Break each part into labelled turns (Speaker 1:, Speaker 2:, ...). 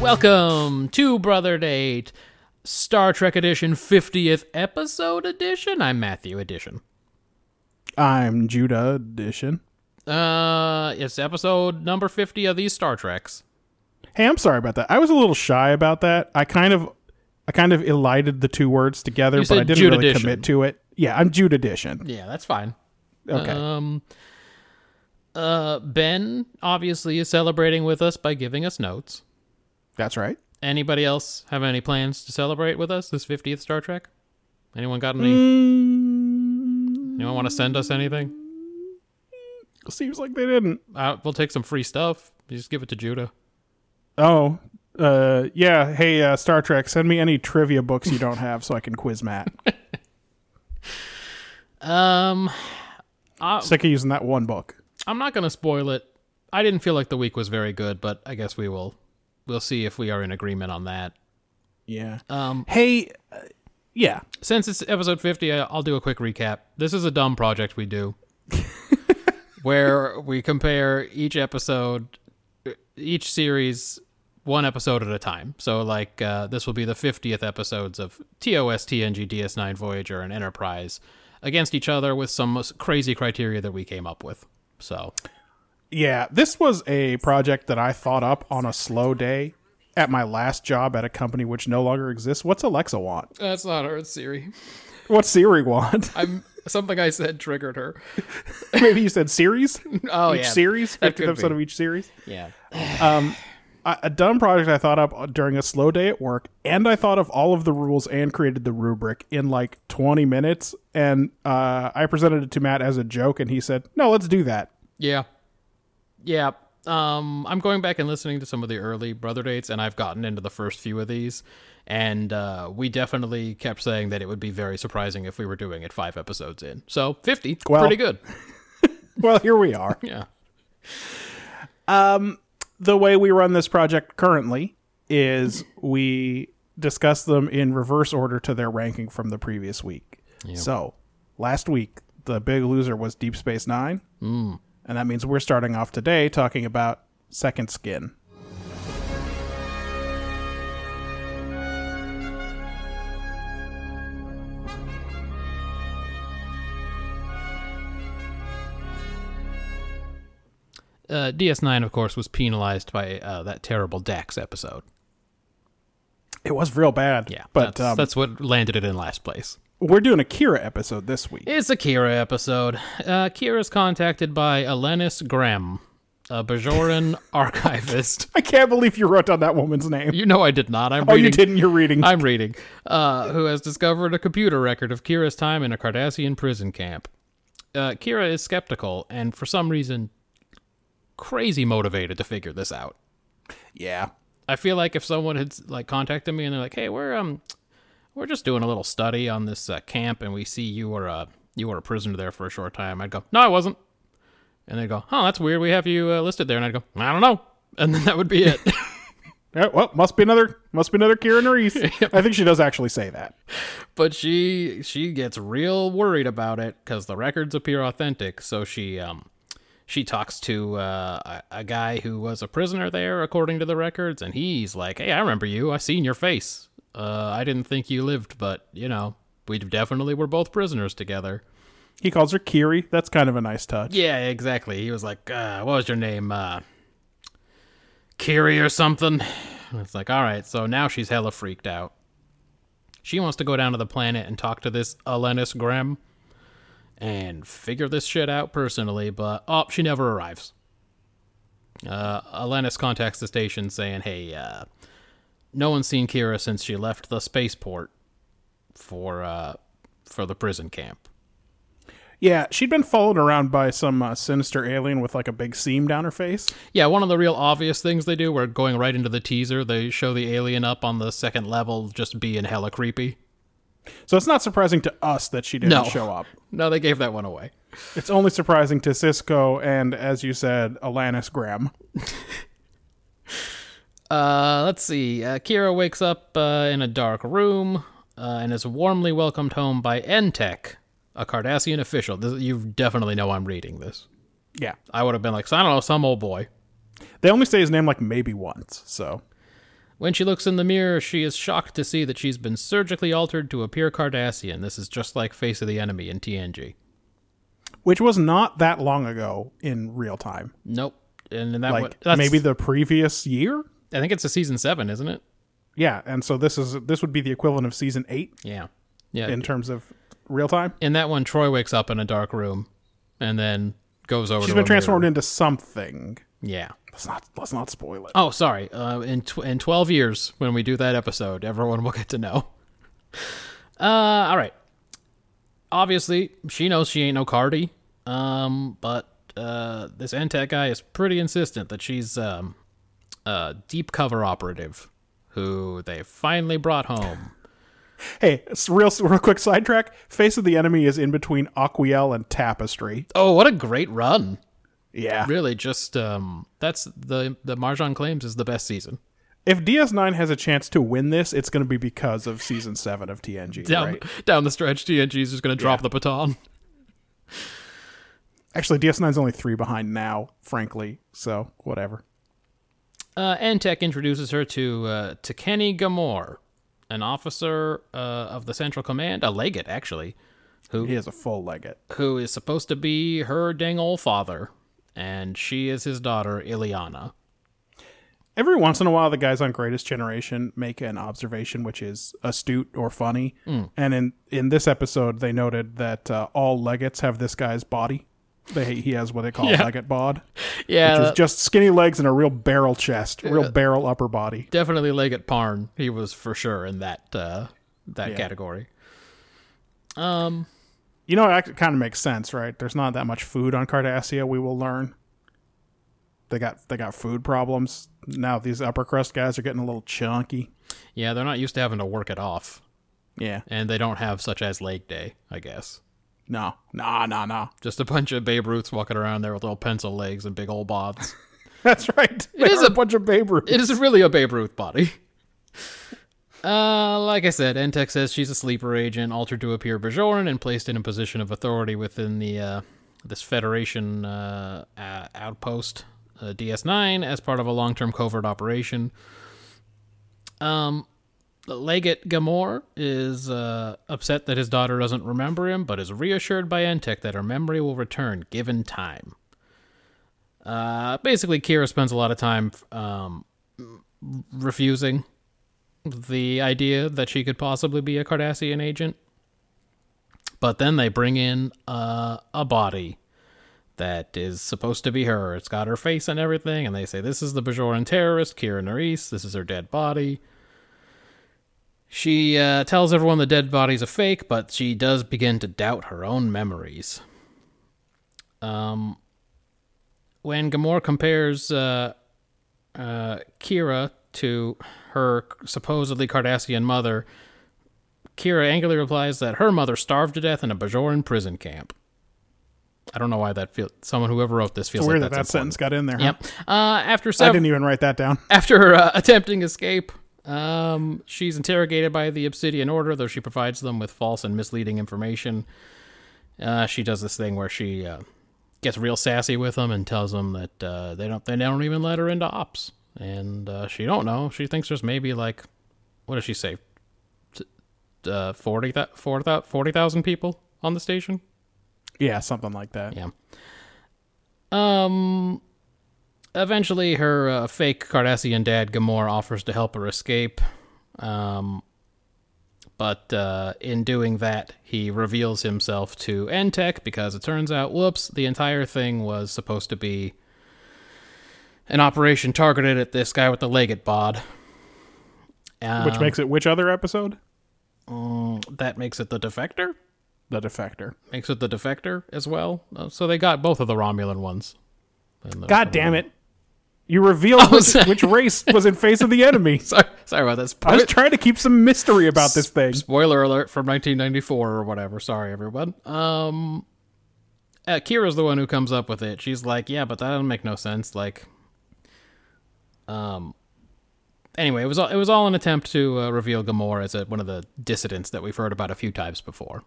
Speaker 1: Welcome to Brother Date, Star Trek Edition, 50th episode edition. I'm Matthew Edition.
Speaker 2: I'm Judah Edition.
Speaker 1: Uh, it's episode number 50 of these Star Treks.
Speaker 2: Hey, I'm sorry about that. I was a little shy about that. I kind of, I kind of elided the two words together,
Speaker 1: You
Speaker 2: but I
Speaker 1: said
Speaker 2: didn't
Speaker 1: Judah
Speaker 2: really
Speaker 1: Edition.
Speaker 2: commit to it. Yeah, I'm Judah Edition.
Speaker 1: Yeah, that's fine.
Speaker 2: Okay,
Speaker 1: Um, uh, Ben obviously is celebrating with us by giving us notes.
Speaker 2: that's right.
Speaker 1: Anybody else have any plans to celebrate with us this 50th Star Trek? Anyone got any? Anyone want to send us anything?
Speaker 2: Seems like they didn't.
Speaker 1: Uh, we'll take some free stuff. You just give it to Judah.
Speaker 2: Oh, uh, yeah. Hey, uh, Star Trek, send me any trivia books you don't have so I can quiz Matt.
Speaker 1: Um, uh,
Speaker 2: Sick of using that one book.
Speaker 1: I'm not going to spoil it. I didn't feel like the week was very good, but I guess we will we'll see if we are in agreement on that.
Speaker 2: Yeah.
Speaker 1: Um,
Speaker 2: hey, uh, yeah.
Speaker 1: since it's episode 50, I- I'll do a quick recap. This is a dumb project we do where we compare each episode each series one episode at a time. So like uh, this will be the 50th episodes of TOS, TNG, DS9, Voyager and Enterprise against each other with some crazy criteria that we came up with. So
Speaker 2: Yeah, this was a project that I thought up on a slow day at my last job at a company which no longer exists. What's Alexa want?
Speaker 1: that's not Earth Siri.
Speaker 2: What's Siri want?
Speaker 1: I'm something I said triggered her.
Speaker 2: Maybe you said series?
Speaker 1: Oh
Speaker 2: each
Speaker 1: yeah,
Speaker 2: series?
Speaker 1: That
Speaker 2: 50th
Speaker 1: could
Speaker 2: episode
Speaker 1: be.
Speaker 2: of each series?
Speaker 1: yeah.
Speaker 2: I, a dumb project I thought up during a slow day at work, and I thought of all of the rules and created the rubric in like 20 minutes. And uh, I presented it to Matt as a joke, and he said, No, let's do that.
Speaker 1: Yeah. Yeah. Um, I'm going back and listening to some of the early brother dates, and I've gotten into the first few of these, and uh, we definitely kept saying that it would be very surprising if we were doing it five episodes in. So fifty,
Speaker 2: Well-
Speaker 1: pretty good.
Speaker 2: Well, here we are.
Speaker 1: Yeah.
Speaker 2: the way we run this project currently is we discuss them in reverse order to their ranking from the previous week. So last week, the big loser was Deep Space Nine.
Speaker 1: Mm.
Speaker 2: And that means we're starting off today talking about Second Skin.
Speaker 1: Uh, DS9, of course, was penalized by uh, that terrible Dax episode.
Speaker 2: It was real bad.
Speaker 1: Yeah,
Speaker 2: But
Speaker 1: that's,
Speaker 2: um,
Speaker 1: that's what landed it in last place.
Speaker 2: we're doing a Kira episode this week.
Speaker 1: It's a Kira episode. Uh, Kira's contacted by Alanis Graham, a Bajoran archivist.
Speaker 2: I can't believe you wrote down that woman's name.
Speaker 1: You know I did not. I'm
Speaker 2: oh,
Speaker 1: reading.
Speaker 2: you didn't. You're reading.
Speaker 1: I'm reading. Uh, who has discovered a computer record of Kira's time in a Cardassian prison camp. Uh, Kira is skeptical and for some reason crazy motivated to figure this out.
Speaker 2: yeah.
Speaker 1: I feel like if someone had like contacted me and they're like, "Hey, we're um, we're just doing a little study on this uh, camp, and we see you were uh, you were a prisoner there for a short time," I'd go, "No, I wasn't," and they'd go, "Huh, that's weird. We have you uh, listed there," and I'd go, "I don't know," and then that would be it.
Speaker 2: Yeah, well, must be another. Must be another Kira Nerys. I think she does actually say that.
Speaker 1: but she she gets real worried about it because the records appear authentic. So she um she talks to uh, a, a guy who was a prisoner there, according to the records, and he's like, "Hey, I remember you. I seen your face. Uh, I didn't think you lived, but you know, we definitely were both prisoners together."
Speaker 2: He calls her Kiri. That's kind of a nice touch.
Speaker 1: Yeah, exactly. He was like, uh, "What was your name? Uh, Kiri or something?" And it's like, all right. So now she's hella freaked out. She wants to go down to the planet and talk to this Alanis Graham and figure this shit out personally, but oh, she never arrives. Uh, Alanis contacts the station saying, "Hey, uh, no one's seen Kira since she left the spaceport. for uh for the prison camp.
Speaker 2: Yeah, she'd been followed around by some uh, sinister alien with like a big seam down her face.
Speaker 1: Yeah, one of the real obvious things they do, we're going right into the teaser, they show the alien up on the second level just being hella creepy.
Speaker 2: So it's not surprising to us that she didn't
Speaker 1: No.
Speaker 2: show up.
Speaker 1: No, they gave that one away.
Speaker 2: It's only surprising to Cisco and, as you said, Alanis Graham.
Speaker 1: Uh, let's see. Uh, Kira wakes up uh, in a dark room uh, and is warmly welcomed home by Entech, a Cardassian official. This, you definitely know I'm reading this.
Speaker 2: Yeah.
Speaker 1: I would have been like, so I don't know, some old boy.
Speaker 2: They only say his name like maybe once, so.
Speaker 1: When she looks in the mirror, she is shocked to see that she's been surgically altered to appear Cardassian. This is just like Face of the Enemy in TNG.
Speaker 2: Which was not that long ago in real time.
Speaker 1: Nope. And that
Speaker 2: Like
Speaker 1: wa- that's,
Speaker 2: maybe the previous year?
Speaker 1: I think it's a season seven, isn't it?
Speaker 2: Yeah, and so this is this would be the equivalent of season 8
Speaker 1: Yeah. Yeah.
Speaker 2: in terms of real time.
Speaker 1: in that one, Troy wakes up in a dark room, and then goes over.
Speaker 2: She's
Speaker 1: to
Speaker 2: been
Speaker 1: a
Speaker 2: transformed
Speaker 1: mirror.
Speaker 2: into something.
Speaker 1: Yeah.
Speaker 2: Let's not let's not spoil it.
Speaker 1: Oh, sorry. Uh, in tw- in twelve years, when we do that episode, everyone will get to know. Uh, all right. Obviously, she knows she ain't no Cardi. Um, but uh, this Antec guy is pretty insistent that she's um, a deep cover operative who they finally brought home.
Speaker 2: Hey, s- real real quick sidetrack. Face of the enemy is in between Aquiel and Tapestry.
Speaker 1: Oh, what a great run!
Speaker 2: Yeah.
Speaker 1: Really, just um, that's the the Marjan claims is the best season.
Speaker 2: If DS9 has a chance to win this, it's going to be because of season 7 of TNG,
Speaker 1: Down
Speaker 2: right?
Speaker 1: down the stretch, TNG is just gonna drop the baton.
Speaker 2: Actually, DS9's only 3 behind now, frankly. So, whatever.
Speaker 1: Uh, Antec introduces her to uh, to Kenny Gamor, an officer uh, of the Central Command, a legate actually,
Speaker 2: He is a full legate.
Speaker 1: who is supposed to be her dang old father, and she is his daughter Ileana.
Speaker 2: Every once in a while, the guys on Greatest Generation make an observation which is astute or funny. And in, in this episode, they noted that uh, all legates have this guy's body. They, he has what they call
Speaker 1: Yeah.
Speaker 2: legate bod,
Speaker 1: Yeah,
Speaker 2: which is just skinny legs and a real barrel chest, real barrel upper body.
Speaker 1: definitely Legate Parn. He was for sure in that uh, that
Speaker 2: Yeah.
Speaker 1: category.
Speaker 2: You know, it kind of makes sense, right? There's not that much food on Cardassia. We will learn. They got they got food problems now. These upper crust guys are getting a little chunky.
Speaker 1: Yeah, they're not used to having to work it off,
Speaker 2: Yeah.
Speaker 1: and they don't have such as leg day, I guess.
Speaker 2: No. Nah. Nah. Nah.
Speaker 1: Just a bunch of Babe Ruths walking around there with little pencil legs and big old bods.
Speaker 2: That's right. It
Speaker 1: is
Speaker 2: is a
Speaker 1: a-
Speaker 2: bunch of Babe Ruth.
Speaker 1: It is really a Babe Ruth body. Uh, like I said, Entech says she's a sleeper agent, altered to appear Bajoran and placed in a position of authority within the uh, this Federation uh, uh, outpost uh, DS9 as part of a long-term covert operation. Um, Legate Gamor is uh, upset that his daughter doesn't remember him, but is reassured by Entech that her memory will return given time. Uh, basically, Kira spends a lot of time um, refusing the idea that she could possibly be a Cardassian agent. But then they bring in uh, a body that is supposed to be her. It's got her face and everything, and they say, This is the Bajoran terrorist, Kira Nerys. This is her dead body. She uh, tells everyone the dead body's a fake, but she does begin to doubt her own memories. Um, when Gamora compares uh, uh, Kira to her supposedly Cardassian mother, Kira angrily replies that her mother starved to death in a Bajoran prison camp. I don't know why that feels. Someone whoever wrote this feels
Speaker 2: It's weird
Speaker 1: like
Speaker 2: that that
Speaker 1: that's
Speaker 2: sentence got in there. huh?
Speaker 1: important. Yep. Uh, after
Speaker 2: I
Speaker 1: several,
Speaker 2: didn't even write that down.
Speaker 1: after uh, attempting escape, um, she's interrogated by the Obsidian Order, though she provides them with false and misleading information. Uh, she does this thing where she uh, gets real sassy with them and tells them that uh, they don't they don't even let her into ops, and uh, she don't know. She thinks there's maybe like what does she say? T- Uh, 40,000 40,000 people on the station?
Speaker 2: Yeah, something like that.
Speaker 1: Yeah. Um. Eventually, her uh, fake Cardassian dad Gamor offers to help her escape, um, but uh, in doing that, he reveals himself to Entech because it turns out, whoops, the entire thing was supposed to be an operation targeted at this guy with the legate bod.
Speaker 2: Which
Speaker 1: Um,
Speaker 2: makes it which other episode?
Speaker 1: Mm, that makes it the defector.
Speaker 2: The defector.
Speaker 1: Makes it the defector as well. Uh, so they got both of the Romulan ones. And the-
Speaker 2: God damn it. You revealed which,
Speaker 1: sorry.
Speaker 2: which race was in face of the enemy.
Speaker 1: Sorry, sorry about that. Spoil-
Speaker 2: I was trying to keep some mystery about this thing.
Speaker 1: spoiler alert from 1994 or whatever. Sorry, everyone. Um, uh, Kira's the one who comes up with it. She's like, "Yeah, but that doesn't make no sense." Like, um, anyway, it was all, it was all an attempt to uh, reveal Gamora as a, one of the dissidents that we've heard about a few times before.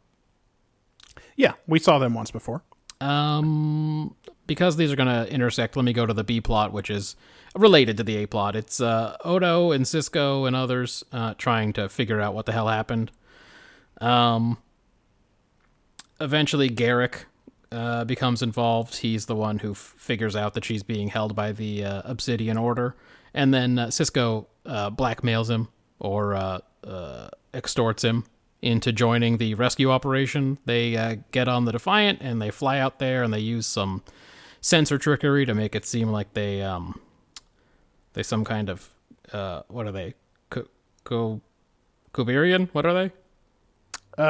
Speaker 2: Yeah, we saw them once before.
Speaker 1: Um, because these are going to intersect, let me go to the B plot, which is related to the A plot. It's uh, Odo and Cisco and others uh, trying to figure out what the hell happened. Um, eventually, Garrick uh, becomes involved. He's the one who f- figures out that she's being held by the uh, Obsidian Order. And then uh, Cisco uh, blackmails him or uh, uh, extorts him into joining the rescue operation. They uh, get on the Defiant and they fly out there and they use some sensor trickery to make it seem like they um they some kind of uh what are they Ku- Ku- Kuberian? What are they?
Speaker 2: Uh,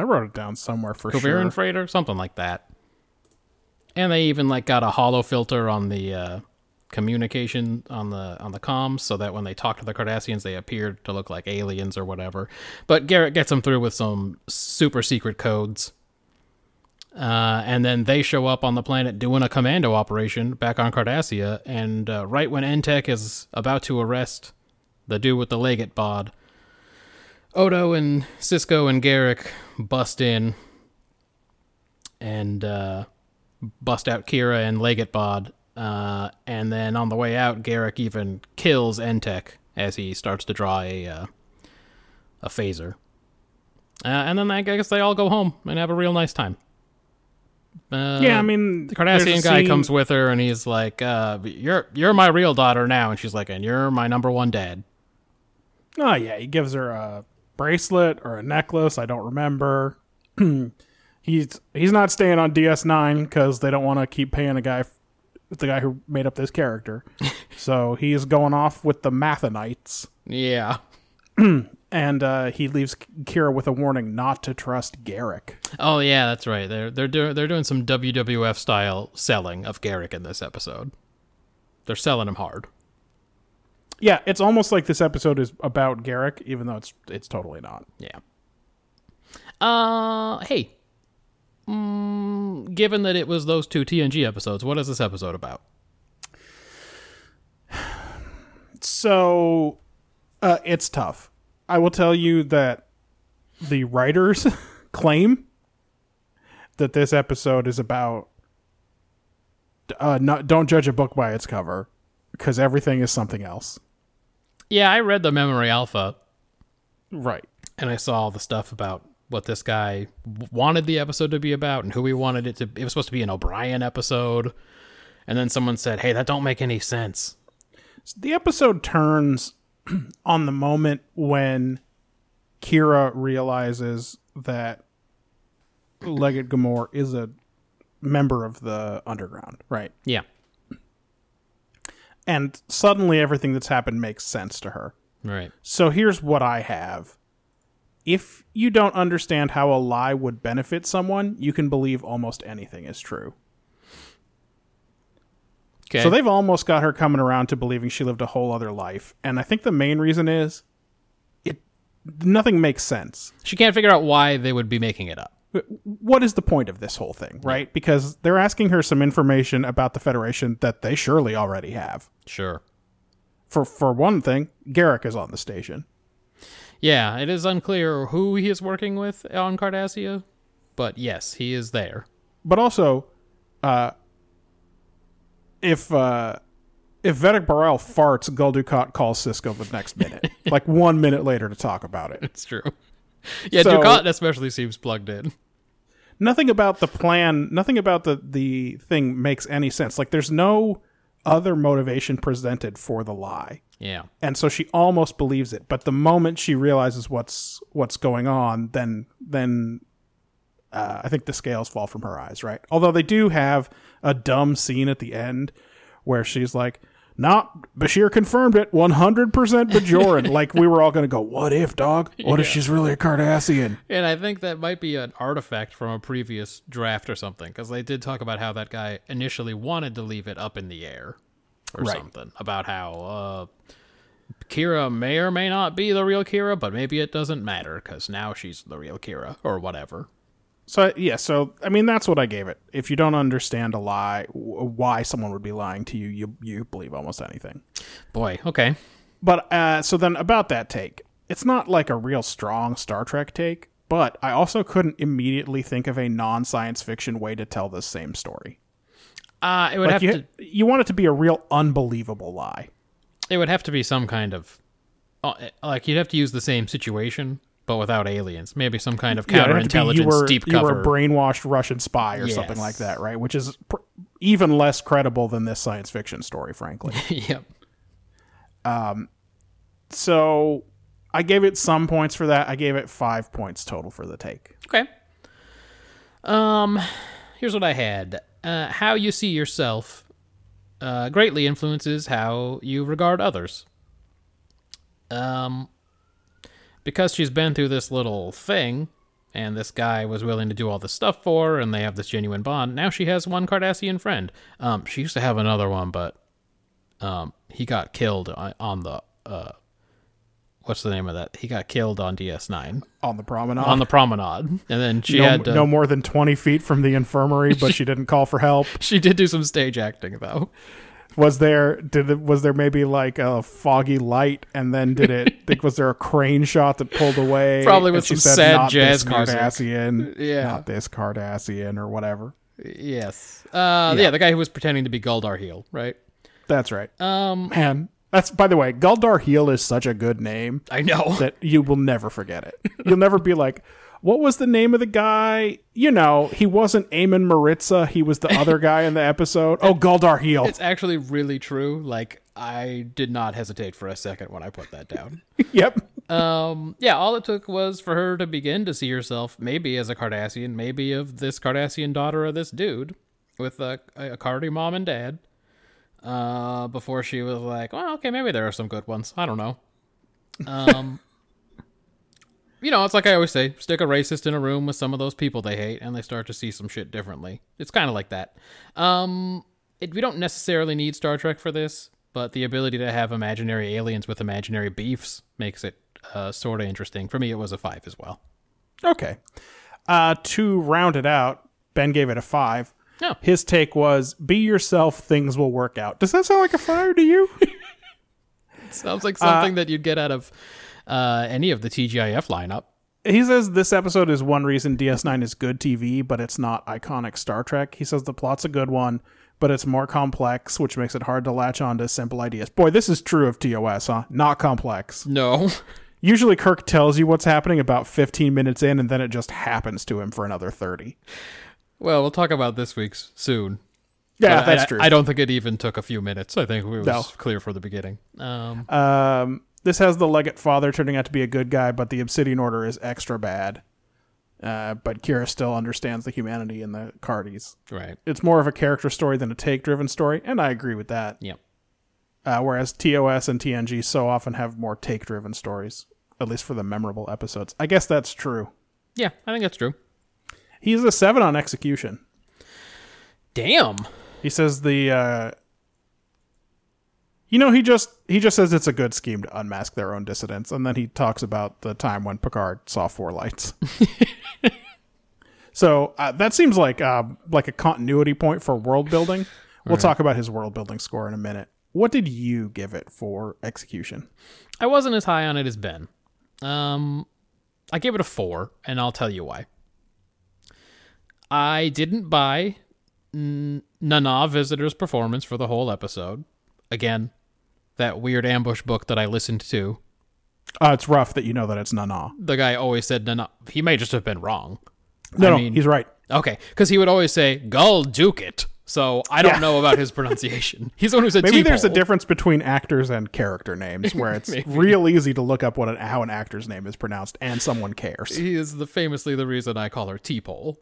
Speaker 2: I wrote it down somewhere for
Speaker 1: Covarin
Speaker 2: sure.
Speaker 1: freighter, something like that. And they even like got a hollow filter on the uh, communication on the on the comms, so that when they talk to the Cardassians, they appeared to look like aliens or whatever. But Garrett gets them through with some super secret codes, uh, and then they show up on the planet doing a commando operation back on Cardassia. And uh, right when Entech is about to arrest the dude with the Legate bod, Odo and Cisco and Garrick bust in and uh, bust out Kira and Legate Bod. Uh, and then on the way out, Garrick even kills Entek as he starts to draw a uh, a phaser. Uh, and then I guess they all go home and have a real nice time. Uh,
Speaker 2: yeah, I mean,
Speaker 1: the
Speaker 2: there's
Speaker 1: Cardassian
Speaker 2: a
Speaker 1: guy
Speaker 2: scene-
Speaker 1: comes with her and he's like, uh, "You're you're my real daughter now," and she's like, "And you're my number one dad."
Speaker 2: Oh yeah, he gives her a bracelet or a necklace. I don't remember. he's he's not staying on DS9 because they don't want to keep paying a guy, f- the guy who made up this character. so he's going off with the Mathenites,
Speaker 1: Yeah.
Speaker 2: and uh, he leaves K- Kira with a warning not to trust Garrick.
Speaker 1: Oh yeah, that's right. They're they're doing they're doing some WWF style selling of Garrick in this episode. They're selling him hard.
Speaker 2: Yeah, it's almost like this episode is about Garrick, even though it's it's totally not.
Speaker 1: Yeah. Uh, hey. Mm, given that it was those two TNG episodes, what is this episode about?
Speaker 2: So uh, it's tough. I will tell you that the writers claim that this episode is about uh, not, don't judge a book by its cover because everything is something else.
Speaker 1: Yeah, I read the Memory Alpha
Speaker 2: Right.
Speaker 1: and I saw all the stuff about what this guy w- wanted the episode to be about and who he wanted it to. It was supposed to be an O'Brien episode, and then someone said, "Hey, that don't make any sense."
Speaker 2: The episode turns on the moment when Kira realizes that Legate Gamor is a member of the underground, right?
Speaker 1: Yeah.
Speaker 2: and suddenly everything that's happened makes sense to her.
Speaker 1: Right.
Speaker 2: So here's what I have. If you don't understand how a lie would benefit someone, you can believe almost anything is true.
Speaker 1: Okay.
Speaker 2: So they've almost got her coming around to believing she lived a whole other life, and I think the main reason is it nothing makes sense.
Speaker 1: She can't figure out why they would be making it up.
Speaker 2: What is the point of this whole thing, right? Because they're asking her some information about the Federation that they surely already have.
Speaker 1: Sure.
Speaker 2: For for one thing, Garrick is on the station.
Speaker 1: Yeah, it is unclear who he is working with on Cardassia, but yes, he is there.
Speaker 2: but also, uh, if uh, if Vedic Burrell farts, Gul Dukat calls Cisco the next minute, like one minute later, to talk about it.
Speaker 1: It's true. Yeah,
Speaker 2: So-
Speaker 1: Ducat especially seems plugged in.
Speaker 2: Nothing about the plan, nothing about the the thing makes any sense. Like, there's no other motivation presented for the lie,
Speaker 1: Yeah.
Speaker 2: and so she almost believes it. But the moment she realizes what's what's going on, then then. Uh, I think the scales fall from her eyes, right? Although they do have a dumb scene at the end where she's like, Not Bashir confirmed it 100% Bajoran. like we were all going to go, what if, dog? What if she's really a Cardassian?
Speaker 1: And I think that might be an artifact from a previous draft or something, because they did talk about how that guy initially wanted to leave it up in the air or
Speaker 2: Right.
Speaker 1: something about how uh, Kira may or may not be the real Kira, but maybe it doesn't matter because now she's the real Kira or whatever.
Speaker 2: So yeah, so I mean that's what I gave it. If you don't understand a lie, w- why someone would be lying to you, you you believe almost anything.
Speaker 1: Boy, okay.
Speaker 2: But uh, so then about that take, it's not like a real strong Star Trek take, but I also couldn't immediately think of a non science fiction way to tell this same story.
Speaker 1: Uh, it would
Speaker 2: Like
Speaker 1: have
Speaker 2: you,
Speaker 1: to.
Speaker 2: you want it to be a real unbelievable lie.
Speaker 1: It would have to be some kind of, uh, like you'd have to use the same situation, but without aliens. Maybe some kind of
Speaker 2: it'd have to be
Speaker 1: counterintelligence,
Speaker 2: you were,
Speaker 1: deep
Speaker 2: you were
Speaker 1: cover.
Speaker 2: a brainwashed Russian spy or something
Speaker 1: Yes.
Speaker 2: like that, right? Which is pr- even less credible than this science fiction story, frankly.
Speaker 1: yep.
Speaker 2: so I gave it some points for that. I gave it five points total for the take.
Speaker 1: Okay. Um, here's what I had. Uh, how you see yourself uh, greatly influences how you regard others. Um, because she's been through this little thing, and this guy was willing to do all this stuff for her, and they have this genuine bond. Now she has one Cardassian friend. Um, she used to have another one, but um, he got killed on, on the uh, what's the name of that? He got killed on DS9
Speaker 2: On the promenade.
Speaker 1: on the promenade, and then she
Speaker 2: no,
Speaker 1: had uh, to,
Speaker 2: no more than 20 feet from the infirmary, but she didn't call for help.
Speaker 1: she did do some stage acting though.
Speaker 2: Was there did it, was there maybe like a foggy light, and then did it? like, was there a crane shot that pulled away?
Speaker 1: Probably with
Speaker 2: and she
Speaker 1: some
Speaker 2: said,
Speaker 1: sad
Speaker 2: "Not
Speaker 1: jazz
Speaker 2: this
Speaker 1: music."
Speaker 2: Cardassian,
Speaker 1: Yeah.
Speaker 2: not this Cardassian or whatever.
Speaker 1: Yes, uh, yeah. the guy who was pretending to be Goldar Heel, right?
Speaker 2: That's right. Um, man, that's by the way, Guldar Heel is such a good name.
Speaker 1: I know.
Speaker 2: that you will never forget it. You'll never be like, what was the name of the guy? You know, he wasn't Eamon Maritza. He was the other guy in the episode. Oh, Guldar Heel.
Speaker 1: It's actually really true. Like I did not hesitate for a second when I put that down.
Speaker 2: yep.
Speaker 1: um, yeah, all it took was for her to begin to see herself maybe as a Cardassian, maybe of this Cardassian daughter of this dude with a, a Cardi mom and dad. Uh, before she was like, well, okay, maybe there are some good ones. I don't know. Um, you know, it's like I always say stick a racist in a room with some of those people they hate, and they start to see some shit differently. It's kind of like that. Um, it, we don't necessarily need Star Trek for this, but the ability to have imaginary aliens with imaginary beefs makes it uh, sort of interesting. For me, it was a five as well.
Speaker 2: Okay. Uh, to round it out, Ben gave it a five.
Speaker 1: No.
Speaker 2: His take was be yourself, things will work out. Does that sound like a fire to you?
Speaker 1: Sounds like something that you'd get out of uh, any of the TGIF lineup.
Speaker 2: he says this episode is one reason DS9 is good TV, but it's not iconic Star Trek. He says the plot's a good one, but it's more complex, which makes it hard to latch on to simple ideas. Boy, this is true of TOS, huh? Not complex.
Speaker 1: No.
Speaker 2: Usually Kirk tells you what's happening about 15 minutes in, and then it just happens to him for another 30.
Speaker 1: Well, we'll talk about this week's soon.
Speaker 2: Yeah,
Speaker 1: But
Speaker 2: that's
Speaker 1: I,
Speaker 2: true.
Speaker 1: I don't think it even took a few minutes. I think it was
Speaker 2: No.
Speaker 1: clear from the beginning. Um,
Speaker 2: um, this has the Leggett father turning out to be a good guy, but the Obsidian Order is extra bad. Uh, but Kira still understands the humanity in the Cardis.
Speaker 1: right.
Speaker 2: It's more of a character story than a take driven story, and I agree with that.
Speaker 1: Yep.
Speaker 2: uh, whereas TOS and TNG so often have more take driven stories, at least for the memorable episodes. I guess that's true.
Speaker 1: Yeah, I think that's true.
Speaker 2: He's a seven on execution.
Speaker 1: Damn.
Speaker 2: He says the, uh, you know, he just he just says it's a good scheme to unmask their own dissidents, and then he talks about the time when Picard saw four lights. so uh, that seems like uh, like a continuity point for world building. We'll talk about his world building score in a minute. What did you give it for execution?
Speaker 1: I wasn't as high on it as Ben. Um, I gave it a four, and I'll tell you why. I didn't buy N- Nana Visitor's performance for the whole episode. Again, that weird ambush book that I listened to.
Speaker 2: Uh, it's rough that you know that it's Nana.
Speaker 1: The guy always said Nana. He may just have been wrong.
Speaker 2: No,
Speaker 1: I
Speaker 2: no,
Speaker 1: mean-
Speaker 2: he's right.
Speaker 1: Okay, because he would always say "Gull Duke it." So I don't
Speaker 2: Yeah.
Speaker 1: know about his pronunciation. He's the one who said
Speaker 2: Maybe there's a
Speaker 1: T-pole.
Speaker 2: difference between actors and character names, where it's real easy to look up what an, how an actor's name is pronounced, and someone cares.
Speaker 1: He is the famously the reason I call her T-pole.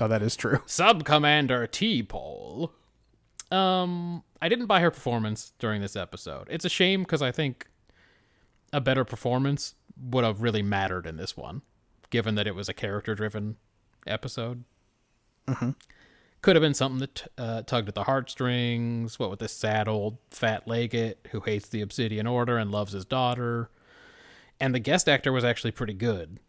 Speaker 2: Oh, that is true.
Speaker 1: Sub Commander T Pole. Um, I didn't buy her performance during this episode. It's a shame because I think a better performance would have really mattered in this one, given that it was a character driven episode.
Speaker 2: Mm-hmm.
Speaker 1: Could have been something that uh, tugged at the heartstrings. What with this sad old fat legate who hates the Obsidian Order and loves his daughter. And the guest actor was actually pretty good.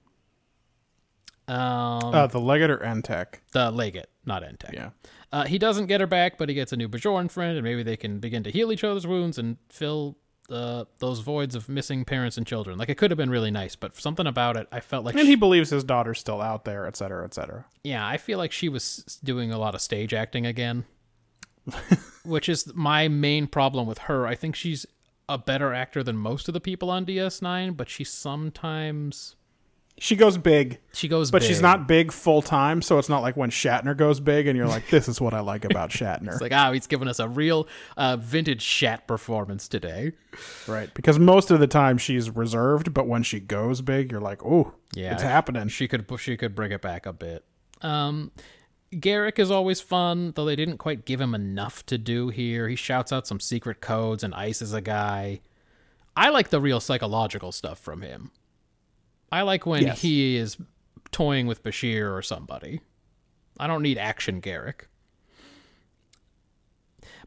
Speaker 1: Um,
Speaker 2: Uh, the Legate or Entech?
Speaker 1: the legate, not Entech.
Speaker 2: Yeah.
Speaker 1: Uh, he doesn't get her back, but he gets a new Bajoran friend, and maybe they can begin to heal each other's wounds and fill uh, those voids of missing parents and children. Like, it could have been really nice, but something about it, I felt like.
Speaker 2: And he
Speaker 1: she-
Speaker 2: believes his daughter's still out there, et cetera, et cetera.
Speaker 1: yeah, I feel like she was s- doing a lot of stage acting again, which is my main problem with her. I think she's a better actor than most of the people on DS9, but she sometimes.
Speaker 2: She goes big,
Speaker 1: She goes
Speaker 2: but she's
Speaker 1: big.
Speaker 2: not big full time, so it's not like when Shatner goes big and you're like, this is what I like about Shatner.
Speaker 1: It's like, ah, he's giving us a real uh, vintage Shat performance today.
Speaker 2: right. Because most of the time she's reserved, but when she goes big, you're like, oh,
Speaker 1: Yeah,
Speaker 2: it's
Speaker 1: she-
Speaker 2: happening.
Speaker 1: she could she could bring it back a bit. Um, Garrick is always fun, though they didn't quite give him enough to do here. He shouts out some secret codes and ices a guy. I like the real psychological stuff from him. I like when
Speaker 2: Yes.
Speaker 1: he is toying with Bashir or somebody. I don't need action Garrick.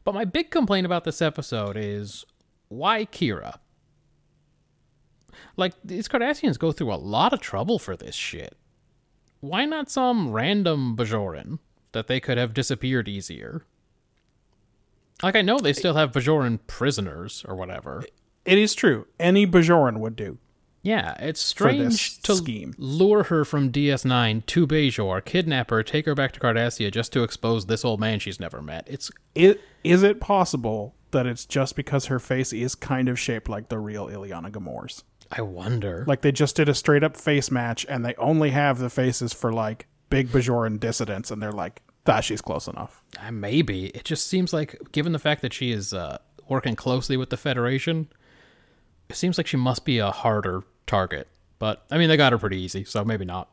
Speaker 1: But my big complaint about this episode is why Kira? Like, these Cardassians go through a lot of trouble for this shit. Why not some random Bajoran that they could have disappeared easier? Like, I know they still have Bajoran prisoners or whatever.
Speaker 2: It is true. Any Bajoran would do.
Speaker 1: Yeah, it's
Speaker 2: this
Speaker 1: strange to
Speaker 2: scheme.
Speaker 1: lure her from DS9 to Bajor, kidnap her, take her back to Cardassia just to expose this old man she's never met. It's
Speaker 2: It, is it possible that it's just because her face is kind of shaped like the real Ileana Gamore's?
Speaker 1: I wonder.
Speaker 2: Like they just did a straight up face match and they only have the faces for like big Bajoran dissidents and they're like, ah, she's close enough.
Speaker 1: Uh, Maybe it just seems like, given the fact that she is uh, working closely with the Federation, it seems like she must be a harder target. But I mean, they got her pretty easy, so maybe not.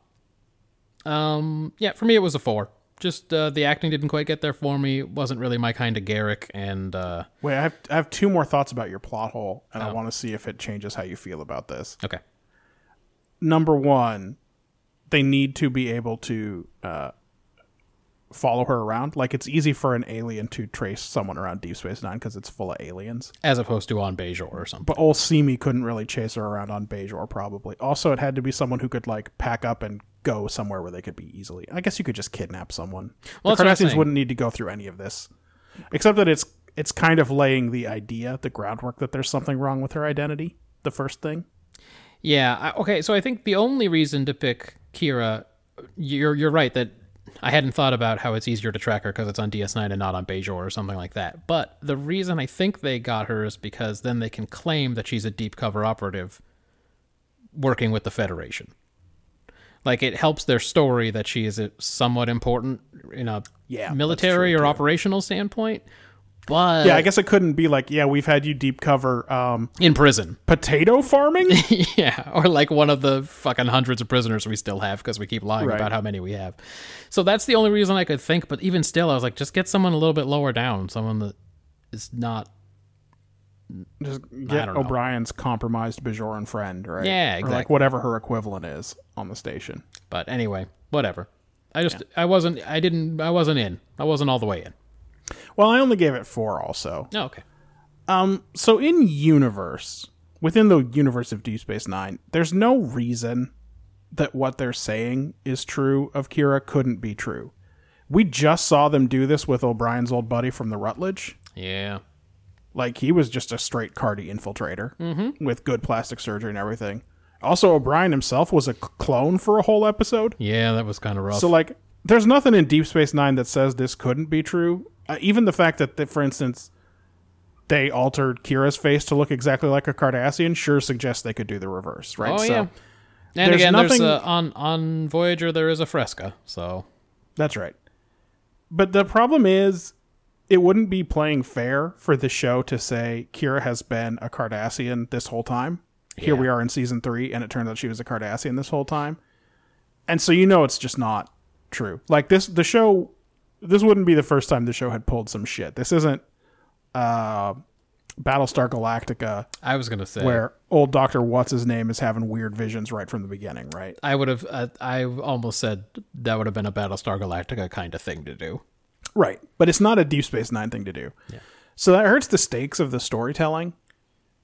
Speaker 1: Um, yeah, for me it was a four. Just uh, the acting didn't quite get there for me. It wasn't really my kind of Garrick, and uh,
Speaker 2: Wait, I have, I have two more thoughts about your plot hole and I want to see if it changes how you feel about this.
Speaker 1: okay,
Speaker 2: Number one, they need to be able to uh, follow her around. Like it's easy for an alien to trace someone around Deep Space Nine because it's full of aliens.
Speaker 1: as opposed to on Bejor or something.
Speaker 2: But old Simi couldn't really chase her around on Bejor, probably. Also, it had to be someone who could like pack up and go somewhere where they could be easily. I guess you could just kidnap someone.
Speaker 1: Well,
Speaker 2: the
Speaker 1: that's what I'm
Speaker 2: Cardassians
Speaker 1: saying.
Speaker 2: wouldn't need to go through any of this, except that it's it's kind of laying the idea, the groundwork that there's something wrong with her identity. The first thing.
Speaker 1: Yeah. I, okay. So I think the only reason to pick Kira, you're you're right that I hadn't thought about how it's easier to track her because it's on DS9 and not on Bejor or something like that. But the reason I think they got her is because then they can claim that she's a deep cover operative working with the Federation. Like it helps their story that she is uh, somewhat important in a
Speaker 2: Yeah, that's
Speaker 1: military
Speaker 2: true,
Speaker 1: or
Speaker 2: too.
Speaker 1: operational standpoint, but
Speaker 2: Yeah, I guess it couldn't be like, yeah, we've had you deep cover um,
Speaker 1: in prison.
Speaker 2: potato farming.
Speaker 1: yeah, or like one of the fucking hundreds of prisoners we still have because we keep lying
Speaker 2: Right.
Speaker 1: about how many we have. So that's the only reason I could think. But even still, I was like, just get someone a little bit lower down, someone that is not.
Speaker 2: Just get
Speaker 1: don't know.
Speaker 2: O'Brien's compromised Bajoran friend, right?
Speaker 1: Yeah,
Speaker 2: Or like
Speaker 1: exactly.
Speaker 2: whatever her equivalent is on the station.
Speaker 1: But anyway, whatever. I just, I wasn't, I didn't, I wasn't in. I wasn't all the way in.
Speaker 2: Well, I only gave it four, also.
Speaker 1: Oh, okay.
Speaker 2: Um, so in universe, within the universe of Deep Space Nine, there's no reason that what they're saying is true of Kira couldn't be true. We just saw them do this with O'Brien's old buddy from the Rutledge.
Speaker 1: Yeah.
Speaker 2: Like he was just a straight Cardi infiltrator with good plastic surgery and everything. Also, O'Brien himself was a c- clone for a whole episode.
Speaker 1: Yeah, that was kind of rough.
Speaker 2: So like, there's nothing in Deep Space Nine that says this couldn't be true. Uh, even the fact that, that, for instance, they altered Kira's face to look exactly like a Cardassian sure suggests they could do the reverse, right?
Speaker 1: oh,
Speaker 2: so
Speaker 1: yeah. And
Speaker 2: there's
Speaker 1: again, there's
Speaker 2: nothing-
Speaker 1: a, on on Voyager there is a fresca, so
Speaker 2: that's right. But the problem is, it wouldn't be playing fair for the show to say Kira has been a Cardassian this whole time. Here
Speaker 1: Yeah.
Speaker 2: we are in season three, and it turns out she was a Cardassian this whole time. And so you know it's just not true. Like this, the show, this wouldn't be the first time the show had pulled some shit. This isn't uh, Battlestar Galactica,
Speaker 1: I was gonna say
Speaker 2: where old Doctor What's his name is having weird visions right from the beginning, right?
Speaker 1: I would have. Uh, I almost said that would have been a Battlestar Galactica kind of thing to do.
Speaker 2: Right, but it's not a Deep Space Nine thing to do.
Speaker 1: Yeah.
Speaker 2: So that hurts the stakes of the storytelling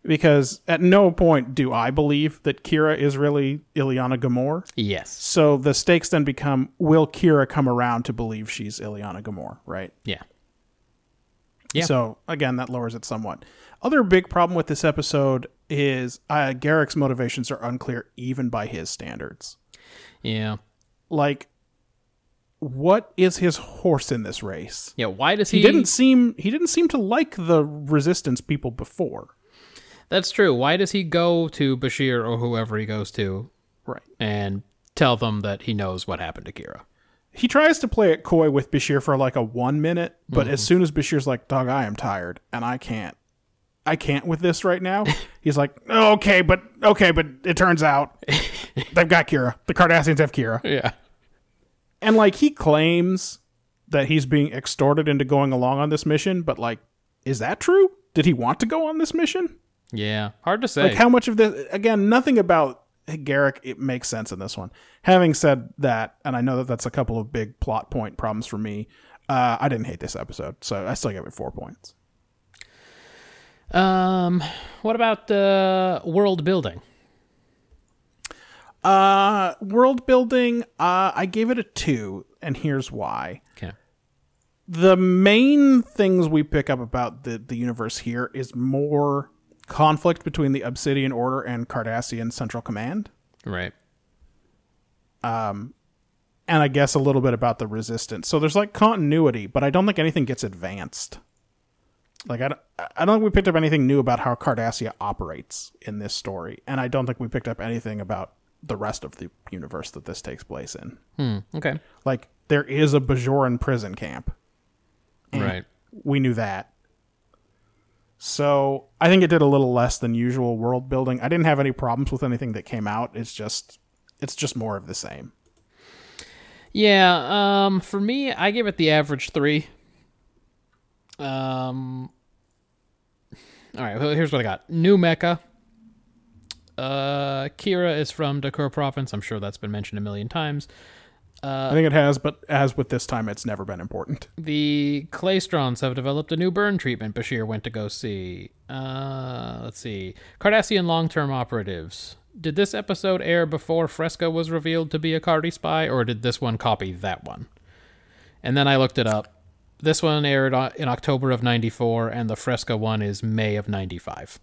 Speaker 2: because at no point do I believe that Kira is really Ileana Gamor.
Speaker 1: Yes.
Speaker 2: So the stakes then become will Kira come around to believe she's Ileana Gamor, right?
Speaker 1: Yeah. Yeah.
Speaker 2: So again, that lowers it somewhat. Other big problem with this episode is uh, Garrick's motivations are unclear even by his standards.
Speaker 1: Yeah.
Speaker 2: Like, what is his horse in this race?
Speaker 1: Yeah. Why does he?
Speaker 2: He didn't seem he didn't seem to like the resistance people before.
Speaker 1: That's true. Why does he go to Bashir or whoever he goes to
Speaker 2: Right.
Speaker 1: and tell them that he knows what happened to Kira?
Speaker 2: He tries to play it coy with Bashir for like a one minute, but as soon as Bashir's like, "Dog, I am tired and I can't, I can't with this right now," he's like, "Oh, "Okay, but okay, but it turns out they've got Kira. The Cardassians have Kira."
Speaker 1: Yeah.
Speaker 2: And like he claims that he's being extorted into going along on this mission, but like, is that true? Did he want to go on this mission?
Speaker 1: Yeah. Hard to say.
Speaker 2: Like how much of this again, nothing about Garrick it makes sense in this one. Having said that, and I know that that's a couple of big plot point problems for me. Uh, I didn't hate this episode, so I still give it four points.
Speaker 1: um. What about uh, world building?
Speaker 2: Uh, world building, uh, I gave it a two, and here's why.
Speaker 1: Okay.
Speaker 2: the main things we pick up about the, the universe here is more conflict between the Obsidian Order and Cardassian Central Command,
Speaker 1: Right.
Speaker 2: and I guess a little bit about the Resistance. So there's like continuity, but I don't think anything gets advanced. Like I don't, I don't think we picked up anything new about how Cardassia operates in this story, and I don't think we picked up anything about the rest of the universe that this takes place in.
Speaker 1: Hmm. Okay.
Speaker 2: Like there is a Bajoran prison camp.
Speaker 1: Right.
Speaker 2: we knew that. So I think it did a little less than usual world building. I didn't have any problems with anything that came out. It's just it's just more of the same.
Speaker 1: Yeah, um, for me, I give it the average three. Um, all right, well, here's what I got. New Mecca. Uh, Kira is from Dakar Province. I'm sure that's been mentioned a million times.
Speaker 2: I think it has, but as with this time, it's never been important.
Speaker 1: The Claystrons have developed a new burn treatment Bashir went to go see. Uh, let's see. Cardassian long term operatives. Did this episode air before Fresca was revealed to be a Cardi spy, or did this one copy that one? And then I looked it up. This one aired o- in October of 94, and the Fresca one is May of 95.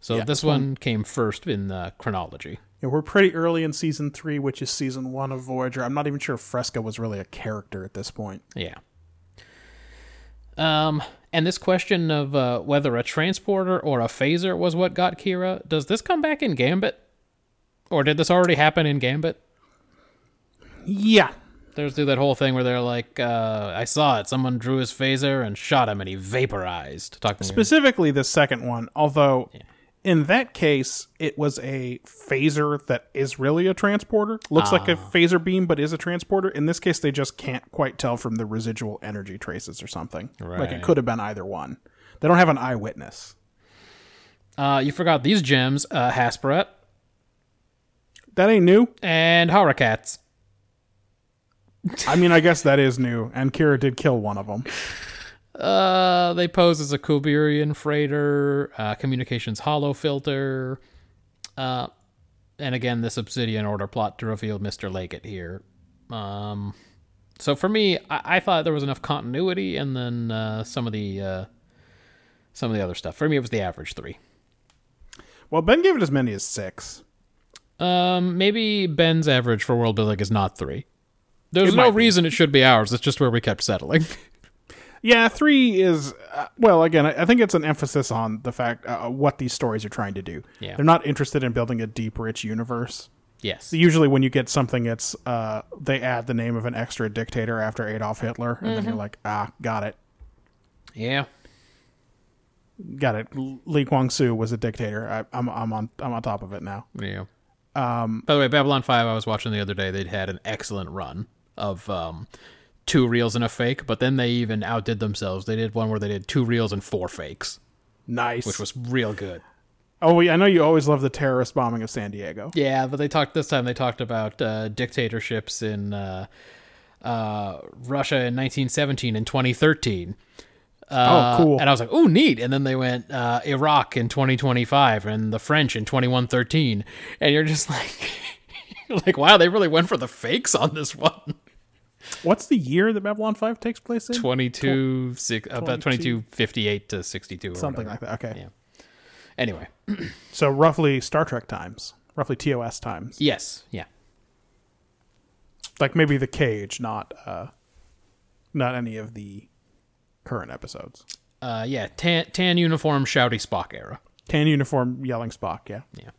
Speaker 1: So this one came first in the chronology.
Speaker 2: Yeah, we're pretty early in season three, which is season one of Voyager. I'm not even sure if Fresca was really a character at this point.
Speaker 1: Yeah. Um, and this question of uh, whether a transporter or a phaser was what got Kira, does this come back in Gambit? Or did this already happen in Gambit?
Speaker 2: Yeah.
Speaker 1: There's do that whole thing where they're like, uh, I saw it. Someone drew his phaser and shot him, and he vaporized. Talking
Speaker 2: Specifically the second one, although in that case, it was a phaser that is really a transporter. Looks like a phaser beam, but is a transporter. In this case, they just can't quite tell from the residual energy traces or something. Like
Speaker 1: Right.
Speaker 2: it could have been either one. They don't have an eyewitness.
Speaker 1: uh, you forgot these gems: uh, Hasperat
Speaker 2: That ain't new.
Speaker 1: and Horacats.
Speaker 2: I mean, I guess that is new. And Kira did kill one of them.
Speaker 1: Uh, they pose as a Kuberian freighter, uh, communications hollow filter. Uh, and again, this Obsidian Order plot to reveal Mr. Leggett here. Um, so for me, I, I thought there was enough continuity, and then uh, some of the uh, some of the other stuff. For me, it was the average three.
Speaker 2: Well, Ben gave it as many as six.
Speaker 1: Um, maybe Ben's average for world building is not three. There's no reason it should be ours. It's just where we kept settling.
Speaker 2: Yeah, three is uh, well. Again, I I think it's an emphasis on the fact uh, what these stories are trying to do.
Speaker 1: Yeah.
Speaker 2: They're not interested in building a deep, rich universe.
Speaker 1: yes.
Speaker 2: usually when you get something it's uh they add the name of an extra dictator after adolf hitler and then you're
Speaker 1: Mm-hmm.
Speaker 2: like ah got it
Speaker 1: Yeah.
Speaker 2: got it L- lee kwang soo was a dictator I, I'm, I'm on i'm on top of it now
Speaker 1: Yeah. Um, By the way, Babylon Five, I was watching the other day. They'd had an excellent run of um, two reels and a fake, but then they even outdid themselves. They did one where they did two reels and four fakes,
Speaker 2: Nice.
Speaker 1: which was real good.
Speaker 2: oh, we- I know you always love the terrorist bombing of San Diego.
Speaker 1: Yeah, but they talked this time. They talked about uh, dictatorships in uh, uh, Russia in 1917 and 2013. Uh,
Speaker 2: oh, cool.
Speaker 1: And I was like, "Oh, neat!" And then they went uh, Iraq in 2025 and the French in 2113, and you're just like, you're like, wow, they really went for the fakes on this one.
Speaker 2: What's the year that Babylon Five takes place in?
Speaker 1: 22, six, uh, about 2258 to 62, or
Speaker 2: Something
Speaker 1: whatever.
Speaker 2: like that. Okay.
Speaker 1: Yeah. Anyway,
Speaker 2: So roughly Star Trek times, roughly TOS times.
Speaker 1: yes, yeah,
Speaker 2: Like maybe the cage, not uh, not any of the current episodes.
Speaker 1: uh, yeah, tan, tan uniform, shouty Spock era.
Speaker 2: Tan uniform, yelling Spock. Yeah.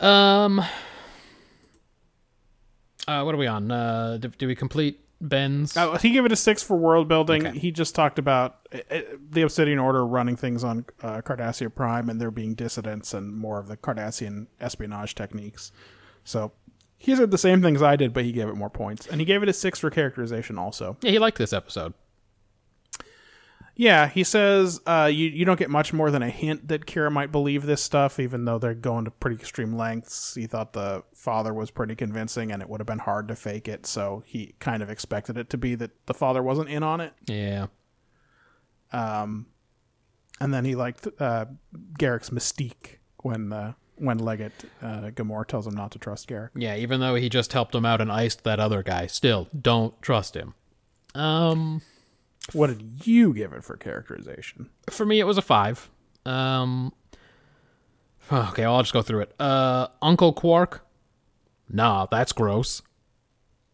Speaker 1: Um, uh, what are we on? Uh, do, do we complete Ben's?
Speaker 2: Uh, he gave it a six for world building.
Speaker 1: Okay.
Speaker 2: He just talked about uh, uh, the Obsidian Order running things on uh, Cardassia Prime and there being dissidents and more of the Cardassian espionage techniques. So he said the same things I did, but he gave it more points. And he gave it a six for characterization also.
Speaker 1: yeah, he liked this episode.
Speaker 2: Yeah, he says uh, you, you don't get much more than a hint that Kira might believe this stuff, even though they're going to pretty extreme lengths. He thought the father was pretty convincing and it would have been hard to fake it, so he kind of expected it to be that the father wasn't in on it.
Speaker 1: Yeah,
Speaker 2: and then he liked uh, Garrick's mystique when uh, when Leggett uh, Gamor tells him not to trust Garrick.
Speaker 1: yeah. Even though he just helped him out and iced that other guy, still don't trust him. Um,
Speaker 2: What did you give it for characterization?
Speaker 1: for me, it was a five. Um, okay, I'll just go through it. Uh, Uncle Quark. Nah, that's gross.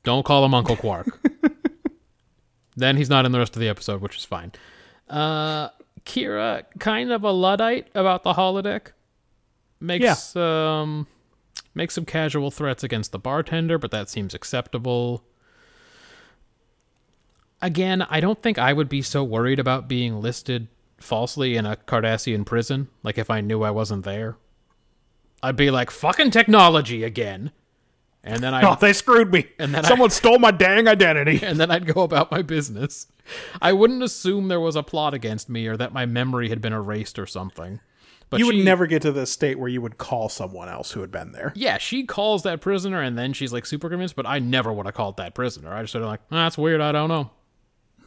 Speaker 1: Don't call him Uncle Quark. then he's not in the rest of the episode, which is fine. Uh, Kira, kind of a luddite about the holodeck. Makes um, makes some casual threats against the bartender, but that seems acceptable again, I don't think I would be so worried about being listed falsely in a Cardassian prison. Like if I knew I wasn't there, I'd be like, "Fucking technology again," and then I
Speaker 2: Oh, they screwed me.
Speaker 1: And then I-
Speaker 2: Someone stole my dang identity.
Speaker 1: and then I'd go about my business. I wouldn't assume there was a plot against me or that my memory had been erased or something. But
Speaker 2: You would
Speaker 1: she-
Speaker 2: never get to this state where you would call someone else who had been there.
Speaker 1: Yeah, she calls that prisoner, and then she's like super convinced. But I never would have called that prisoner. I just sort of like, "Ah, that's weird. I don't know.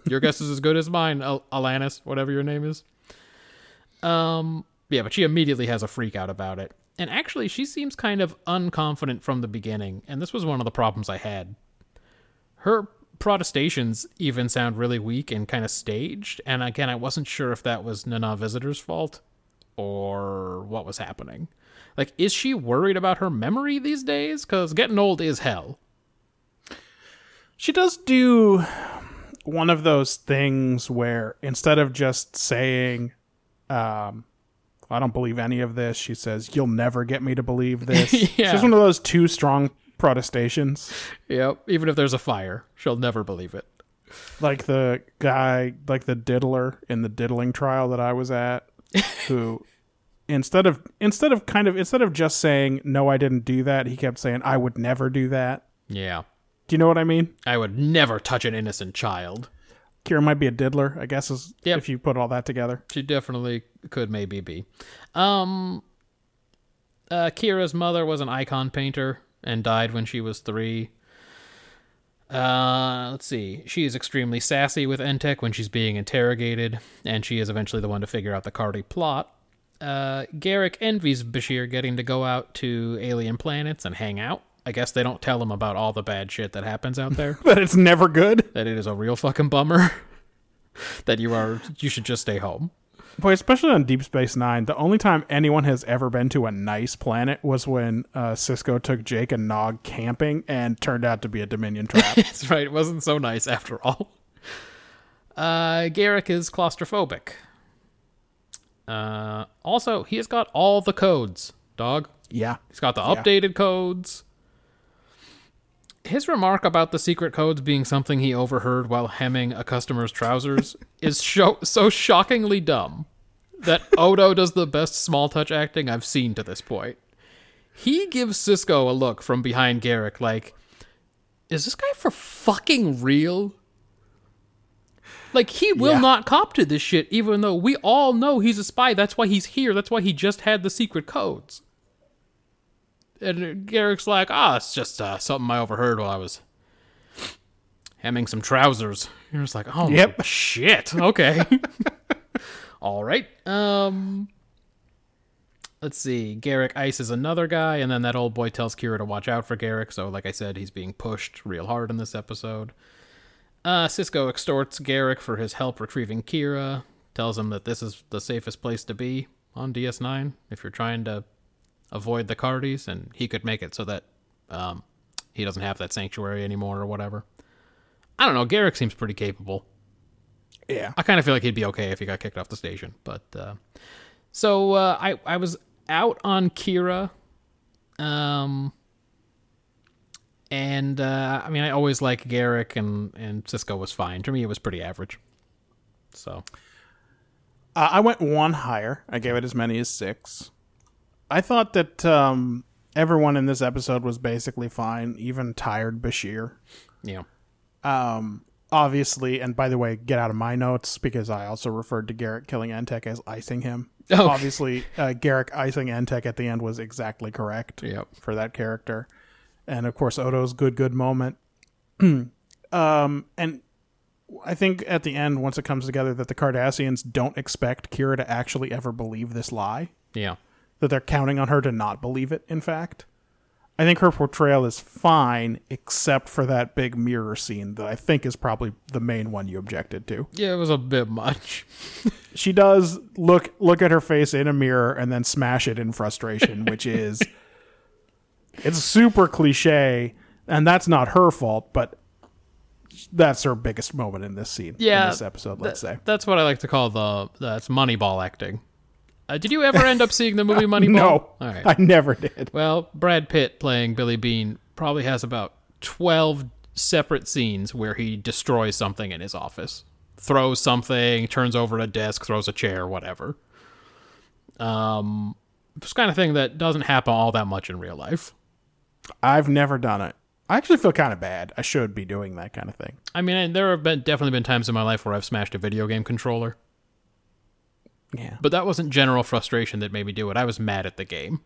Speaker 1: Your guess is as good as mine, Al- Alanis, whatever your name is. Um, yeah, but she immediately has a freak out about it, and actually, she seems kind of unconfident from the beginning. And this was one of the problems I had. Her protestations even sound really weak and kind of staged. And again, I wasn't sure if that was Nana Visitor's fault or what was happening. Like, is she worried about her memory these days? Because getting old is hell.
Speaker 2: She does do one of those things where instead of just saying, um, I don't believe any of this, she says, You'll never get me to believe this.
Speaker 1: Yeah.
Speaker 2: She's one of those two strong protestations.
Speaker 1: Yep. Even if there's a fire, she'll never believe it.
Speaker 2: like the guy like the diddler in the diddling trial that I was at who instead of instead of kind of instead of just saying no I didn't do that he kept saying I would never do that.
Speaker 1: Yeah.
Speaker 2: Do you know what I mean?
Speaker 1: I would never touch an innocent child.
Speaker 2: Kira might be a diddler, I guess is
Speaker 1: Yep.
Speaker 2: if you put all that together.
Speaker 1: She definitely could maybe be. Um uh Kira's mother was an icon painter and died when she was 3. Uh let's see. She is extremely sassy with Entek when she's being interrogated and she is eventually the one to figure out the Cardi plot. Uh Garrick envies Bashir getting to go out to alien planets and hang out. I guess they don't tell him about all the bad shit that happens out there
Speaker 2: But it's never good.
Speaker 1: that it is a real fucking bummer that you are you should just stay home.
Speaker 2: Boy, especially on Deep Space Nine, the only time anyone has ever been to a nice planet was when uh, Cisco took Jake and Nog camping and turned out to be a Dominion trap.
Speaker 1: That's right. It wasn't so nice after all. Uh, Garrick is claustrophobic. Uh, also, he has got all the codes, dog.
Speaker 2: yeah.
Speaker 1: He's got the updated codes. His remark about the secret codes being something he overheard while hemming a customer's trousers is sho- so shockingly dumb that Odo does the best small touch acting I've seen to this point. He gives Cisco a look from behind Garrick, like, is this guy for fucking real? Like he will
Speaker 2: Yeah.
Speaker 1: not cop to this shit, even though we all know he's a spy. That's why he's here. That's why he just had the secret codes. And Garrick's like, ah, it's just uh, something I overheard while I was hemming some trousers. You're just like, oh
Speaker 2: Yep.
Speaker 1: my shit. Okay. all right. Um, let's see. Garrick Ice is another guy, and then that old boy tells Kira to watch out for Garrick. So, like I said, he's being pushed real hard in this episode. Uh, Cisco extorts Garrick for his help retrieving Kira, tells him that this is the safest place to be on DS9 if you're trying to avoid the Cardis, and he could make it so that um, he doesn't have that sanctuary anymore or whatever. I don't know. Garrick seems pretty capable.
Speaker 2: Yeah.
Speaker 1: I kind of feel like he'd be okay if he got kicked off the station. But uh, so uh, I I was out on Kira, um, and uh, I mean I always like Garrick and and Cisco was fine to me. It was pretty average. So
Speaker 2: Uh, I went one higher. I gave it as many as six. I thought that um, everyone in this episode was basically fine, even tired Bashir.
Speaker 1: you know,
Speaker 2: Um, obviously, and by the way, get out of my notes because I also referred to Garrett killing Entek as icing him.
Speaker 1: Oh.
Speaker 2: Obviously, uh, Garrick icing Entek at the end was exactly correct
Speaker 1: Yep.
Speaker 2: for that character. And of course, Odo's good, good moment. um, and I think at the end, once it comes together, that the Cardassians don't expect Kira to actually ever believe this lie,
Speaker 1: yeah,
Speaker 2: that they're counting on her to not believe it, in fact. I think her portrayal is fine, except for that big mirror scene that I think is probably the main one you objected to.
Speaker 1: yeah, it was a bit much.
Speaker 2: She does look look at her face in a mirror and then smash it in frustration, which is it's super cliche, and that's not her fault, but that's her biggest moment in this scene.
Speaker 1: Yeah,
Speaker 2: in this episode, let's
Speaker 1: Th-
Speaker 2: say.
Speaker 1: that's what I like to call the that's Moneyball acting. Uh, did you ever end up seeing the movie Moneyball?
Speaker 2: No,
Speaker 1: All right.
Speaker 2: I never did.
Speaker 1: Well, Brad Pitt playing Billy Bean probably has about 12 separate scenes where he destroys something in his office. Throws something, turns over a desk, throws a chair, whatever. Um, it's the kind of thing that doesn't happen all that much in real life.
Speaker 2: I've never done it. I actually feel kind of bad. I should be doing that kind of thing.
Speaker 1: I mean, and there have been definitely been times in my life where I've smashed a video game controller,
Speaker 2: Yeah,
Speaker 1: but that wasn't general frustration that made me do it. I was mad at the game.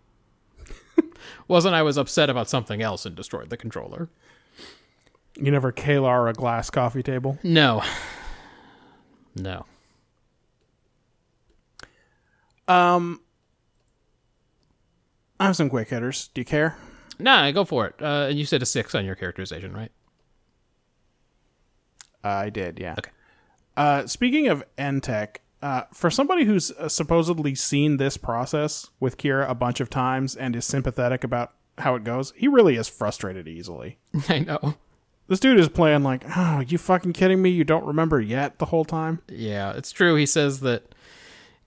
Speaker 1: wasn't I was upset about something else and destroyed the controller.
Speaker 2: you never Kalar a glass coffee table.
Speaker 1: No. No.
Speaker 2: Um, I have some quick hitters. Do you care?
Speaker 1: Nah, go for it. Uh, and you said a six on your characterization, right?
Speaker 2: I did, yeah.
Speaker 1: Okay.
Speaker 2: Uh, speaking of Entech, uh, for somebody who's uh, supposedly seen this process with Kira a bunch of times and is sympathetic about how it goes, he really is frustrated easily.
Speaker 1: I know.
Speaker 2: This dude is playing like, oh, you fucking kidding me? You don't remember yet the whole time?
Speaker 1: Yeah, it's true. He says that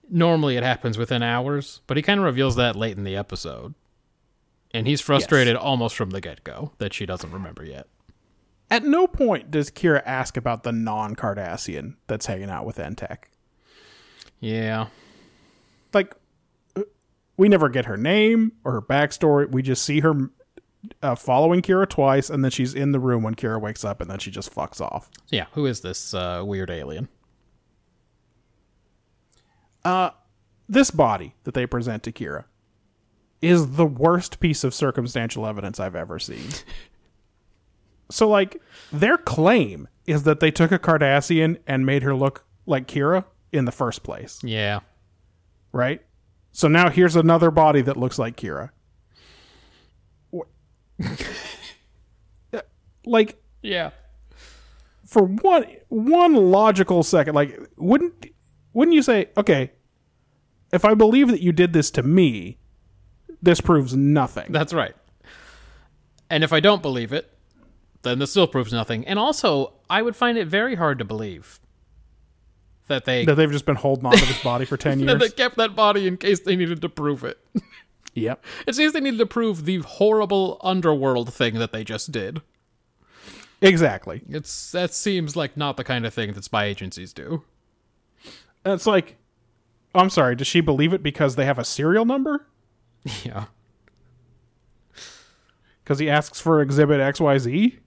Speaker 1: normally it happens within hours, but he kind of reveals that late in the episode. And he's frustrated almost from the get go that she doesn't remember yet.
Speaker 2: At no point does Kira ask about the non Cardassian that's hanging out with E Entech.
Speaker 1: Yeah.
Speaker 2: Like, uh, we never get her name or her backstory. We just see her uh, following Kira twice, and then she's in the room when Kira wakes up, and then she just fucks off.
Speaker 1: Yeah, who is this uh, weird alien?
Speaker 2: this body that they present to Kira is the worst piece of circumstantial evidence I've ever seen. so, like, their claim is that they took a Cardassian and made her look like Kira in the first place,
Speaker 1: Yeah.
Speaker 2: right? So now here's another body that looks like Kira. Wh- uh, like,
Speaker 1: Yeah.
Speaker 2: for one one logical second, like wouldn't wouldn't you say, okay, if I believe that you did this to me, this proves nothing.
Speaker 1: That's right. And if I don't believe it, then this still proves nothing. And also, I would find it very hard to believe that they
Speaker 2: That they've just been holding on to this body for ten
Speaker 1: that they
Speaker 2: years.
Speaker 1: kept that body in case they needed to prove it.
Speaker 2: yep.
Speaker 1: It seems they needed to prove the horrible underworld thing that they just did.
Speaker 2: Exactly.
Speaker 1: It's that seems like not the kind of thing that spy agencies do.
Speaker 2: And it's like I'm sorry, does she believe it because they have a serial number?
Speaker 1: Yeah.
Speaker 2: Because he asks for exhibit XYZ?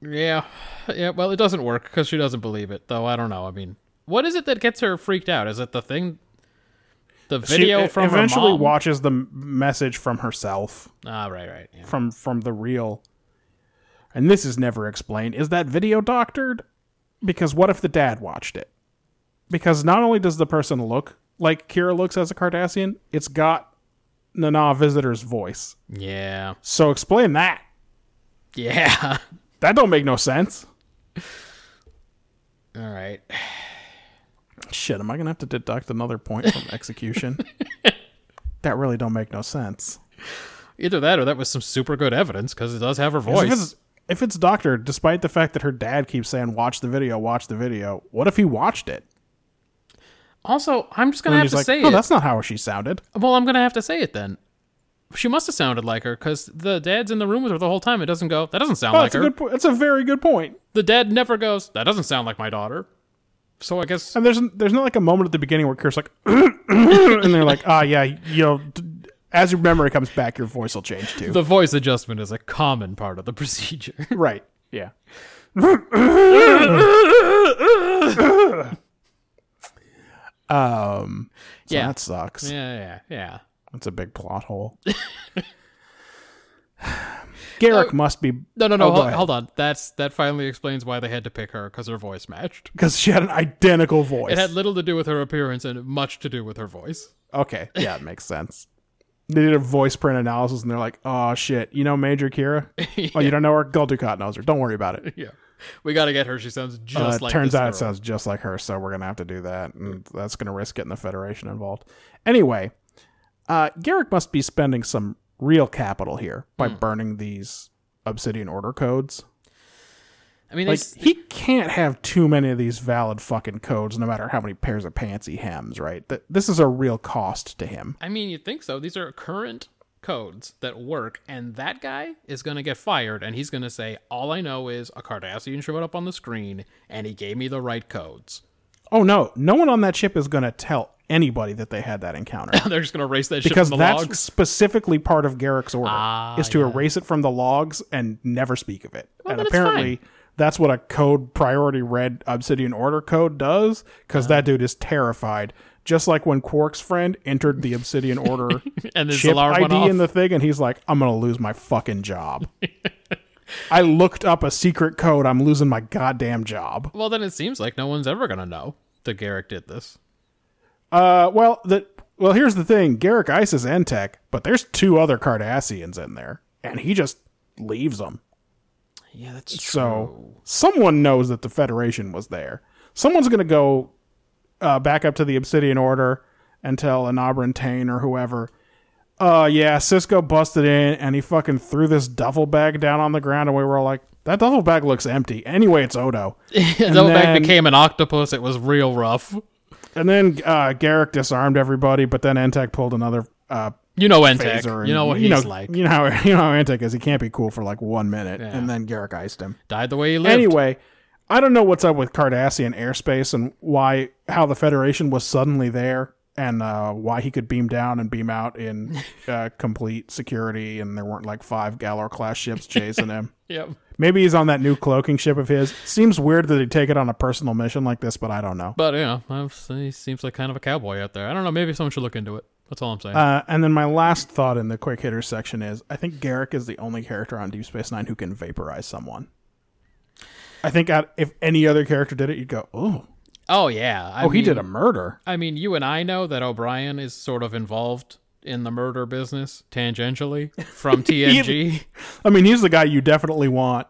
Speaker 1: Yeah. Yeah, well, it doesn't work because she doesn't believe it, though. I don't know. I mean, what is it that gets her freaked out? Is it the thing, the video
Speaker 2: she e-
Speaker 1: from
Speaker 2: eventually
Speaker 1: her mom?
Speaker 2: watches the m- message from herself
Speaker 1: ah, right, right. Yeah.
Speaker 2: from from the real. And this is never explained. Is that video doctored? Because what if the dad watched it? Because not only does the person look like Kira looks as a Cardassian, it's got Nana Visitor's voice.
Speaker 1: Yeah.
Speaker 2: So explain that.
Speaker 1: Yeah.
Speaker 2: That don't make no sense.
Speaker 1: All right.
Speaker 2: Shit, am I gonna have to deduct another point from execution? that really don't make no sense.
Speaker 1: Either that or that was some super good evidence because it does have her
Speaker 2: 'Cause
Speaker 1: voice.
Speaker 2: If it's, if it's Doctor, despite the fact that her dad keeps saying, watch the video, watch the video, what if he watched it?
Speaker 1: Also, I'm just
Speaker 2: And
Speaker 1: gonna have
Speaker 2: he's
Speaker 1: to
Speaker 2: like,
Speaker 1: say
Speaker 2: no,
Speaker 1: it.
Speaker 2: that's not how she sounded.
Speaker 1: Well, I'm gonna have to say it then. She must have sounded like her because the dad's in the room with her the whole time. It doesn't go. That doesn't sound
Speaker 2: Oh,
Speaker 1: like
Speaker 2: that's a
Speaker 1: her.
Speaker 2: good point. That's a very good point.
Speaker 1: The dad never goes. That doesn't sound like my daughter. So I guess
Speaker 2: And there's there's not like a moment at the beginning where Kirk's like, and they're like, ah, yeah, you know, d- as your memory comes back, your voice will change too.
Speaker 1: the voice adjustment is a common part of the procedure.
Speaker 2: right. Yeah. um. so
Speaker 1: Yeah.
Speaker 2: That sucks.
Speaker 1: yeah, yeah, yeah.
Speaker 2: That's a big plot hole. Garrick must be
Speaker 1: No, no, no.
Speaker 2: Oh, go
Speaker 1: hold,
Speaker 2: ahead.
Speaker 1: hold on. That's that finally explains why they had to pick her because her voice matched.
Speaker 2: because she had an identical voice.
Speaker 1: It had little to do with her appearance and much to do with her voice.
Speaker 2: Okay, yeah, it makes sense. They did a voice print analysis, and they're like, "Oh shit, you know Major Kira? Oh, you don't know her? Gul Dukat knows her. Don't worry about it."
Speaker 1: Yeah, we got to get her. She sounds
Speaker 2: Uh,
Speaker 1: just like.
Speaker 2: turns
Speaker 1: this
Speaker 2: out it
Speaker 1: girl.
Speaker 2: sounds just like her, so we're gonna have to do that, and that's gonna risk getting the Federation involved. Anyway, uh, Garrick must be spending some real capital here by
Speaker 1: Hmm.
Speaker 2: burning these Obsidian Order codes.
Speaker 1: I mean,
Speaker 2: Like
Speaker 1: it's
Speaker 2: he can't have too many of these valid fucking codes, no matter how many pairs of pants he hems. Right? Th- this is a real cost to him.
Speaker 1: I mean, you'd think so. These are current codes that work, and that guy is going to get fired, and he's going to say, All I know is a Cardassian showed up on the screen, and he gave me the right codes.
Speaker 2: Oh no, no one on that ship is going to tell anybody that they had that encounter
Speaker 1: They're just going to erase that shit
Speaker 2: because
Speaker 1: from the
Speaker 2: that's
Speaker 1: logs.
Speaker 2: specifically part of Garrick's order
Speaker 1: Ah,
Speaker 2: is to erase it from the logs and never speak of it. and
Speaker 1: then it's
Speaker 2: apparently that's what a code priority red obsidian order code does
Speaker 1: Uh.
Speaker 2: cuz that dude is terrified. Just like when Quark's friend entered the obsidian order
Speaker 1: And his
Speaker 2: ship
Speaker 1: alarm went
Speaker 2: ID
Speaker 1: off.
Speaker 2: in the thing and he's like I'm going to lose my fucking job. I looked up a secret code. I'm losing my goddamn job.
Speaker 1: well, then it seems like no one's ever going to know that Garrick did this.
Speaker 2: Uh, well, the well, here's the thing: Garrick Isis and Tech, but there's two other Cardassians in there, and he just leaves them.
Speaker 1: Yeah, that's
Speaker 2: So someone knows that the Federation was there. Someone's gonna go uh, back up to the Obsidian Order and tell Anabran Tain or whoever. Uh, yeah, Cisco busted in and he fucking threw this duffel bag down on the ground, and we were all like, "That duffel bag looks empty." Anyway, it's Odo.
Speaker 1: His own back
Speaker 2: then-
Speaker 1: became an octopus. It was real rough.
Speaker 2: And then uh, Garrick disarmed everybody, but then Entech pulled another uh,
Speaker 1: You know Entek.
Speaker 2: phaser and-
Speaker 1: You know what he's
Speaker 2: know,
Speaker 1: like.
Speaker 2: You know how you know how Antic is. He can't be cool for like one minute,
Speaker 1: Yeah.
Speaker 2: and then Garrick iced him.
Speaker 1: Died the way he lived.
Speaker 2: Anyway, I don't know what's up with Cardassian airspace and why how the Federation was suddenly there, and uh, why he could beam down and beam out in uh, complete security, and there weren't like five Galar class ships chasing him.
Speaker 1: Yep.
Speaker 2: Maybe he's on that new cloaking ship of his. Seems weird that he'd take it on a personal mission like this, but I don't know.
Speaker 1: But, you know, I'm- he seems like kind of a cowboy out there. I don't know. Maybe someone should look into it. That's all I'm saying.
Speaker 2: Uh, and then my last thought in the quick hitter section is I think Garrick is the only character on Deep Space Nine who can vaporize someone. I think out if any other character did it, you'd go, oh,
Speaker 1: oh, yeah. I
Speaker 2: oh, he
Speaker 1: mean-
Speaker 2: did a murder.
Speaker 1: I mean, you and I know that O'Brien is sort of involved in the murder business tangentially from TNG.
Speaker 2: I mean, he's the guy you definitely want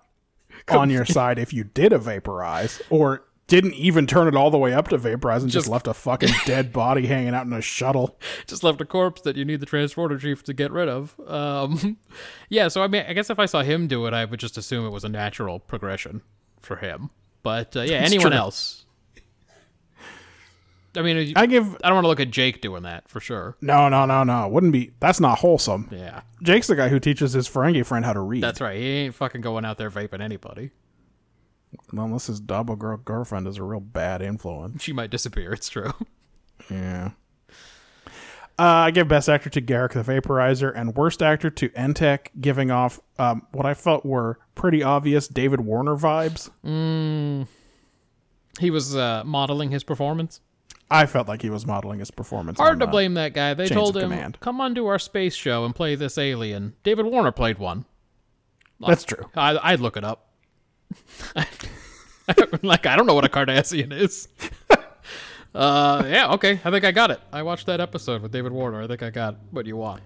Speaker 2: on your side if you did a vaporize or didn't even turn it all the way up to vaporize and just,
Speaker 1: Just-
Speaker 2: left a fucking dead body hanging out in a shuttle.
Speaker 1: Just left a corpse that you need the transporter chief to get rid of. Um, yeah, so I mean, I guess if I saw him do it, I would just assume it was a natural progression for him. But uh, yeah, anyone
Speaker 2: true.
Speaker 1: else? I mean, I,
Speaker 2: I give
Speaker 1: don't want to look at Jake doing that for sure.
Speaker 2: no, no, no, no. Wouldn't be. That's not wholesome.
Speaker 1: Yeah,
Speaker 2: Jake's the guy who teaches his Ferengi friend how to read.
Speaker 1: that's right. He ain't fucking going out there vaping anybody.
Speaker 2: Unless his double girl girlfriend is a real bad influence.
Speaker 1: She might disappear. It's true.
Speaker 2: Yeah. Uh, I give Best Actor to Garrick the Vaporizer and Worst Actor to Entek, giving off um, what I felt were pretty obvious David Warner vibes.
Speaker 1: He was uh, modeling his performance.
Speaker 2: I felt like he was modeling his performance.
Speaker 1: Hard
Speaker 2: on,
Speaker 1: to
Speaker 2: uh,
Speaker 1: blame that guy. They
Speaker 2: Chains
Speaker 1: told
Speaker 2: of
Speaker 1: him,
Speaker 2: Command.
Speaker 1: "Come on to our space show and play this alien." David Warner played one.
Speaker 2: That's true.
Speaker 1: I, I'd look it up. like I don't know what a Cardassian is. uh, yeah, okay. I think I got it. I watched that episode with David Warner. I think I got what you want.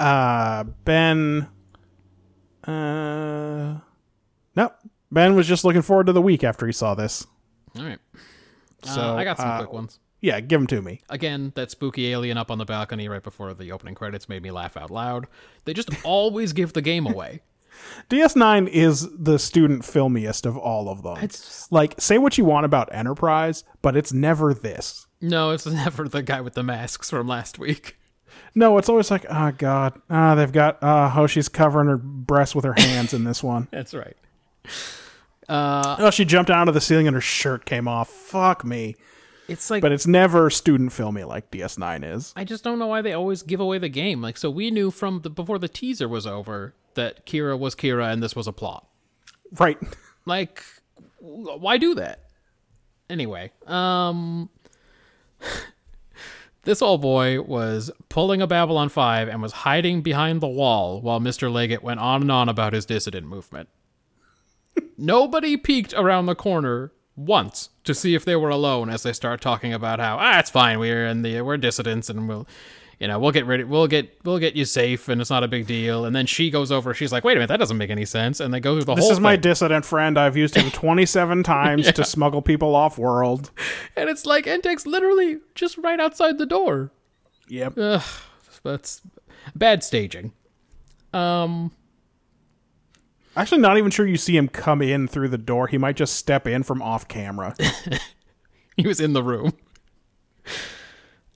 Speaker 2: Uh, ben. Uh, no, Ben was just looking forward to the week after he saw this.
Speaker 1: All right. So
Speaker 2: So,
Speaker 1: I got some
Speaker 2: uh,
Speaker 1: quick ones.
Speaker 2: Yeah, give him to me.
Speaker 1: Again, that spooky alien up on the balcony right before the opening credits made me laugh out loud. They just always give the game away.
Speaker 2: DS9 is the student filmiest of all of them.
Speaker 1: It's just-
Speaker 2: like say what you want about Enterprise, but it's never this.
Speaker 1: No, it's never the guy with the masks from last week.
Speaker 2: No, it's always like, oh god, ah, they've got uh, oh she's covering her breasts with her hands in this one.
Speaker 1: That's right. Uh,
Speaker 2: Oh, she jumped out of the ceiling and her shirt came off. Fuck me.
Speaker 1: It's like
Speaker 2: But it's never student filmy like DS9 is.
Speaker 1: I just don't know why they always give away the game. Like, so we knew from the, before the teaser was over that Kira was Kira and this was a plot.
Speaker 2: Right.
Speaker 1: Like, w- why do that? Anyway, um, this old boy was pulling a Babylon 5 and was hiding behind the wall while Mr. Leggett went on and on about his dissident movement. Nobody peeked around the corner once to see if they were alone as they start talking about how ah it's fine we're in the we're dissidents and we'll you know we'll get rid we'll get we'll get you safe and it's not a big deal and then she goes over she's like wait a minute that doesn't make any sense and they go through the
Speaker 2: This
Speaker 1: whole
Speaker 2: is my
Speaker 1: thing.
Speaker 2: dissident friend. I've used him 27 times to smuggle people off world.
Speaker 1: And it's like Entek's literally just right outside the door.
Speaker 2: Yep.
Speaker 1: Ugh, that's bad staging.
Speaker 2: Actually, not even sure you see him come in through the door. He might just step in from off camera.
Speaker 1: He was in the room.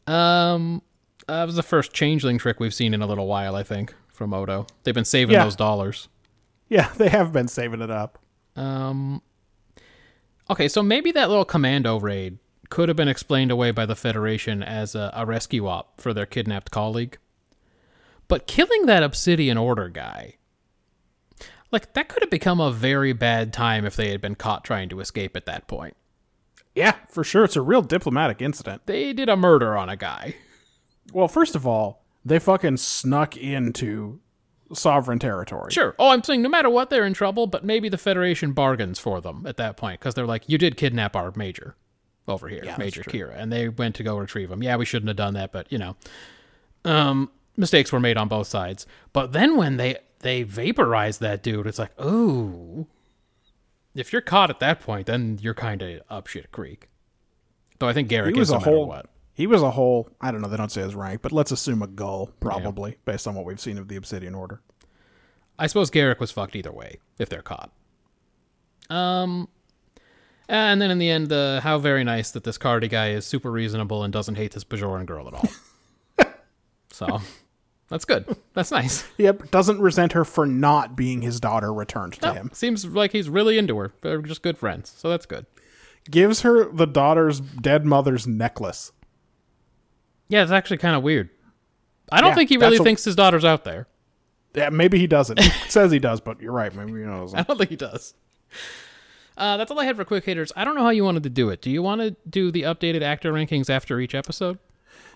Speaker 1: Um, that was the first changeling trick we've seen in a little while, I think, from Odo. They've been saving
Speaker 2: Yeah.
Speaker 1: those dollars.
Speaker 2: yeah, they have been saving it up.
Speaker 1: Um, okay, so maybe that little commando raid could have been explained away by the Federation as a, a rescue op for their kidnapped colleague. But killing that Obsidian Order guy, like, that could have become a very bad time if they had been caught trying to escape at that point.
Speaker 2: Yeah, for sure. It's a real diplomatic incident.
Speaker 1: They did a murder on a guy.
Speaker 2: Well, first of all, they fucking snuck into sovereign territory.
Speaker 1: Sure. Oh, I'm saying no matter what, they're in trouble, but maybe the Federation bargains for them at that point because they're like, you did kidnap our major over here, Major Kira, and they went to go retrieve him. Yeah, we shouldn't have done that, but you know, um, mistakes were made on both sides. But then when they they vaporize that dude, it's like, ooh, if you're caught at that point, then you're kind of up shit creek. Though I think Garrick
Speaker 2: He was
Speaker 1: is no
Speaker 2: a
Speaker 1: matter
Speaker 2: whole.
Speaker 1: what.
Speaker 2: He was a whole. I don't know. They don't say his rank, but let's assume a gull, probably based on what we've seen of the Obsidian Order.
Speaker 1: I suppose Garrick was fucked either way if they're caught. Um, and then in the end, uh, how very nice that this Cardi guy is super reasonable and doesn't hate this Bajoran girl at all. so that's good. That's nice.
Speaker 2: Yep. Doesn't resent her for not being his daughter returned to
Speaker 1: No,
Speaker 2: him.
Speaker 1: seems like he's really into her. They're just good friends, so that's good.
Speaker 2: Gives her the daughter's dead mother's necklace.
Speaker 1: Yeah, it's actually kind of weird. I don't
Speaker 2: Yeah,
Speaker 1: think he
Speaker 2: that's
Speaker 1: really
Speaker 2: a-
Speaker 1: thinks his daughter's out there.
Speaker 2: Yeah, maybe he doesn't. He says he does, but you're right. Maybe he knows.
Speaker 1: I don't think he does. Uh, that's all I had for quick haters. I don't know how you wanted to do it. Do you want to do the updated actor rankings after each episode?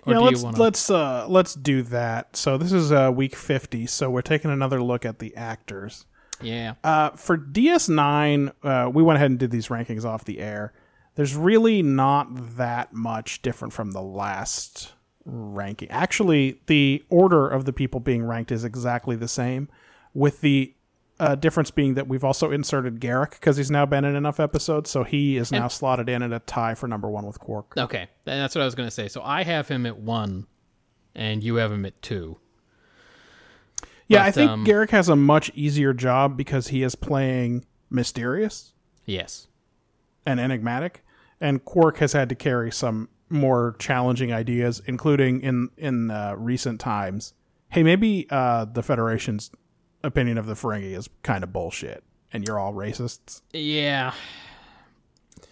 Speaker 1: Or
Speaker 2: yeah,
Speaker 1: do
Speaker 2: let's
Speaker 1: you wanna-
Speaker 2: let's uh let's do that. So this is uh week fifty. So we're taking another look at the actors.
Speaker 1: Yeah.
Speaker 2: Uh, for DS9, uh, we went ahead and did these rankings off the air. There's really not that much different from the last ranking. Actually, the order of the people being ranked is exactly the same, with the uh, difference being that we've also inserted Garrick because he's now been in enough episodes, so he is now slotted in at a tie for number one with Quark.
Speaker 1: Okay, th- that's what I was gonna say. So I have him at one, and you have him at two.
Speaker 2: yeah,
Speaker 1: but,
Speaker 2: I think
Speaker 1: um,
Speaker 2: Garrick has a much easier job because he is playing mysterious.
Speaker 1: Yes.
Speaker 2: and enigmatic, and Quark has had to carry some more challenging ideas, including in in uh, recent times. Hey, maybe uh, the Federation's opinion of the Ferengi is kind of bullshit, and you're all racists.
Speaker 1: Yeah.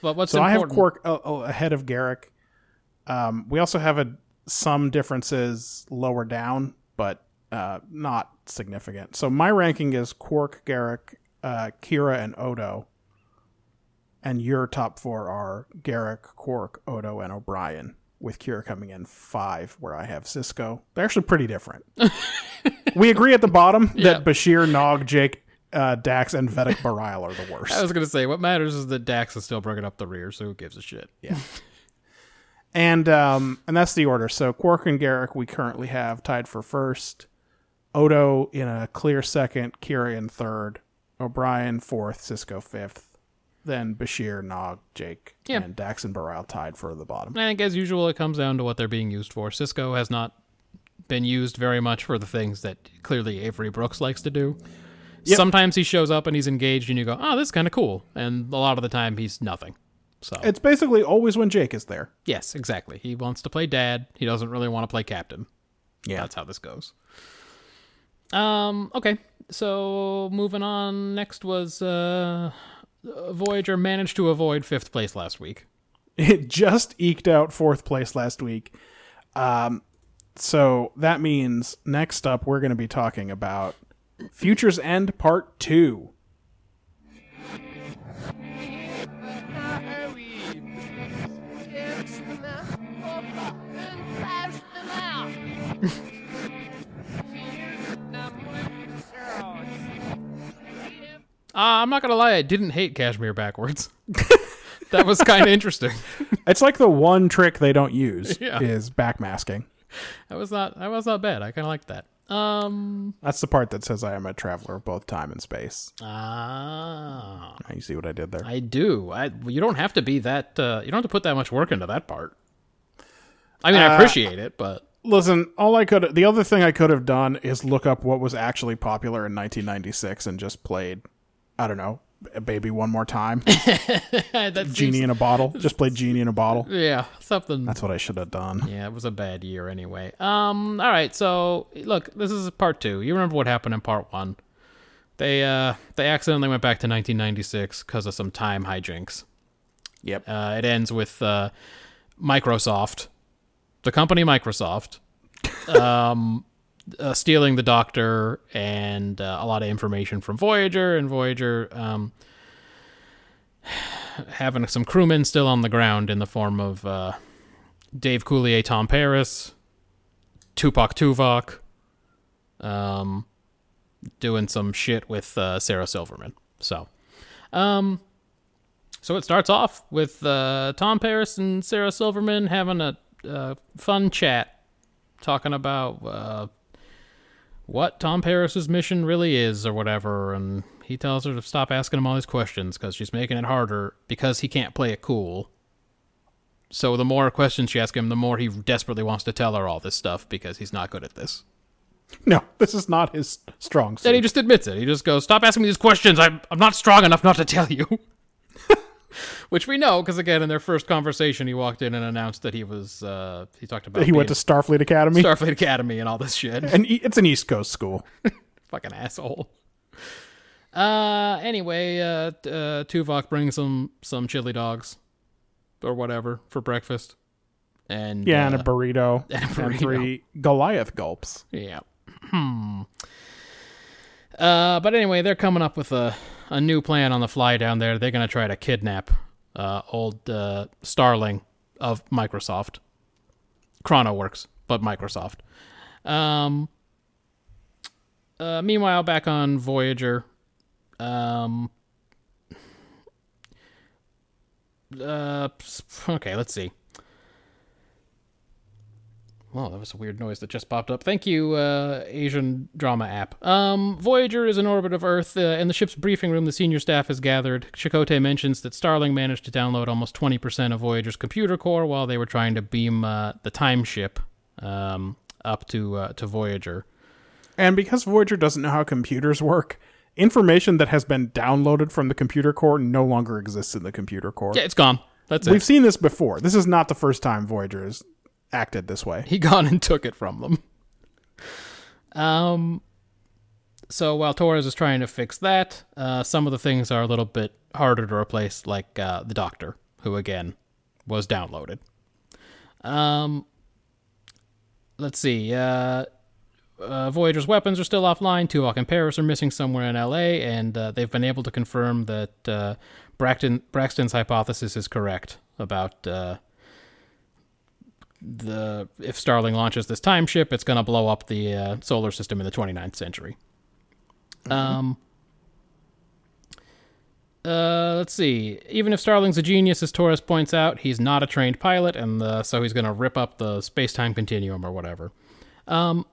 Speaker 1: But what's
Speaker 2: So I have oh,
Speaker 1: important?
Speaker 2: Quark uh, uh, ahead of Garrick. Um, we also have a some differences lower down, but uh, not significant. So my ranking is Quark, Garrick, uh, Kira, and Odo. And your top four are Garrick, Quark, Odo, and O'Brien, with Kira coming in five, where I have Cisco. They're actually pretty different. we agree at the bottom
Speaker 1: Yep.
Speaker 2: that Bashir, Nog, Jake, uh, Dax, and Vedic Barile are the worst.
Speaker 1: I was gonna say what matters is that Dax is still bringing up the rear, so who gives a shit? Yeah.
Speaker 2: And um and that's the order. So Quark and Garrick we currently have tied for first. Odo in a clear second, Kira in third, O'Brien fourth, Cisco fifth, then Bashir, Nog, Jake,
Speaker 1: Yeah.
Speaker 2: and Dax and Baral tied for the bottom.
Speaker 1: I think as usual, it comes down to what they're being used for. Cisco has not been used very much for the things that clearly Avery Brooks likes to do. Sometimes he shows up and he's engaged, and you go, "Oh, this is kind of cool," and a lot of the time he's nothing. So
Speaker 2: It's basically always when Jake is there.
Speaker 1: yes, exactly. He wants to play dad. He doesn't really want to play captain.
Speaker 2: Yeah.
Speaker 1: That's how this goes. Um. Okay. So moving on. Next was uh, Voyager managed to avoid fifth place last week.
Speaker 2: It just eked out fourth place last week. Um so that means next up we're gonna be talking about Futures End Part Two.
Speaker 1: Uh, I'm not gonna lie, I didn't hate Cashmere backwards. that was kind of interesting.
Speaker 2: It's like the one trick they don't use
Speaker 1: Yeah.
Speaker 2: is backmasking.
Speaker 1: That was not that was not bad. I kind of liked that. Um.
Speaker 2: That's the part that says I am a traveler of both time and space.
Speaker 1: Ah.
Speaker 2: Now You see what I did there?
Speaker 1: I do. I. well, You don't have to be that. Uh, you don't have to put that much work into that part. I mean, I appreciate it, but
Speaker 2: Listen, all I could the other thing I could have done is look up what was actually popular in 1996 and just played I don't know, B- baby one more time,
Speaker 1: that
Speaker 2: genie in a bottle. Just played genie in a bottle.
Speaker 1: yeah, something.
Speaker 2: That's what I should have done.
Speaker 1: Yeah, it was a bad year anyway. Um, all right, so look, this is part two. You remember what happened in part one? They uh they accidentally went back to 1996 because of some time hijinks.
Speaker 2: Yep.
Speaker 1: Uh, it ends with uh, Microsoft, the company Microsoft, um, uh, stealing the Doctor and uh, a lot of information from Voyager, and Voyager um, having some crewmen still on the ground in the form of uh, Dave Coulier, Tom Paris, Tupac Tuvok, um, doing some shit with uh, Sarah Silverman. So. So it starts off with uh, Tom Paris and Sarah Silverman having a uh, fun chat, talking about uh, what Tom Paris's mission really is or whatever. And he tells her to stop asking him all these questions because she's making it harder because he can't play it cool. So the more questions she asks him, the more he desperately wants to tell her all this stuff because he's not good at this.
Speaker 2: No, this is not his strong
Speaker 1: Then he
Speaker 2: suit.
Speaker 1: just admits it. He just goes, "Stop asking me these questions. I'm I'm not strong enough not to tell you." Which we know because again, in their first conversation, he walked in and announced that he was. Uh, he talked about
Speaker 2: He went to
Speaker 1: being
Speaker 2: Starfleet Academy.
Speaker 1: Starfleet Academy and all this shit.
Speaker 2: and e- it's an East Coast school.
Speaker 1: Fucking asshole. Uh, anyway, uh, t- uh, Tuvok brings some some chili dogs, or whatever, for breakfast. And
Speaker 2: Yeah,
Speaker 1: uh,
Speaker 2: and a burrito. And,
Speaker 1: burrito.
Speaker 2: three Goliath gulps.
Speaker 1: Yeah. Hmm. Uh, but anyway, they're coming up with a, a new plan on the fly down there. They're going to try to kidnap uh, old uh, Starling of Microsoft. ChronoWorks, but Microsoft. Um, uh, meanwhile, back on Voyager, um, uh, s- okay, let's see. Well, that was a weird noise that just popped up. Thank you, uh, Asian drama app. Um, Voyager is in orbit of Earth. Uh, in the ship's briefing room, the senior staff is gathered. Chakotay mentions that Starling managed to download almost 20% of Voyager's computer core while they were trying to beam uh, the time ship um, up to uh, to Voyager.
Speaker 2: And because Voyager doesn't know how computers work, information that has been downloaded from the computer core no longer exists in the computer core.
Speaker 1: Yeah, it's gone. That's
Speaker 2: We've
Speaker 1: it.
Speaker 2: seen this before. This is not the first time Voyager has acted this way.
Speaker 1: He gone and took it from them. Um, so while Torres is trying to fix that, uh, some of the things are a little bit harder to replace, like uh, the Doctor, who again was downloaded. Um, Let's see. Uh, uh, Voyager's weapons are still offline. Tuvok and Paris are missing somewhere in LA, and uh, they've been able to confirm that uh, Braxton, Braxton's hypothesis is correct about uh, the if Starling launches this time ship, it's going to blow up the uh, solar system in the 29th century. Um. Uh, let's see. Even if Starling's a genius, as Torres points out, he's not a trained pilot, and uh, so he's going to rip up the space-time continuum or whatever. Um,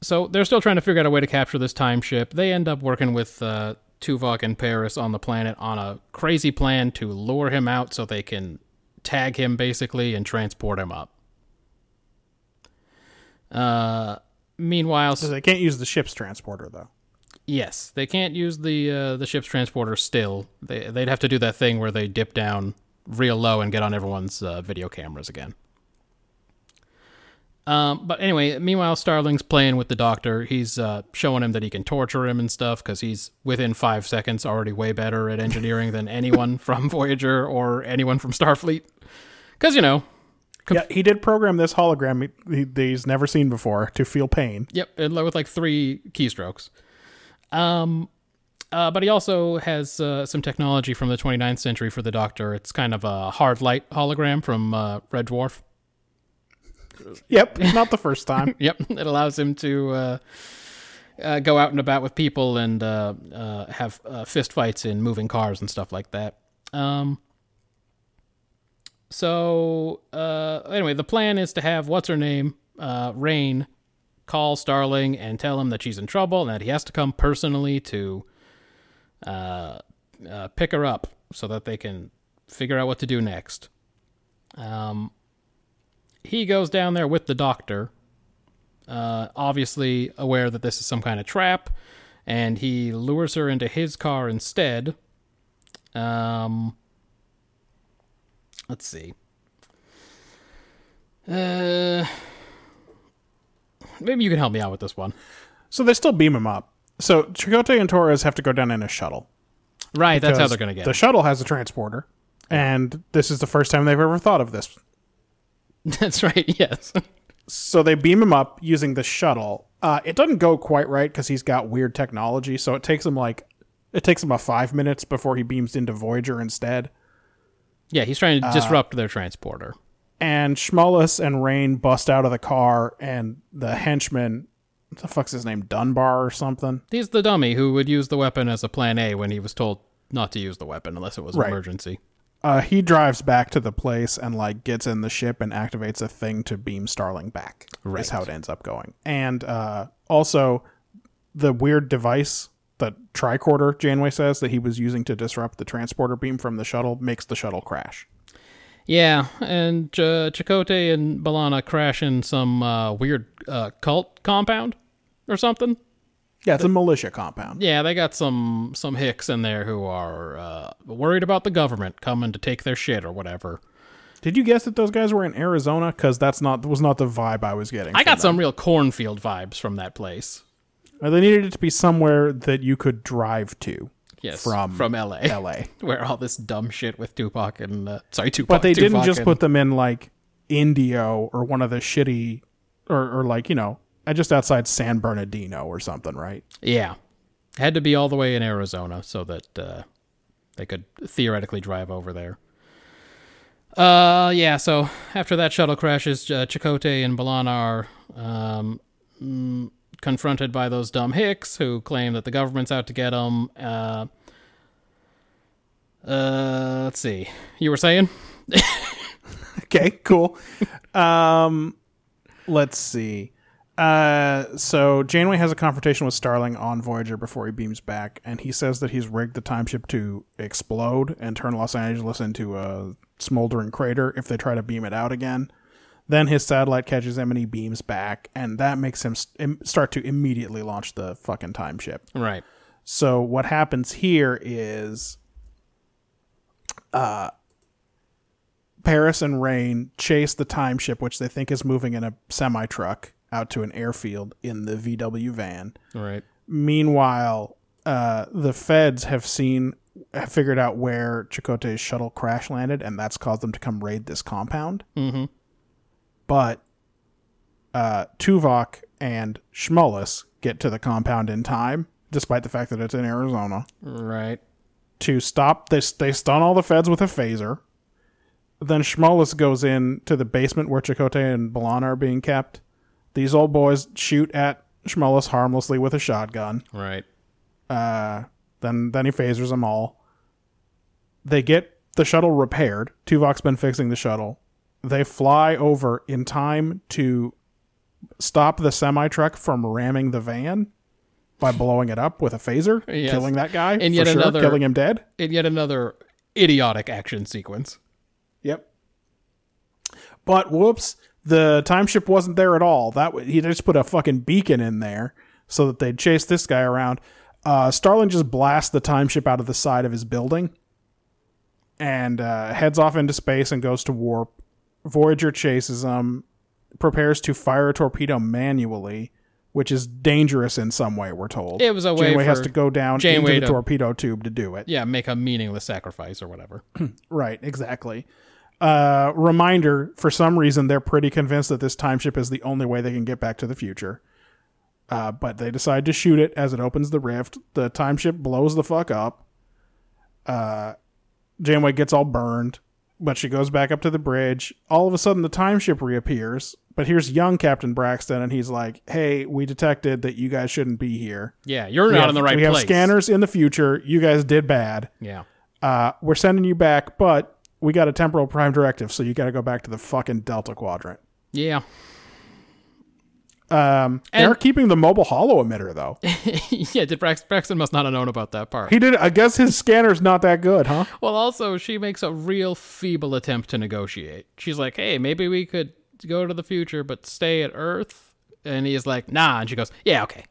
Speaker 1: So they're still trying to figure out a way to capture this time ship. They end up working with uh, Tuvok and Paris on the planet on a crazy plan to lure him out so they can tag him basically and transport him up. Uh, meanwhile,
Speaker 2: So they can't use the ship's transporter though.
Speaker 1: yes, they can't use the uh, the ship's transporter. Still, they they'd have to do that thing where they dip down real low and get on everyone's uh, video cameras again. Um, but anyway, meanwhile, Starling's playing with the doctor. He's uh, showing him that he can torture him and stuff because he's within five seconds already way better at engineering than anyone from Voyager or anyone from Starfleet. Because, you know,
Speaker 2: Yeah, he did program this hologram he, he, that he's never seen before to feel pain.
Speaker 1: Yep, and li- with like three keystrokes. Um, uh, but he also has uh, some technology from the 29th century for the Doctor. It's kind of a hard light hologram from uh, Red Dwarf.
Speaker 2: Yep, not the first time.
Speaker 1: Yep, it allows him to uh, uh, go out and about with people and uh, uh, have uh, fist fights in moving cars and stuff like that. Um, so uh, anyway, the plan is to have what's her name, uh, Rain, call Starling and tell him that she's in trouble and that he has to come personally to uh, uh, pick her up so that they can figure out what to do next. Um, he goes down there with the doctor, uh, obviously aware that this is some kind of trap, and he lures her into his car instead. Um, let's see. Uh, maybe you can help me out with this one.
Speaker 2: So they still beam him up. So Chakotay and Torres have to go down in a shuttle.
Speaker 1: Right, that's how
Speaker 2: because
Speaker 1: they're gonna get.
Speaker 2: The
Speaker 1: it.
Speaker 2: shuttle has a transporter, and this is the first time they've ever thought of this.
Speaker 1: that's right. Yes.
Speaker 2: So they beam him up using the shuttle. Uh, it doesn't go quite right because he's got weird technology. So it takes him like it takes him about five minutes before he beams into Voyager instead.
Speaker 1: yeah, he's trying to
Speaker 2: Uh,
Speaker 1: disrupt their transporter.
Speaker 2: And Schmullis and Rain bust out of the car, and the henchman, what the fuck's his name, Dunbar or something.
Speaker 1: He's the dummy who would use the weapon as a plan A when he was told not to use the weapon unless it was an
Speaker 2: Right.
Speaker 1: emergency.
Speaker 2: Uh, he drives back to the place and like gets in the ship and activates a thing to beam Starling back. Right. Is how it ends up going. And uh, also the weird device, the tricorder Janeway says that he was using to disrupt the transporter beam from the shuttle makes the shuttle crash.
Speaker 1: Yeah, and uh, Chakotay and Balana crash in some uh, weird uh, cult compound or something.
Speaker 2: Yeah, it's a militia compound.
Speaker 1: Yeah, they got some some hicks in there who are uh, worried about the government coming to take their shit or whatever.
Speaker 2: Did you guess that those guys were in Arizona? Because that's not was not the vibe I was getting.
Speaker 1: I
Speaker 2: from
Speaker 1: got
Speaker 2: them.
Speaker 1: some real cornfield vibes from that place.
Speaker 2: Uh, They needed it to be somewhere that you could drive to.
Speaker 1: Yes,
Speaker 2: From
Speaker 1: from L.A.
Speaker 2: L.A.
Speaker 1: where all this dumb shit with Tupac and uh, sorry Tupac.
Speaker 2: But they didn't
Speaker 1: Tupac
Speaker 2: just
Speaker 1: and-
Speaker 2: put them in like Indio or one of the shitty, or, or like, you know, uh, just outside San Bernardino or something, right?
Speaker 1: Yeah. Had to be all the way in Arizona so that uh, they could theoretically drive over there. Uh, yeah, so after that shuttle crashes, uh, Chakotay and Balana are um, mm, confronted by those dumb hicks who claim that the government's out to get them. Uh, uh, let's see. You were saying?
Speaker 2: Okay, cool. um, let's see. Uh, so Janeway has a confrontation with Starling on Voyager before he beams back, and he says that he's rigged the time ship to explode and turn Los Angeles into a smoldering crater if they try to beam it out again. Then his satellite catches him and he beams back, and that makes him st- im- start to immediately launch the fucking time ship.
Speaker 1: Right.
Speaker 2: So what happens here is uh Paris and Rain chase the time ship which they think is moving in a semi truck out to an airfield in the VW van.
Speaker 1: Right.
Speaker 2: Meanwhile, uh the feds have seen have figured out where Chakotay's shuttle crash landed and that's caused them to come raid this compound. Mhm. But uh, Tuvok and Schmullis get to the compound in time, despite the fact that it's in Arizona,
Speaker 1: Right.
Speaker 2: to stop. They, they stun all the feds with a phaser. Then Schmullis goes in to the basement where Chakotay and Balana are being kept. These old boys shoot at Schmullis harmlessly with a shotgun.
Speaker 1: Right.
Speaker 2: Then then he phasers them all. They get the shuttle repaired. Tuvok's been fixing the shuttle. They fly over in time to stop the semi truck from ramming the van by blowing it up with a phaser,
Speaker 1: Yes.
Speaker 2: killing that guy
Speaker 1: And
Speaker 2: for
Speaker 1: yet
Speaker 2: sure,
Speaker 1: another-
Speaker 2: killing him dead.
Speaker 1: And yet another idiotic action sequence.
Speaker 2: Yep. But whoops, the time ship wasn't there at all. That w- he just put a fucking beacon in there so that they'd chase this guy around. Uh, Starling just blasts the time ship out of the side of his building and uh, heads off into space and goes to warp. Voyager chases him, prepares to fire a torpedo manually, which is dangerous in some way. We're told
Speaker 1: It was a way
Speaker 2: Janeway has
Speaker 1: for
Speaker 2: to go down
Speaker 1: Janeway
Speaker 2: into
Speaker 1: to-
Speaker 2: the torpedo tube to do it.
Speaker 1: Yeah, make a meaningless sacrifice or whatever.
Speaker 2: Right, exactly. Uh, reminder for some reason, they're pretty convinced that this time ship is the only way they can get back to the future. Uh, but they decide to shoot it as it opens the rift. The time ship blows the fuck up. Uh, Janeway gets all burned, but she goes back up to the bridge. All of a sudden, the time ship reappears. But here's young Captain Braxton, and he's like, "Hey, we detected that you guys shouldn't be here.
Speaker 1: Yeah, you're
Speaker 2: We
Speaker 1: not
Speaker 2: have-
Speaker 1: in the right
Speaker 2: we
Speaker 1: place.
Speaker 2: have scanners in the future. You guys did bad
Speaker 1: Yeah.
Speaker 2: uh, we're sending you back, but we got a temporal prime directive, so you got to go back to the fucking Delta Quadrant.
Speaker 1: Yeah.
Speaker 2: Um, They're keeping the mobile hollow emitter though.
Speaker 1: yeah, did Brax- Braxton must not have known about that part.
Speaker 2: He did. I guess his scanner's not that good, huh?
Speaker 1: Well, also, she makes a real feeble attempt to negotiate. She's like, hey, maybe we could go to the future, but stay at Earth. And he's like, nah. And she goes, yeah, okay.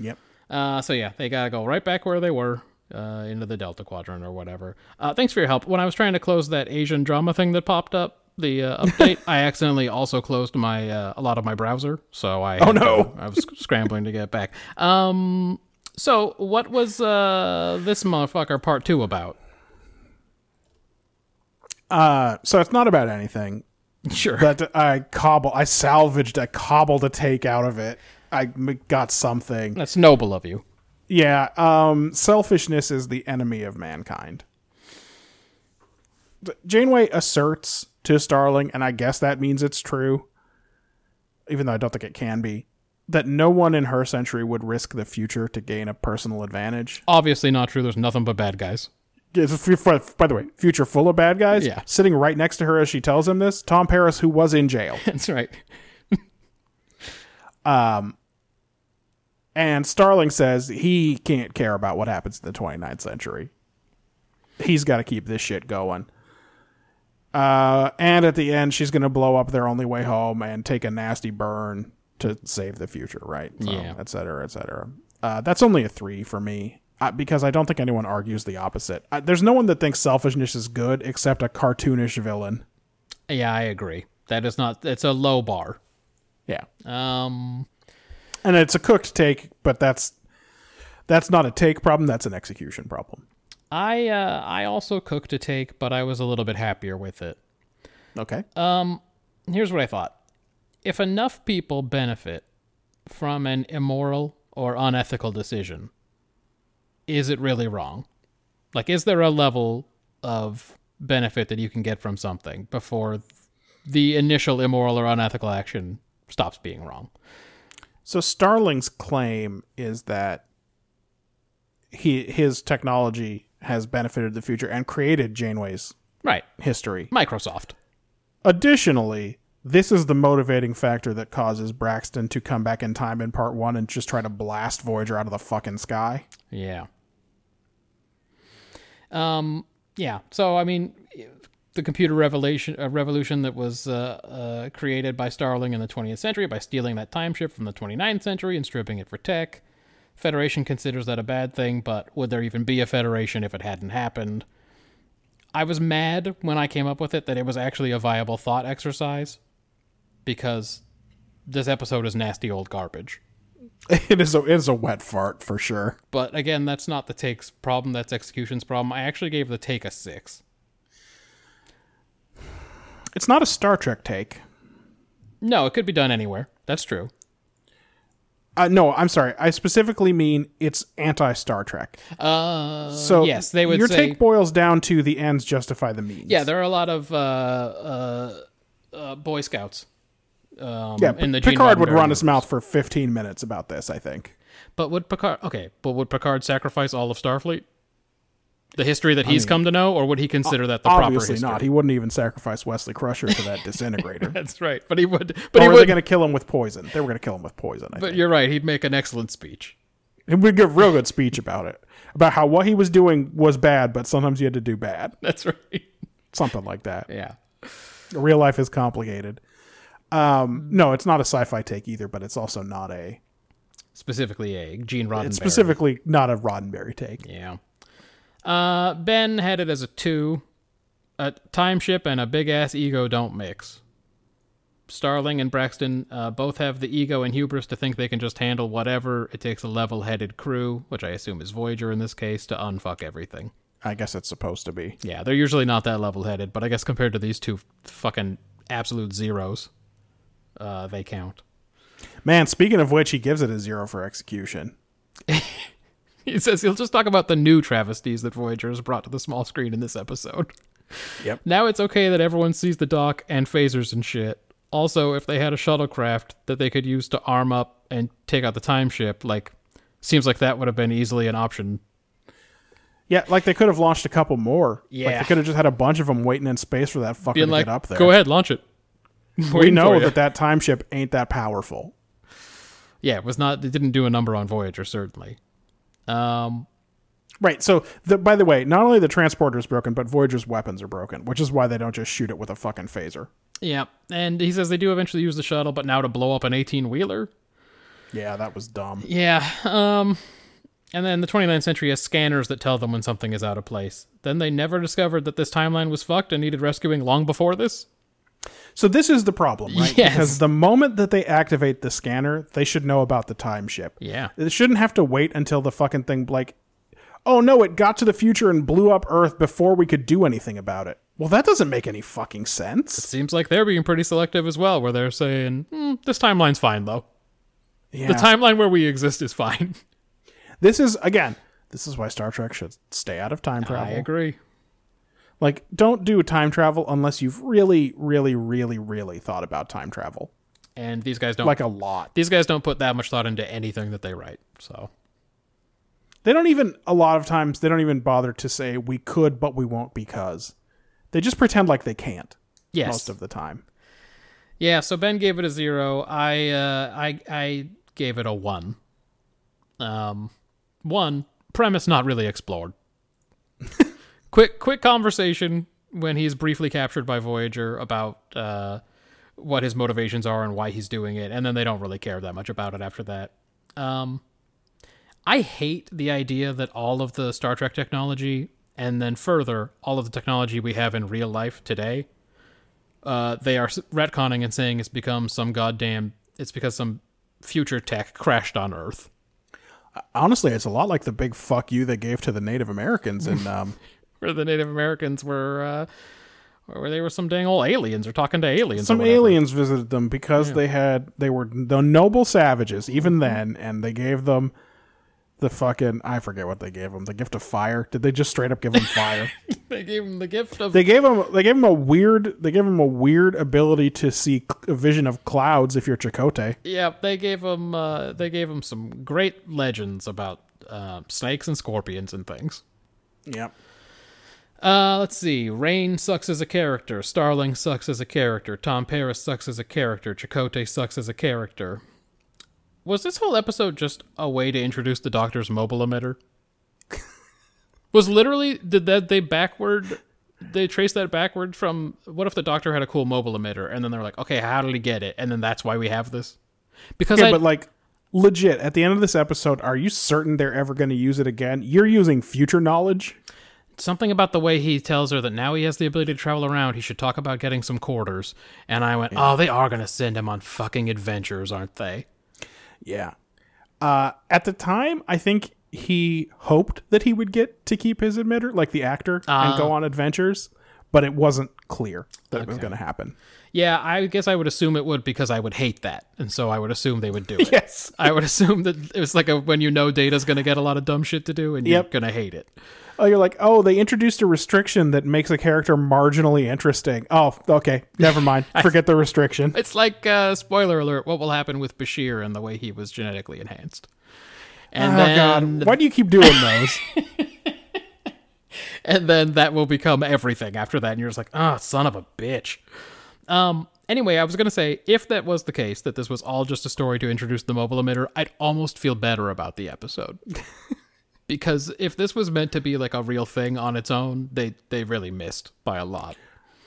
Speaker 2: Yep.
Speaker 1: Uh, so, yeah, they got to go right back where they were uh, into the Delta Quadrant or whatever. Uh, thanks for your help. When I was trying to close that Asian drama thing that popped up, the uh, update, I accidentally also closed my uh, a lot of my browser. So I. Oh,
Speaker 2: no.
Speaker 1: I was scrambling to get back. Um, so, what was uh, this motherfucker part two about?
Speaker 2: Uh, so it's not about anything,
Speaker 1: Sure.
Speaker 2: but I cobble, I salvaged, I cobbled a take out of it. I m- got something.
Speaker 1: That's noble of you.
Speaker 2: Yeah. Um, selfishness is the enemy of mankind. Janeway asserts to Starling, and I guess that means it's true, even though I don't think it can be, that no one in her century would risk the future to gain a personal advantage.
Speaker 1: Obviously not true. There's nothing but bad guys.
Speaker 2: It's a fu- fu- By the way, future full of bad guys.
Speaker 1: Yeah.
Speaker 2: Sitting right next to her as she tells him this, Tom Paris, who was in jail.
Speaker 1: That's right.
Speaker 2: And Starling says he can't care about what happens in the 29th century. He's got to keep this shit going. Uh, and at the end, she's going to blow up their only way home and take a nasty burn to save the future, right? So,
Speaker 1: Yeah.
Speaker 2: Et cetera, et cetera. Uh, that's only a three for me uh, because I don't think anyone argues the opposite. Uh, there's no one that thinks selfishness is good except a cartoonish villain.
Speaker 1: Yeah, I agree. That is not. It's a low bar.
Speaker 2: Yeah.
Speaker 1: Um.
Speaker 2: And it's a cooked take, but that's that's not a take problem. That's an execution problem.
Speaker 1: I uh, I also cooked a take, but I was a little bit happier with it.
Speaker 2: Okay.
Speaker 1: Here's what I thought: if enough people benefit from an immoral or unethical decision, is it really wrong? Like, is there a level of benefit that you can get from something before the initial immoral or unethical action stops being wrong?
Speaker 2: So Starling's claim is that he his technology has benefited the future and created Janeway's
Speaker 1: Right.
Speaker 2: history.
Speaker 1: Microsoft.
Speaker 2: Additionally, this is the motivating factor that causes Braxton to come back in time in part 1 and just try to blast Voyager out of the fucking sky.
Speaker 1: Yeah. Um. Yeah. So I mean, the computer revelation uh, revolution that was uh, uh, created by Starling in the 20th century by stealing that time ship from the 29th century and stripping it for tech. Federation considers that a bad thing, but would there even be a federation if it hadn't happened? I was mad when I came up with it that it was actually a viable thought exercise because this episode is nasty old garbage.
Speaker 2: It is a it is a wet fart for sure.
Speaker 1: But again, that's not the takes problem. That's execution's problem. I actually gave the take a six.
Speaker 2: It's not a Star Trek take.
Speaker 1: No, it could be done anywhere. That's true.
Speaker 2: Uh, no, I'm sorry. I specifically mean it's anti Star Trek.
Speaker 1: Uh,
Speaker 2: So
Speaker 1: yes, they would
Speaker 2: your
Speaker 1: say.
Speaker 2: take boils down to the ends justify the means.
Speaker 1: yeah, there are a lot of uh, uh, uh, Boy Scouts. Um,
Speaker 2: yeah.
Speaker 1: in the Gene
Speaker 2: Picard would
Speaker 1: Roddenberry
Speaker 2: run his
Speaker 1: universe.
Speaker 2: mouth for 15 minutes about this. I think.
Speaker 1: But would Picard? Okay, but would Picard sacrifice all of Starfleet? The history that he's come to know, or would he consider that the proper
Speaker 2: Obviously
Speaker 1: history?
Speaker 2: not. He wouldn't even sacrifice Wesley Crusher for that disintegrator.
Speaker 1: That's right. But he would. But
Speaker 2: But
Speaker 1: he
Speaker 2: or were they
Speaker 1: would.
Speaker 2: going to kill him with poison? They were going to kill him with poison. I
Speaker 1: But
Speaker 2: think.
Speaker 1: you're right. He'd make an excellent speech.
Speaker 2: He would give real good speech about it, about how what he was doing was bad, but sometimes you had to do bad,
Speaker 1: That's right.
Speaker 2: something like that.
Speaker 1: Yeah.
Speaker 2: Real life is complicated. Um, no, it's not a sci-fi take either, but it's also not a
Speaker 1: Specifically, a Gene Roddenberry.
Speaker 2: it's specifically not a Roddenberry take.
Speaker 1: Yeah. Uh, ben had it as a two. A time ship and a big ass ego don't mix. Starling and Braxton uh, both have the ego and hubris to think they can just handle whatever. It takes a level headed crew, which I assume is Voyager in this case, to unfuck everything.
Speaker 2: I guess it's supposed to be.
Speaker 1: Yeah, they're usually not that level headed, but I guess compared to these two fucking absolute zeros, uh, they count.
Speaker 2: Man, speaking of which, he gives it a zero for execution.
Speaker 1: He says he'll just talk about the new travesties that Voyager has brought to the small screen in this episode.
Speaker 2: Yep.
Speaker 1: Now it's okay that everyone sees the dock and phasers and shit. Also, if they had a shuttlecraft that they could use to arm up and take out the time ship, like, seems like that would have been easily an option.
Speaker 2: Yeah, like they could have launched a couple more. like
Speaker 1: Yeah.
Speaker 2: they could have just had a bunch of them waiting in space for that fucker
Speaker 1: Being
Speaker 2: to
Speaker 1: like,
Speaker 2: get up there.
Speaker 1: go ahead, launch it.
Speaker 2: We know that that time ship ain't that powerful.
Speaker 1: Yeah, it was not. It didn't do a number on Voyager, certainly. Um,
Speaker 2: Right. So, the, by the way, not only the transporter is broken, but Voyager's weapons are broken, which is why they don't just shoot it with a fucking phaser.
Speaker 1: yeah, and he says they do eventually use the shuttle, but now to blow up an eighteen-wheeler.
Speaker 2: Yeah, that was dumb.
Speaker 1: Yeah. Um and then the 29th century has scanners that tell them when something is out of place. Then they never discovered that this timeline was fucked and needed rescuing long before this.
Speaker 2: So this is the problem, right?
Speaker 1: Yes.
Speaker 2: Because the moment that they activate the scanner, they should know about the time ship.
Speaker 1: Yeah.
Speaker 2: They shouldn't have to wait until the fucking thing like oh no, it got to the future and blew up Earth before we could do anything about it. Well, that doesn't make any fucking sense.
Speaker 1: Seems like they're being pretty selective as well, where they're saying, "Hmm, this timeline's fine though.
Speaker 2: Yeah.
Speaker 1: The timeline where we exist is fine.
Speaker 2: this is again, this is why Star Trek should stay out of time travel.
Speaker 1: I agree.
Speaker 2: Like, don't do time travel unless you've really, really, really, really thought about time travel.
Speaker 1: And these guys don't
Speaker 2: Like a lot.
Speaker 1: these guys don't put that much thought into anything that they write. So
Speaker 2: They don't even, a lot of times, they don't even bother to say we could, but we won't because. They just pretend like they can't
Speaker 1: yes.
Speaker 2: most of the time.
Speaker 1: Yeah, so Ben gave it a zero. I uh, I I gave it a one. Um, one premise not really explored. quick quick conversation when he's briefly captured by Voyager about uh, what his motivations are and why he's doing it, and then they don't really care that much about it after that. Um, I hate the idea that all of the Star Trek technology, and then further, all of the technology we have in real life today, uh, they are s- retconning and saying it's become some goddamn. It's because some future tech crashed on Earth.
Speaker 2: Honestly, it's a lot like the big fuck you they gave to the Native Americans and um,
Speaker 1: Where the Native Americans were, uh, where they were some dang old aliens or talking to aliens. or
Speaker 2: some
Speaker 1: whatever.
Speaker 2: aliens visited them because they had they were the noble savages even then, and they gave them the fucking I forget what they gave them the gift of fire. Did they just straight up give them fire?
Speaker 1: They gave them the gift of.
Speaker 2: they gave him they gave him a weird they gave him a weird ability to see c- a vision of clouds if you're Chakotay.
Speaker 1: yeah, they gave them. Uh, they gave them some great legends about uh, snakes and scorpions and things.
Speaker 2: Yep.
Speaker 1: Uh, let's see. Rain sucks as a character. Starling sucks as a character. Tom Paris sucks as a character. Chakotay sucks as a character. Was this whole episode just a way to introduce the Doctor's mobile emitter? Was literally did that they backward? They traced that backward from what if the Doctor had a cool mobile emitter, and then they're like, okay, how did he get it? And then that's why we have this. Because
Speaker 2: Yeah,
Speaker 1: I,
Speaker 2: but like legit at the end of this episode, are you certain they're ever going to use it again? You're using future knowledge.
Speaker 1: something about the way he tells her that now he has the ability to travel around, he should talk about getting some quarters. And I went, oh, they are going to send him on fucking adventures, aren't they?
Speaker 2: Yeah. Uh, at the time, I think
Speaker 1: Ah.
Speaker 2: he hoped that he would get to keep his emitter, like the actor, and go on adventures. but it wasn't clear that it was going to happen.
Speaker 1: Yeah, I guess I would assume it would because I would hate that, and so I would assume they would do it.
Speaker 2: Yes.
Speaker 1: I would assume that it was like a, when you know data's going to get a lot of dumb shit to do, and
Speaker 2: Yep.
Speaker 1: you're going to hate it.
Speaker 2: Oh, you're like, oh, they introduced a restriction that makes a character marginally interesting. Oh, okay, never mind. Forget the restriction.
Speaker 1: It's like uh, spoiler alert: what will happen with Bashir and the way he was genetically enhanced. And
Speaker 2: oh
Speaker 1: then,
Speaker 2: God, why do you keep doing those?
Speaker 1: and then that will become everything after that. And you're just like, ah, son of a bitch. Um. Anyway, I was gonna say, if that was the case, that this was all just a story to introduce the mobile emitter, I'd almost feel better about the episode. because if this was meant to be like a real thing on its own, they they really missed by a lot.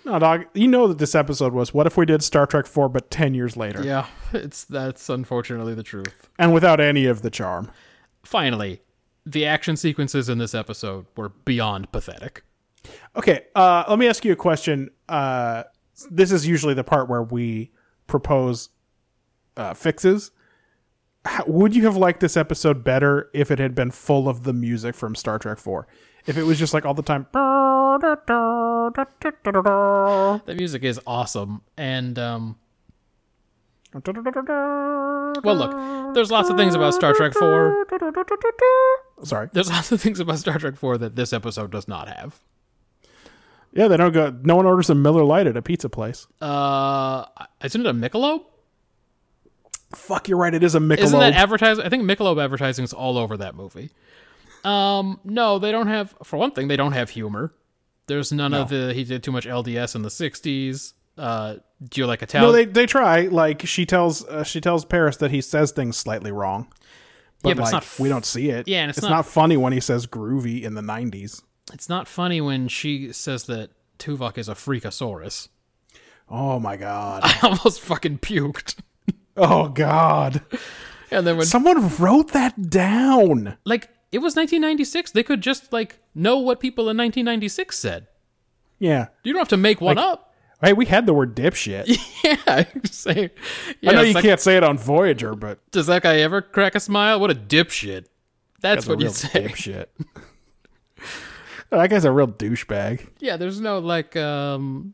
Speaker 2: no, dog. You know that this episode was. What if we did Star Trek Four, but ten years later,
Speaker 1: Yeah, it's that's unfortunately the truth.
Speaker 2: and without any of the charm?
Speaker 1: Finally, the action sequences in this episode were beyond pathetic.
Speaker 2: Okay, uh, let me ask you a question. Uh, this is usually the part where we propose uh, fixes. How, would you have liked this episode better if it had been full of the music from Star Trek Four? If it was just like all the time.
Speaker 1: The music is awesome, and um, well, look, there's lots of things about Star Trek Four.
Speaker 2: Sorry.
Speaker 1: There's lots of things about Star Trek Four that this episode does not have.
Speaker 2: Yeah, they don't go. No one orders a Miller Lite at a pizza place.
Speaker 1: Uh, isn't it a Michelob?
Speaker 2: Fuck, you're right. It is a Michelob.
Speaker 1: Isn't that advertising? I think Michelob advertising's all over that movie. Um, no, they don't have. For one thing, they don't have humor. There's none of the. He did too much LDS in the '60s. Uh, do you like Italian?
Speaker 2: no, they they try. Like she tells uh, she tells Paris that he says things slightly wrong. But,
Speaker 1: Yeah, but it's
Speaker 2: like,
Speaker 1: not f-
Speaker 2: we don't see it.
Speaker 1: Yeah, and it's
Speaker 2: it's
Speaker 1: not-
Speaker 2: not, funny when he says groovy in the '90s.
Speaker 1: it's not funny when she says that Tuvok is a freakosaurus.
Speaker 2: Oh my god.
Speaker 1: I almost fucking puked.
Speaker 2: oh god.
Speaker 1: And then when
Speaker 2: Someone wrote that down.
Speaker 1: like it was 1996, they could just like know what people in 1996 said.
Speaker 2: Yeah.
Speaker 1: You don't have to make one up.
Speaker 2: Hey, we had the word dipshit.
Speaker 1: Yeah, I'm just saying. Yeah,
Speaker 2: I know
Speaker 1: it's
Speaker 2: you
Speaker 1: like,
Speaker 2: can't say it on Voyager, but
Speaker 1: Does that guy ever crack a smile? What a dipshit. That's
Speaker 2: that's
Speaker 1: what
Speaker 2: a
Speaker 1: you
Speaker 2: real
Speaker 1: say.
Speaker 2: dipshit. that guy's a real douchebag.
Speaker 1: Yeah, there's no like um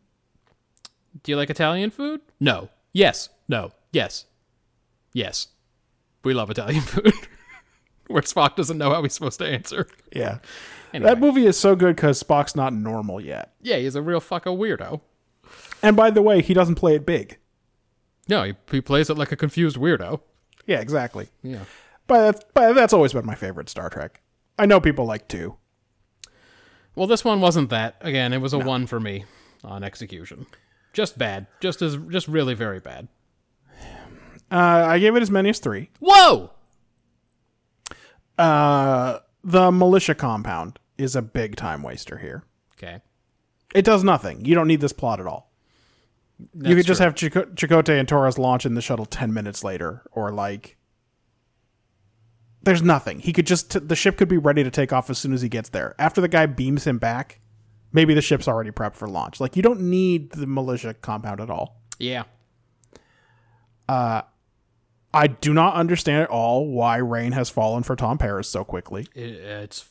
Speaker 1: Do you like Italian food? No. Yes. No. Yes. Yes. We love Italian food. Where Spock doesn't know how he's supposed to answer.
Speaker 2: Yeah.
Speaker 1: Anyway.
Speaker 2: That movie is so good because Spock's not normal yet.
Speaker 1: Yeah, he's a real fucking weirdo.
Speaker 2: And by the way, he doesn't play it big.
Speaker 1: No, he, he plays it like a confused weirdo.
Speaker 2: Yeah, exactly.
Speaker 1: Yeah.
Speaker 2: But that's, but that's always been my favorite Star Trek. I know people like two.
Speaker 1: Well, this one wasn't that. Again, it was a one for me on execution. Just bad. Just as just really very bad.
Speaker 2: Uh, I gave it as many as three.
Speaker 1: Whoa!
Speaker 2: Uh, the militia compound is a big time waster here.
Speaker 1: Okay.
Speaker 2: It does nothing. You don't need this plot at all. you could just have Chico- Chakotay and Torres launch in the shuttle ten minutes later, or like, there's nothing. He could just the ship could be ready to take off as soon as he gets there. After the guy beams him back, maybe the ship's already prepped for launch. Like, you don't need the militia compound at all.
Speaker 1: Yeah.
Speaker 2: I do not understand at all why rain has fallen for Tom Paris so quickly.
Speaker 1: It, uh, it's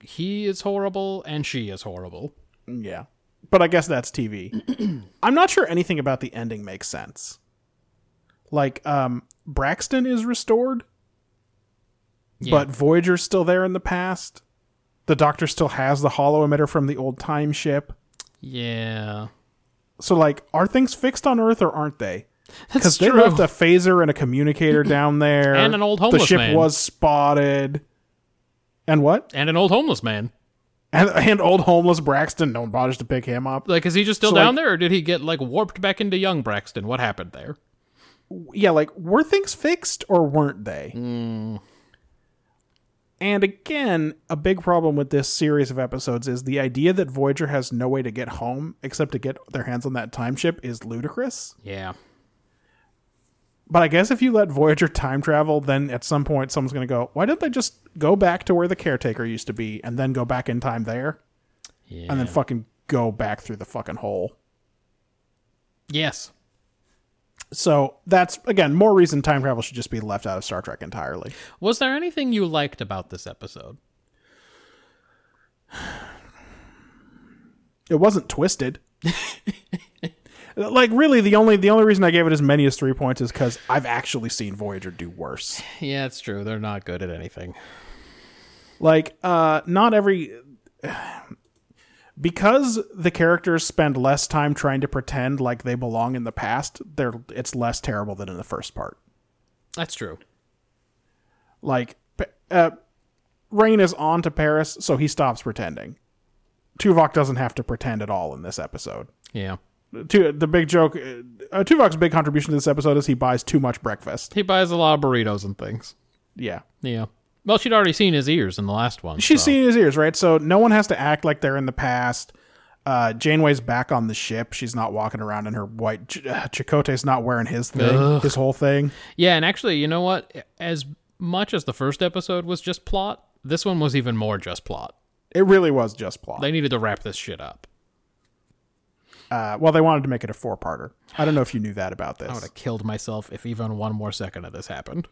Speaker 1: he is horrible and she is horrible.
Speaker 2: Yeah. But I guess that's TV. I'm not sure anything about the ending makes sense. Like, um, Braxton is restored, but Voyager's still there in the past. The Doctor still has the hollow emitter from the old time ship.
Speaker 1: Yeah.
Speaker 2: So, like, are things fixed on Earth or aren't they?
Speaker 1: That's
Speaker 2: Because they
Speaker 1: true.
Speaker 2: left a phaser and a communicator down there.
Speaker 1: And an old homeless
Speaker 2: The ship
Speaker 1: man.
Speaker 2: was spotted. And what?
Speaker 1: and an old homeless man.
Speaker 2: And, and old homeless Braxton, no one bothers to pick him up.
Speaker 1: Like, is he just still
Speaker 2: So,
Speaker 1: down
Speaker 2: like-
Speaker 1: there, or did he get like warped back into young Braxton? What happened there?
Speaker 2: Yeah, like, were things fixed or weren't they? And again, a big problem with this series of episodes is the idea that Voyager has no way to get home except to get their hands on that time ship is ludicrous.
Speaker 1: Yeah.
Speaker 2: But I guess if you let Voyager time travel, then at some point someone's going to go, why didn't they just go back to where the caretaker used to be and then go back in time there
Speaker 1: Yeah.
Speaker 2: and then fucking go back through the fucking hole?
Speaker 1: yes.
Speaker 2: So that's again more reason time travel should just be left out of Star Trek entirely.
Speaker 1: Was there anything you liked about this episode?
Speaker 2: It wasn't twisted. like really, the only the only reason I gave it as many as three points is because I've actually seen Voyager do worse.
Speaker 1: Yeah, it's true. They're not good at anything.
Speaker 2: Like, uh, not every because the characters spend less time trying to pretend like they belong in the past. They're it's less terrible than in the first part.
Speaker 1: That's true.
Speaker 2: Like, p- uh, Rain is on to Paris, so he stops pretending. Tuvok doesn't have to pretend at all in this episode.
Speaker 1: Yeah.
Speaker 2: Tu- the big joke, uh, Tuvok's big contribution to this episode is he buys too much breakfast.
Speaker 1: He buys a lot of burritos and things.
Speaker 2: Yeah.
Speaker 1: Yeah. Well, she'd already seen his ears in the last one.
Speaker 2: She's
Speaker 1: so-
Speaker 2: seen his ears, right? So no one has to act like they're in the past. Uh, Janeway's back on the ship. She's not walking around in her white. Ch- uh, Chakotay's not wearing his thing,
Speaker 1: Ugh.
Speaker 2: his whole thing.
Speaker 1: Yeah, and actually, you know what? As much as the first episode was just plot, this one was even more just plot.
Speaker 2: It really was just plot.
Speaker 1: They needed to wrap this shit up.
Speaker 2: uh, well, they wanted to make it a four-parter. I don't know if you knew that about
Speaker 1: I would
Speaker 2: this.
Speaker 1: have killed myself if even one more second of this happened.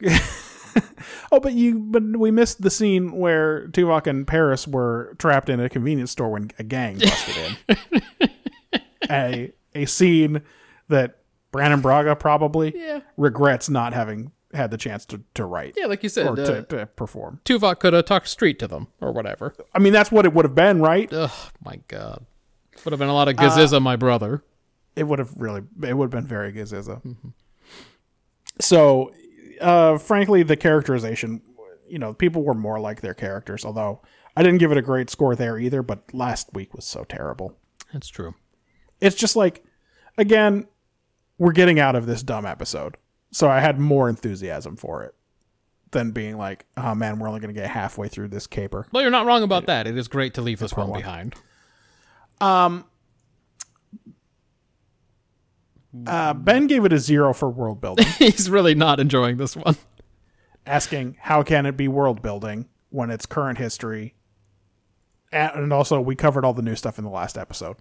Speaker 2: Oh, but you, but we missed the scene where Tuvok and Paris were trapped in a convenience store when a gang busted in. a a scene that Brandon Braga probably
Speaker 1: Yeah.
Speaker 2: regrets not having had the chance to to write
Speaker 1: yeah, like you said,
Speaker 2: or
Speaker 1: uh,
Speaker 2: to, to perform.
Speaker 1: Tuvok could have talked street to them or whatever.
Speaker 2: I mean, that's what it would have been, right?
Speaker 1: Ugh, my God. Would have been a lot of gazizza, my brother.
Speaker 2: It would have really, it would have been very Gaziza. So, uh, frankly, the characterization, you know, people were more like their characters, although I didn't give it a great score there either, but last week was so terrible.
Speaker 1: That's true.
Speaker 2: It's just like, again, we're getting out of this dumb episode. So I had more enthusiasm for it than being like, oh man, we're only going to get halfway through this caper.
Speaker 1: Well, you're not wrong about that. It is great to leave this one behind.
Speaker 2: Uh, ben gave it a zero for world building.
Speaker 1: He's really not enjoying this one.
Speaker 2: asking how can it be world building when it's current history and and also we covered all the new stuff in the last episode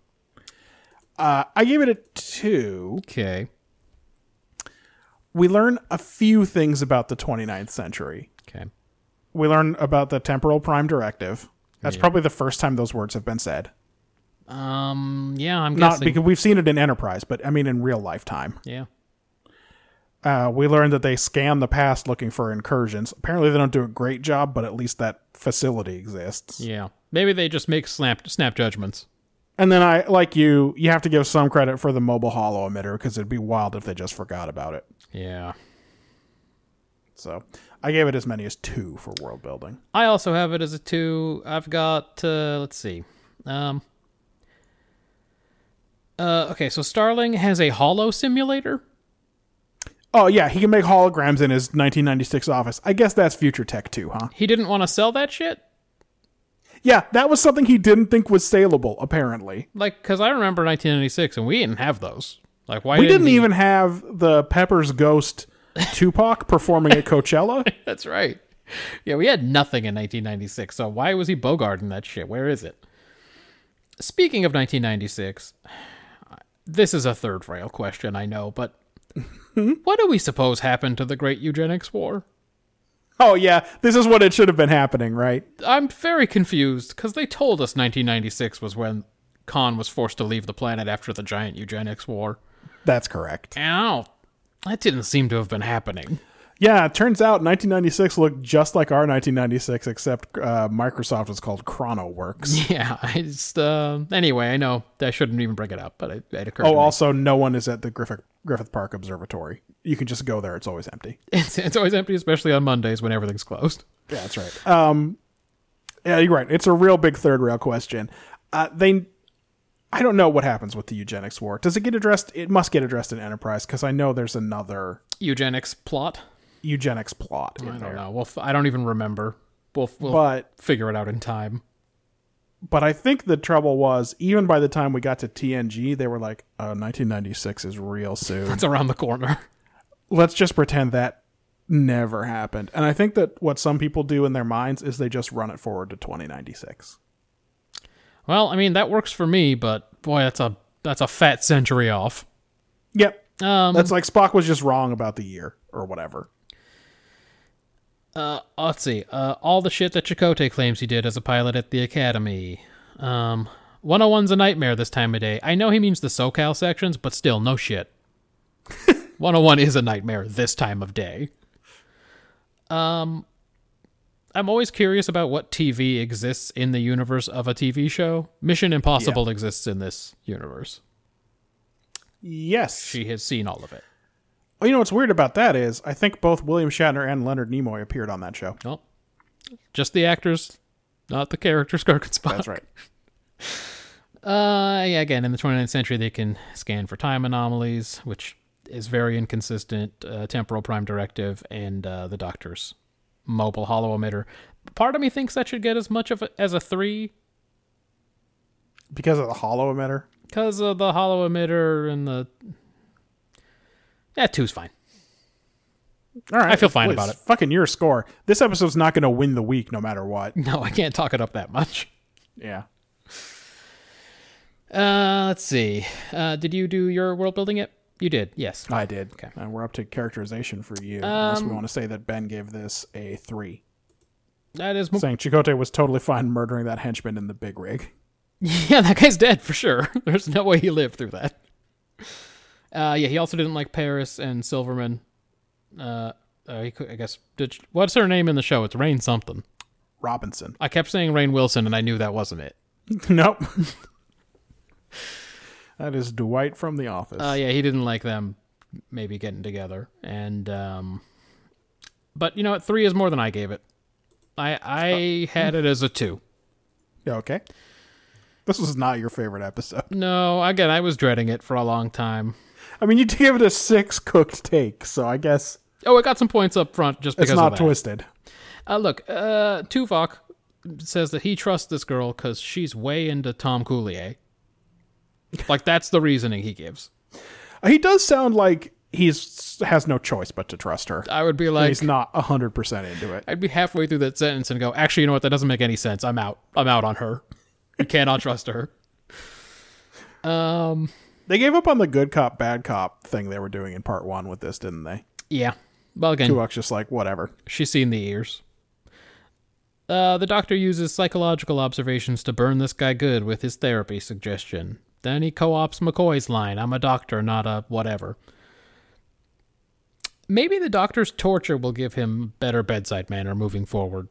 Speaker 2: uh, i gave it a two
Speaker 1: Okay.
Speaker 2: we learn a few things about the 29th century
Speaker 1: Okay.
Speaker 2: we learn about the temporal prime directive that's probably the first time those words have been said
Speaker 1: Um. Yeah, I'm
Speaker 2: not
Speaker 1: guessing.
Speaker 2: because we've seen it in enterprise but i mean in real lifetime
Speaker 1: yeah.
Speaker 2: uh, we learned that they scan the past looking for incursions apparently they don't do a great job but at least that facility exists
Speaker 1: Yeah. Maybe they just make snap snap judgments.
Speaker 2: And then I like you, you have to give some credit for the mobile hollow emitter because it'd be wild if they just forgot about it.
Speaker 1: Yeah.
Speaker 2: So I gave it as many as two for world building.
Speaker 1: I also have it as a two. I've got uh, let's see. Um uh, okay, so Starling has a hollow simulator.
Speaker 2: Oh yeah, he can make holograms in his 1996 office. I guess that's future tech too, huh?
Speaker 1: He didn't want to sell that shit.
Speaker 2: Yeah, that was something he didn't think was saleable. Apparently,
Speaker 1: Like, because I remember 1996 and we didn't have those. Like, why
Speaker 2: we didn't
Speaker 1: he-
Speaker 2: even have the Pepper's Ghost Tupac performing at Coachella.
Speaker 1: That's right. Yeah, we had nothing in 1996, so why was he bogarting that shit? Where is it? Speaking of 1996, this is a third rail question, I know, but what do we suppose happened to the Great Eugenics War?
Speaker 2: Oh yeah, this is what it should have been happening, right?
Speaker 1: I'm very confused because they told us 1996 was when Khan was forced to leave the planet after the giant eugenics war.
Speaker 2: That's correct.
Speaker 1: And I don't- that didn't seem to have been happening.
Speaker 2: Yeah, it turns out 1996 looked just like our 1996, except uh, Microsoft was called ChronoWorks.
Speaker 1: Yeah, I just, uh, anyway, I know I shouldn't even bring it up, but it, it occurred to
Speaker 2: Oh,
Speaker 1: me.
Speaker 2: also, no one is at the Griffith Griffith Park Observatory. You can just go there; it's always empty. Yeah,
Speaker 1: It's, it's always empty, especially on Mondays when everything's closed.
Speaker 2: that's right. Um, yeah, you're right. It's a real big third rail question. Uh, they, I don't know what happens with the eugenics war. Does it get addressed? It must get addressed in Enterprise because I know there's another
Speaker 1: Eugenics plot?
Speaker 2: eugenics plot in
Speaker 1: I
Speaker 2: there.
Speaker 1: don't know. We'll f- I don't even remember. We'll, we'll
Speaker 2: But
Speaker 1: figure it out in time.
Speaker 2: but I think the trouble was even by the time we got to TNG, they were like, uh, "1996 is real soon."
Speaker 1: It's around the corner.
Speaker 2: let's just pretend that never happened. And I think that what some people do in their minds is they just run it forward to 2096.
Speaker 1: Well, I mean that works for me, but boy, that's a that's a fat century off.
Speaker 2: Yep.
Speaker 1: Um,
Speaker 2: That's like Spock was just wrong about the year or whatever.
Speaker 1: uh, let's see. Uh, all the shit that Chakotay claims he did as a pilot at the academy. Um, 101's a nightmare this time of day. I know he means the SoCal sections, but still, no shit. 101 is a nightmare this time of day. Um, I'm always curious about what TV exists in the universe of a TV show. Mission Impossible exists in this universe.
Speaker 2: Yes.
Speaker 1: She has seen all of it.
Speaker 2: Well, you know what's weird about that is I think both William Shatner and Leonard Nimoy appeared on that show.
Speaker 1: Well, just the actors, not the characters, Kirk and Spock.
Speaker 2: That's right.
Speaker 1: Uh, yeah, again, in the 29th century, they can scan for time anomalies, which is very inconsistent. Uh, temporal prime directive and uh, the Doctor's mobile hollow emitter. Part of me thinks that should get as much of a, as a three
Speaker 2: Because of the hollow emitter.
Speaker 1: because of the hollow emitter and the. Yeah, two's fine.
Speaker 2: All right.
Speaker 1: I feel fine
Speaker 2: Well,
Speaker 1: about
Speaker 2: it's
Speaker 1: it.
Speaker 2: Fucking your score. This episode's not going to win the week no matter what.
Speaker 1: No, I can't talk it up that much.
Speaker 2: Yeah.
Speaker 1: Uh, let's see. Uh, did you do your world building yet? You did, yes.
Speaker 2: I did.
Speaker 1: Okay. Um,
Speaker 2: And we're up to characterization for you. unless we want to say that Ben gave this a three,
Speaker 1: That is. Mo-
Speaker 2: saying Chicote was totally fine murdering that henchman in the big rig.
Speaker 1: yeah, that guy's dead for sure. There's no way he lived through that. Uh, yeah, he also didn't like Paris and Silverman. Uh, uh he could, I guess. Did, what's her name in the show? It's Rain something.
Speaker 2: Robinson.
Speaker 1: I kept saying Rain Wilson, and I knew that wasn't it.
Speaker 2: nope. that is Dwight from The Office.
Speaker 1: Uh, yeah, he didn't like them maybe getting together, and um, but you know what? Three is more than I gave it. I I
Speaker 2: Uh,
Speaker 1: had it as a two.
Speaker 2: Yeah, Okay. This was not your favorite episode.
Speaker 1: No, again, I was dreading it for a long time.
Speaker 2: I mean, you gave it a six cooked take, so I guess
Speaker 1: Oh, it got some points up front just
Speaker 2: it's
Speaker 1: because
Speaker 2: not
Speaker 1: of that.
Speaker 2: twisted.
Speaker 1: Uh, look, uh, Tuvok says that he trusts this girl because she's way into Tom Coulier. Like that's the reasoning he gives.
Speaker 2: He does sound like he's has no choice but to trust her.
Speaker 1: I would be like,
Speaker 2: he's not hundred percent into it.
Speaker 1: I'd be halfway through that sentence and go, actually, you know what? That doesn't make any sense. I'm out. I'm out on her. You cannot trust her. Um.
Speaker 2: They gave up on the good cop bad cop thing they were doing in part one with this, didn't they?
Speaker 1: Yeah. Well, again,
Speaker 2: Tuvok's just like whatever.
Speaker 1: She's seen the ears. Uh, the doctor uses psychological observations to burn this guy good with his therapy suggestion. Then he co opts McCoy's line I'm a doctor, not a whatever. Maybe the doctor's torture will give him better bedside manner moving forward.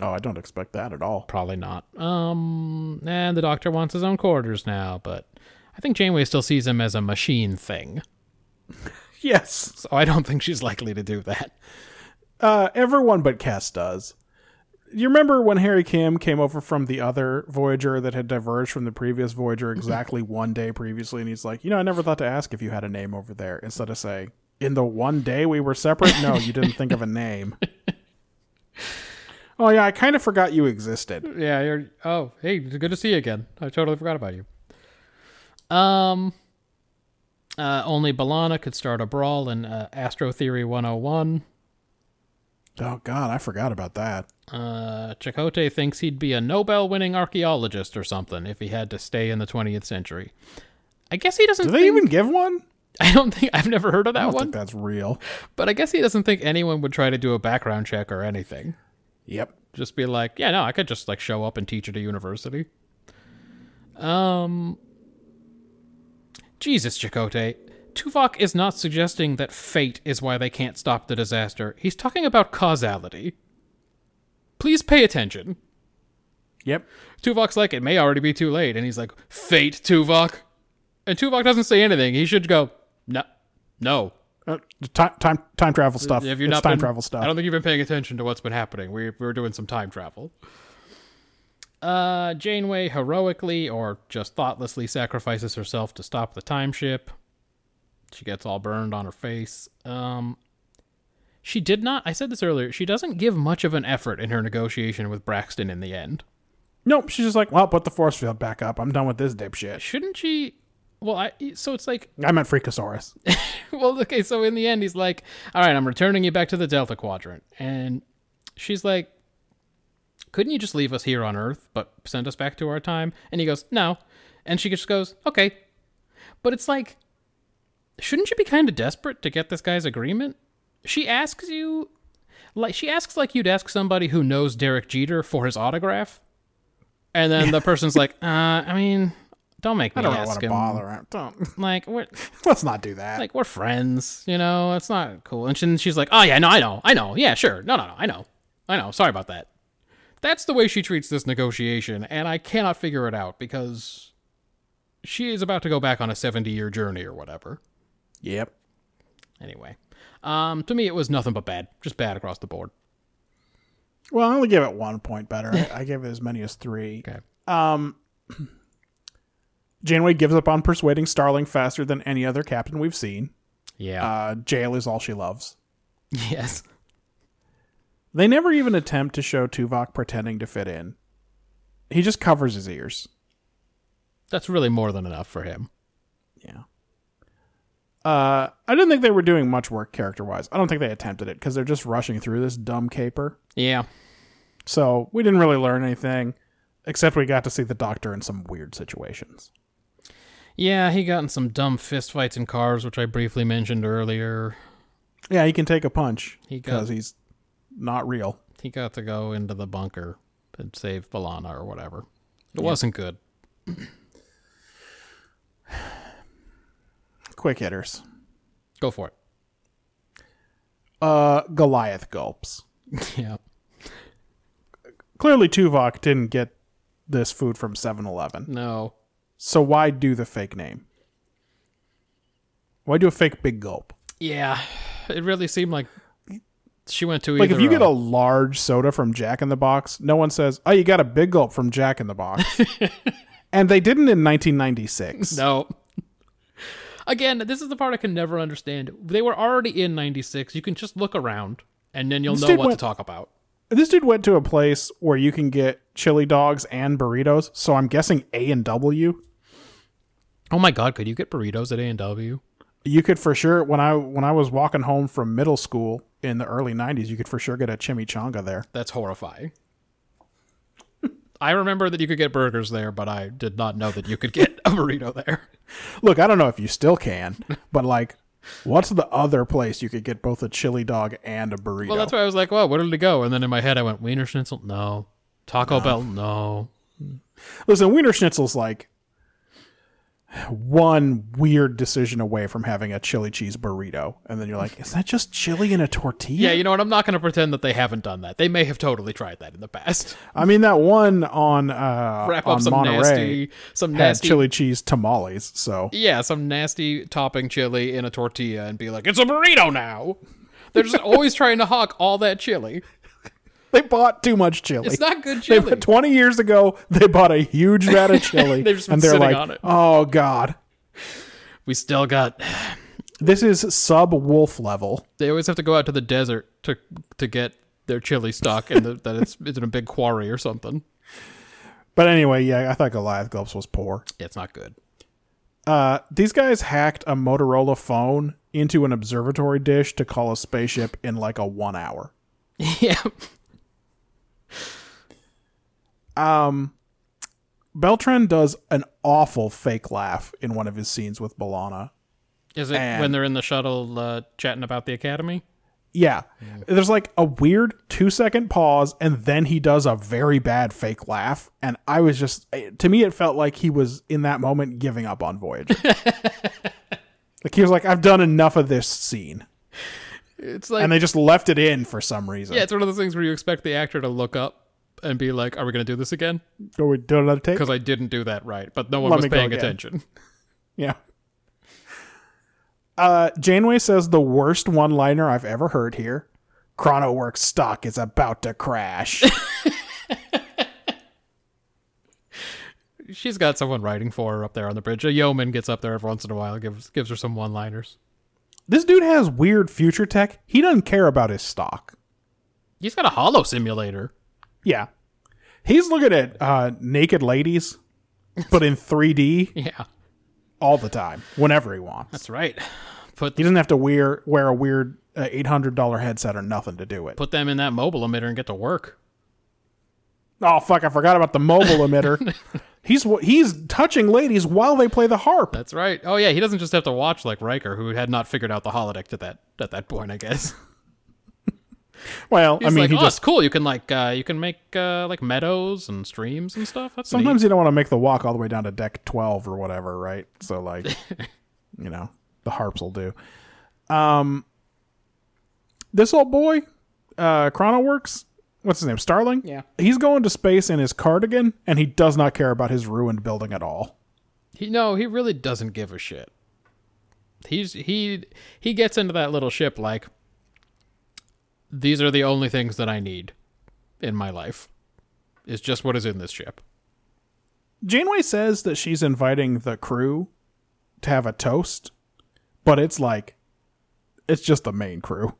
Speaker 2: Oh, I don't expect that at all.
Speaker 1: Probably not. Um, and the doctor wants his own quarters now, but I think Janeway still sees him as a machine thing.
Speaker 2: Yes,
Speaker 1: So I don't think she's likely to do that.
Speaker 2: uh, everyone but Cass does. You remember when Harry Kim came over from the other Voyager that had diverged from the previous Voyager exactly one day previously, and he's like, you know, I never thought to ask if you had a name over there. Instead of saying, in the one day we were separate, no, you didn't think of a name. oh yeah, I kind of forgot you existed.
Speaker 1: Yeah, you're oh, hey, it's good to see you again. I totally forgot about you. Um uh, only Balana could start a brawl in uh, Astro Theory 101.
Speaker 2: Oh God, I forgot about that.
Speaker 1: Uh, Chakotay thinks he'd be a Nobel-winning archaeologist or something if he had to stay in the 20th century. I guess he doesn't.
Speaker 2: Do they
Speaker 1: think-
Speaker 2: even give one?
Speaker 1: I don't think I've never heard of
Speaker 2: I
Speaker 1: that
Speaker 2: don't
Speaker 1: one.
Speaker 2: think that's real.
Speaker 1: But I guess he doesn't think anyone would try to do a background check or anything.
Speaker 2: Yep.
Speaker 1: just be like, yeah, no, I could just like show up and teach at a university. Um, Jesus, Chakotay, Tuvok is not suggesting that fate is why they can't stop the disaster. He's talking about causality. Please pay attention.
Speaker 2: Yep.
Speaker 1: Tuvok's like, it may already be too late, and he's like, fate, Tuvok. And Tuvok doesn't say anything. He should go, no, no.
Speaker 2: Uh, time time time travel stuff.
Speaker 1: If you're
Speaker 2: it's
Speaker 1: not
Speaker 2: time
Speaker 1: been-
Speaker 2: travel
Speaker 1: I
Speaker 2: stuff.
Speaker 1: don't think you've been paying attention to what's been happening. We we were doing some time travel. Uh, Janeway heroically or just thoughtlessly sacrifices herself to stop the time ship. She gets all burned on her face. Um, she did not. I said this earlier. She doesn't give much of an effort in her negotiation with Braxton in the end.
Speaker 2: Nope. She's just like, well, put the force field back up. I'm done with this dipshit.
Speaker 1: Shouldn't she? Well, I so it's like
Speaker 2: I meant Freakosaurus.
Speaker 1: well, okay, so in the end, he's like, all right, I'm returning you back to the Delta Quadrant. And she's like, couldn't you just leave us here on Earth, but send us back to our time? And he goes, no. And she just goes, okay. But it's like, shouldn't you be kind of desperate to get this guy's agreement? She asks you, like, she asks like you'd ask somebody who knows Derek Jeter for his autograph. And then the person's like, uh, I mean, don't make me
Speaker 2: I don't
Speaker 1: ask
Speaker 2: want to
Speaker 1: him.
Speaker 2: bother. I Don't,
Speaker 1: Like we're
Speaker 2: let's not do that.
Speaker 1: like we're friends, you know. It's not cool. And she, she's like, oh yeah, no, I know, I know, yeah, sure, no, no, no, I know, I know. Sorry about that. That's the way she treats this negotiation, and I cannot figure it out because she is about to go back on a seventy-year journey or whatever.
Speaker 2: yep.
Speaker 1: Anyway, um, to me, it was nothing but bad, just bad across the board.
Speaker 2: Well, I only gave it one point better. I, I gave it as many as three. Um,
Speaker 1: Okay.
Speaker 2: Janeway gives up on persuading Starling faster than any other captain we've seen.
Speaker 1: Yeah.
Speaker 2: Uh, jail is all she loves.
Speaker 1: yes.
Speaker 2: They never even attempt to show Tuvok pretending to fit in. He just covers his ears.
Speaker 1: That's really more than enough for him.
Speaker 2: Yeah. Uh, I didn't think they were doing much work character wise. I don't think they attempted it because they're just rushing through this dumb caper.
Speaker 1: Yeah.
Speaker 2: So we didn't really learn anything, except we got to see the Doctor in some weird situations.
Speaker 1: Yeah, he got in some dumb fistfights in cars, which I briefly mentioned earlier.
Speaker 2: Yeah, he can take a punch
Speaker 1: He got-
Speaker 2: because he's not real.
Speaker 1: He got to go into the bunker and save Balana or whatever. It wasn't good.
Speaker 2: Quick hitters.
Speaker 1: Go for it.
Speaker 2: Uh, Goliath gulps.
Speaker 1: yeah.
Speaker 2: Clearly, Tuvok didn't get this food from 7 Eleven.
Speaker 1: No.
Speaker 2: So why do the fake name? Why do a fake big gulp?
Speaker 1: Yeah. It really seemed like she went to
Speaker 2: Like
Speaker 1: either
Speaker 2: if you get
Speaker 1: a,
Speaker 2: a large soda from Jack in the Box, no one says, "Oh, you got a big gulp from Jack in the Box." and they didn't in 1996.
Speaker 1: no. Again, this is the part I can never understand. They were already in '96. You can just look around, and then you'll know
Speaker 2: dude
Speaker 1: what
Speaker 2: went-
Speaker 1: to talk about.
Speaker 2: This dude went to a place where you can get chili dogs and burritos, so I'm guessing A and W.
Speaker 1: Oh my God! Could you get burritos at A and W?
Speaker 2: You could for sure when I when I was walking home from middle school in the early 90s, you could for sure get a chimichanga there.
Speaker 1: That's horrifying. I remember that you could get burgers there, but I did not know that you could get a burrito there.
Speaker 2: Look, I don't know if you still can, but like what's the other place you could get both a chili dog and a burrito?
Speaker 1: Well, that's why I was like, "Well, where did it go?" And then in my head, I went, "Wiener Schnitzel, no. Taco Bell, no.
Speaker 2: Listen, Wiener Schnitzel's like one weird decision away from having a chili cheese burrito. And then you're like, is that just chili in a tortilla?
Speaker 1: Yeah, you know what? I'm not going to pretend that they haven't done that. They may have totally tried that in the past.
Speaker 2: I mean, that one on, uh,
Speaker 1: Wrap
Speaker 2: on
Speaker 1: up some
Speaker 2: Monterey
Speaker 1: nasty, some
Speaker 2: had
Speaker 1: nasty,
Speaker 2: chili cheese tamales. So
Speaker 1: yeah, some nasty topping chili in a tortilla, and be like, "It's a burrito now." They're just always trying to hawk all that chili.
Speaker 2: they bought too much chili.
Speaker 1: It's not good
Speaker 2: They-
Speaker 1: chili.
Speaker 2: 20 years ago, they bought a huge vat of chili.
Speaker 1: They've just been
Speaker 2: and they're
Speaker 1: sitting
Speaker 2: like,
Speaker 1: on it.
Speaker 2: oh, God.
Speaker 1: we still got.
Speaker 2: This is sub wolf level.
Speaker 1: They always have to go out to the desert to to get their chili stock, and the, that it's, it's in a big quarry or something.
Speaker 2: But anyway, yeah, I thought Goliath Gulps was poor.
Speaker 1: It's not good.
Speaker 2: Uh, these guys hacked a Motorola phone into an observatory dish to call a spaceship in like a one hour.
Speaker 1: yeah,
Speaker 2: Beltran does an awful fake laugh in one of his scenes with Balana.
Speaker 1: Is it when
Speaker 2: And-
Speaker 1: they're in the shuttle uh, chatting about the academy?
Speaker 2: Yeah. There's like a weird two second pause, and then he does a very bad fake laugh. And I was just, eh, to me, it felt like he was in that moment giving up on Voyager. like he was like, I've done enough of this scene.
Speaker 1: It's like
Speaker 2: And they just left it in for some reason.
Speaker 1: yeah, it's one of those things where you expect the actor to look up and be like, "Are we going to do this again?"
Speaker 2: Are we doing another take?
Speaker 1: Because I didn't do that right, but no one
Speaker 2: Let
Speaker 1: was
Speaker 2: me go
Speaker 1: paying
Speaker 2: again.
Speaker 1: attention.
Speaker 2: Yeah. Uh, Janeway says the worst one liner I've ever heard here. Chronoworks stock is about to crash.
Speaker 1: She's got someone writing for her up there on the bridge. A yeoman gets up there every once in a while, and gives gives her some one liners.
Speaker 2: this dude has weird future tech. He doesn't care about his stock.
Speaker 1: He's got a hollow simulator.
Speaker 2: Yeah. He's looking at uh, naked ladies, but in 3D
Speaker 1: Yeah,
Speaker 2: all the time, whenever he wants.
Speaker 1: that's right. Put
Speaker 2: He doesn't have to wear wear a weird uh, $800 headset or nothing to do it.
Speaker 1: put them in that mobile emitter and get to work.
Speaker 2: Oh fuck, I forgot about the mobile emitter. he's he's touching ladies while they play the harp.
Speaker 1: That's right. Oh yeah, he doesn't just have to watch like Riker, who had not figured out the holodeck at that at that point, I guess.
Speaker 2: Well, I mean,
Speaker 1: like,
Speaker 2: he
Speaker 1: oh,
Speaker 2: just
Speaker 1: it's cool. You can like uh, you can make uh, like meadows and streams and stuff. That's
Speaker 2: sometimes you don't want to make the walk all the way down to deck 12 or whatever, right? So like, you know, the harps will do. Um this old boy, uh Chronoworks, what's his name? Starling?
Speaker 1: Yeah.
Speaker 2: He's going to space in his cardigan and he does not care about his ruined building at all.
Speaker 1: neat. He, no, he really doesn't give a shit. He's he he gets into that little ship like these are the only things that I need in my life. Is just what is in this ship.
Speaker 2: Janeway says that she's inviting the crew to have a toast, but it's like it's just the main crew.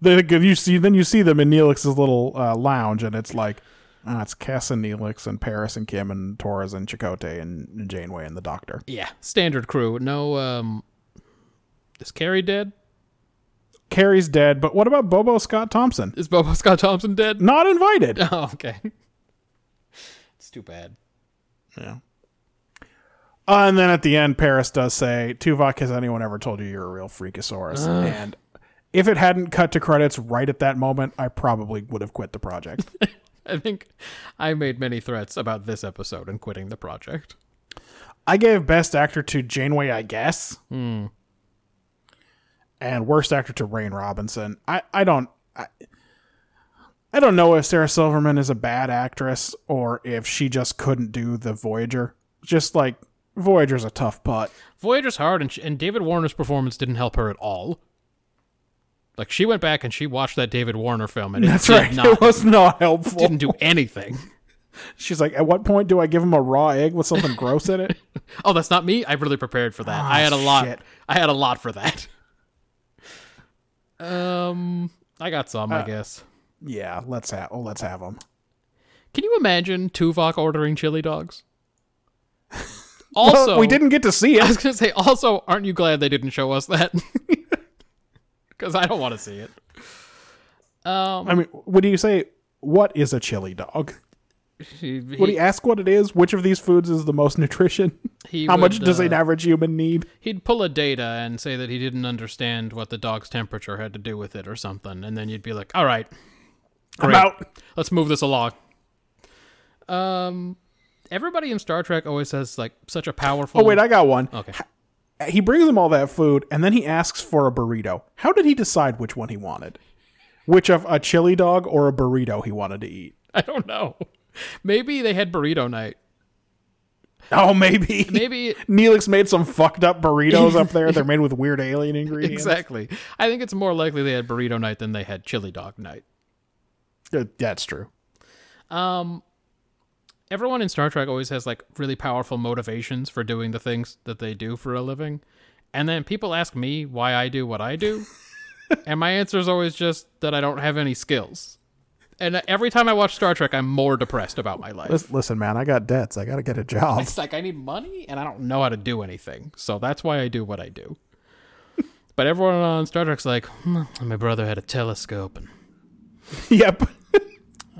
Speaker 2: They give you see then you see them in Neelix's little uh, lounge, and it's like ah, it's Cass and Neelix and Paris and Kim and Torres and Chakotay and Janeway and the Doctor.
Speaker 1: Yeah, standard crew. No, um, is Carrie dead?
Speaker 2: Carrie's dead, but what about Bobo Scott Thompson?
Speaker 1: Is Bobo Scott Thompson dead?
Speaker 2: Not invited.
Speaker 1: Oh, okay. It's too bad.
Speaker 2: Uh, and then at the end, Paris does say, Tuvok, has anyone ever told you you're a real freakosaurus? And if it hadn't cut to credits right at that moment, I probably would have quit the project.
Speaker 1: I think I made many threats about this episode and quitting the project.
Speaker 2: I gave Best Actor to Janeway, I guess. Hmm. And Worst Actor to Rain Robinson. I, I don't. I, I don't know if Sarah Silverman is a bad actress or if she just couldn't do the Voyager. Just like Voyager's a tough putt.
Speaker 1: Voyager's hard, and, sh and David Warner's performance didn't help her at all. Like she went back and she watched that David Warner film, and it
Speaker 2: That's
Speaker 1: did
Speaker 2: right.
Speaker 1: not
Speaker 2: It was not helpful.
Speaker 1: didn't do anything.
Speaker 2: She's like, at what point do I give him a raw egg with something gross in it?
Speaker 1: Oh, that's not me. I really prepared for that. I had a lot.
Speaker 2: Ah, shit.
Speaker 1: I had a lot for that. Um, I got some, I
Speaker 2: Uh,
Speaker 1: guess.
Speaker 2: Yeah, let's have. Oh, let's have him.
Speaker 1: Can you imagine Tuvok ordering chili dogs? Also,
Speaker 2: we didn't get to see
Speaker 1: I was
Speaker 2: it.
Speaker 1: gonna say, also, aren't you glad they didn't show us that? Because I don't want to see it. Um,
Speaker 2: I mean, what do you say? What is a chili dog?
Speaker 1: He,
Speaker 2: Would he ask what it is? Which of these foods is the most nutrition?
Speaker 1: he
Speaker 2: How much
Speaker 1: would,
Speaker 2: does an
Speaker 1: uh,
Speaker 2: average human need?
Speaker 1: He'd pull a data and say that he didn't understand what the dog's temperature had to do with it or something, and then you'd be like, "All right,
Speaker 2: I'm
Speaker 1: great.
Speaker 2: out.
Speaker 1: let's move this along." Um, everybody in Star Trek always has like such a powerful.
Speaker 2: Oh wait, I got one.
Speaker 1: okay.
Speaker 2: He brings them all that food, and then he asks for a burrito. How did he decide which one he wanted? Which of a chili dog or a burrito he wanted to eat?
Speaker 1: I don't know. Maybe they had burrito night.
Speaker 2: Oh, maybe.
Speaker 1: Maybe
Speaker 2: Neelix made some fucked up burritos up there. They're made with weird alien ingredients.
Speaker 1: exactly. I think it's more likely they had burrito night than they had chili dog night.
Speaker 2: Uh, That's true.
Speaker 1: everyone in Star Trek always has like really powerful motivations for doing the things that they do for a living. And then people ask me why I do what I do. and my answer is always just that I don't have any skills. And every time I watch Star Trek, I'm more depressed about my life.
Speaker 2: Lis- Listen, man, I got debts. I got to get a job.
Speaker 1: It's like I need money and I don't know how to do anything. So that's why I do what I do. but everyone on Star Trek's like, hmm, my brother had a telescope and
Speaker 2: yep.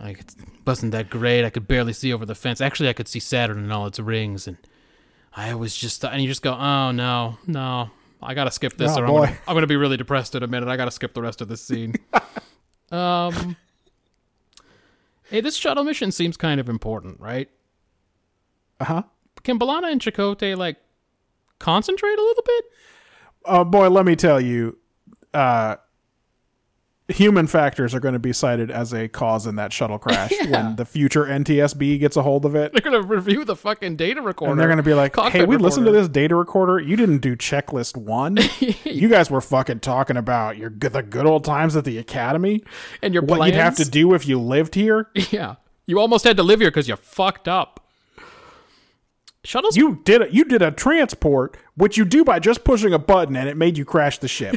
Speaker 1: I could, wasn't that great. I could barely see over the fence. Actually, I could see Saturn and all its rings, and I was just thought, and you just go, oh no, no, I gotta skip this,
Speaker 2: Oh,
Speaker 1: or I'm
Speaker 2: boy.
Speaker 1: gonna, I'm gonna be really depressed in a minute. I gotta skip the rest of this scene. um, hey, this shuttle mission seems kind of important, right?
Speaker 2: Uh huh.
Speaker 1: Can Balana and Chakotay like concentrate a little bit?
Speaker 2: Oh boy, let me tell you, uh, human factors are going to be cited as a cause in that shuttle crash when the future NTSB gets a hold of it.
Speaker 1: They're gonna review the fucking data recorder.
Speaker 2: And they're going to be like,
Speaker 1: cockpit
Speaker 2: "Hey, we listened to
Speaker 1: recorder."
Speaker 2: this data recorder. You didn't do checklist one. you guys were fucking talking about your good, the good old times at the academy
Speaker 1: and your
Speaker 2: What you'd have to
Speaker 1: plans.
Speaker 2: do if you lived here.
Speaker 1: Yeah, you almost had to live here because you fucked up. Shuttles
Speaker 2: You did a, you did a transport, which you do by just pushing a button, and it made you crash the ship.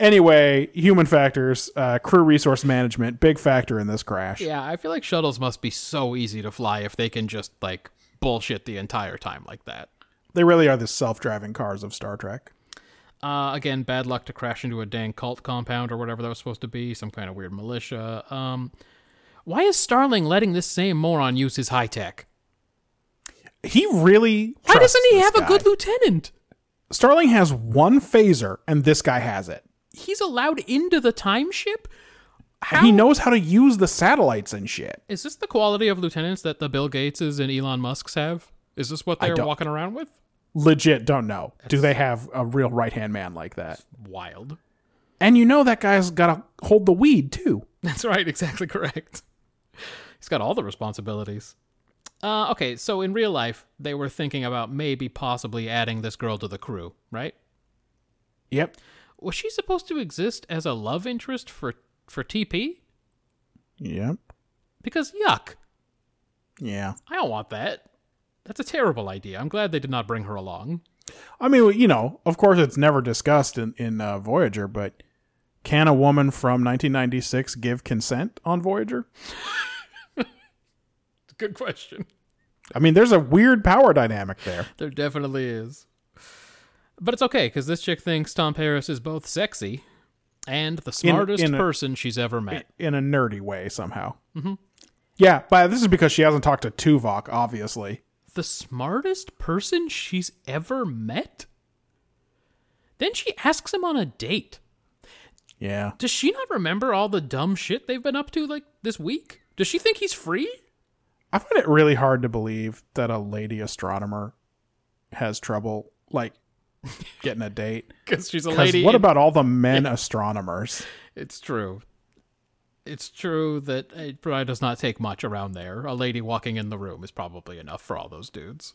Speaker 2: anyway, human factors, uh, crew resource management, big factor in this crash.
Speaker 1: Yeah, I feel like shuttles must be so easy to fly if they can just like bullshit the entire time like that.
Speaker 2: They really are the self driving cars of Star Trek.
Speaker 1: Uh, again, bad luck to crash into a dang cult compound or whatever that was supposed to be, some kind of weird militia. Um, why is Starling letting this same moron use his high tech?
Speaker 2: He really.
Speaker 1: Why
Speaker 2: trusts
Speaker 1: doesn't he
Speaker 2: this
Speaker 1: have
Speaker 2: guy.
Speaker 1: a good lieutenant?
Speaker 2: Starling has one phaser, and this guy has it.
Speaker 1: he's allowed into the time ship.
Speaker 2: He knows how to use the satellites and shit.
Speaker 1: Is this the quality of lieutenants that the Bill Gateses and Elon Musks have? Is this what they're
Speaker 2: don't-
Speaker 1: walking around with?
Speaker 2: Legit, don't know. Do they have a real right hand man like that?
Speaker 1: Wild.
Speaker 2: And you know that guy's got to hold the weed too.
Speaker 1: That's right, exactly correct. He's got all the responsibilities. Uh, okay, so in real life, they were thinking about maybe possibly adding this girl to the crew, right?
Speaker 2: Yep.
Speaker 1: Was she supposed to exist as a love interest for for TP?
Speaker 2: Yep.
Speaker 1: Because yuck,
Speaker 2: Yeah.
Speaker 1: I don't want that. That's a terrible idea. I'm glad they did not bring her along.
Speaker 2: I mean, you know, of course, it's never discussed in in uh, Voyager, but can a woman from 1996 give consent on Voyager?
Speaker 1: Good question.
Speaker 2: I mean, there's a weird power dynamic there.
Speaker 1: There definitely is. But it's okay because this chick thinks Tom Paris is both sexy and the smartest
Speaker 2: in a-
Speaker 1: person she's ever met.
Speaker 2: in a nerdy way somehow. Mm-hmm. Yeah, but this is because she hasn't talked to Tuvok, obviously.
Speaker 1: the smartest person she's ever met? Then she asks him on a date.
Speaker 2: Yeah.
Speaker 1: Does she not remember all the dumb shit they've been up to like this week? Does she think he's free?
Speaker 2: I find it really hard to believe that a lady astronomer has trouble, like, getting a date.
Speaker 1: Because she's a
Speaker 2: 'Cause
Speaker 1: lady.
Speaker 2: what
Speaker 1: and-
Speaker 2: about all the men astronomers?
Speaker 1: It's true. It's true that uh, it probably does not take much around there. A lady walking in the room is probably enough for all those dudes.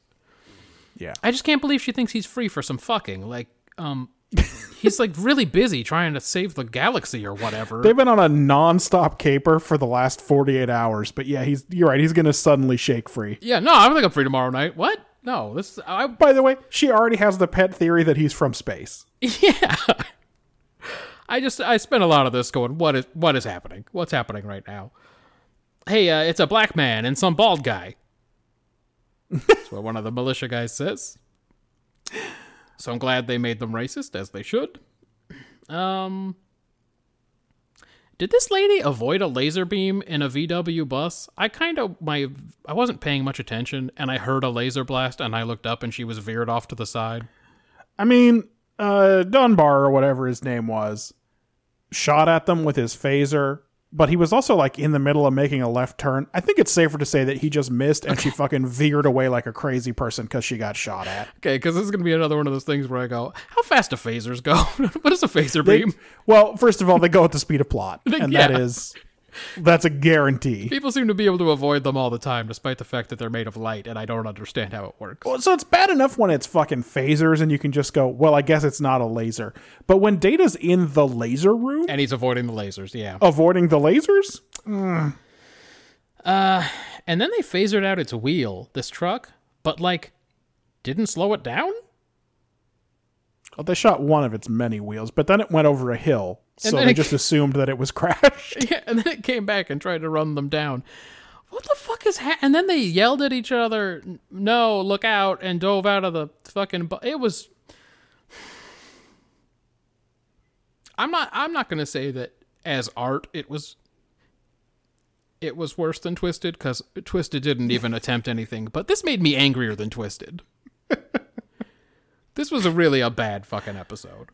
Speaker 2: Yeah.
Speaker 1: I just can't believe she thinks he's free for some fucking. Like, um, he's like really busy trying to save the galaxy or whatever.
Speaker 2: They've been on a nonstop caper for the last 48 hours, but yeah, he's you're right. He's going to suddenly shake free.
Speaker 1: Yeah, no, I don't think I'm free tomorrow night. What? No, this is, I
Speaker 2: By the way, she already has the pet theory that he's from space.
Speaker 1: yeah. I just I spent a lot of this going. What is what is happening? What's happening right now? Hey, uh, it's a black man and some bald guy. That's what one of the militia guys says. So I'm glad they made them racist as they should. Um. Did this lady avoid a laser beam in a VW bus? I kind of my I wasn't paying much attention and I heard a laser blast and I looked up and she was veered off to the side.
Speaker 2: I mean, uh, Dunbar or whatever his name was shot at them with his phaser, but he was also like in the middle of making a left turn. I think it's safer to say that he just missed and she fucking veered away like a crazy person because she got shot at.
Speaker 1: Okay, because this is gonna be another one of those things where I go, how fast do phasers go? what is a phaser beam?
Speaker 2: Well, first of all, they go at the speed of plot, and that
Speaker 1: Yeah.
Speaker 2: is that's a guarantee.
Speaker 1: People seem to be able to avoid them all the time, despite the fact that they're made of light, and I don't understand how it works.
Speaker 2: Well, so it's bad enough when it's fucking phasers and you can just go, well, I guess it's not a laser. But when Data's in the laser room,
Speaker 1: And he's avoiding the lasers, yeah.
Speaker 2: avoiding the lasers,
Speaker 1: And then they phasered out its wheel, this truck, but like, didn't slow it down.
Speaker 2: well, oh, they shot one of its many wheels, but then it went over a hill. So
Speaker 1: then
Speaker 2: they
Speaker 1: it-
Speaker 2: just assumed that it was crashed.
Speaker 1: Yeah, and then it came back and tried to run them down. What the fuck is ha- And then they yelled at each other, "N- "No, look out!" and dove out of the fucking. Bu- it was. I'm not. I'm not gonna say that as art it was. It was worse than Twisted because Twisted didn't even attempt anything. But this made me angrier than Twisted. this was a really a bad fucking episode.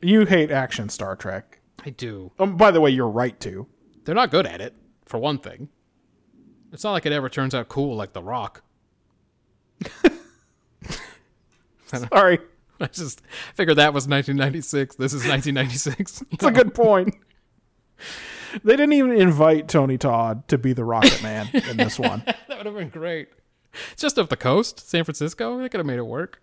Speaker 2: You hate action Star Trek.
Speaker 1: I do.
Speaker 2: Um, by the way, you're right to.
Speaker 1: They're not good at it, for one thing. It's not like it ever turns out cool like The Rock.
Speaker 2: Sorry.
Speaker 1: I just figured that was 1996. This is 1996.
Speaker 2: It's a good point. They didn't even invite Tony Todd to be the Rocket Man in this one.
Speaker 1: that would have been great. It's just up the coast, San Francisco. They could have made it work.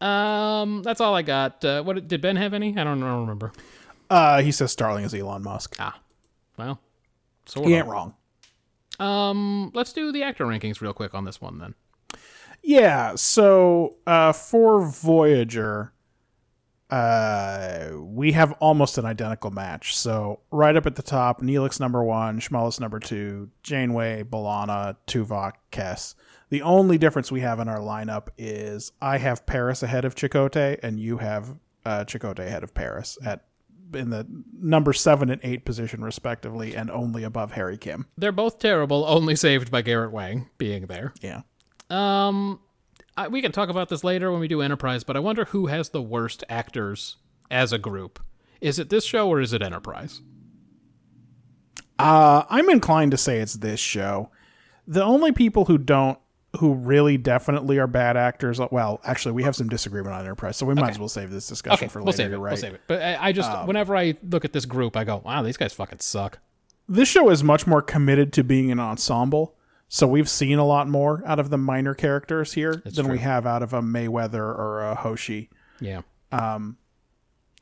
Speaker 1: Um, that's all I got. Uh, what did Ben have any? I don't, I don't remember.
Speaker 2: Uh, he says Starling is Elon Musk.
Speaker 1: Ah, well, sort
Speaker 2: He
Speaker 1: of.
Speaker 2: ain't wrong.
Speaker 1: Um, let's do the actor rankings real quick on this one then.
Speaker 2: Yeah, so uh, for Voyager, uh, we have almost an identical match. So right up at the top, Neelix number one, Schmollis number two, Janeway, Balana, Tuvok, Kess. The only difference we have in our lineup is I have Paris ahead of Chakotay, and you have uh, Chakotay ahead of Paris at in the number seven and eight position respectively, and only above Harry Kim.
Speaker 1: They're both terrible, only saved by Garrett Wang being there.
Speaker 2: Yeah.
Speaker 1: Um, I, we can talk about this later when we do Enterprise, but I wonder who has the worst actors as a group. Is it this show or is it Enterprise?
Speaker 2: Uh, I'm inclined to say it's this show. The only people who don't, who really definitely are bad actors, uh, well, actually, we have some disagreement on Enterprise, so we might as well save this discussion
Speaker 1: Okay,
Speaker 2: for later.
Speaker 1: we'll save it.
Speaker 2: you're right. Um,
Speaker 1: We'll save it. But I, I just, whenever I look at this group, I go, wow, these guys fucking suck.
Speaker 2: This show is much more committed to being an ensemble, so we've seen a lot more out of the minor characters here than we
Speaker 1: true.
Speaker 2: have out of a Mayweather or a Hoshi.
Speaker 1: Yeah.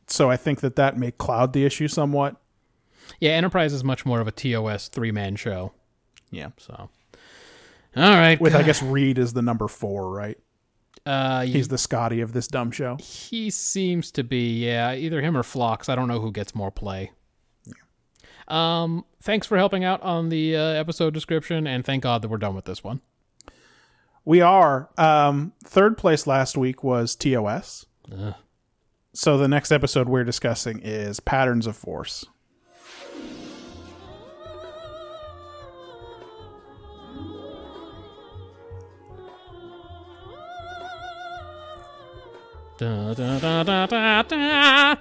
Speaker 2: So I think that that may cloud the issue somewhat.
Speaker 1: Yeah, Enterprise is much more of a TOS three man show.
Speaker 2: Yeah.
Speaker 1: So, all right.
Speaker 2: With, I guess, Reed is the number four, right?
Speaker 1: uh, he,
Speaker 2: He's the Scotty of this dumb show.
Speaker 1: he seems to be, yeah, either him or Phlox. I don't know who gets more play. Um, thanks for helping out on the uh, episode description, and thank God that we're done with this one.
Speaker 2: We are. Um, third place last week was TOS. So the next episode we're discussing is Patterns of Force.
Speaker 1: Da, da, da, da, da, da.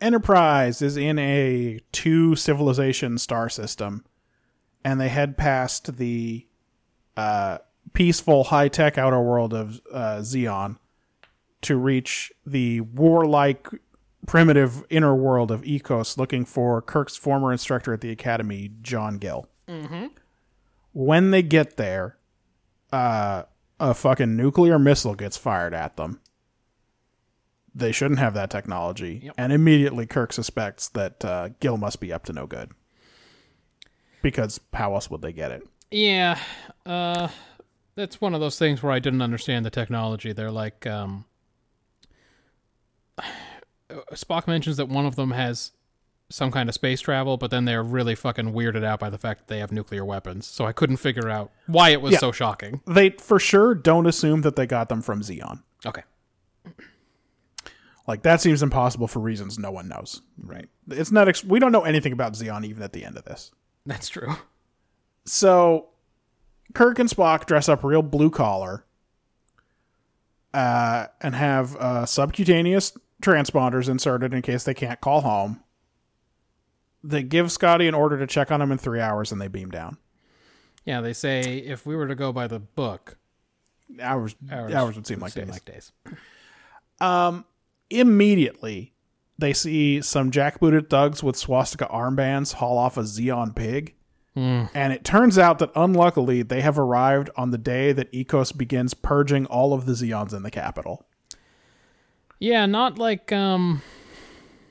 Speaker 2: Enterprise is in a two civilization star system, and they head past the uh, peaceful high tech outer world of uh, Xeon to reach the warlike primitive inner world of Ecos, looking for Kirk's former instructor at the academy, John Gill. Mm-hmm. When they get there, uh, a fucking nuclear missile gets fired at them they shouldn't have that technology. And immediately Kirk suspects that uh, Gil must be up to no good. Because how else would they get it?
Speaker 1: Yeah, uh, that's one of those things where I didn't understand the technology. They're like, um, Spock mentions that one of them has some kind of space travel, but then they're really fucking weirded out by the fact that they have nuclear weapons. So I couldn't figure out why it was
Speaker 2: Yeah.
Speaker 1: so shocking.
Speaker 2: They for sure don't assume that they got them from Xeon.
Speaker 1: Okay.
Speaker 2: Like that seems impossible for reasons no one knows. Right. It's not. Ex- we don't know anything about Xeon even at the end of this.
Speaker 1: That's true.
Speaker 2: So Kirk and Spock dress up real blue collar uh, and have uh, subcutaneous transponders inserted in case they can't call home. They give Scotty an order to check on him in three hours and they beam down.
Speaker 1: Yeah, they say if we were to go by the book,
Speaker 2: Hours,
Speaker 1: hours,
Speaker 2: hours, would seem like days.
Speaker 1: like days.
Speaker 2: Immediately, they see some jackbooted thugs with swastika armbands haul off a Xeon pig. And it turns out that unluckily, they have arrived on the day that Ecos begins purging all of the Xeons in the capital.
Speaker 1: Yeah, not like um.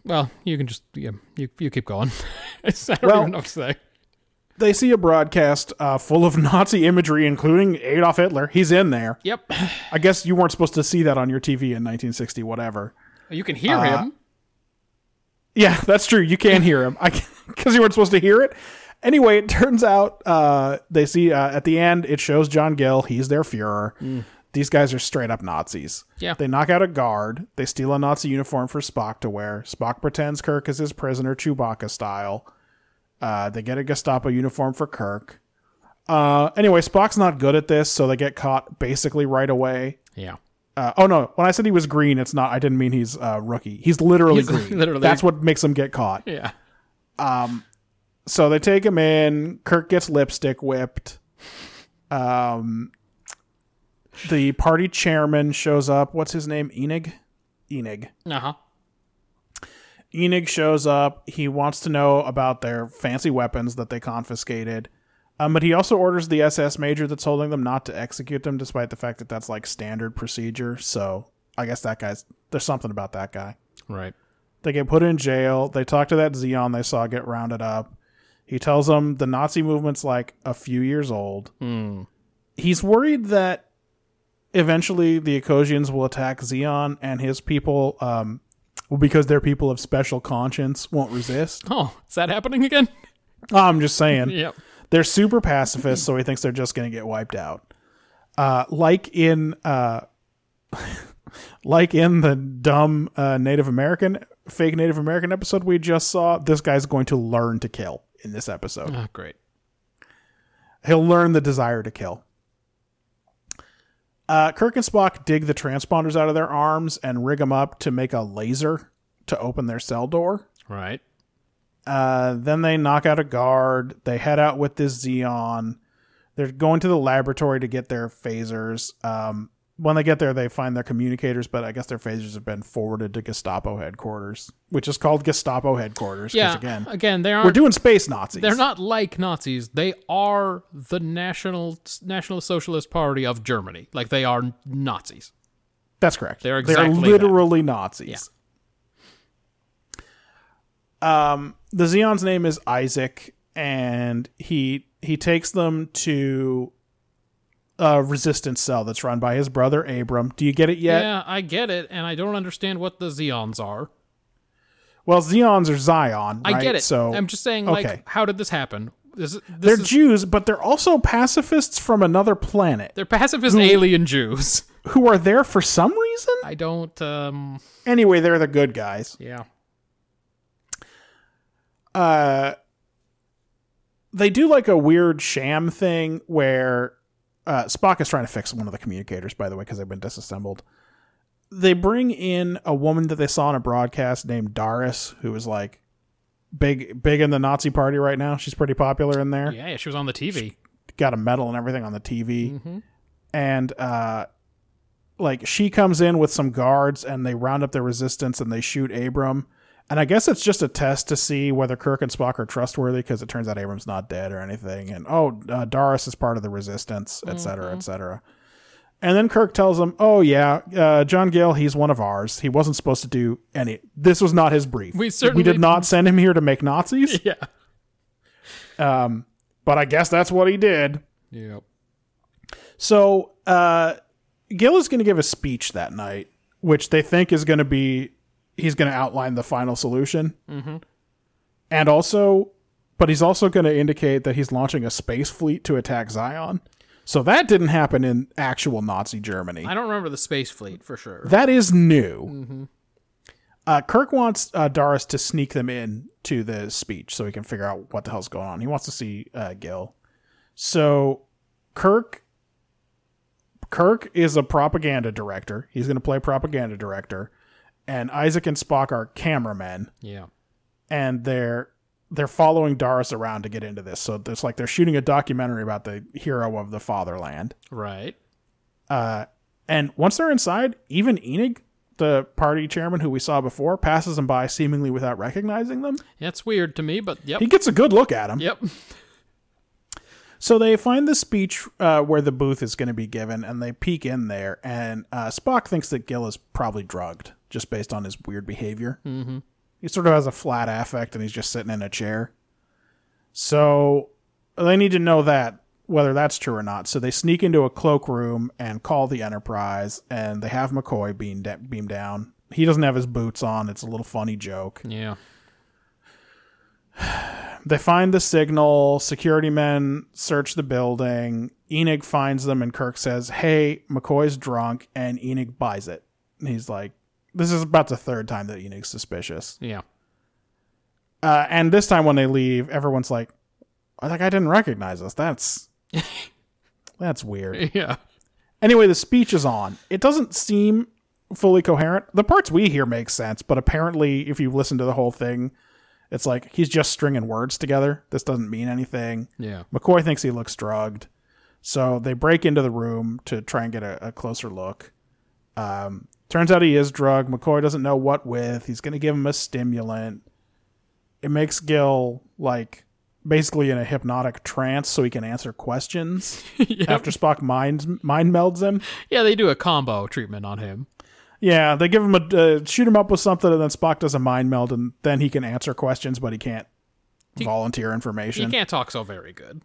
Speaker 1: Well, you can just yeah, you you keep going. I don't
Speaker 2: Well-
Speaker 1: even know what to say.
Speaker 2: they see a broadcast uh, full of Nazi imagery, including Adolf Hitler. He's in there.
Speaker 1: Yep.
Speaker 2: I guess you weren't supposed to see that on your TV in 1960, whatever.
Speaker 1: You can hear
Speaker 2: uh,
Speaker 1: him.
Speaker 2: Yeah, that's true. You can hear him. I because you weren't supposed to hear it. Anyway, it turns out uh, they see uh, at the end it shows John Gill. He's their Führer. These guys are straight up Nazis.
Speaker 1: Yeah.
Speaker 2: They knock out a guard. They steal a Nazi uniform for Spock to wear. Spock pretends Kirk is his prisoner, Chewbacca style. Uh, they get a Gestapo uniform for Kirk. Uh, anyway, Spock's not good at this, so they get caught basically right away.
Speaker 1: Yeah.
Speaker 2: Uh, oh no! When I said he was green, it's not. I didn't mean he's uh, rookie. He's literally
Speaker 1: He's
Speaker 2: green.
Speaker 1: literally-
Speaker 2: That's what makes him get caught.
Speaker 1: Yeah.
Speaker 2: So they take him in. Kirk gets lipstick whipped. Um, the party chairman shows up. What's his name? Enig. Enig.
Speaker 1: Uh huh.
Speaker 2: Enig shows up. He wants to know about their fancy weapons that they confiscated. Um, but he also orders the SS major that's holding them not to execute them, despite the fact that that's like standard procedure. So I guess that guy's there's something about that guy.
Speaker 1: Right.
Speaker 2: They get put in jail. They talk to that Xeon they saw get rounded up. He tells them the Nazi movement's like a few years old. He's worried that eventually the Ecosians will attack Xeon and his people, um, well, because they're people of special conscience, won't resist.
Speaker 1: Oh, is that happening again?
Speaker 2: I'm just saying.
Speaker 1: Yep.
Speaker 2: They're super pacifist, so he thinks they're just going to get wiped out. Uh, like in uh, like in the dumb uh, Native American fake Native American episode we just saw, this guy's going to learn to kill in this episode.
Speaker 1: Oh, great.
Speaker 2: He'll learn the desire to kill. Uh, Kirk and Spock dig the transponders out of their arms and rig them up to make a laser to open their cell door.
Speaker 1: Right.
Speaker 2: Uh, then they knock out a guard. They head out with this Xeon. They're going to the laboratory to get their phasers. Um, when they get there, they find their communicators, but I guess their phasers have been forwarded to Gestapo headquarters, which is called Gestapo headquarters. 'cause
Speaker 1: Yeah.
Speaker 2: again,
Speaker 1: again, they aren't.
Speaker 2: we're doing space Nazis.
Speaker 1: they're not like Nazis. They are the national National Socialist Party of Germany. Like they are Nazis.
Speaker 2: That's correct.
Speaker 1: They're exactly that.
Speaker 2: literally Nazis. Um, the Xeon's name is Isaac, and he he takes them to a resistance cell that's run by his brother Abram. Do you get it yet?
Speaker 1: Yeah, I get it, and I don't understand what the Zeons are.
Speaker 2: Well, Xeons are Zion.
Speaker 1: I
Speaker 2: right?
Speaker 1: get it.
Speaker 2: So
Speaker 1: I'm just saying, like,
Speaker 2: okay.
Speaker 1: how did this happen? This, is-
Speaker 2: they're
Speaker 1: this is,
Speaker 2: Jews, but they're also pacifists from another planet
Speaker 1: they're pacifist alien Jews.
Speaker 2: who are there for some reason.
Speaker 1: I don't. um
Speaker 2: Anyway, they're the good guys.
Speaker 1: Yeah.
Speaker 2: uh they do like a weird sham thing where uh Spock is trying to fix one of the communicators by the way cuz they've been disassembled. They bring in a woman that they saw on a broadcast named Doris who is like big big in the Nazi party right now. She's pretty popular in there.
Speaker 1: Yeah, yeah, she was on the TV.
Speaker 2: Got a medal and everything on the TV.
Speaker 1: Mm-hmm.
Speaker 2: And uh like she comes in with some guards and they round up the resistance and they shoot Abram. And I guess it's just a test to see whether Kirk and Spock are trustworthy because it turns out Abram's not dead or anything. And oh, uh, Doris is part of the resistance, et
Speaker 1: Mm-hmm.
Speaker 2: cetera, et cetera. And then Kirk tells him, "Oh yeah, uh, John Gale, he's one of ours. He wasn't supposed to do any. This was not his brief.
Speaker 1: We certainly-
Speaker 2: did not send him here to make Nazis.
Speaker 1: Yeah.
Speaker 2: but I guess that's what he did.
Speaker 1: Yeah.
Speaker 2: So uh, Gil is going to give a speech that night, which they think is going to be he's going to outline the final solution, mm-hmm. and also, but he's also going to indicate that he's launching a space fleet to attack Zion. So that didn't happen in actual Nazi Germany.
Speaker 1: I don't remember the space fleet for sure.
Speaker 2: That is new. Uh, Kirk wants uh, Doris to sneak them in to the speech so he can figure out what the hell's going on. He wants to see uh, Gil. So Kirk Kirk is a propaganda director. He's going to play propaganda director, and Isaac and Spock are cameramen,
Speaker 1: Yeah.
Speaker 2: and they're they're following Doris around to get into this. So it's like they're shooting a documentary about the hero of the fatherland.
Speaker 1: Right.
Speaker 2: And once they're inside, even Enig, the party chairman who we saw before, passes them by seemingly without recognizing them.
Speaker 1: That's weird to me, but yep.
Speaker 2: He gets a good look at them.
Speaker 1: yep.
Speaker 2: So they find the speech uh, where the booth is going to be given, and they peek in there. And uh, Spock thinks that Gill is probably drugged, just based on his weird behavior. Mm-hmm. He sort of has a flat affect, and he's just sitting in a chair. So they need to know that whether that's true or not. So they sneak into a cloakroom and call the Enterprise, and they have McCoy beam da- beam down. He doesn't have his boots on. It's a little funny joke.
Speaker 1: Yeah.
Speaker 2: They find the signal. Security men search the building. Enig finds them, and Kirk says, Hey, McCoy's drunk, and Enig buys it. And he's like, This is about the third time that Enig's suspicious.
Speaker 1: Yeah.
Speaker 2: Uh, and this time when they leave, everyone's like, "Oh, That guy didn't recognize us. That's. That's weird.
Speaker 1: Yeah.
Speaker 2: Anyway, the speech is on. It doesn't seem fully coherent. The parts we hear make sense, but apparently, if you listen to the whole thing, it's like he's just stringing words together. This doesn't mean anything.
Speaker 1: Yeah.
Speaker 2: McCoy thinks he looks drugged. So they break into the room to try and get a, a closer look. Um, turns out he is drugged. McCoy doesn't know what with. He's going to give him a stimulant. It makes Gil, like, basically in a hypnotic trance so he can answer questions
Speaker 1: Yep.
Speaker 2: after Spock mind, mind melds him.
Speaker 1: Yeah, they do a combo treatment on him.
Speaker 2: Yeah, they give him a uh, shoot him up with something, and then Spock does a mind meld, and then he can answer questions, but he can't volunteer information.
Speaker 1: He can't talk so very good.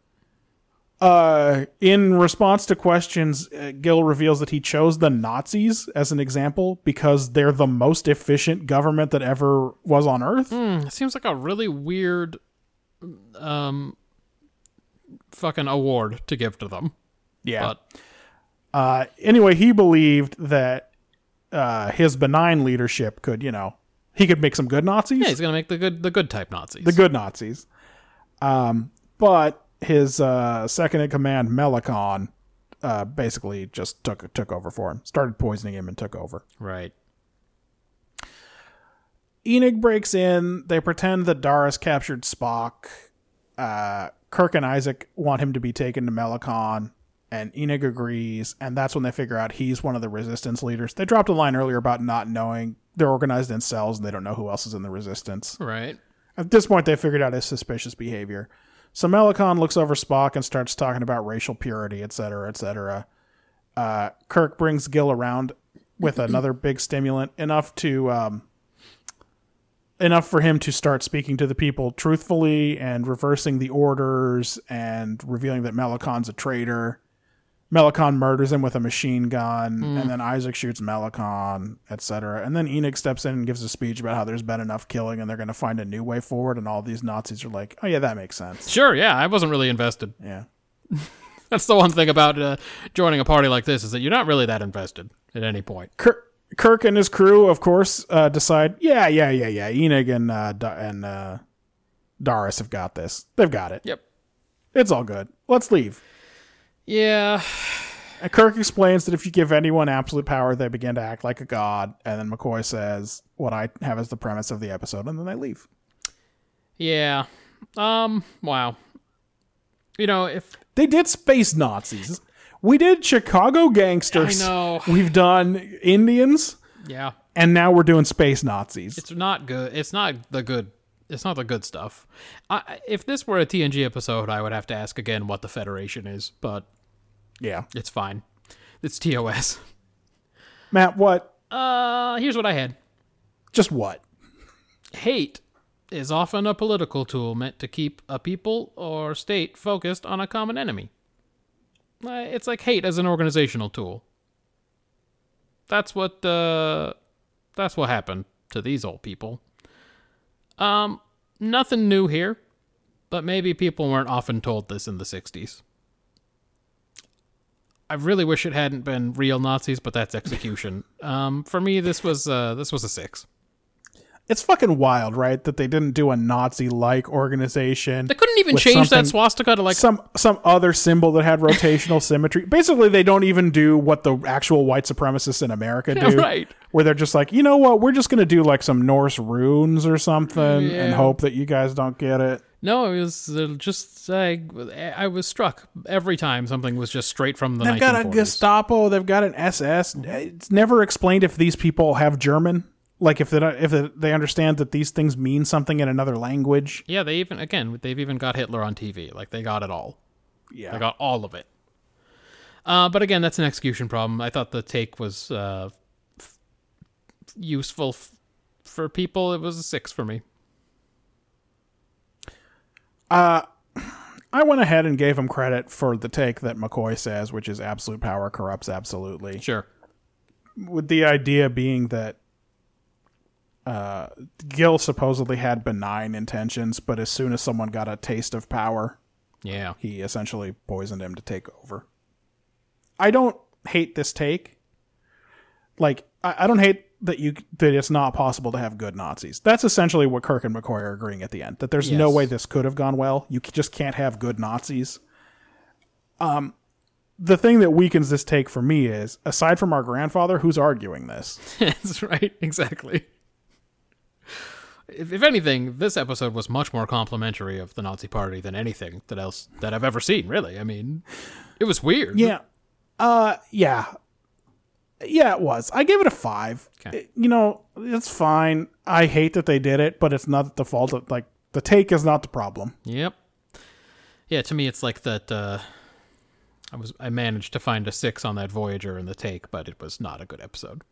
Speaker 2: Uh, in response to questions, uh, Gill reveals that he chose the Nazis as an example because they're the most efficient government that ever was on Earth.
Speaker 1: Hmm, It seems like a really weird um fucking award to give to them.
Speaker 2: yeah.
Speaker 1: But
Speaker 2: uh, anyway, he believed that uh, his benign leadership could, you know, he could make some good Nazis.
Speaker 1: yeah, he's gonna make the good the good type Nazis.
Speaker 2: the good Nazis. Um, but his uh, second in command, Melikon, uh, basically just took took over for him, started poisoning him, and took over.
Speaker 1: right.
Speaker 2: Enid breaks in. They pretend that Dara's captured Spock. Uh, Kirk and Isaac want him to be taken to Melicon, and Enid agrees. And that's when they figure out he's one of the resistance leaders. They dropped a line earlier about not knowing they're organized in cells and they don't know who else is in the resistance.
Speaker 1: Right.
Speaker 2: At this point, they figured out his suspicious behavior. So Melicon looks over Spock and starts talking about racial purity, etc., etc. Uh, Kirk brings Gil around with another big stimulant, enough to um, enough for him to start speaking to the people truthfully and reversing the orders and revealing that Melicon's a traitor. Melicon murders him with a machine gun, and then Isaac shoots Melicon, etc. And then Enoch steps in and gives a speech about how there's been enough killing and they're going to find a new way forward. And all these Nazis are like, "Oh yeah, that makes sense."
Speaker 1: Sure. Yeah, I wasn't really invested.
Speaker 2: Yeah,
Speaker 1: That's the one thing about uh, joining a party like this is that you're not really that invested at any point.
Speaker 2: Kirk, Kirk and his crew, of course, uh, decide, yeah, yeah, yeah, yeah. Enid and uh, da- and uh, Daris have got this. They've got it.
Speaker 1: Yep.
Speaker 2: It's all good. Let's leave.
Speaker 1: Yeah.
Speaker 2: And Kirk explains that if you give anyone absolute power, they begin to act like a god. And then McCoy says, "What I have is the premise of the episode," and then they leave.
Speaker 1: Yeah. Um. Wow. You know, if
Speaker 2: They did space Nazis. We did Chicago gangsters.
Speaker 1: I know.
Speaker 2: We've done Indians,
Speaker 1: yeah,
Speaker 2: and now we're doing space Nazis.
Speaker 1: it's not good. It's not the good. It's not the good stuff. I, if this were a TNG episode, I would have to ask again what the Federation is, but
Speaker 2: yeah,
Speaker 1: it's fine. It's TOS.
Speaker 2: Matt. What?
Speaker 1: Uh, here's what I had.
Speaker 2: Just what?
Speaker 1: Hate is often a political tool meant to keep a people or state focused on a common enemy. Uh, It's like hate as an organizational tool. That's what uh, that's what happened to these old people. Um, nothing new here, but maybe people weren't often told this in the '60s. I really wish it hadn't been real Nazis, but that's execution. um, for me, this was uh, this was a six.
Speaker 2: It's fucking wild, right? That they didn't do a Nazi-like organization.
Speaker 1: They couldn't even
Speaker 2: with
Speaker 1: change that
Speaker 2: something-
Speaker 1: swastika to like
Speaker 2: some some other symbol that had rotational symmetry. Basically, they don't even do what the actual white supremacists in America do,
Speaker 1: Yeah, right.
Speaker 2: Where they're just like, you know what? We're just gonna do like some Norse runes or something, and
Speaker 1: Yeah.
Speaker 2: hope that you guys don't get it.
Speaker 1: No, it was uh, just I, I was struck every time something was just straight from the
Speaker 2: They've got a
Speaker 1: 1940s.
Speaker 2: Gestapo. They've got an SS. It's never explained if these people have German, like if they don't, if they understand that these things mean something in another language.
Speaker 1: yeah, they even again they've even got Hitler on TV. Like they got it all.
Speaker 2: Yeah,
Speaker 1: They got all of it. Uh, but again, that's an execution problem. I thought the take was uh, f- useful f- for people. It was a six for me.
Speaker 2: I went ahead and gave him credit for the take that McCoy says, which is absolute power corrupts absolutely.
Speaker 1: Sure.
Speaker 2: With the idea being that uh, Gill supposedly had benign intentions, but as soon as someone got a taste of power,
Speaker 1: Yeah.
Speaker 2: he essentially poisoned him to take over. I don't hate this take. Like, I, I don't hate that you that it's not possible to have good Nazis. That's essentially what Kirk and McCoy are agreeing at the end. That there's no
Speaker 1: Yes.
Speaker 2: way this could have gone well. You c- just can't have good Nazis. Um, the thing that weakens this take for me is, aside from our grandfather, who's arguing this.
Speaker 1: That's right, exactly. If, if anything, this episode was much more complimentary of the Nazi Party than anything that else that I've ever seen. Really, I mean, it was weird.
Speaker 2: Yeah. Uh yeah. Yeah, it was. I gave it a five.
Speaker 1: Okay.
Speaker 2: It- you know, it's fine. I hate that they did it, but it's not the fault of like the take is not the problem.
Speaker 1: Yep. Yeah, to me, it's like that. Uh, I was I managed to find a six on that Voyager in the take, but it was not a good episode.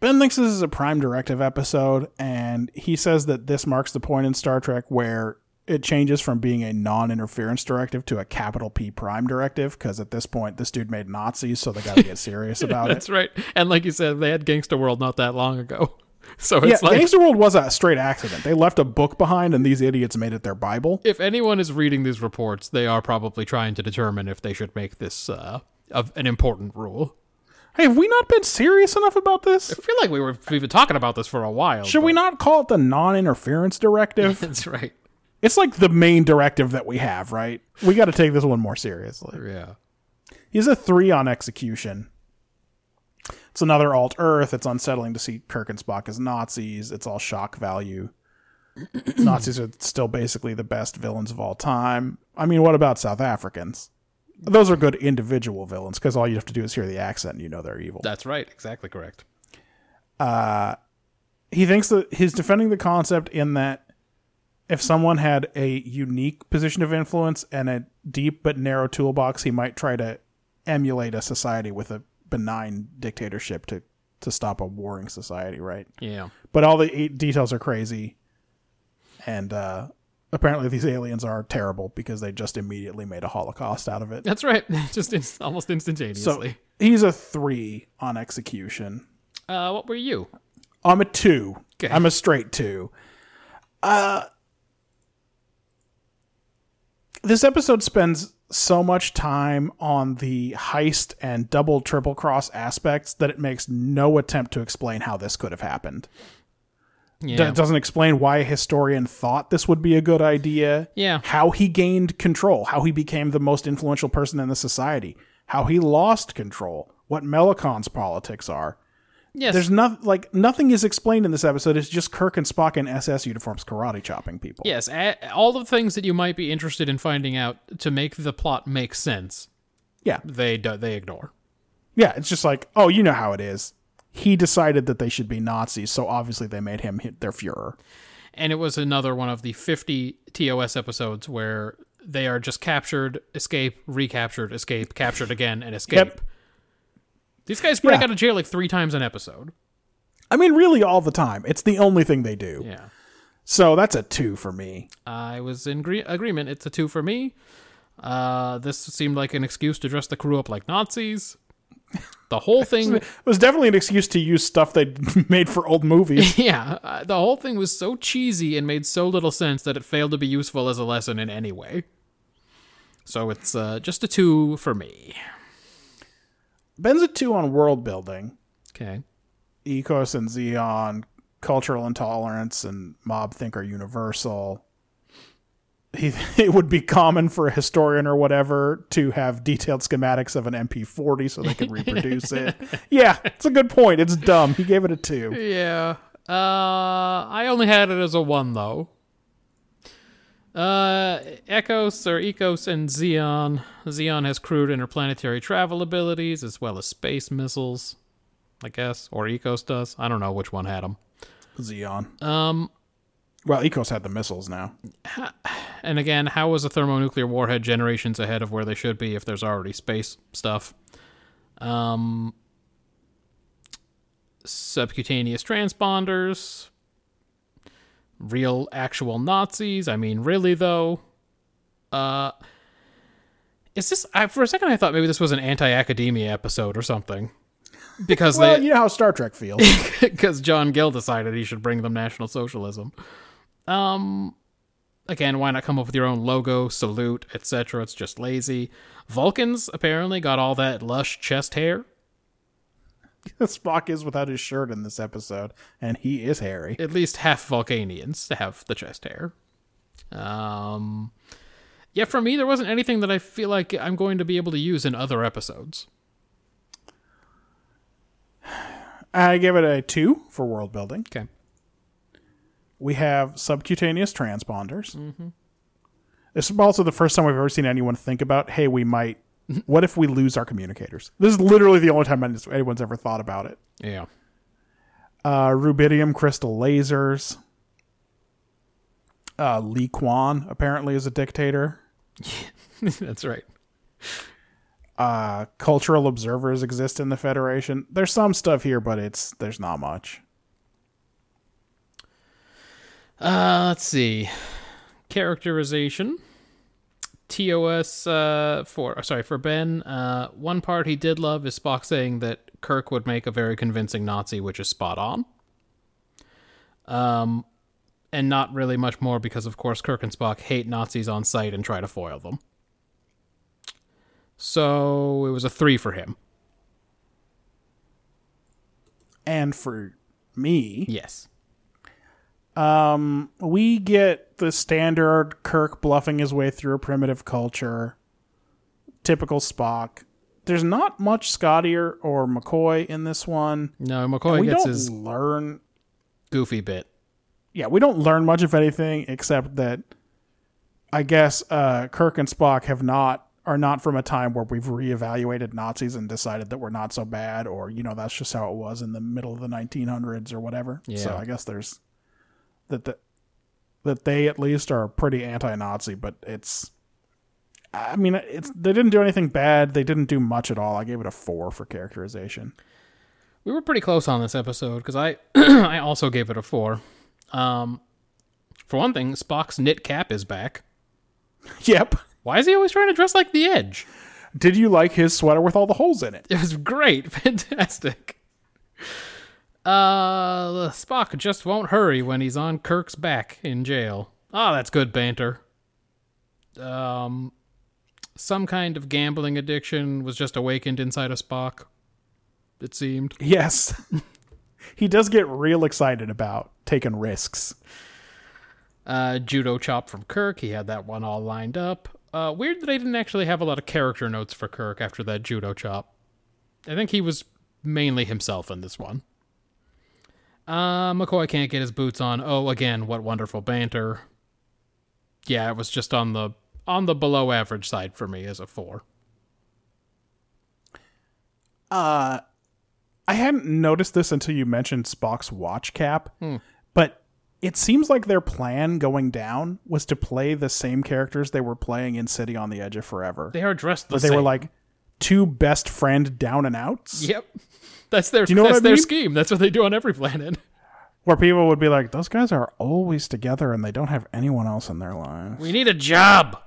Speaker 2: Ben thinks this is a prime directive episode, and he says that this marks the point in Star Trek where it changes from being a non interference directive to a capital P prime directive, because at this point this dude made Nazis, so they gotta get serious about it.
Speaker 1: That's right. And like you said, they had Gangsta World not that long ago, so
Speaker 2: Yeah,
Speaker 1: it's like
Speaker 2: Gangster World was a straight accident. They left a book behind and these idiots made it their Bible.
Speaker 1: if anyone is reading these reports, they are probably trying to determine if they should make this uh, of an important rule.
Speaker 2: Hey, have we not been serious enough about this?
Speaker 1: I feel like we were we've been talking about this for a while.
Speaker 2: Should we
Speaker 1: but-
Speaker 2: not call it the non interference directive?
Speaker 1: That's right.
Speaker 2: it's like the main directive that we have, right? We got to take this one more seriously.
Speaker 1: Yeah.
Speaker 2: He's a three on execution. It's another alt Earth. It's unsettling to see Kirk and Spock as Nazis. It's all shock value. Nazis are still basically the best villains of all time. I mean, what about South Africans? Those are good individual villains because all you have to do is hear the accent and you know they're evil.
Speaker 1: That's right. Exactly correct.
Speaker 2: he thinks that he's defending the concept in that if someone had a unique position of influence and a deep but narrow toolbox, he might try to emulate a society with a benign dictatorship to to stop a warring society, right?
Speaker 1: Yeah.
Speaker 2: But all the e- details are crazy, and uh, apparently these aliens are terrible because they just immediately made a holocaust out of it.
Speaker 1: That's right. Just in- almost
Speaker 2: So
Speaker 1: instantaneously.
Speaker 2: he's a three on execution.
Speaker 1: uh, what were you?
Speaker 2: I'm a two.
Speaker 1: Okay.
Speaker 2: I'm a straight two. Uh, this episode spends so much time on the heist and double triple cross aspects that it makes no attempt to explain how this could have happened.
Speaker 1: Yeah.
Speaker 2: It doesn't explain why a historian thought this would be a good idea.
Speaker 1: Yeah.
Speaker 2: How he gained control, how he became the most influential person in the society, how he lost control, what Melicon's politics are.
Speaker 1: yes.
Speaker 2: There's not like nothing is explained in this episode. It's just Kirk and Spock in SS uniforms karate chopping people.
Speaker 1: Yes, a- all the things that you might be interested in finding out to make the plot make sense,
Speaker 2: yeah,
Speaker 1: they do, they ignore.
Speaker 2: yeah. It's just like, oh, you know how it is. He decided that they should be Nazis, so obviously they made him hit their Führer.
Speaker 1: And it was another one of the 50 TOS episodes where they are just captured, escape, recaptured, escape, captured again, and escape. These guys break
Speaker 2: Yeah.
Speaker 1: out of jail like three times an episode.
Speaker 2: I mean, really, all the time. It's the only thing they do.
Speaker 1: Yeah.
Speaker 2: So that's a two for me.
Speaker 1: I was in gre- agreement. It's a two for me. Uh, this seemed like an excuse to dress the crew up like Nazis. The whole thing
Speaker 2: It was definitely an excuse to use stuff they made for old movies.
Speaker 1: Yeah, uh, the whole thing was so cheesy and made so little sense that it failed to be useful as a lesson in any way. So it's uh, just a two for me.
Speaker 2: Ben's a two on world building,
Speaker 1: Okay.
Speaker 2: ecos and Xeon, cultural intolerance, and mob think are universal. He, it would be common for a historian or whatever to have detailed schematics of an MP40 so they could reproduce it. Yeah, it's a good point. It's dumb. He gave it a two.
Speaker 1: Yeah. Uh, I only had it as a one though. Uh, Echos or Ecos and Xeon. Xeon has crude interplanetary travel abilities as well as space missiles, I guess, or Ecos does. I don't know which one had them.
Speaker 2: Xeon. Um. Well, Ecos had the missiles now.
Speaker 1: And again, how was a thermonuclear warhead generations ahead of where they should be if there's already space stuff? Um, subcutaneous transponders, real actual Nazis. I mean, really though. Uh, is this? I, for a second, I thought maybe this was an anti-academia episode or something, because
Speaker 2: Well,
Speaker 1: they
Speaker 2: you know how Star Trek feels.
Speaker 1: because John Gill decided he should bring them National Socialism. Um, again, why not come up with your own logo, salute, etc.? It's just lazy. Vulcans apparently got all that lush chest hair.
Speaker 2: Spock is without his shirt in this episode, and he is hairy.
Speaker 1: At least half Vulcanians have the chest hair. Um, yeah, for me, there wasn't anything that I feel like I'm going to be able to use in other episodes.
Speaker 2: I give it a two for world building.
Speaker 1: Okay.
Speaker 2: We have subcutaneous transponders. This is also the first time we've ever seen anyone think about, hey, we might. What if we lose our communicators? This is literally the only time anyone's ever thought about it.
Speaker 1: Yeah.
Speaker 2: Uh, rubidium crystal lasers. Uh, Lee Kwan apparently is a dictator.
Speaker 1: That's right.
Speaker 2: Uh, cultural observers exist in the Federation. There's some stuff here, but it's there's not much.
Speaker 1: Uh, let's see. Characterization. TOS uh, for sorry for Ben. Uh, one part he did love is Spock saying that Kirk would make a very convincing Nazi, which is spot on. Um, and not really much more because of course Kirk and Spock hate Nazis on sight and try to foil them. So it was a three for him.
Speaker 2: And for me,
Speaker 1: Yes.
Speaker 2: we get the standard Kirk bluffing his way through a primitive culture, typical Spock, there's not much Scottier or McCoy in this one.
Speaker 1: No, McCoy
Speaker 2: we
Speaker 1: gets
Speaker 2: don't
Speaker 1: his
Speaker 2: learn.
Speaker 1: goofy bit.
Speaker 2: Yeah, we don't learn much of anything except that I guess uh, Kirk and Spock have not are not from a time where we've reevaluated Nazis and decided that we're not so bad, or you know that's just how it was in the middle of the 1900s or whatever. So
Speaker 1: Yeah.
Speaker 2: I guess there's that the, that they at least are pretty anti-Nazi, but it's. I mean, it's they didn't do anything bad. They didn't do much at all. I gave it a four for characterization.
Speaker 1: We were pretty close on this episode because I I also gave it a four. Um, for one thing, Spock's knit cap is back.
Speaker 2: Yep.
Speaker 1: Why is he always trying to dress like the Edge?
Speaker 2: Did you like his sweater with all the holes in it?
Speaker 1: It was great, fantastic. Uh, Spock just won't hurry when he's on Kirk's back in jail. Ah, that's good banter. Um, some kind of gambling addiction was just awakened inside of Spock. It seemed.
Speaker 2: Yes. he does get real excited about taking risks.
Speaker 1: Uh, judo chop from Kirk. He had that one all lined up. Uh, weird that I didn't actually have a lot of character notes for Kirk after that judo chop. I think he was mainly himself in this one. Uh, McCoy can't get his boots on. Oh, again, what wonderful banter. Yeah, it was just on the on the below average side for me as a four.
Speaker 2: I hadn't noticed this until you mentioned Spock's watch cap, but it seems like their plan going down was to play the same characters they were playing in City on the Edge of Forever.
Speaker 1: They are dressed the
Speaker 2: but they were
Speaker 1: same.
Speaker 2: like two best friend down and outs,
Speaker 1: yep, that's their
Speaker 2: you know what
Speaker 1: that's
Speaker 2: I
Speaker 1: their
Speaker 2: mean?
Speaker 1: scheme. That's what they do on every planet.
Speaker 2: where people would be like, "Those guys are always together and they don't have anyone else in their lives."
Speaker 1: We need a job.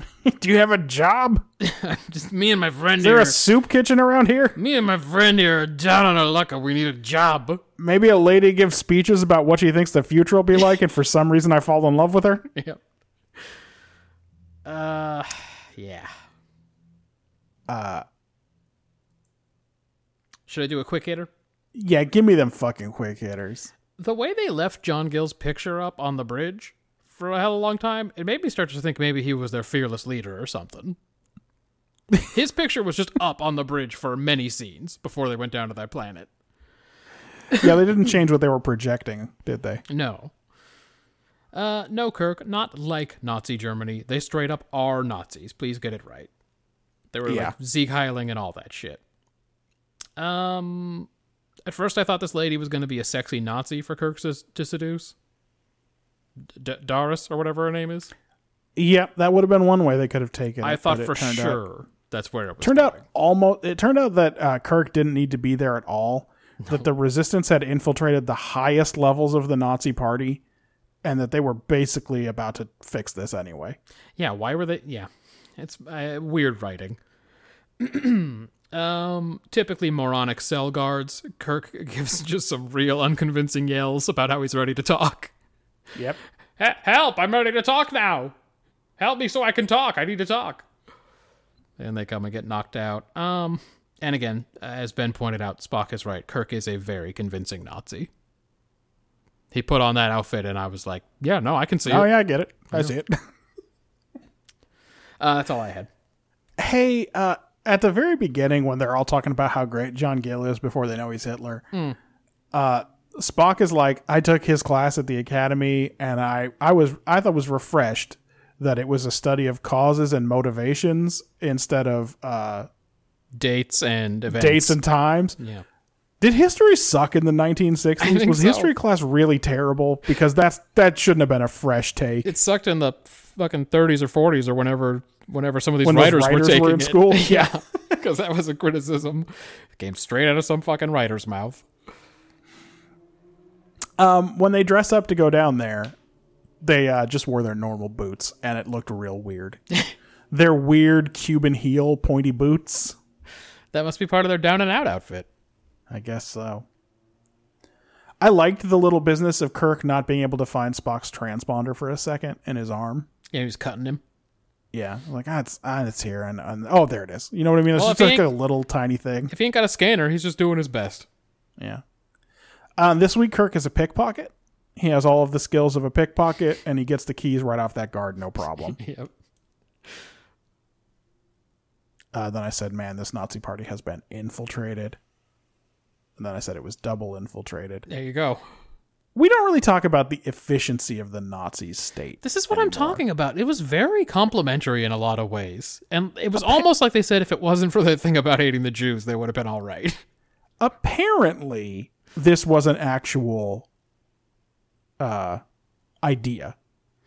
Speaker 2: Do you have a job? Is
Speaker 1: Just me and my friend
Speaker 2: there
Speaker 1: here.
Speaker 2: a soup kitchen around here?
Speaker 1: Me and my friend here are down on our luck and we need a job.
Speaker 2: Maybe a lady gives speeches about what she thinks the future will be like, and for some reason I fall in love with her.
Speaker 1: Yep. Uh, yeah.
Speaker 2: Uh,
Speaker 1: Should I do a quick hitter?
Speaker 2: yeah, give me them fucking quick hitters.
Speaker 1: The way they left John Gill's picture up on the bridge for a hell of a long time, it made me start to think maybe he was their fearless leader or something. His picture was just up on the bridge for many scenes before they went down to that planet.
Speaker 2: Yeah, they didn't change what they were projecting, did they?
Speaker 1: No. Uh, no, Kirk, not like Nazi Germany. They straight up are Nazis. Please get it right. They were
Speaker 2: Yeah.
Speaker 1: like Zeke Heiling and all that shit. Um, at first I thought this lady was going to be a sexy Nazi for Kirk to, to seduce. D- Doris or whatever her name is.
Speaker 2: Yeah, that would have been one way they could have taken.
Speaker 1: I
Speaker 2: it,
Speaker 1: thought
Speaker 2: but it
Speaker 1: for
Speaker 2: turned Out,
Speaker 1: sure that's where it was.
Speaker 2: turned out
Speaker 1: going.
Speaker 2: almost. It turned out that uh, Kirk didn't need to be there at all. That the resistance had infiltrated the highest levels of the Nazi Party, and that they were basically about to fix this anyway.
Speaker 1: Yeah, why were they? Yeah, it's uh, weird writing. um, typically moronic cell guards. Kirk gives just some real unconvincing yells about how he's ready to talk.
Speaker 2: Yep.
Speaker 1: "He- help! I'm ready to talk now. Help me so I can talk. I need to talk. And they come and get knocked out. Um, and again, as Ben pointed out, Spock is right. Kirk is a very convincing Nazi. He put on that outfit, and I was like, "Yeah, no, I can see
Speaker 2: Oh
Speaker 1: it."
Speaker 2: yeah, I get it. I see it.
Speaker 1: Uh, that's all I had.
Speaker 2: hey, uh, at the very beginning when they're all talking about how great John Gill is before they know he's Hitler,
Speaker 1: Hmm.
Speaker 2: uh, Spock is like, I took his class at the academy and I, I was I thought was refreshed that it was a study of causes and motivations instead of uh,
Speaker 1: Dates and events.
Speaker 2: dates and times.
Speaker 1: yeah.
Speaker 2: Did history suck in the
Speaker 1: I
Speaker 2: 1960s?
Speaker 1: think
Speaker 2: Was
Speaker 1: so.
Speaker 2: history class really terrible? Because that's that shouldn't have been a fresh take.
Speaker 1: it sucked in the fucking 30s or 40s or whenever whenever some of these
Speaker 2: When those
Speaker 1: writers,
Speaker 2: writers
Speaker 1: were taking
Speaker 2: were in
Speaker 1: it.
Speaker 2: school?
Speaker 1: yeah, because that was a criticism. It came straight out of some fucking writer's mouth.
Speaker 2: Um, when they dress up to go down there, they uh, just wore their normal boots, and it looked real weird. their weird Cuban heel pointy boots.
Speaker 1: That must be part of their down and out outfit.
Speaker 2: I guess so. I liked the little business of Kirk not being able to find Spock's transponder for a second in his arm.
Speaker 1: Yeah, he was cutting him.
Speaker 2: Yeah, like ah, it's ah, it's here, and, and oh, there it is. You know what I mean? It's
Speaker 1: Well,
Speaker 2: just
Speaker 1: if
Speaker 2: like
Speaker 1: he-
Speaker 2: a little tiny thing.
Speaker 1: If he ain't got a scanner, he's just doing his best.
Speaker 2: Yeah. Um, this week, Kirk is a pickpocket. He has all of the skills of a pickpocket, and he gets the keys right off that guard, no problem.
Speaker 1: Yep.
Speaker 2: Uh, then I said, man, this Nazi party has been infiltrated. And then I said it was double infiltrated.
Speaker 1: There you go.
Speaker 2: We don't really talk about the efficiency of the Nazi state.
Speaker 1: This is what I'm
Speaker 2: anymore.
Speaker 1: talking about. It was very complimentary in a lot of ways. And it was almost like they said if it wasn't for that thing about hating the Jews, they would have been all right.
Speaker 2: Apparently, this was an actual uh, idea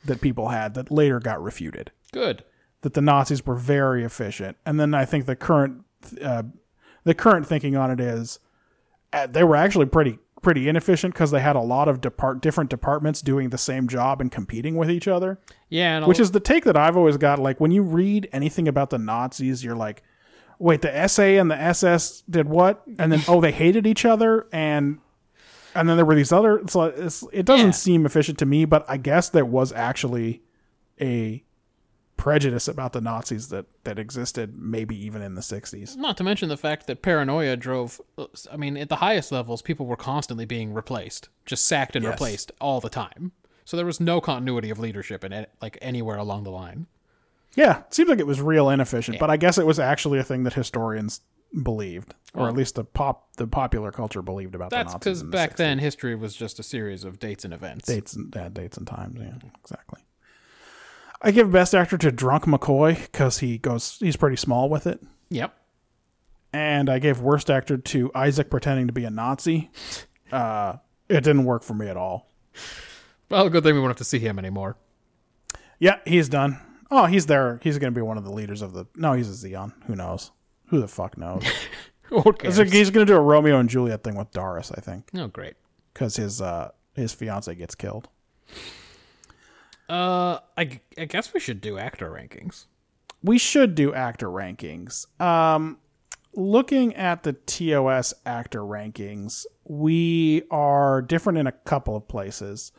Speaker 2: that people had that later got refuted.
Speaker 1: Good.
Speaker 2: that the Nazis were very efficient. And then I think the current uh, the current thinking on it is uh, they were actually pretty pretty inefficient because they had a lot of depart different departments doing the same job and competing with each other.
Speaker 1: Yeah, and
Speaker 2: Which is the take that I've always got. Like when you read anything about the Nazis, you're like, wait, the SA and the SS did what? And then oh, they hated each other and. And then there were these other. It's like it's, it doesn't
Speaker 1: Yeah.
Speaker 2: seem efficient to me, but I guess there was actually a prejudice about the Nazis that that existed, maybe even in the '60s.
Speaker 1: not to mention the fact that paranoia drove uh, I mean, at the highest levels, people were constantly being replaced, just sacked and
Speaker 2: Yes.
Speaker 1: replaced all the time. So there was no continuity of leadership in it, like anywhere along the line.
Speaker 2: Yeah, it seems like it was real inefficient, but I guess it was actually a thing that historians believed, or at least the pop the popular culture believed about
Speaker 1: That's
Speaker 2: the Nazis.
Speaker 1: because
Speaker 2: in the
Speaker 1: back
Speaker 2: 60s.
Speaker 1: then history was just a series of dates and events.
Speaker 2: dates and yeah, dates and times. Yeah, exactly. I give best actor to Drunk McCoy because he goes he's pretty small with it,
Speaker 1: Yep.
Speaker 2: and I gave worst actor to Isaac pretending to be a Nazi. Uh, it didn't work for me at all.
Speaker 1: Well, good thing we won't have to see him anymore.
Speaker 2: Yeah, he's done. Oh, he's there. He's going to be one of the leaders of the. No, he's a Xeon. Who knows? Who the fuck knows?
Speaker 1: Okay.
Speaker 2: He's- he's going to do a Romeo and Juliet thing with Doris, I think,
Speaker 1: Oh, great.
Speaker 2: because his uh his fiance gets killed.
Speaker 1: Uh, I, g- I guess we should do actor rankings.
Speaker 2: We should do actor rankings. Um, looking at the TOS actor rankings, we are different in a couple of places.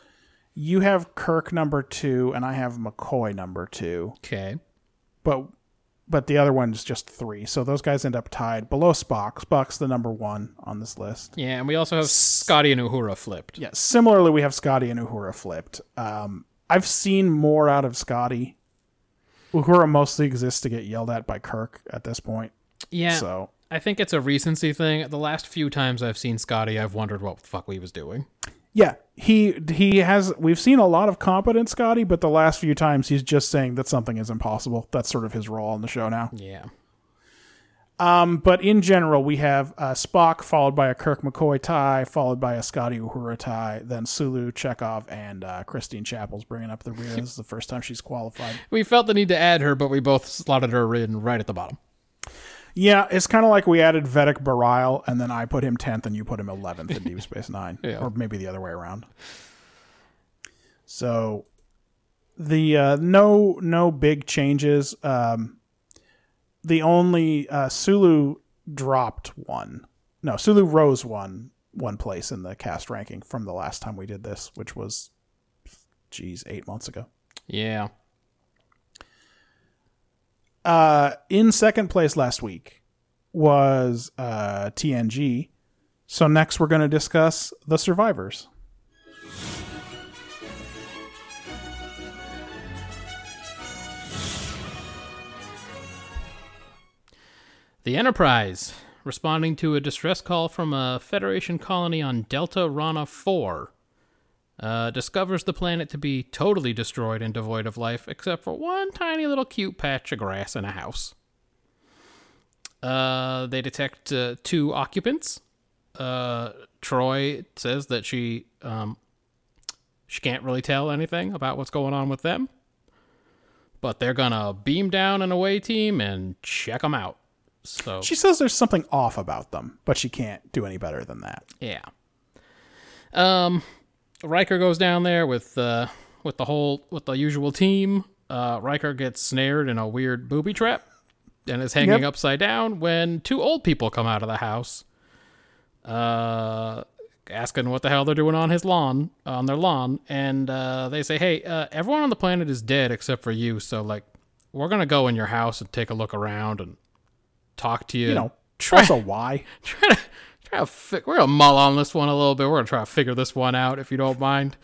Speaker 2: You have Kirk number two, and I have McCoy number two.
Speaker 1: Okay.
Speaker 2: but but the other one's just three. So those guys end up tied below Spock. Spock's the number one on this list.
Speaker 1: Yeah, and we also have Scotty and Uhura flipped.
Speaker 2: Yeah. Similarly, we have Scotty and Uhura flipped. Um, I've seen more out of Scotty. Uhura mostly exists to get yelled at by Kirk at this point.
Speaker 1: Yeah.
Speaker 2: So
Speaker 1: I think it's a recency thing. The last few times I've seen Scotty, I've wondered what the fuck we was doing.
Speaker 2: yeah, he he has. We've seen a lot of competent Scotty, but the last few times he's just saying that something is impossible. That's sort of his role on the show now. Um,
Speaker 1: Yeah.
Speaker 2: but in general, we have uh, Spock followed by a Kirk McCoy tie, followed by a Scotty Uhura tie, then Sulu, Chekhov, and uh, Christine Chapels bringing up the rear. this is the first time she's qualified.
Speaker 1: We felt the need to add her, but we both slotted her in right at the bottom.
Speaker 2: Yeah, it's kind of like we added Vedic Barile, and then I put him 10th and you put him 11th in Deep Space Nine.
Speaker 1: Yeah.
Speaker 2: Or maybe the other way around. So the uh, no no big changes. Um, the only uh, Sulu dropped one. No, Sulu rose one one place in the cast ranking from the last time we did this, which was geez, eight months ago.
Speaker 1: Yeah.
Speaker 2: Uh, in second place last week was uh, TNG. So next we're going to discuss the survivors.
Speaker 1: The Enterprise, responding to a distress call from a Federation colony on Delta Rana 4, uh, discovers the planet to be totally destroyed and devoid of life, except for one tiny little cute patch of grass and a house. Uh, they detect uh, two occupants. Uh, Troy says that she um, she can't really tell anything about what's going on with them, but they're gonna beam down an away team and check them out. So
Speaker 2: She says there's something off about them, but she can't do any better than that.
Speaker 1: Yeah. Um, Riker goes down there with uh with the whole with the usual team. Uh, Riker gets snared in a weird booby trap and is hanging
Speaker 2: Yep.
Speaker 1: upside down when two old people come out of the house, uh, asking what the hell they're doing on his lawn on their lawn, and uh, they say, "Hey, uh, everyone on the planet is dead except for you, so like." We're gonna go in your house and take a look around and talk to you.
Speaker 2: You know, also why?
Speaker 1: try to try to fi- we're gonna mull on this one a little bit. We're gonna try to figure this one out if you don't mind,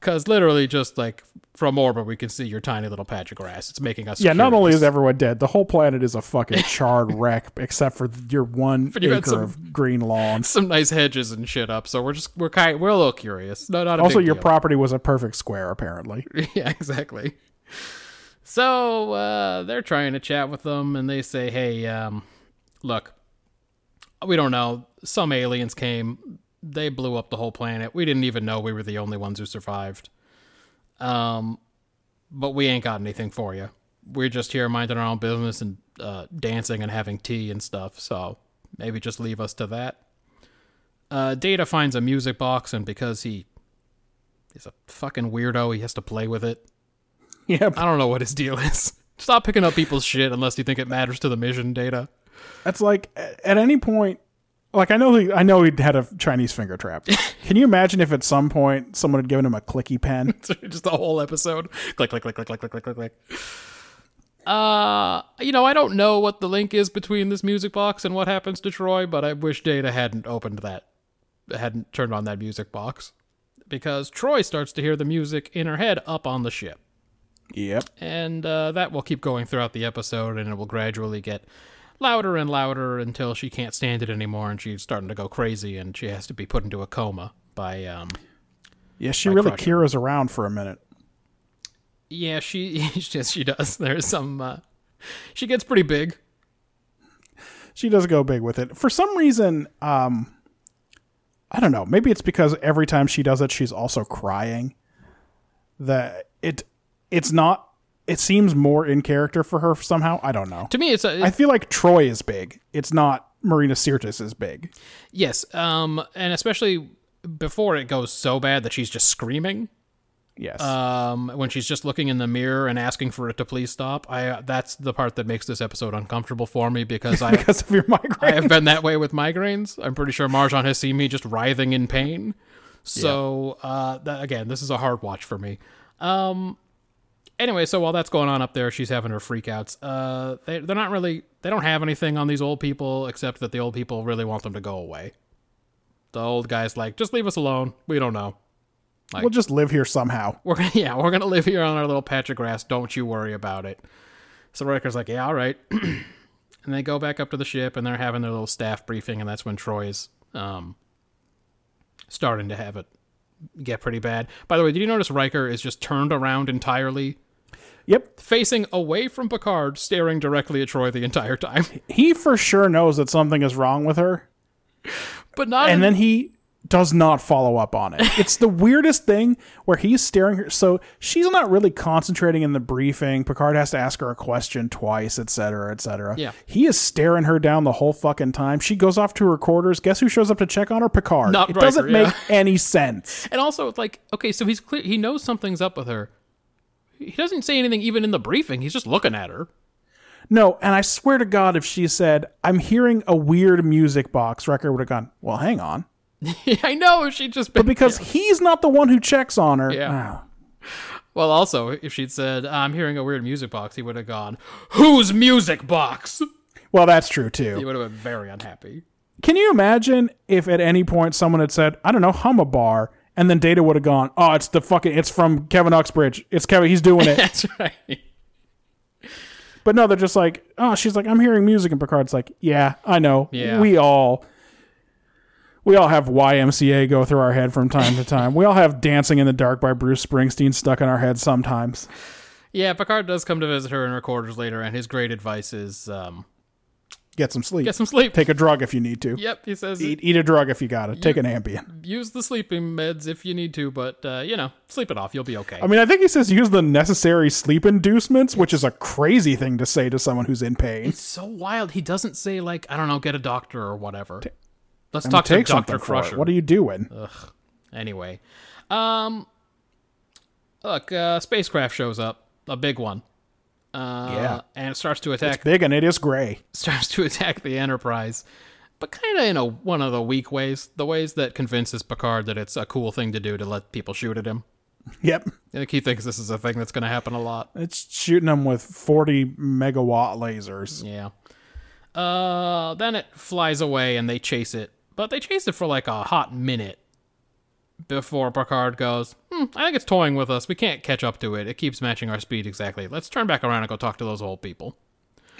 Speaker 1: Because literally, just like from orbit, we can see your tiny little patch of grass. It's making us.
Speaker 2: Yeah, not
Speaker 1: curious.
Speaker 2: only is everyone dead, the whole planet is a fucking charred wreck, except for your one
Speaker 1: you had
Speaker 2: acre
Speaker 1: some-
Speaker 2: of green lawn.
Speaker 1: some nice hedges and shit up. So we're just we're kind we're a little curious. No, not a
Speaker 2: Also,
Speaker 1: big
Speaker 2: your
Speaker 1: deal.
Speaker 2: property was a perfect square, apparently.
Speaker 1: yeah, exactly. So uh, they're trying to chat with them, and they say, "Hey, um, look, we don't know. Some aliens came. They blew up the whole planet. We didn't even know we were the only ones who survived. Um, but we ain't got anything for you. We're just here minding our own business and uh, dancing and having tea and stuff. So maybe just leave us to that." Uh, Data finds a music box, and because he He's a fucking weirdo. He has to play with it.
Speaker 2: Yep.
Speaker 1: I don't know what his deal is. Stop picking up people's shit unless you think it matters to the mission data.
Speaker 2: That's like a- at any point, like I know he, I know he had a Chinese finger trap. Can you imagine if at some point someone had given him a clicky pen?
Speaker 1: Just the whole episode. Click, click, click, click, click, click, click, click, click. Uh, you know, I don't know what the link is between this music box and what happens to Troy, but I wish Data hadn't opened that, hadn't turned on that music box. Because Troy starts to hear the music in her head up on the ship.
Speaker 2: Yep.
Speaker 1: and uh, that will keep going throughout the episode, and it will gradually get louder and louder until she can't stand it anymore, and she's starting to go crazy, and she has to be put into a coma by um.
Speaker 2: Yeah, she really
Speaker 1: Crockett.
Speaker 2: cures around for a minute.
Speaker 1: Yeah, she yes she does. There's some. Uh, she gets pretty big.
Speaker 2: she does go big with it for some reason um i don't know maybe it's because every time she does it she's also crying that it it's not it seems more in character for her somehow i don't know
Speaker 1: To me, it's a
Speaker 2: i feel like troy is big it's not marina sirtis is big
Speaker 1: yes. Um, and especially before it goes so bad that she's just screaming.
Speaker 2: yes
Speaker 1: um, when she's just looking in the mirror and asking for it to please stop. I uh, that's the part that makes this episode uncomfortable for me because I
Speaker 2: because of your
Speaker 1: I
Speaker 2: migraine
Speaker 1: have been that way with migraines. I'm pretty sure Marjan has seen me just writhing in pain. So uh, that, again, this is a hard watch for me. Um, anyway, so while that's going on up there, she's having her freakouts. Uh, they, they're not really they don't have anything on these old people except that the old people really want them to go away. The old guy's like, just leave us alone. We don't know.
Speaker 2: we'll just live here somehow
Speaker 1: We're gonna, yeah, we're gonna live here on our little patch of grass. Don't you worry about it. So Riker's like, yeah, all right. and they go back up to the ship, and they're having their little staff briefing, and that's when Troy's um, starting to have it get pretty bad. By the way, did you notice Riker is just turned around entirely,
Speaker 2: yep
Speaker 1: facing away from Picard, staring directly at Troy the entire time?
Speaker 2: he for sure knows that something is wrong with her
Speaker 1: but not in-
Speaker 2: and then he does not follow up on it. It's the weirdest thing where he's staring her. So she's not really concentrating in the briefing. Picard has to ask her a question twice, et cetera, et cetera.
Speaker 1: Yeah.
Speaker 2: He is staring her down the whole fucking time. She goes off to her quarters. Guess who shows up to check on her? Picard.
Speaker 1: Not
Speaker 2: it
Speaker 1: Riker,
Speaker 2: doesn't
Speaker 1: yeah.
Speaker 2: make any sense.
Speaker 1: And also, it's like, okay, so he's clear. He knows something's up with her. He doesn't say anything even in the briefing. He's just looking at her.
Speaker 2: No, and I swear to God, if she said, I'm hearing a weird music box, Riker would have gone, Well, hang on.
Speaker 1: I know she just been,
Speaker 2: But because he's not the one who checks on her.
Speaker 1: Yeah.
Speaker 2: ah,
Speaker 1: Well, also, if she'd said, I'm hearing a weird music box, he would have gone, Whose music box?
Speaker 2: Well, that's true too.
Speaker 1: He would have been very unhappy.
Speaker 2: Can you imagine if at any point someone had said, I don't know, hum a bar, and then Data would have gone, oh, it's the fucking, it's from Kevin Uxbridge. It's Kevin, he's doing it.
Speaker 1: That's right.
Speaker 2: but no, they're just like, oh, she's like, I'm hearing music. And Picard's like, yeah, I know.
Speaker 1: Yeah.
Speaker 2: We all, we all have YMCA go through our head from time to time. we all have Dancing in the Dark by Bruce Springsteen stuck in our head sometimes.
Speaker 1: Yeah, Picard does come to visit her in her quarters later, and his great advice is um,
Speaker 2: Get some sleep.
Speaker 1: get some sleep.
Speaker 2: Take a drug if you need to.
Speaker 1: Yep, he says,
Speaker 2: Eat, eat a drug if you got it. Take an Ambien.
Speaker 1: use the sleeping meds if you need to, but, uh, you know, sleep it off. You'll be okay.
Speaker 2: I mean, I think he says use the necessary sleep inducements, which is a crazy thing to say to someone who's in pain.
Speaker 1: it's so wild. He doesn't say, like, I don't know, get a doctor or whatever. Let's talk to Dr.
Speaker 2: for it.
Speaker 1: Crusher.
Speaker 2: What are you doing?
Speaker 1: Anyway, um, look, uh, spacecraft shows up, a big one. Uh,
Speaker 2: Yeah.
Speaker 1: and it starts to attack.
Speaker 2: Big and it is gray.
Speaker 1: Starts to attack the Enterprise, but kind of in a one of the weak ways, the ways that convinces Picard that it's a cool thing to do to let people shoot at him.
Speaker 2: Yep.
Speaker 1: Like he thinks this is a thing that's going to happen a lot.
Speaker 2: It's shooting them with 40 megawatt lasers.
Speaker 1: Yeah. Uh, then it flies away and they chase it, but they chase it for like a hot minute. before Picard goes, hmm, I think it's toying with us. We can't catch up to it. It keeps matching our speed exactly. Let's turn back around and go talk to those old people.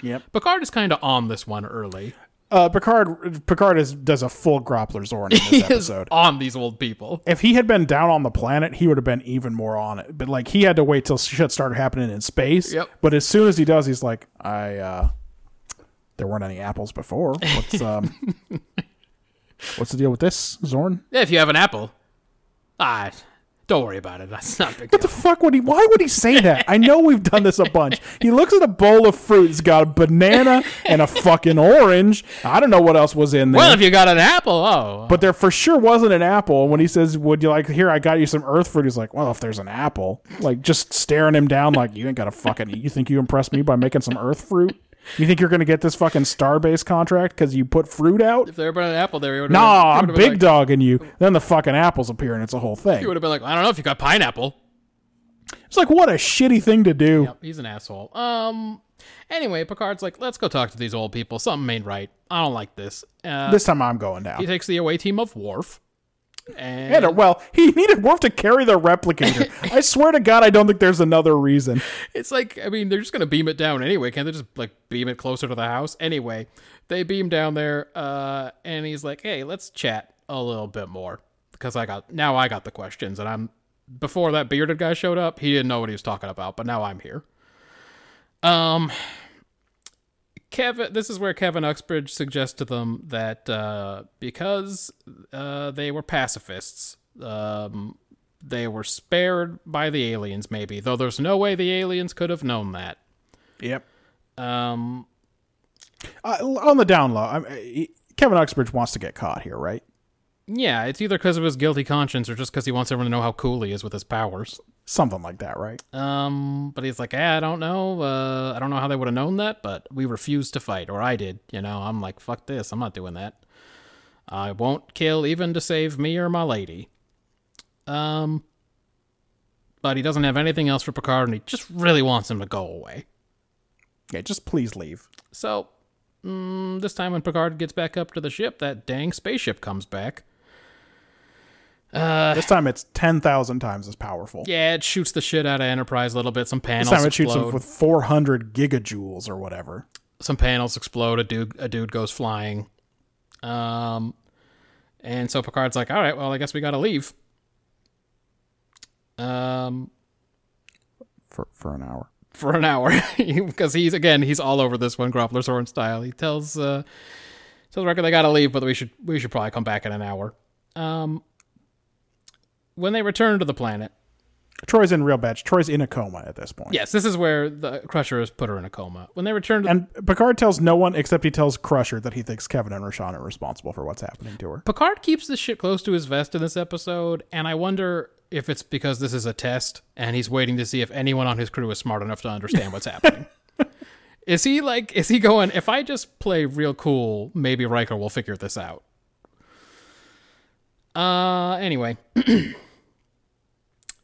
Speaker 2: Yep.
Speaker 1: Picard is kind of on this one early.
Speaker 2: Uh, Picard Picard is, does a full Groppler Zorn in
Speaker 1: He
Speaker 2: this
Speaker 1: is
Speaker 2: episode.
Speaker 1: on these old people.
Speaker 2: If he had been down on the planet, he would have been even more on it. But like he had to wait till shit started happening in space.
Speaker 1: Yep.
Speaker 2: But as soon as he does, he's like, I uh there weren't any apples before. What's um What's the deal with this, Zorn?
Speaker 1: Yeah, if you have an apple, ah, don't worry about it. That's not a big
Speaker 2: What
Speaker 1: deal.
Speaker 2: the fuck would he? Why would he say that? I know we've done this a bunch. He looks at a bowl of fruit. It's got a banana and a fucking orange. I don't know what else was in there.
Speaker 1: Well, if you got an apple, oh,
Speaker 2: but there for sure wasn't an apple. When he says, "Would you like here? I got you some earth fruit." He's like, "Well, if there's an apple," like just staring him down, like you ain't got a fucking. You think you impressed me by making some earth fruit? You think you're gonna get this fucking Starbase contract because you put fruit out?
Speaker 1: if there had been an apple there, he would
Speaker 2: Nah,
Speaker 1: have
Speaker 2: I'm
Speaker 1: been
Speaker 2: big
Speaker 1: like,
Speaker 2: dogging you. Then the fucking apples appear and it's a whole
Speaker 1: He
Speaker 2: thing.
Speaker 1: would have been like, I don't know if you got pineapple.
Speaker 2: It's like what a shitty thing to do.
Speaker 1: Yep, he's an asshole. Um. Anyway, Picard's like, let's go talk to these old people. Something ain't right. I don't like this. Uh,
Speaker 2: This time I'm going down.
Speaker 1: he takes the away team of Worf. And
Speaker 2: And, uh, well, he needed Worf to carry the replicator. I swear to God, I don't think there's another reason.
Speaker 1: It's like, I mean, they're just gonna beam it down anyway. Can't they just like beam it closer to the house? Anyway, they beam down there, uh, and he's like, "Hey, let's chat a little bit more because I got now I got the questions, and I'm before that bearded guy showed up, he didn't know what he was talking about, but now I'm here." Um, Kevin, this is where Kevin Uxbridge suggests to them that uh, because uh, they were pacifists, um, they were spared by the aliens, maybe, though there's no way the aliens could have known that.
Speaker 2: Yep.
Speaker 1: Um,
Speaker 2: Uh, on the down low, I'm, uh, Kevin Uxbridge wants to get caught here, right?
Speaker 1: yeah, it's either because of his guilty conscience or just because he wants everyone to know how cool he is with his powers.
Speaker 2: Something like that, right?
Speaker 1: Um, but he's like, eh, I don't know. Uh, I don't know how they would have known that, but we refused to fight, or I did. You know, I'm like, fuck this. I'm not doing that. I won't kill even to save me or my lady. Um, but he doesn't have anything else for Picard, and he just really wants him to go away.
Speaker 2: Yeah, just please leave.
Speaker 1: So, mm, this time when Picard gets back up to the ship, that dang spaceship comes back.
Speaker 2: This time it's 10,000 times as powerful.
Speaker 1: Uh, Yeah, it shoots the shit out of Enterprise a little bit. Some panels
Speaker 2: this time it
Speaker 1: explode.
Speaker 2: shoots him with 400 gigajoules or whatever.
Speaker 1: Some panels explode. A dude, a dude goes flying. Um, and so Picard's like, "All right, well, I guess we gotta leave." Um,
Speaker 2: For, for an hour.
Speaker 1: for an hour because he's again he's all over this one Groppler Soren style. He tells uh tells Riker they gotta leave, but we should we should probably come back in an hour. Um, when they return to the planet,
Speaker 2: Troy's in real bad. Troy's in a coma at this point.
Speaker 1: yes, this is where the Crusher has put her in a coma. When they return to
Speaker 2: And Picard tells no one except he tells Crusher that he thinks Kevin and Rashawn are responsible for what's happening to her.
Speaker 1: Picard keeps this shit close to his vest in this episode, and I wonder if it's because this is a test and he's waiting to see if anyone on his crew is smart enough to understand what's happening. Is he like, is he going, if I just play real cool, maybe Riker will figure this out? Uh, anyway.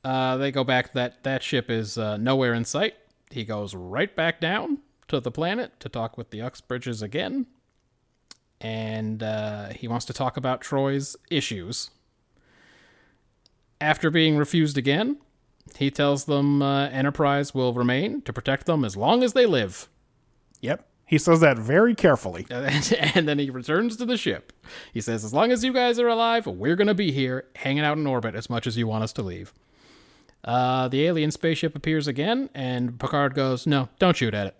Speaker 1: uh, they go back, that, that ship is uh, nowhere in sight. He goes right back down to the planet to talk with the Uxbridges again and uh, he wants to talk about Troy's issues. After being refused again, he tells them uh, Enterprise will remain to protect them as long as they live.
Speaker 2: Yep. He says that very carefully.
Speaker 1: And, and then he returns to the ship. He says, As long as you guys are alive, we're going to be here, hanging out in orbit as much as you want us to leave. Uh, the alien spaceship appears again, and Picard goes, No, don't shoot at it.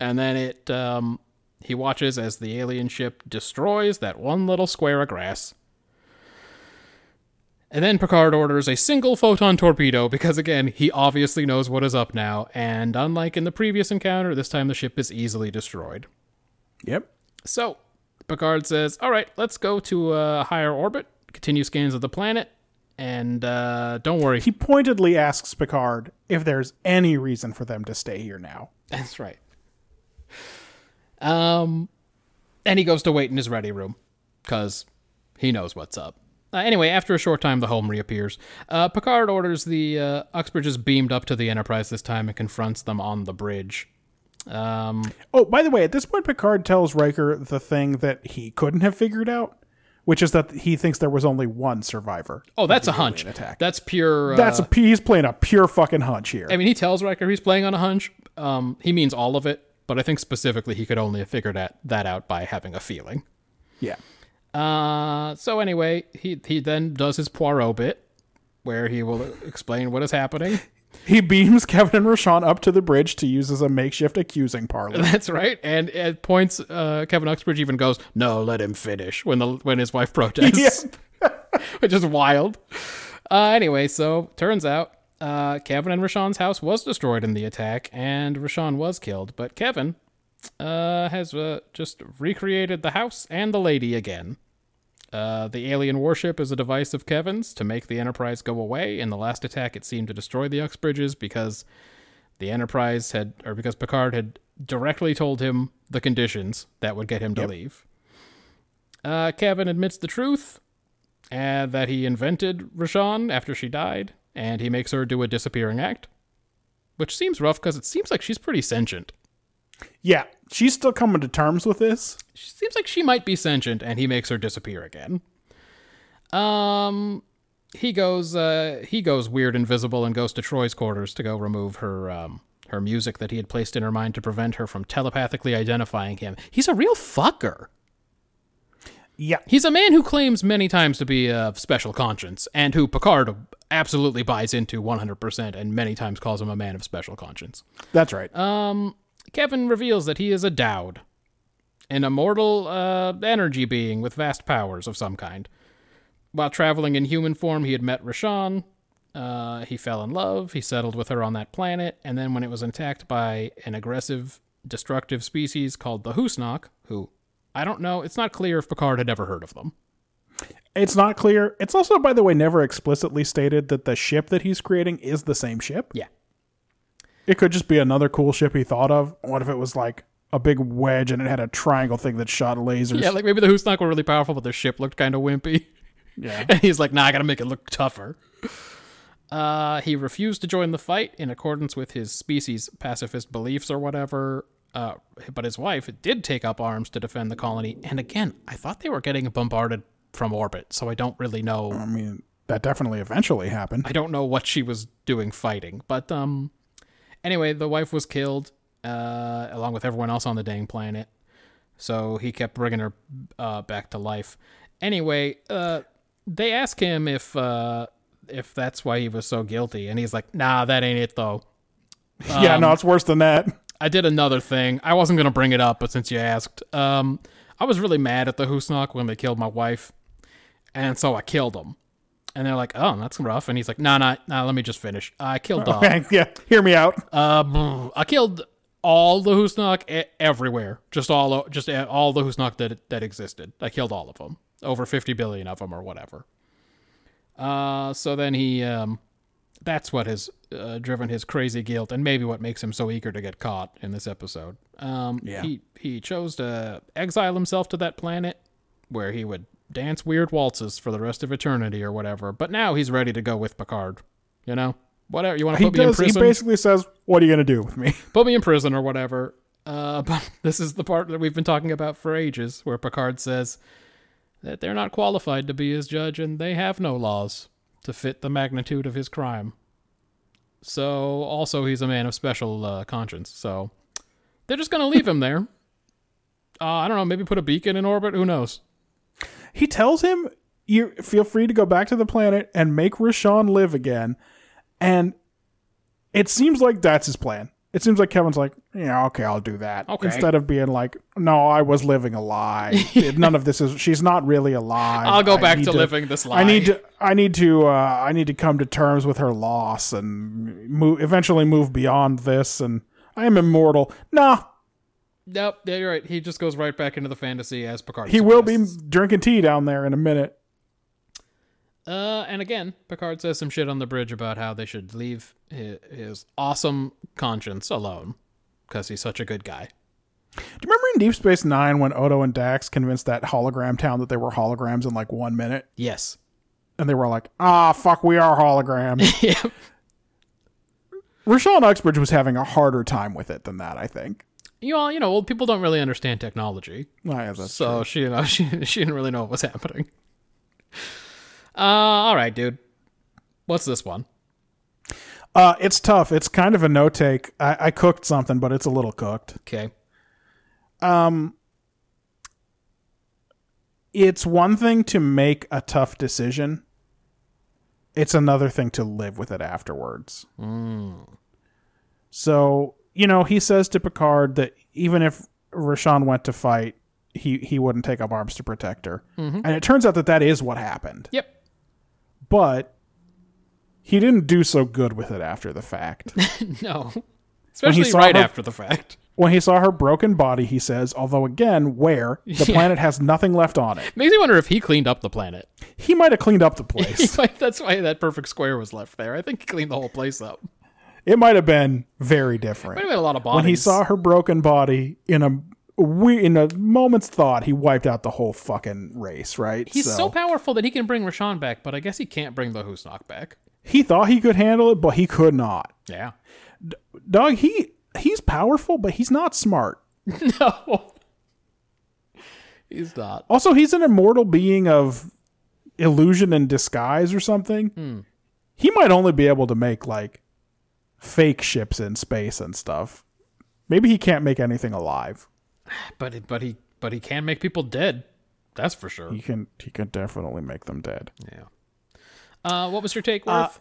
Speaker 1: And then it, um, he watches as the alien ship destroys that one little square of grass. And then Picard orders a single photon torpedo because, again, he obviously knows what is up now. And unlike in the previous encounter, this time the ship is easily destroyed.
Speaker 2: Yep.
Speaker 1: So Picard says, "All right, let's go to a higher orbit, continue scans of the planet, and uh, don't worry."
Speaker 2: He pointedly asks Picard if there's any reason for them to stay here now.
Speaker 1: That's right. Um, and he goes to wait in his ready room because he knows what's up. Uh, anyway, after a short time, the home reappears. Uh, Picard orders the uh, Uxbridges beamed up to the Enterprise this time and confronts them on the bridge. Um,
Speaker 2: Oh, by the way, at this point, Picard tells Riker the thing that he couldn't have figured out, which is that he thinks there was only one survivor.
Speaker 1: Oh,
Speaker 2: of
Speaker 1: that's
Speaker 2: the
Speaker 1: a hunch.
Speaker 2: alien Attack.
Speaker 1: That's pure. Uh,
Speaker 2: That's a p- he's playing a pure fucking hunch here.
Speaker 1: I mean, he tells Riker he's playing on a hunch. Um, he means all of it, but I think specifically he could only have figured that, that out by having a feeling.
Speaker 2: yeah.
Speaker 1: Uh, so anyway, he he then does his Poirot bit, where he will explain what is happening.
Speaker 2: He beams Kevin and Rashawn up to the bridge to use as a makeshift accusing parlor.
Speaker 1: That's right. And at points, uh, Kevin Uxbridge even goes, "No, let him finish." When the when his wife protests, which is wild. Uh, anyway, so turns out uh, Kevin and Rashawn's house was destroyed in the attack, and Rashawn was killed. But Kevin uh, has uh, just recreated the house and the lady again. Uh, the alien warship is a device of Kevin's to make the Enterprise go away. In the last attack, it seemed to destroy the Uxbridges because the Enterprise had, or because Picard had directly told him the conditions that would get him to leave. Uh, Kevin admits the truth and that he invented Rashawn after she died, and he makes her do a disappearing act, which seems rough because it seems like she's pretty sentient.
Speaker 2: Yeah, she's still coming to terms with this.
Speaker 1: She seems like she might be sentient, and he makes her disappear again. Um, he goes, uh, he goes weird, invisible, and goes to Troy's quarters to go remove her, um, her music that he had placed in her mind to prevent her from telepathically identifying him. He's a real fucker.
Speaker 2: Yeah,
Speaker 1: He's a man who claims many times to be of special conscience, and who Picard absolutely buys into 100%, and many times calls him a man of special conscience.
Speaker 2: that's right.
Speaker 1: Uh, Kevin reveals that he is a Dowd, an immortal uh, energy being with vast powers of some kind. While traveling in human form, he had met Rashawn. Uh, he fell in love. He settled with her on that planet, and then when it was attacked by an aggressive, destructive species called the Husnok, who I don't know, it's not clear if Picard had ever heard of them.
Speaker 2: it's not clear. It's also, by the way, never explicitly stated that the ship that he's creating is the same ship.
Speaker 1: Yeah.
Speaker 2: It could just be another cool ship he thought of. What if it was like a big wedge and it had a triangle thing that shot lasers?
Speaker 1: Yeah, like maybe the Husnok were really powerful, but their ship looked kind of wimpy.
Speaker 2: Yeah.
Speaker 1: And he's like, nah, I gotta make it look tougher. Uh, he refused to join the fight in accordance with his species pacifist beliefs or whatever. Uh, but his wife did take up arms to defend the colony. And again, I thought they were getting bombarded from orbit, so I don't really know.
Speaker 2: I mean, that definitely eventually happened.
Speaker 1: I don't know what she was doing fighting. But um, anyway, the wife was killed uh, along with everyone else on the dang planet. So he kept bringing her uh, back to life. Anyway, uh, they ask him if uh, if that's why he was so guilty, and he's like, "Nah, that ain't it though.
Speaker 2: yeah,
Speaker 1: um,
Speaker 2: no, it's worse than that.
Speaker 1: I did another thing. I wasn't gonna bring it up, but since you asked, um, I was really mad at the Husnock when they killed my wife, and so I killed him." And they're like, "Oh, that's rough." And he's like, "Nah, nah, nah. Let me just finish. I killed all.
Speaker 2: yeah, hear me out.
Speaker 1: Uh, brr, uh, I killed all the Husnock e- everywhere. Just all, o- just e- all the Husnock that that existed. I killed all of them. Over fifty billion of them, or whatever. Uh, so then he, um, that's what has uh, driven his crazy guilt, and maybe what makes him so eager to get caught in this episode. Um,
Speaker 2: Yeah.
Speaker 1: he he chose to exile himself to that planet where he would dance weird waltzes for the rest of eternity or whatever. But now he's ready to go with Picard. You know, whatever you want to
Speaker 2: He
Speaker 1: put me in
Speaker 2: does. He
Speaker 1: prison
Speaker 2: basically says, "What are you gonna do with me?"
Speaker 1: put me in prison or whatever. Uh, but this is the part that we've been talking about for ages, where Picard says that they're not qualified to be his judge and they have no laws to fit the magnitude of his crime. So, also, he's a man of special uh, conscience. So, they're just going to leave him there. Uh, I don't know, maybe put a beacon in orbit. Who knows?
Speaker 2: He tells him, "You feel free to go back to the planet and make Rashawn live again." And it seems like that's his plan. It seems like Kevin's like, "Yeah, okay, I'll do that."
Speaker 1: Okay.
Speaker 2: Instead of being like, "No, I was living a lie. None of this is. She's not really alive.
Speaker 1: I'll go
Speaker 2: I
Speaker 1: back
Speaker 2: need
Speaker 1: to, living this life.
Speaker 2: I need to. I need to. Uh, I need to come to terms with her loss and move. Eventually, move beyond this. And I am immortal. Nah,
Speaker 1: Nope, yeah, you're right. He just goes right back into the fantasy as Picard.
Speaker 2: he will be
Speaker 1: suggests.
Speaker 2: drinking tea down there in a minute.
Speaker 1: Uh, and again, Picard says some shit on the bridge about how they should leave his, his awesome conscience alone because he's such a good guy.
Speaker 2: Do you remember in Deep Space Nine when Odo and Dax convinced that hologram town that they were holograms in like one minute,
Speaker 1: Yes.
Speaker 2: and they were like, "Ah, fuck, we are holograms."
Speaker 1: Yeah.
Speaker 2: Rashawn Uxbridge was having a harder time with it than that. I think
Speaker 1: you all you know old people don't really understand technology,
Speaker 2: Ah, yeah, that's
Speaker 1: so she you know she she didn't really know what was happening. Uh, all right, dude. What's this one?
Speaker 2: Uh, it's tough. It's kind of a no take. I, I cooked something, but it's a little cooked.
Speaker 1: Okay,
Speaker 2: It's one thing to make a tough decision. It's another thing to live with it afterwards. So you know, he says to Picard that even if Rashawn went to fight, he he wouldn't take up arms to protect her.
Speaker 1: Mm-hmm.
Speaker 2: And it turns out that that is what happened.
Speaker 1: yep.
Speaker 2: But he didn't do so good with it after the fact.
Speaker 1: No,
Speaker 2: he
Speaker 1: especially
Speaker 2: saw
Speaker 1: right
Speaker 2: her-
Speaker 1: after the fact.
Speaker 2: when he saw her broken body, he says, although again, where the planet has nothing left on it.
Speaker 1: Makes me wonder if he cleaned up the planet.
Speaker 2: He might have cleaned up the place.
Speaker 1: Like, that's why that perfect square was left there. I think he cleaned the whole place up.
Speaker 2: it might have been very different.
Speaker 1: Might have been a lot of bodies.
Speaker 2: When he saw her broken body in a we in a moment's thought, he wiped out the whole fucking race, right?
Speaker 1: he's so, powerful that he can bring Rashawn back, but I guess he can't bring the Husnok back.
Speaker 2: he thought he could handle it, but he could not.
Speaker 1: Yeah.
Speaker 2: Dog, he he's powerful, but he's not smart.
Speaker 1: No. He's not.
Speaker 2: Also, he's an immortal being of illusion and disguise or something.
Speaker 1: Hmm.
Speaker 2: He might only be able to make like fake ships in space and stuff. Maybe he can't make anything alive.
Speaker 1: But but he but he can make people dead. That's for sure.
Speaker 2: He can he can definitely make them dead.
Speaker 1: Yeah. Uh, what was your take, Worth?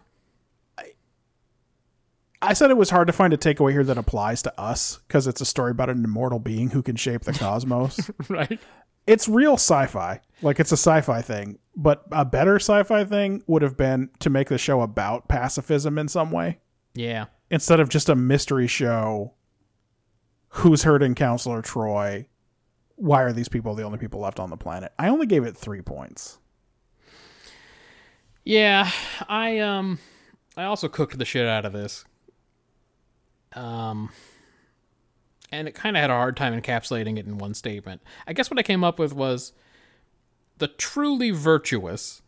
Speaker 2: I said it was hard to find a takeaway here that applies to us because it's a story about an immortal being who can shape the cosmos.
Speaker 1: right.
Speaker 2: it's real sci-fi. Like it's a sci-fi thing, but a better sci-fi thing would have been to make the show about pacifism in some way.
Speaker 1: Yeah.
Speaker 2: instead of just a mystery show who's hurting counselor troy why are these people the only people left on the planet i only gave it three points
Speaker 1: Yeah. I um I also cooked the shit out of this. Um and it kind of had a hard time encapsulating it in one statement. I guess what I came up with was the truly virtuous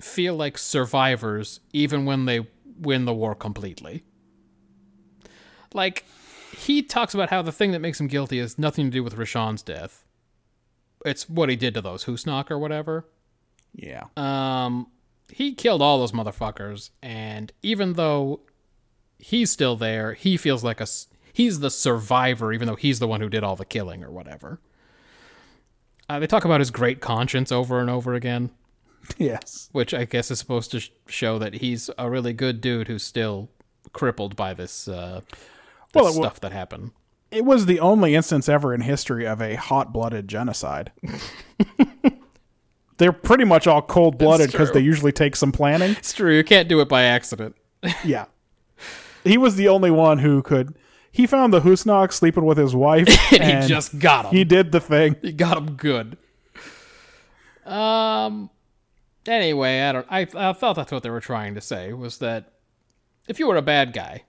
Speaker 1: feel like survivors even when they win the war completely. Like, he talks about how the thing that makes him guilty has nothing to do with Rashawn's death. It's what he did to those Husnok or whatever.
Speaker 2: yeah
Speaker 1: Um, he killed all those motherfuckers, and even though he's still there, he feels like a s- he's the survivor, even though he's the one who did all the killing or whatever. Uh, they talk about his great conscience over and over again,
Speaker 2: yes
Speaker 1: which I guess is supposed to sh- show that he's a really good dude who's still crippled by this, uh, this
Speaker 2: Well, it wa-
Speaker 1: stuff that happened.
Speaker 2: it was the only instance ever in history of a hot-blooded genocide they're pretty much all cold-blooded
Speaker 1: That's
Speaker 2: because
Speaker 1: true.
Speaker 2: they usually take some planning
Speaker 1: It's true. You can't do it by accident.
Speaker 2: yeah he was the only one who could he found the Husnok sleeping with his wife
Speaker 1: And
Speaker 2: and
Speaker 1: he just got him.
Speaker 2: he did the thing
Speaker 1: You got him good. Um. Anyway, I don't. I, I thought that's what they were trying to say was that if you were a bad guy,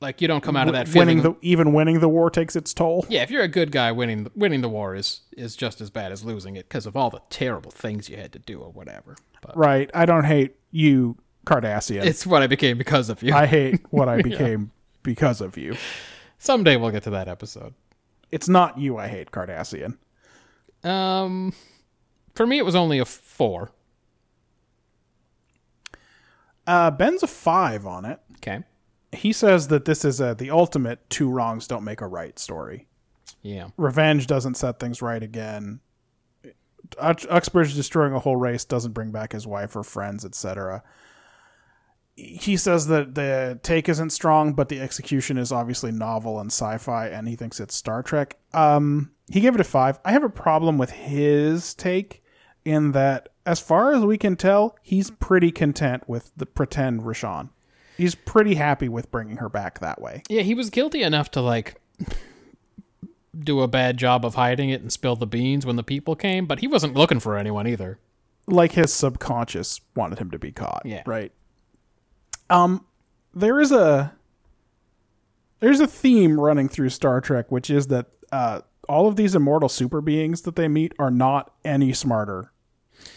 Speaker 1: like you don't come out of that feeling.
Speaker 2: winning the even winning the war takes its toll
Speaker 1: yeah, if you're a good guy, winning the, winning the war is is just as bad as losing it because of all the terrible things you had to do or whatever. But
Speaker 2: Right. I don't hate you, Cardassian.
Speaker 1: it's what I became because of you.
Speaker 2: I hate what I became because of you.
Speaker 1: Someday we'll get to that episode.
Speaker 2: It's not you I hate, Cardassian.
Speaker 1: Um, for me, it was only a four.
Speaker 2: Uh, Ben's a five on it.
Speaker 1: Okay.
Speaker 2: He says that this is a, the ultimate two wrongs don't make a right story.
Speaker 1: Yeah.
Speaker 2: Revenge doesn't set things right again. Ux- Uxbridge destroying a whole race doesn't bring back his wife or friends, etc. He says that the take isn't strong, but the execution is obviously novel and sci-fi, and he thinks it's Star Trek. Um, he gave it a five. I have a problem with his take in that, as far as we can tell, he's pretty content with the pretend Rashawn. He's pretty happy with bringing her back that way.
Speaker 1: Yeah, he was guilty enough to like do a bad job of hiding it and spill the beans when the people came, but he wasn't looking for anyone either.
Speaker 2: like his subconscious wanted him to be caught.
Speaker 1: Yeah.
Speaker 2: Right. Um, there is a there's a theme running through Star Trek, which is that uh, all of these immortal super beings that they meet are not any smarter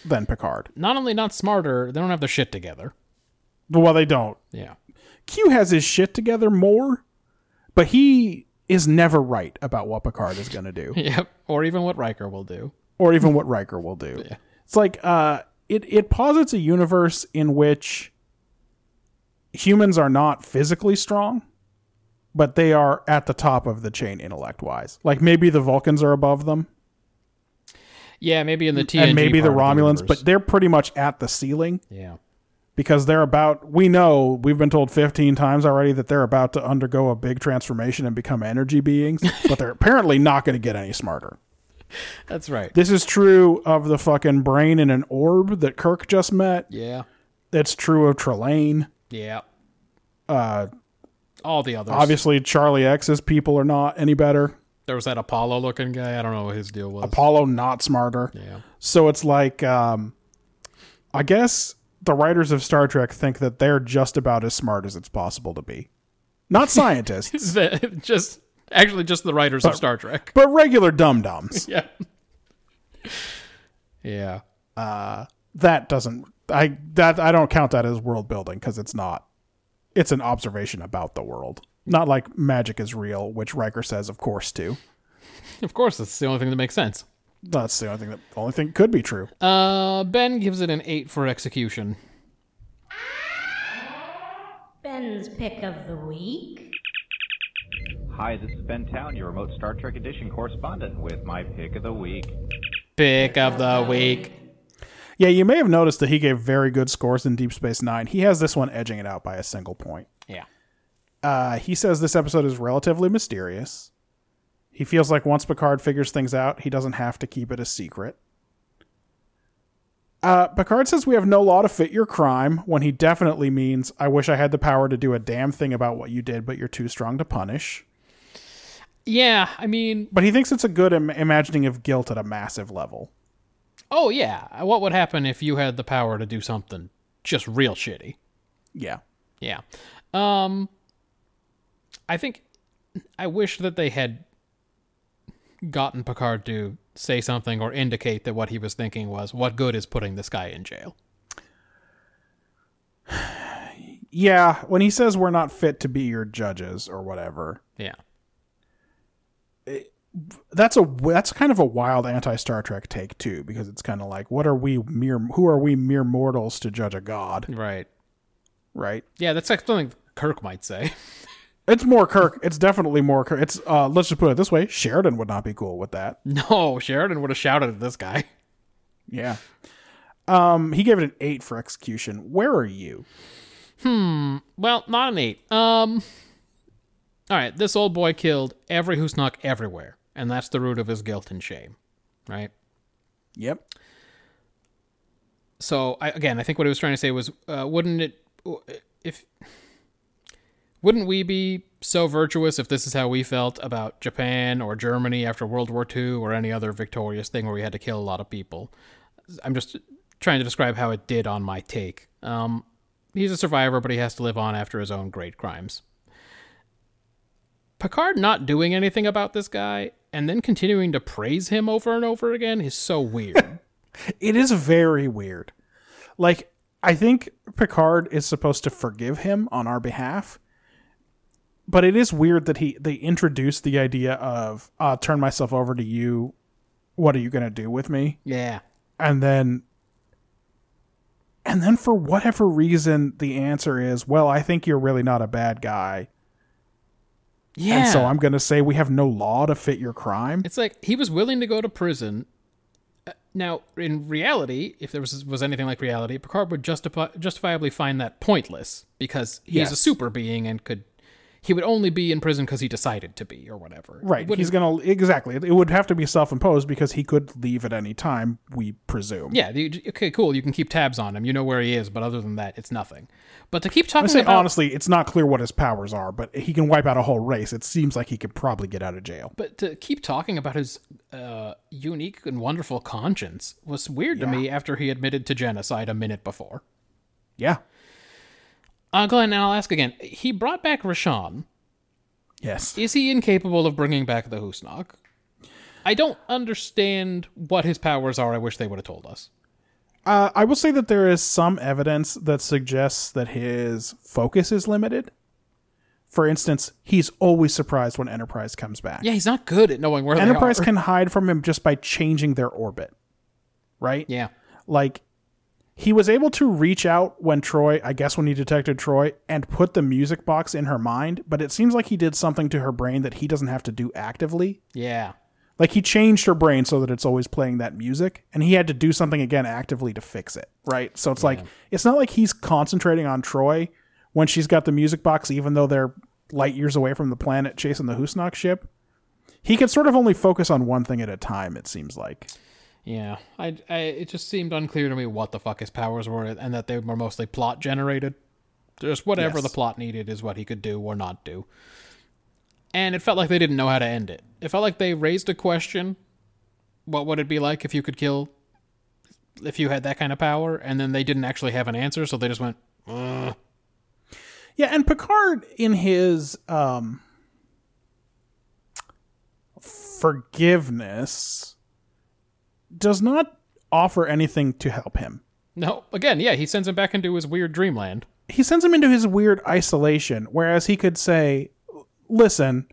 Speaker 2: than Picard.
Speaker 1: Not only not smarter, they don't have their shit together.
Speaker 2: Well, they don't.
Speaker 1: Yeah.
Speaker 2: Q has his shit together more, but he is never right about what Picard is going to do,
Speaker 1: Yep. Or even what Riker will do.
Speaker 2: or even what Riker will do.
Speaker 1: Yeah.
Speaker 2: It's like uh, it it posits a universe in which humans are not physically strong, but they are at the top of the chain intellect wise. Like maybe the Vulcans are above them,
Speaker 1: Yeah, maybe in the TNG
Speaker 2: and maybe the
Speaker 1: part of
Speaker 2: Romulans,
Speaker 1: universe.
Speaker 2: but they're pretty much at the ceiling.
Speaker 1: yeah,
Speaker 2: because they're about we know we've been told 15 times already that they're about to undergo a big transformation and become energy beings but they're apparently not going to get any smarter
Speaker 1: that's right.
Speaker 2: this is true of the fucking brain in an orb that kirk just met
Speaker 1: Yeah,
Speaker 2: it's true of trelane
Speaker 1: yeah. Uh, all the others.
Speaker 2: obviously charlie x's people are not any better
Speaker 1: there was that Apollo looking guy. I don't know what his deal was.
Speaker 2: apollo not smarter
Speaker 1: yeah,
Speaker 2: so it's like um i guess the writers of star trek think that they're just about as smart as it's possible to be not scientists
Speaker 1: just actually just the writers of Star Trek.
Speaker 2: but regular dum dums
Speaker 1: Yeah, yeah.
Speaker 2: that doesn't i that i don't count that as world building because it's not it's an observation about the world not like magic is real which Riker says of course too
Speaker 1: Of course, that's the only thing that makes sense.
Speaker 2: that's the only thing that only thing could be true
Speaker 1: Uh, Ben gives it an eight for execution.
Speaker 3: Ben's pick of the week.
Speaker 4: Hi, this is Ben Town, your remote Star Trek Edition correspondent, with my pick of the week.
Speaker 1: Pick of the week.
Speaker 2: yeah you may have noticed that he gave very good scores in deep space nine he has this one edging it out by a single point
Speaker 1: Yeah.
Speaker 2: Uh, he says this episode is relatively mysterious. He feels like once Picard figures things out, he doesn't have to keep it a secret. Uh, Picard says we have no law to fit your crime when he definitely means I wish I had the power to do a damn thing about what you did, but you're too strong to punish.
Speaker 1: Yeah, I mean,
Speaker 2: But he thinks it's a good Im- imagining of guilt at a massive level.
Speaker 1: oh yeah. What would happen if you had the power to do something just real shitty?
Speaker 2: Yeah.
Speaker 1: Yeah. Um I think I wish that they had gotten Picard to say something or indicate that what he was thinking was what good is putting this guy in jail.
Speaker 2: Yeah, when he says we're not fit to be your judges or whatever,
Speaker 1: Yeah.
Speaker 2: that's a that's kind of a wild anti Star Trek take too, because it's kind of like, what are we mere? Who are we mere mortals to judge a god?
Speaker 1: Right.
Speaker 2: Right?
Speaker 1: Yeah, that's like something Kirk might say.
Speaker 2: It's more Kirk. It's definitely more Kirk. It's uh, let's just put it this way: Sheridan would not be cool with that.
Speaker 1: no, Sheridan would have shouted at this guy.
Speaker 2: Yeah. Um, he gave it an eight for execution. Where are you?
Speaker 1: Well, not an eight. Um All right, this old boy killed every who snuck everywhere, and that's the root of his guilt and shame. Right?
Speaker 2: Yep.
Speaker 1: so I, again, I think what he was trying to say was, uh, wouldn't it if wouldn't we be so virtuous if this is how we felt about Japan or Germany after World War II or any other victorious thing where we had to kill a lot of people? I'm just trying to describe how it did on my take. Um, he's a survivor, but he has to live on after his own great crimes. Picard not doing anything about this guy and then continuing to praise him over and over again is so weird.
Speaker 2: It is very weird. Like I think Picard is supposed to forgive him on our behalf. But it is weird that he they introduced the idea of uh turn myself over to you. What are you going to do with me?
Speaker 1: yeah.
Speaker 2: And then and then for whatever reason the answer is, well, I think you're really not a bad guy.
Speaker 1: Yeah.
Speaker 2: And so I'm going to say we have no law to fit your crime.
Speaker 1: It's like he was willing to go to prison. Uh, Now, in reality, if there was was anything like reality, Picard would justify, justifiably find that pointless because he's a
Speaker 2: Yes.
Speaker 1: super being and could he would only be in prison because he decided to be or whatever.
Speaker 2: Right.
Speaker 1: He
Speaker 2: He's going to exactly. It would have to be self-imposed because he could leave at any time, we presume.
Speaker 1: yeah. you- Okay. Cool. You can keep tabs on him. You know where he is, but other than that, it's nothing. But to keep
Speaker 2: I
Speaker 1: talking
Speaker 2: say
Speaker 1: about
Speaker 2: honestly, it's not clear what his powers are, but he can wipe out a whole race. It seems like he could probably get out of jail.
Speaker 1: but to keep talking about his uh, unique and wonderful conscience was weird to me after he admitted to genocide a minute before.
Speaker 2: Yeah.
Speaker 1: Uh, Glenn, and I'll ask again. He brought back Rashawn.
Speaker 2: Yes.
Speaker 1: Is he incapable of bringing back the Husnok? I don't understand what his powers are. I wish they would have told us.
Speaker 2: Uh, I will say that there is some evidence that suggests that his focus is limited. For instance, he's always surprised when Enterprise comes back.
Speaker 1: Yeah, he's not good at knowing where
Speaker 2: Enterprise
Speaker 1: they are.
Speaker 2: can hide from him just by changing their orbit, right?
Speaker 1: yeah,
Speaker 2: Like, he was able to reach out when Troy, I guess when he detected Troy, and put the music box in her mind, but it seems like he did something to her brain that he doesn't have to do actively.
Speaker 1: yeah,
Speaker 2: Like, he changed her brain so that it's always playing that music, and he had to do something again actively to fix it, right? So it's like, it's not like he's concentrating on Troy when she's got the music box, even though they're light years away from the planet chasing the Husnock ship. He can sort of only focus on one thing at a time, it seems like.
Speaker 1: yeah. I, I, it just seemed unclear to me what the fuck his powers were, and that they were mostly plot generated. Just whatever
Speaker 2: Yes.
Speaker 1: the plot needed is what he could do or not do. And it felt like they didn't know how to end it. It felt like they raised a question: What would it be like if you could kill, if you had that kind of power? And then they didn't actually have an answer, so they just went, "Uh,
Speaker 2: Yeah, and Picard in his um forgiveness does not offer anything to help him.
Speaker 1: "No." Again, yeah, he sends him back into his weird dreamland.
Speaker 2: He sends him into his weird isolation whereas he could say, "Listen,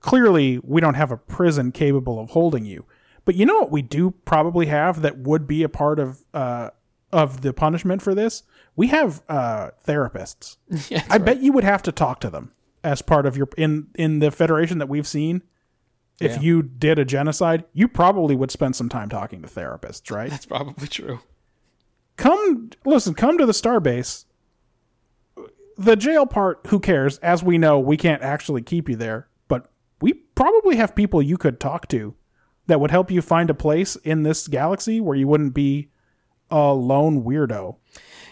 Speaker 2: clearly we don't have a prison capable of holding you. But you know what we do probably have that would be a part of uh of the punishment for this? We have uh therapists.
Speaker 1: Yeah,
Speaker 2: I bet you would have to talk to them as part of your in in the federation that we've seen. If
Speaker 1: Yeah.
Speaker 2: you did a genocide, you probably would spend some time talking to therapists, right?
Speaker 1: that's probably true.
Speaker 2: come listen, come to the starbase. The jail part, who cares? As we know, we can't actually keep you there, but we probably have people you could talk to that would help you find a place in this galaxy where you wouldn't be a lone weirdo.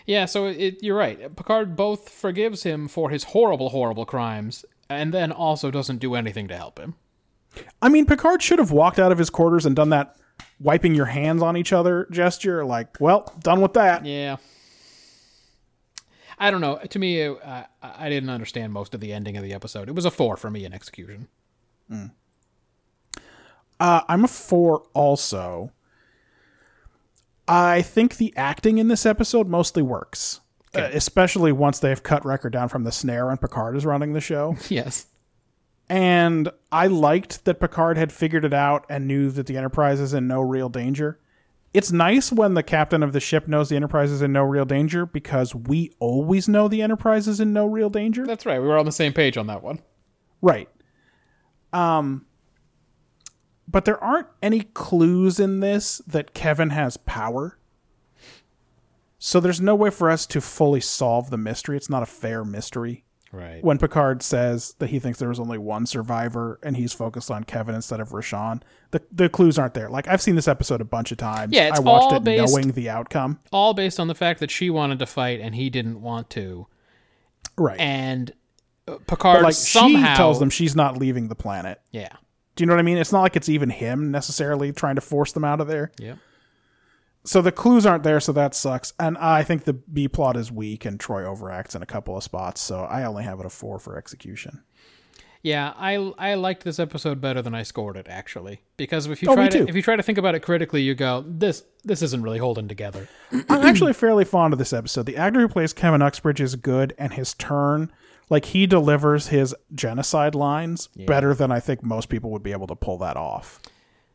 Speaker 1: Yeah, so it, you're right. Picard both forgives him for his horrible, horrible crimes, and then also doesn't do anything to help him.
Speaker 2: I mean, Picard should have walked out of his quarters and done that wiping your hands on each other gesture. Like, well, done with that.
Speaker 1: Yeah. I don't know. To me, uh, I, I didn't understand most of the ending of the episode. It was a four for me in execution.
Speaker 2: Uh, I'm a four also. I think the acting in this episode mostly works, uh, especially once they've cut Wrecker down from the snare and Picard is running the show.
Speaker 1: Yes.
Speaker 2: and I liked that Picard had figured it out and knew that the Enterprise is in no real danger. It's nice when the captain of the ship knows the Enterprise is in no real danger because we always know the Enterprise is in no real danger.
Speaker 1: That's right. We were on the same page on that one.
Speaker 2: Right. Um but there aren't any clues in this that Kevin has power. So there's no way for us to fully solve the mystery. It's not a fair mystery.
Speaker 1: Right.
Speaker 2: When Picard says that he thinks there was only one survivor and he's focused on Kevin instead of Rashawn, the, the clues aren't there. Like I've seen this episode a bunch of times.
Speaker 1: Yeah, it's
Speaker 2: I watched
Speaker 1: all
Speaker 2: it
Speaker 1: based-
Speaker 2: knowing the outcome.
Speaker 1: All based on the fact that she wanted to fight and he didn't want to.
Speaker 2: Right.
Speaker 1: And uh, Picard
Speaker 2: like
Speaker 1: somehow.
Speaker 2: she tells them she's not leaving the planet.
Speaker 1: Yeah.
Speaker 2: Do you know what I mean? It's not like it's even him necessarily trying to force them out of there.
Speaker 1: Yeah.
Speaker 2: so the clues aren't there, so that sucks. And I think the B plot is weak, and Troy overacts in a couple of spots, so I only have it a four for execution.
Speaker 1: Yeah, I I liked this episode better than I scored it actually because if you
Speaker 2: Oh,
Speaker 1: try
Speaker 2: me
Speaker 1: to
Speaker 2: too.
Speaker 1: if you try to think about it critically, you go this this isn't really holding together.
Speaker 2: I'm actually fairly fond of this episode. The actor who plays Kevin Uxbridge is good, and his turn, like he delivers his genocide lines better than I think most people would be able to pull that off.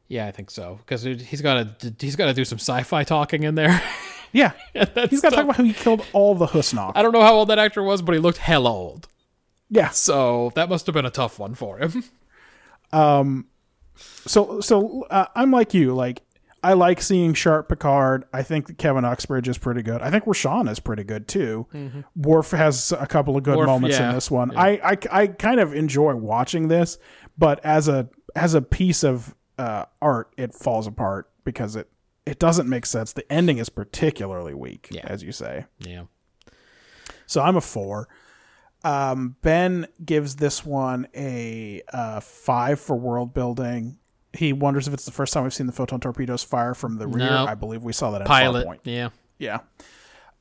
Speaker 1: Yeah, I think so because he's got to he's got to do some sci-fi talking in there.
Speaker 2: Yeah,
Speaker 1: That's
Speaker 2: he's got
Speaker 1: tough.
Speaker 2: to talk about how he killed all the Husnok.
Speaker 1: I don't know how old that actor was, but he looked hell old.
Speaker 2: Yeah,
Speaker 1: So that must have been a tough one for him.
Speaker 2: so so uh, I'm like you. Like I like seeing Sharp Picard. I think that Kevin Uxbridge is pretty good. I think Rashawn is pretty good too. Worf has a couple of good
Speaker 1: Mm-hmm. Worf,
Speaker 2: moments
Speaker 1: yeah.
Speaker 2: in this one. I, I I kind of enjoy watching this, but as a as a piece of uh, art, it falls apart because it it doesn't make sense. The ending is particularly weak, as you say.
Speaker 1: Yeah.
Speaker 2: So I'm a four. Um, ben gives this one a, uh five for world building. He wonders if it's the first time we've seen the photon torpedoes fire from the rear.
Speaker 1: No.
Speaker 2: I believe we saw that at
Speaker 1: Pilot.
Speaker 2: Farpoint.
Speaker 1: Yeah.
Speaker 2: Yeah.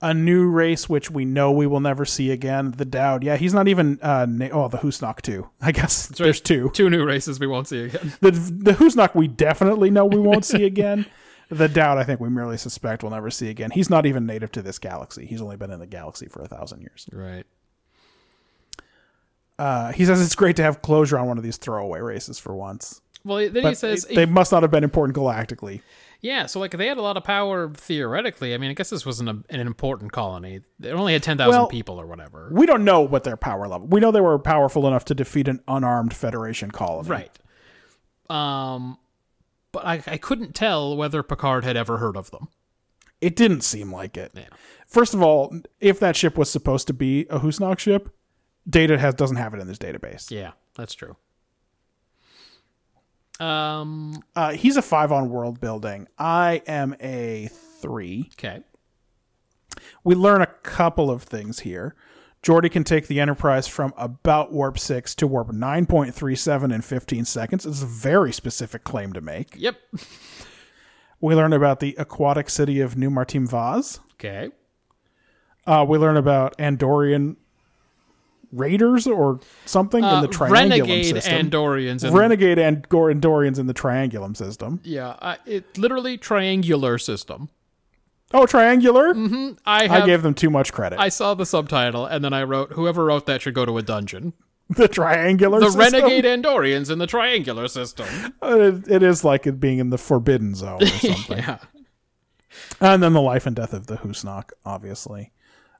Speaker 2: A new race which we know we will never see again. The Dowd. Yeah, he's not even. Uh, na- oh, the Hoosnock too. I guess
Speaker 1: right.
Speaker 2: there's two.
Speaker 1: Two new races we won't see again.
Speaker 2: The the Hoosnock we definitely know we won't see again. The Dowd, I think we merely suspect we'll never see again. He's not even native to this galaxy. He's only been in the galaxy for a thousand years.
Speaker 1: Right.
Speaker 2: Uh, he says it's great to have closure on one of these throwaway races for once.
Speaker 1: Well, then he
Speaker 2: But
Speaker 1: says
Speaker 2: they must not have been important galactically.
Speaker 1: Yeah, so like they had a lot of power theoretically. I mean, I guess this wasn't a, an important colony. It only had ten thousand
Speaker 2: Well-
Speaker 1: people or whatever.
Speaker 2: We don't know what their power level. We know they were powerful enough to defeat an unarmed Federation colony.
Speaker 1: Right. Um, but I, I couldn't tell whether Picard had ever heard of them.
Speaker 2: It didn't seem like it.
Speaker 1: Yeah.
Speaker 2: First of all, if that ship was supposed to be a Husnog ship, Data has doesn't have it in his database.
Speaker 1: Yeah, that's true. Um.
Speaker 2: Uh, he's a five on world building. I am a three.
Speaker 1: Okay.
Speaker 2: we learn a couple of things here. Jordy can take the Enterprise from about warp 6 to warp 9.37 in 15 seconds. It's a very specific claim to make.
Speaker 1: Yep.
Speaker 2: We learn about the aquatic city of New Martim Vaz.
Speaker 1: Okay.
Speaker 2: Uh, we learn about Andorian raiders or something in the
Speaker 1: Uh,
Speaker 2: triangulum
Speaker 1: renegade
Speaker 2: system.
Speaker 1: Andorians. And,
Speaker 2: Renegade and Gor- Andorians in the triangulum system.
Speaker 1: yeah, uh, it literally triangular system.
Speaker 2: Oh, triangular?
Speaker 1: I Mm-hmm. have.
Speaker 2: I
Speaker 1: I,
Speaker 2: gave them too much credit.
Speaker 1: saw the subtitle and then I wrote, "Whoever wrote that should go to a dungeon."
Speaker 2: the triangular
Speaker 1: The
Speaker 2: system?
Speaker 1: renegade Andorians in the triangular system.
Speaker 2: Uh, It, it is like it being in the forbidden zone or something.
Speaker 1: Yeah.
Speaker 2: And then the life and death of the Husnock, obviously.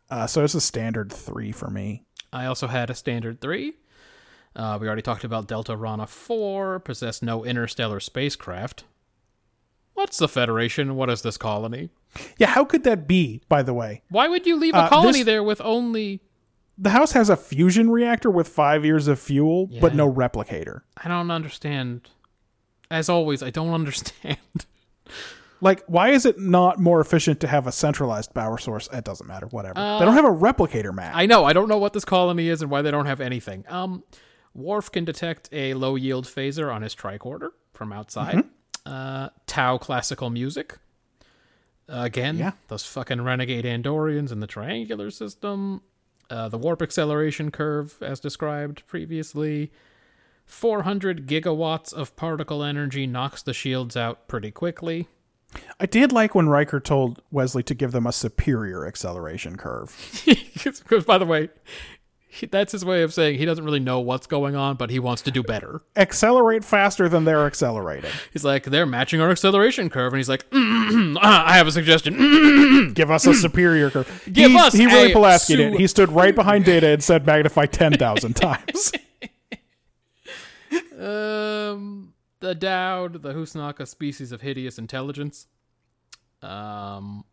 Speaker 2: Uh, so it's a standard three for me.
Speaker 1: I also had a standard three. Uh, we already talked about Delta Rana 4, possess no interstellar spacecraft. What's the Federation? What is this colony?
Speaker 2: Yeah, how could that be, by the way?
Speaker 1: Why would you leave a
Speaker 2: Uh,
Speaker 1: colony
Speaker 2: this-
Speaker 1: there with only.
Speaker 2: The house has a fusion reactor with five years of fuel, but
Speaker 1: Yeah.
Speaker 2: no replicator.
Speaker 1: I don't understand. As always, I don't understand.
Speaker 2: Like, why is it not more efficient to have a centralized power source? It doesn't matter, whatever. they don't have a replicator map.
Speaker 1: Uh, I know. I don't know what this colony is and why they don't have anything. Um, Worf can detect a low yield phaser on his tricorder from outside. Uh, Tau classical music. Again,
Speaker 2: Yeah.
Speaker 1: those fucking renegade Andorians and the triangular system. Uh, the warp acceleration curve, as described previously. 400 gigawatts of particle energy knocks the shields out pretty quickly.
Speaker 2: I did like when Riker told Wesley to give them a superior acceleration curve.
Speaker 1: Because, by the way, he, that's his way of saying he doesn't really know what's going on, but he wants to do better.
Speaker 2: Accelerate faster than they're accelerating.
Speaker 1: He's like, they're matching our acceleration curve, and he's like, "Ah, I have a suggestion. Mm-hmm,
Speaker 2: Give us a superior curve.
Speaker 1: Hmm. Give
Speaker 2: he,
Speaker 1: us
Speaker 2: he really
Speaker 1: a
Speaker 2: Pulaski'd
Speaker 1: su-
Speaker 2: it. He stood right behind Data and said magnify 10,000 times.
Speaker 1: um, the Dowd, the Husnaka, species of hideous intelligence. Um,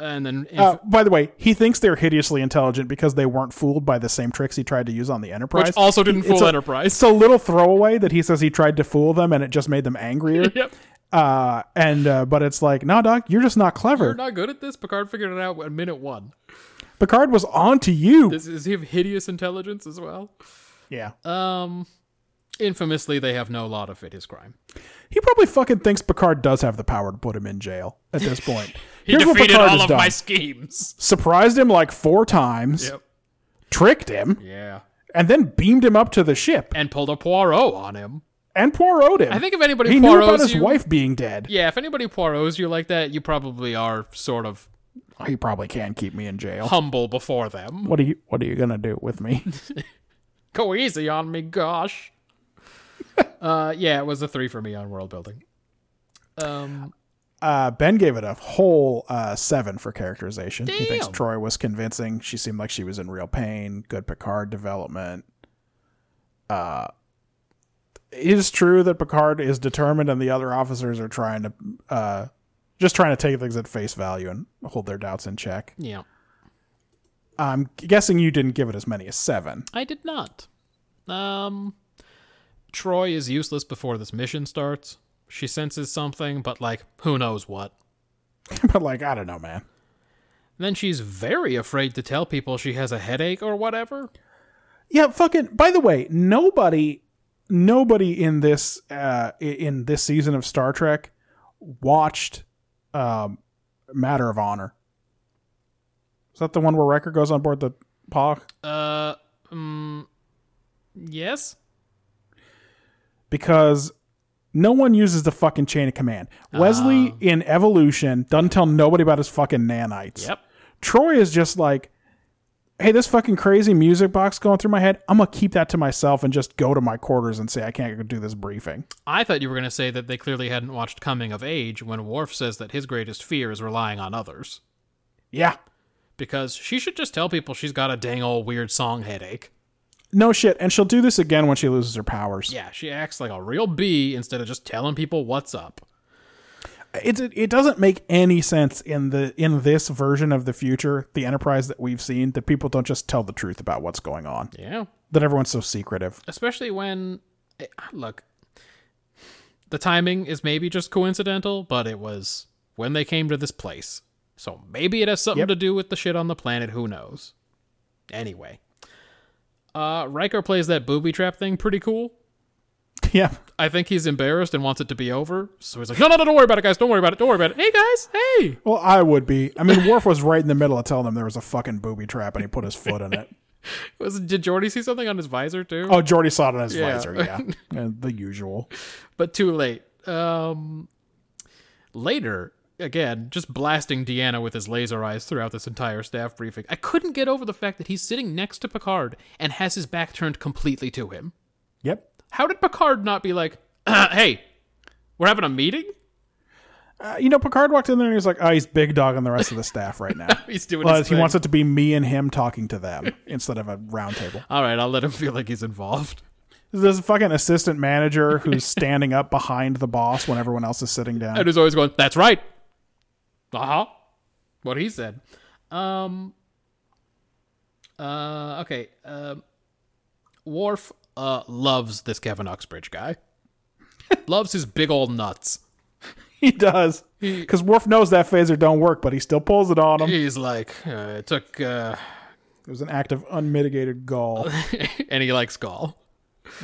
Speaker 1: and then inf-
Speaker 2: Uh, by the way, he thinks they're hideously intelligent because they weren't fooled by the same tricks he tried to use on the Enterprise.
Speaker 1: which also didn't
Speaker 2: it's
Speaker 1: fool
Speaker 2: a-
Speaker 1: Enterprise.
Speaker 2: It's a little throwaway that he says he tried to fool them and it just made them angrier.
Speaker 1: yep,
Speaker 2: uh, and uh, but it's like, nah, Doc, you're just not
Speaker 1: we're
Speaker 2: clever.
Speaker 1: not good at this. Picard figured it out at minute one.
Speaker 2: Picard was on to you.
Speaker 1: Does is he have hideous intelligence as well?
Speaker 2: yeah,
Speaker 1: Um, infamously, they have no law to fit his crime.
Speaker 2: he probably fucking thinks Picard does have the power to put him in jail at this point.
Speaker 1: He
Speaker 2: Here's
Speaker 1: defeated
Speaker 2: what Picard
Speaker 1: all
Speaker 2: has
Speaker 1: of
Speaker 2: done.
Speaker 1: my schemes.
Speaker 2: Surprised him like four times,
Speaker 1: Yep.
Speaker 2: tricked him,
Speaker 1: Yeah.
Speaker 2: and then beamed him up to the ship
Speaker 1: And pulled a Poirot on him.
Speaker 2: and Poirot him.
Speaker 1: I think if anybody
Speaker 2: he knew about
Speaker 1: Poirot's
Speaker 2: his
Speaker 1: you,
Speaker 2: wife being dead.
Speaker 1: yeah, if anybody Poirot's you like that, you probably are sort of
Speaker 2: He probably can keep me in jail.
Speaker 1: humble before them.
Speaker 2: What are you What are you gonna do with me?
Speaker 1: Go easy on me, gosh. uh, yeah, it was a three for me on world building. Um,
Speaker 2: Uh, ben gave it a whole uh, seven for characterization. He thinks
Speaker 1: Damn.
Speaker 2: Troy was convincing. She seemed like she was in real pain. Good Picard development. Uh, it is true that Picard is determined, and the other officers are trying to uh, just trying to take things at face value and hold their doubts in check.
Speaker 1: yeah,
Speaker 2: I'm guessing you didn't give it as many as seven.
Speaker 1: I did not. Um, Troy is useless before this mission starts. She senses something, but like, who knows what.
Speaker 2: but like, I don't know, man.
Speaker 1: Then she's very afraid to tell people she has a headache or whatever.
Speaker 2: Yeah, fucking. By the way, nobody, nobody in this uh i- in this season of Star Trek watched um Matter of Honor. Is that the one where Riker goes on board the Pog?
Speaker 1: Uh, mm, yes.
Speaker 2: Because no one uses the fucking chain of command. Wesley in Evolution doesn't tell nobody about his fucking nanites.
Speaker 1: Yep.
Speaker 2: Troy is just like, hey, this fucking crazy music box going through my head, I'm going to keep that to myself and just go to my quarters and say, I can't go do this briefing.
Speaker 1: I thought you were going to say that they clearly hadn't watched Coming of Age when Worf says that his greatest fear is relying on others.
Speaker 2: Yeah.
Speaker 1: Because she should just tell people she's got a dang old weird song headache.
Speaker 2: No shit. And she'll do this again when she loses her powers.
Speaker 1: Yeah, she acts like a real bee instead of just telling people what's up.
Speaker 2: It, it it doesn't make any sense in the in this version of the future, the enterprise that we've seen, that people don't just tell the truth about what's going on.
Speaker 1: Yeah.
Speaker 2: That everyone's so secretive.
Speaker 1: Especially when. eh, Look, the timing is maybe just coincidental, but it was when they came to this place. So maybe it has something
Speaker 2: Yep.
Speaker 1: to do with the shit on the planet. Who knows? Anyway. Uh, Riker plays that booby trap thing pretty cool.
Speaker 2: yeah.
Speaker 1: I think he's embarrassed and wants it to be over. So he's like, no, no, no, don't worry about it, guys. Don't worry about it. Don't worry about it. Hey, guys. Hey.
Speaker 2: Well, I would be. I mean, Worf was right in the middle of telling them there was a fucking booby trap and he put his foot in it.
Speaker 1: Was, did Jordy see something on his visor, too?
Speaker 2: Oh, Jordy saw it on his
Speaker 1: Yeah.
Speaker 2: visor. Yeah. And the usual.
Speaker 1: but too late. Um, later, again, just blasting Deanna with his laser eyes throughout this entire staff briefing. I couldn't get over the fact that he's sitting next to Picard and has his back turned completely to him.
Speaker 2: Yep.
Speaker 1: How did Picard not be like, "Uh, "Hey, we're having a meeting"?
Speaker 2: Uh, you know, Picard walked in there and he was like, oh, he's big dogging the rest of the staff right now.
Speaker 1: He's doing.
Speaker 2: Well,
Speaker 1: his
Speaker 2: he
Speaker 1: thing.
Speaker 2: wants it to be me and him talking to them instead of a round table.
Speaker 1: All right, I'll let him feel like he's involved.
Speaker 2: There's a fucking assistant manager who's standing up behind the boss when everyone else is sitting down.
Speaker 1: And he's always going, "That's right." Uh huh. What he said. Um. Uh. Okay. Um. Worf uh loves this Kevin Uxbridge guy. loves his big old nuts.
Speaker 2: He does. Because Worf knows that phaser don't work, but he still pulls it on him.
Speaker 1: He's like, uh, it took, uh,
Speaker 2: It was an act of unmitigated gall.
Speaker 1: and he likes Gaul,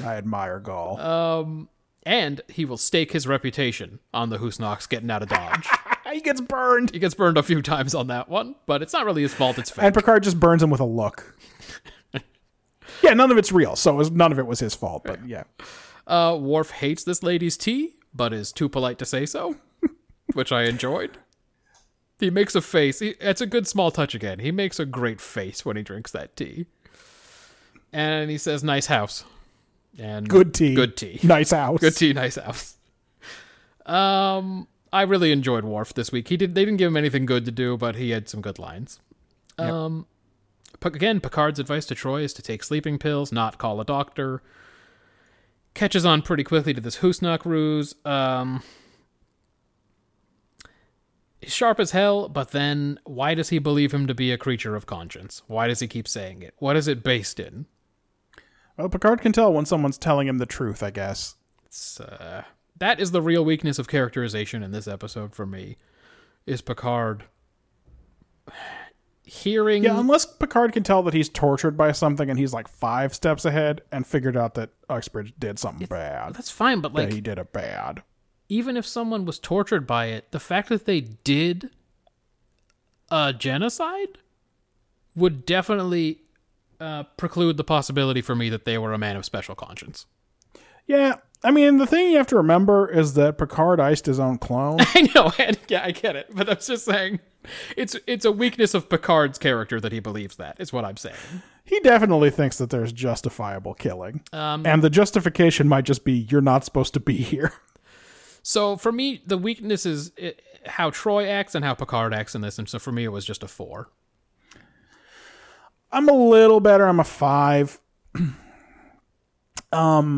Speaker 2: I admire gall.
Speaker 1: Uh, and he will stake his reputation on the Hoosnox getting out of Dodge.
Speaker 2: Ah, he gets burned.
Speaker 1: he gets burned a few times on that one, but it's not really his fault. It's fake.
Speaker 2: And Picard just burns him with a look. yeah, none of it's real, so it was, none of it was his fault. But yeah,
Speaker 1: Uh, Worf hates this lady's tea, but is too polite to say so, which I enjoyed. He makes a face. He, it's a good small touch again. He makes a great face when he drinks that tea. And he says, nice house. And
Speaker 2: good tea.
Speaker 1: Good tea.
Speaker 2: Nice house.
Speaker 1: Good tea, nice house. Um, I really enjoyed Worf this week. He did. They didn't give him anything good to do, but he had some good lines. Um, Pic- again, Picard's advice to Troy is to take sleeping pills, not call a doctor. Catches on pretty quickly to this Hoosnock ruse. Um, he's sharp as hell, but then why does he believe him to be a creature of conscience? Why does he keep saying it? What is it based in?
Speaker 2: Well, Picard can tell when someone's telling him the truth, I guess.
Speaker 1: It's, uh, that is the real weakness of characterization in this episode for me is Picard hearing
Speaker 2: Yeah, unless Picard can tell that he's tortured by something and he's like five steps ahead and figured out that Uxbridge did something bad.
Speaker 1: that's fine but like
Speaker 2: that he did it bad.
Speaker 1: even if someone was tortured by it the fact that they did a genocide would definitely uh, preclude the possibility for me that they were a man of special conscience
Speaker 2: Yeah, I mean, the thing you have to remember is that Picard iced his own clone.
Speaker 1: I know, and yeah, I get it, but I'm just saying, it's it's a weakness of Picard's character that he believes that. Is what I'm saying.
Speaker 2: he definitely thinks that there's justifiable killing. and the justification might just be you're not supposed to be here.
Speaker 1: So for me, the weakness is it, how Troy acts and how Picard acts in this, and so for me, it was just a four.
Speaker 2: I'm a little better. I'm a five. um,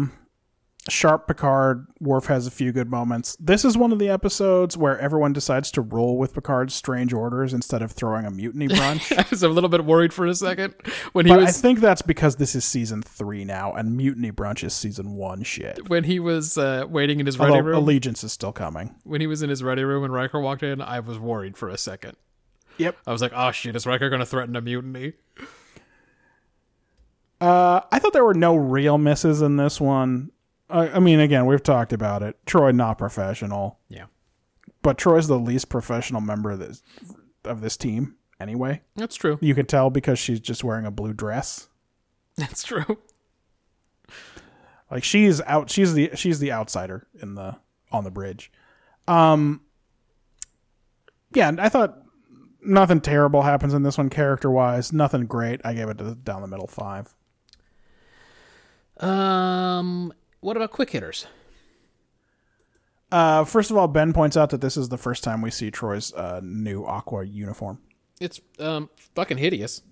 Speaker 2: Sharp Picard. Worf has a few good moments. This is one of the episodes where everyone decides to roll with Picard's strange orders instead of throwing a mutiny brunch.
Speaker 1: I was a little bit worried for a second when he
Speaker 2: but I
Speaker 1: was
Speaker 2: think that's because this is season three now, and mutiny brunch is season one shit.
Speaker 1: when he was uh, waiting in his ready
Speaker 2: Although
Speaker 1: room.
Speaker 2: Allegiance is still coming.
Speaker 1: When he was in his ready room and Riker walked in, I was worried for a second.
Speaker 2: Yep.
Speaker 1: I was like, "Oh shit, is Riker going to threaten a mutiny?"
Speaker 2: Uh, I thought there were no real misses in this one. I, I mean, again, we've talked about it. Troy not professional,
Speaker 1: Yeah,
Speaker 2: but Troy's the least professional member of this of this team. Anyway,
Speaker 1: that's true.
Speaker 2: you can tell because she's just wearing a blue dress.
Speaker 1: That's true.
Speaker 2: Like she's out. She's the she's the outsider in the on the bridge. Um. Yeah, and I thought nothing terrible happens in this one character wise. Nothing great. I gave it a down the middle five.
Speaker 1: Um, what about quick hitters?
Speaker 2: Uh, first of all, Ben points out that this is the first time we see Troy's uh, new Aqua uniform.
Speaker 1: It's um fucking hideous.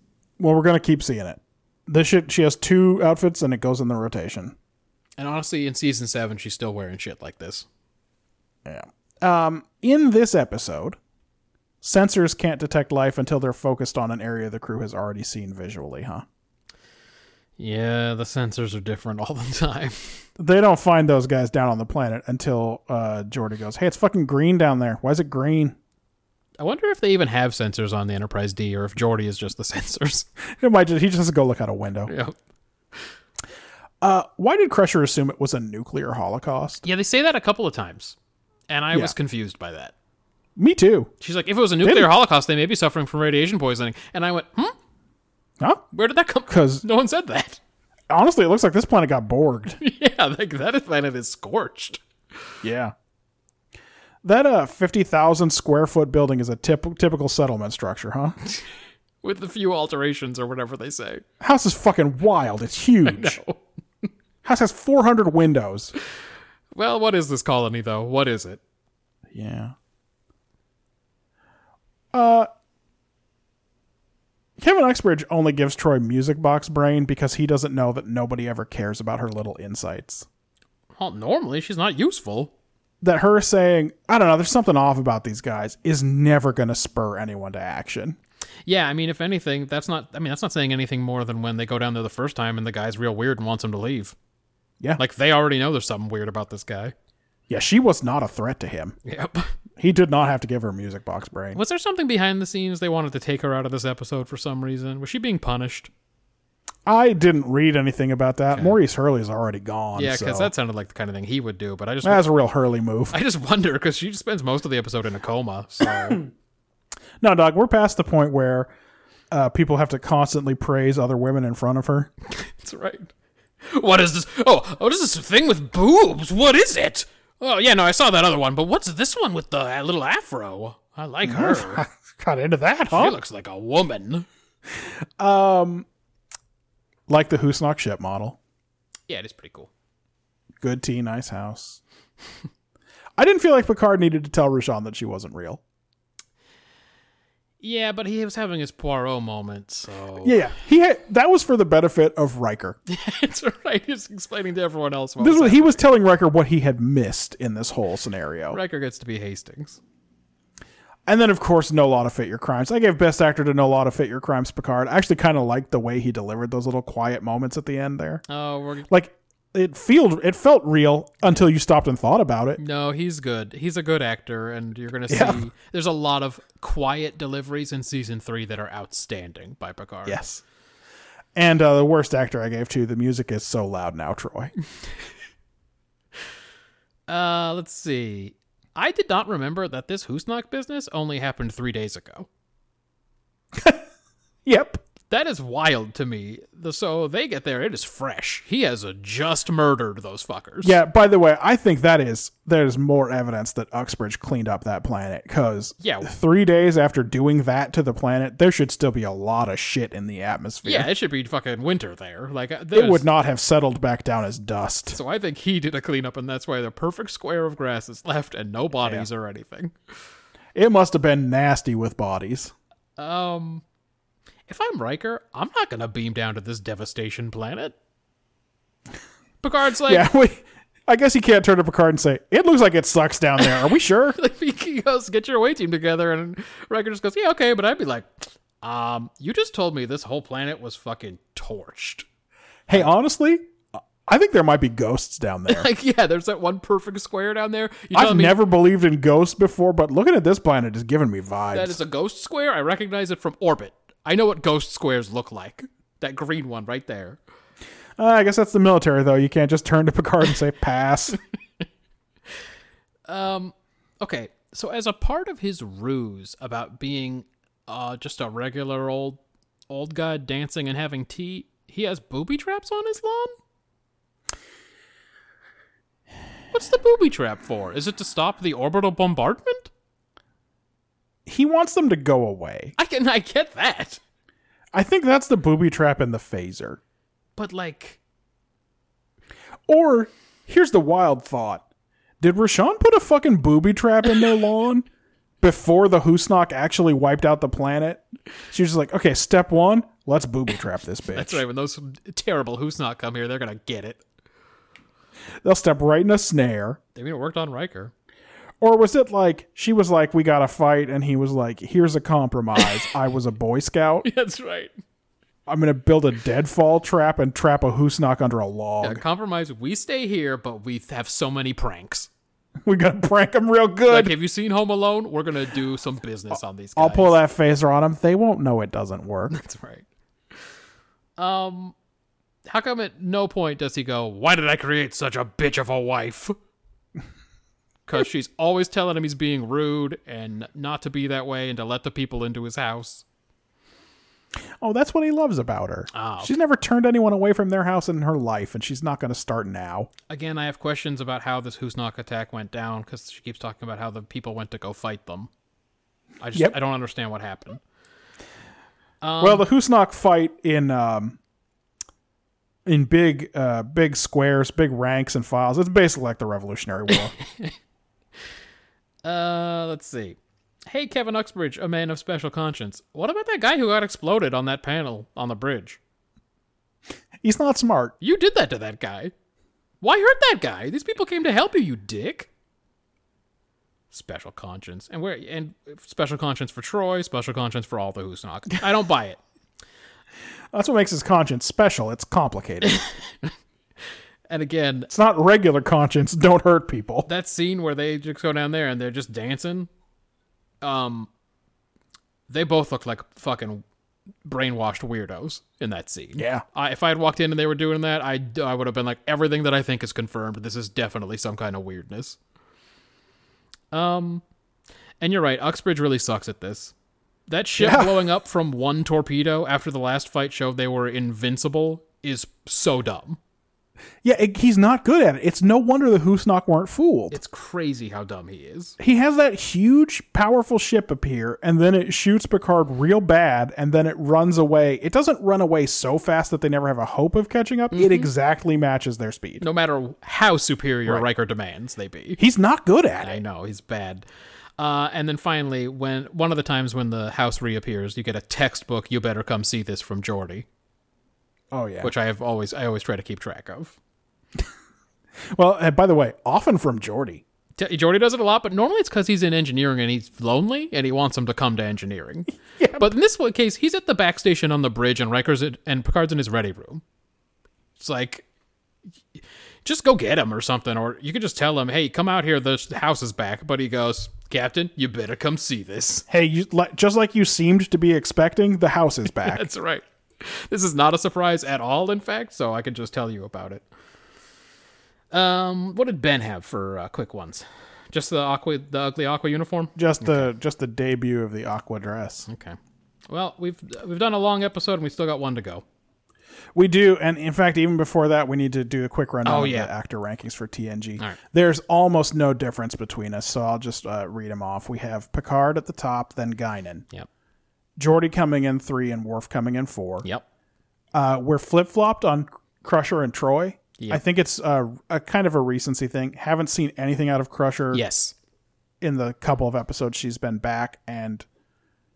Speaker 2: Well, we're gonna keep seeing it. This shit. She has two outfits, and it goes in the rotation.
Speaker 1: And honestly, in season seven, she's still wearing shit like this.
Speaker 2: Yeah. Um, in this episode, sensors can't detect life until they're focused on an area the crew has already seen visually. Huh?
Speaker 1: Yeah, the sensors are different all the time.
Speaker 2: They don't find those guys down on the planet until uh, Jordy goes, "Hey, it's fucking green down there. Why is it green?"
Speaker 1: I wonder if they even have sensors on the Enterprise D, or if Geordi is just the sensors.
Speaker 2: It might just, he just has to go look out a window.
Speaker 1: yeah.
Speaker 2: Uh, why did Crusher assume it was a nuclear holocaust?
Speaker 1: yeah, they say that a couple of times, and I was
Speaker 2: Yeah.
Speaker 1: confused by that.
Speaker 2: Me too.
Speaker 1: She's like, if it was a nuclear holocaust, they may be suffering from radiation poisoning. And I went, hmm,
Speaker 2: Huh?
Speaker 1: where did that come?
Speaker 2: 'Cause-
Speaker 1: no one said that.
Speaker 2: Honestly, it looks like this planet got borged.
Speaker 1: yeah, like that planet is scorched.
Speaker 2: yeah. That uh fifty thousand square foot building is a tip- typical settlement structure, huh?
Speaker 1: with the few alterations or whatever they say.
Speaker 2: House is fucking wild. It's huge. House has four hundred windows.
Speaker 1: Well, what is this colony though? What is it?
Speaker 2: Yeah. Uh Kevin Uxbridge only gives Troy music box brain because he doesn't know that nobody ever cares about her little insights.
Speaker 1: Well, normally she's not useful.
Speaker 2: That her saying, I don't know, there's something off about these guys is never going to spur anyone to action.
Speaker 1: Yeah, I mean, if anything, that's not. I mean, that's not saying anything more than when they go down there the first time and the guy's real weird and wants him to leave.
Speaker 2: Yeah.
Speaker 1: Like they already know there's something weird about this guy.
Speaker 2: Yeah, she was not a threat to him.
Speaker 1: Yep.
Speaker 2: He did not have to give her music box brain.
Speaker 1: Was there something behind the scenes they wanted to take her out of this episode for some reason? Was she being punished?
Speaker 2: I didn't read anything about that. Maurice Hurley's already gone.
Speaker 1: Yeah,
Speaker 2: so
Speaker 1: because that sounded like the kind of thing he would do. But I just,
Speaker 2: that's a real Hurley move.
Speaker 1: I just wonder because she spends most of the episode in a coma. So
Speaker 2: No, dog, we're past the point where uh, people have to constantly praise other women in front of her.
Speaker 1: That's right. What is this? Oh, what is this thing with boobs? What is it? Oh, yeah, no, I saw that other one, but what's this one with the uh, little afro? I like her.
Speaker 2: Got into that,
Speaker 1: She
Speaker 2: huh?
Speaker 1: looks like a woman.
Speaker 2: Like the Hoosnock ship model.
Speaker 1: Yeah, it is pretty cool.
Speaker 2: Good tea, nice house. I didn't feel like Picard needed to tell Rashawn that she wasn't real.
Speaker 1: Yeah, but he was having his Poirot moment, so.
Speaker 2: Yeah, yeah. He had, that was for the benefit of Riker.
Speaker 1: it's right. He's explaining to everyone else. What
Speaker 2: This
Speaker 1: was
Speaker 2: was, he was telling Riker what he had missed in this whole scenario.
Speaker 1: Riker gets to be Hastings.
Speaker 2: And then, of course, No Law to Fit Your Crimes. I gave Best Actor to No Law to Fit Your Crimes Picard. I actually kind of liked the way he delivered those little quiet moments at the end there.
Speaker 1: Oh, we're.
Speaker 2: Like, it felt, it felt real until you stopped and thought about it.
Speaker 1: No, he's good. He's a good actor, and you're going to see.
Speaker 2: Yeah.
Speaker 1: There's a lot of quiet deliveries in season three that are outstanding by Picard.
Speaker 2: Yes. And uh, the worst actor I gave to, the music is so loud now, Troy.
Speaker 1: Uh, let's see. I did not remember that this Hoosnock business only happened three days ago.
Speaker 2: yep.
Speaker 1: That is wild to me. The, so they get there, it is fresh. He has uh, just murdered those fuckers.
Speaker 2: Yeah, by the way, I think that is there's more evidence that Uxbridge cleaned up that planet because
Speaker 1: Yeah.
Speaker 2: three days after doing that to the planet, there should still be a lot of shit in the atmosphere.
Speaker 1: Yeah, it should be fucking winter there. Like uh,
Speaker 2: It would
Speaker 1: there's-
Speaker 2: not have settled back down as dust.
Speaker 1: So I think he did a cleanup, and that's why the perfect square of grass is left and no bodies or anything.
Speaker 2: It must have been nasty with bodies.
Speaker 1: Um, if I'm Riker, I'm not gonna beam down to this devastation planet. Picard's like,
Speaker 2: Yeah, we, I guess you can't turn to Picard and say, It looks like it sucks down there. Are we sure?
Speaker 1: like he- he goes, get your away team together, and Riker just goes, yeah, okay, but I'd be like, um, you just told me this whole planet was fucking torched.
Speaker 2: hey, honestly, I think there might be ghosts down there.
Speaker 1: Like, yeah, there's that one perfect square down there. You
Speaker 2: I've
Speaker 1: telling me
Speaker 2: never believed in ghosts before, but looking at this planet is giving me vibes.
Speaker 1: that is a ghost square? I recognize it from orbit. I know what ghost squares look like. That green one right there.
Speaker 2: Uh, I guess that's the military, though. You can't just turn to Picard and say pass.
Speaker 1: Um, Okay, so as a part of his ruse about being uh, just a regular old old guy dancing and having tea, he has booby traps on his lawn. What's the booby trap for? Is it to stop the orbital bombardment?
Speaker 2: he wants them to go away.
Speaker 1: I can I get that.
Speaker 2: I think that's the booby trap and the phaser.
Speaker 1: But like
Speaker 2: Or here's the wild thought: Did Rashawn put a fucking booby trap in their lawn before the Hoosnock actually wiped out the planet? She was just like, okay, step one, let's booby trap this bitch.
Speaker 1: that's right, when those terrible who's not come here, they're gonna get it.
Speaker 2: They'll step right in a snare.
Speaker 1: I mean it worked on Riker.
Speaker 2: Or was it like she was like, we got to fight, and he was like, here's a compromise. I was a Boy Scout.
Speaker 1: That's right.
Speaker 2: I'm gonna build a deadfall trap and trap a Hoosnock under a log.
Speaker 1: compromise, we stay here, but we have so many pranks.
Speaker 2: We gotta prank him real good.
Speaker 1: Like, have you seen Home Alone? We're gonna do some business on these guys.
Speaker 2: I'll pull that phaser on them. They won't know it doesn't work.
Speaker 1: That's right. Um, how come at no point does he go, "Why did I create such a bitch of a wife?" Because she's always telling him he's being rude and not to be that way and to let the people into his house.
Speaker 2: Oh, that's what he loves about her.
Speaker 1: Oh.
Speaker 2: She's never turned anyone away from their house in her life, and she's not gonna start now.
Speaker 1: Again, I have questions about how this Hoosnock attack went down because she keeps talking about how the people went to go fight them. I just
Speaker 2: Yep.
Speaker 1: I don't understand what happened.
Speaker 2: well, the Hoosnock fight in um in big uh big squares, big ranks and files. It's basically like the Revolutionary War.
Speaker 1: Uh, let's see. Hey, Kevin Uxbridge, a man of special conscience. What about that guy who got exploded on that panel on the bridge?
Speaker 2: He's not smart.
Speaker 1: You did that to that guy. Why hurt that guy? These people came to help you, you dick. Special conscience, and where and special conscience for Troy, special conscience for all the Hoosnock. I don't buy it.
Speaker 2: That's what makes his conscience special. It's complicated.
Speaker 1: And again,
Speaker 2: it's not regular conscience. Don't hurt people.
Speaker 1: that scene where they just go down there and they're just dancing, um, they both look like fucking brainwashed weirdos in that scene.
Speaker 2: Yeah.
Speaker 1: I, if I had walked in and they were doing that, I, I would have been like, everything that I think is confirmed. This is definitely some kind of weirdness. Um, and you're right. Uxbridge really sucks at this. That ship
Speaker 2: Yeah.
Speaker 1: blowing up from one torpedo after the last fight showed they were invincible is so dumb.
Speaker 2: Yeah, it, he's not good at it. It's no wonder the Hoosnock weren't fooled.
Speaker 1: It's crazy how dumb he is.
Speaker 2: he has that huge, powerful ship appear, and then it shoots Picard real bad, and then it runs away. It doesn't run away so fast that they never have a hope of catching up. It exactly matches their speed.
Speaker 1: Mm-hmm. No matter how superior Riker demands they be.
Speaker 2: He's not good at
Speaker 1: I
Speaker 2: it.
Speaker 1: know he's bad. Uh, and then finally, when one of the times when the house reappears, you get a textbook. You better come see this from Geordi,
Speaker 2: Oh yeah.
Speaker 1: which I have always I always try to keep track of.
Speaker 2: well, and by the way, often from Geordi.
Speaker 1: T- Geordi does it a lot, but normally it's because he's in engineering and he's lonely and he wants him to come to engineering. But in this one case, he's at the back station on the bridge and Riker's at, and Picard's in his ready room. It's like, just go get him or something, or you could just tell him, "Hey, come out here. The s- house is back." But he goes, "Captain, you better come see this."
Speaker 2: Hey, you, li- just like you seemed to be expecting, the house is back.
Speaker 1: That's right. This is not a surprise at all, in fact, so I can just tell you about it. Um, what did Ben have for uh, quick ones? Just the aqua, the ugly aqua uniform.
Speaker 2: just the just the debut of the aqua dress.
Speaker 1: Okay. Well, we've we've done a long episode, and we still got one to go.
Speaker 2: We do, and in fact, even before that, we need to do a quick rundown
Speaker 1: Oh,
Speaker 2: of
Speaker 1: yeah.
Speaker 2: the actor rankings for TNG.
Speaker 1: All right.
Speaker 2: There's almost no difference between us, so I'll just uh, read them off. We have Picard at the top, then Guinan,
Speaker 1: Yep.
Speaker 2: Geordi coming in three, and Worf coming in four.
Speaker 1: Yep.
Speaker 2: Uh, we're flip flopped on Crusher and Troy.
Speaker 1: Yeah.
Speaker 2: I think it's uh, a kind of a recency thing. Haven't seen anything out of Crusher
Speaker 1: Yes.
Speaker 2: in the couple of episodes she's been back, and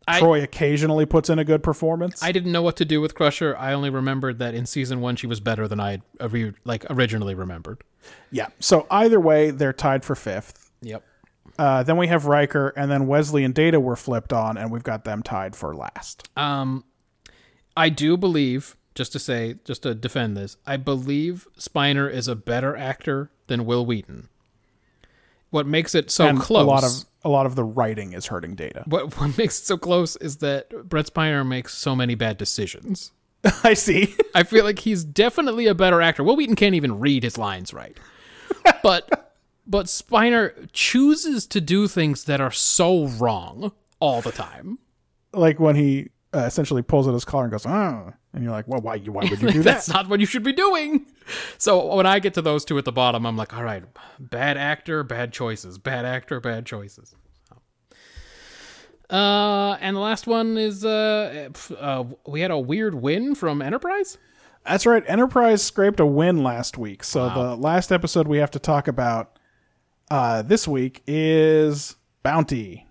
Speaker 1: I-
Speaker 2: Troy occasionally puts in a good performance.
Speaker 1: I didn't know what to do with Crusher. I only remembered that in season one she was better than I had uh, re- like originally remembered.
Speaker 2: yeah. So either way, they're tied for fifth.
Speaker 1: Yep.
Speaker 2: Uh, then we have Riker, and then Wesley and Data were flipped on, and we've got them tied for last.
Speaker 1: Um, I do believe, just to say, just to defend this, I believe Spiner is a better actor than Will Wheaton. What makes it so
Speaker 2: and
Speaker 1: close?
Speaker 2: A lot of a lot of the writing is hurting Data.
Speaker 1: what what makes it so close is that Brett Spiner makes so many bad decisions.
Speaker 2: I see.
Speaker 1: I feel like he's definitely a better actor. Will Wheaton can't even read his lines right, but but Spiner chooses to do things that are so wrong all the time.
Speaker 2: like when he uh, essentially pulls at his collar and goes, "Oh," and you're like, "Well, why? Why would you do
Speaker 1: That's
Speaker 2: that?"
Speaker 1: not what you should be doing. So when I get to those two at the bottom, I'm like, all right, bad actor, bad choices, bad actor, bad choices. Uh, and the last one is uh, pf- uh, we had a weird win from Enterprise.
Speaker 2: That's right. Enterprise scraped a win last week. So the last episode we have to talk about uh, this week is Bounty.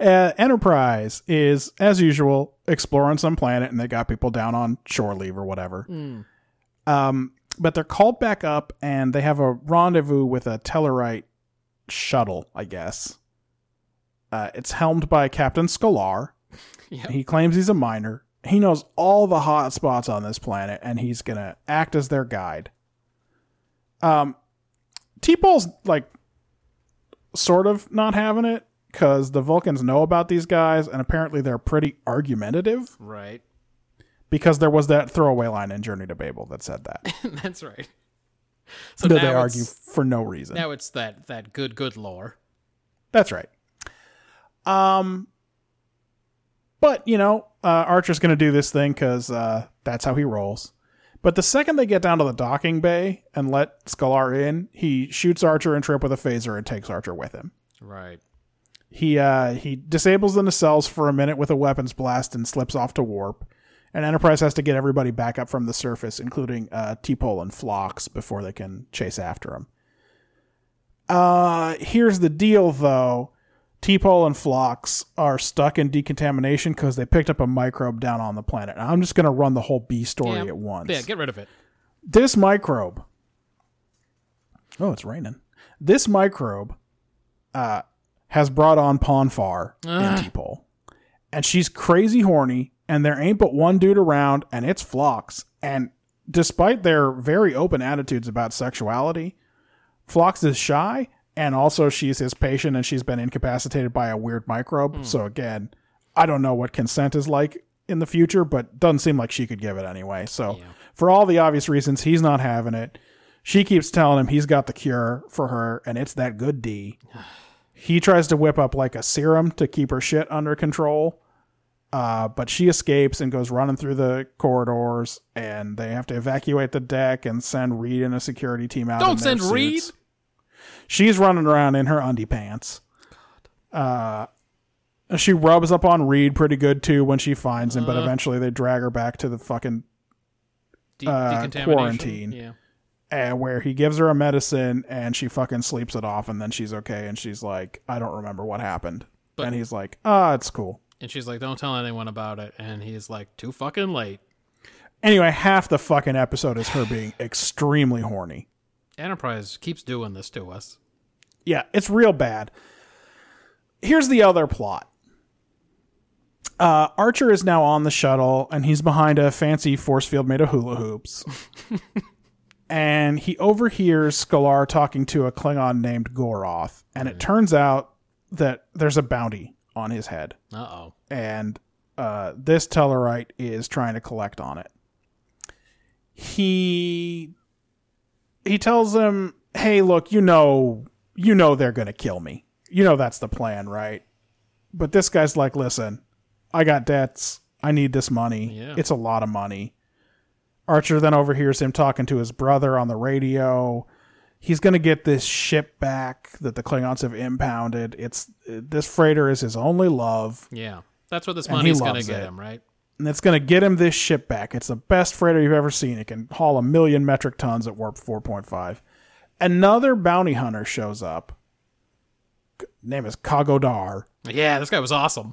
Speaker 2: Uh, Enterprise is, as usual, exploring some planet, and they got people down on shore leave or whatever. Um, but they're called back up, and they have a rendezvous with a Tellarite shuttle, I guess. Uh, it's helmed by Captain Scholar.
Speaker 1: Yep.
Speaker 2: He claims he's a miner. He knows all the hot spots on this planet, and he's gonna act as their guide. Um, T-Ball's like sort of not having it because the Vulcans know about these guys, and apparently they're pretty argumentative.
Speaker 1: Right.
Speaker 2: Because there was that throwaway line in Journey to Babel that said that.
Speaker 1: That's right. So
Speaker 2: so they
Speaker 1: now it's-
Speaker 2: argue for no reason.
Speaker 1: Now it's that that good good lore.
Speaker 2: That's right. Um, but you know, uh, Archer's going to do this thing because uh, that's how he rolls. But the second they get down to the docking bay and let Scalar in, he shoots Archer and Trip with a phaser and takes Archer with him.
Speaker 1: Right.
Speaker 2: He uh, he disables the nacelles for a minute with a weapons blast and slips off to warp. And Enterprise has to get everybody back up from the surface, including uh, T-Pole and Phlox, before they can chase after him. Uh, here's the deal, though. T-Pole and Phlox are stuck in decontamination because they picked up a microbe down on the planet. And I'm just going to run the whole B story
Speaker 1: Yeah.
Speaker 2: at once
Speaker 1: Yeah, get rid of it.
Speaker 2: this microbe oh it's raining this microbe uh has brought on ponfar and t-pole and she's crazy horny and there ain't but one dude around and it's phlox and despite their very open attitudes about sexuality phlox is shy and also she's his patient and she's been incapacitated by a weird microbe so again i don't know what consent is like in the future but doesn't seem like she could give it anyway so for all the obvious reasons he's not having it she keeps telling him he's got the cure for her and it's that good d he tries to whip up like a serum to keep her shit under control. Uh, but she escapes and goes running through the corridors, and they have to evacuate the deck and send Reed and a security team out. in
Speaker 1: Don't
Speaker 2: their
Speaker 1: send Reed.
Speaker 2: suits. She's running around in her undie pants. Uh, she rubs up on Reed pretty good too when she finds him, but
Speaker 1: Uh-huh.
Speaker 2: eventually they drag her back to the fucking
Speaker 1: De-
Speaker 2: Uh,
Speaker 1: decontamination.
Speaker 2: quarantine.
Speaker 1: Yeah.
Speaker 2: uh, where he gives her a medicine and she fucking sleeps it off, and then she's okay, and she's like, "I don't remember what happened,"
Speaker 1: But-
Speaker 2: and he's like, "Ah, it's cool."
Speaker 1: And she's like, "Don't tell anyone about it." And he's like, "Too fucking late."
Speaker 2: Anyway, half the fucking episode is her being extremely horny.
Speaker 1: Enterprise keeps doing this to us.
Speaker 2: Yeah, it's real bad. Here's the other plot. Uh, Archer is now on the shuttle, and he's behind a fancy force field made of hula hoops. and he overhears Skalar talking to a Klingon named Goroth, and it turns out that there's a bounty on his head.
Speaker 1: Uh oh.
Speaker 2: and uh, this Tellarite is trying to collect on it. He he tells him, "Hey, look, you know, you know they're gonna kill me. You know that's the plan, right?" But this guy's like, "Listen, I got debts. I need this money.
Speaker 1: Yeah.
Speaker 2: It's a lot of money." Archer then overhears him talking to his brother on the radio. He's going to get this ship back that the Klingons have impounded. It's this freighter is his only love
Speaker 1: Yeah. That's what this
Speaker 2: And he
Speaker 1: money's gonna
Speaker 2: loves
Speaker 1: get
Speaker 2: it.
Speaker 1: him, right?
Speaker 2: and it's going to get him this ship back. It's the best freighter you've ever seen. It can haul a million metric tons at warp 4.5. Another bounty hunter shows up. G- Name is Kagodar,
Speaker 1: Yeah, this guy was awesome.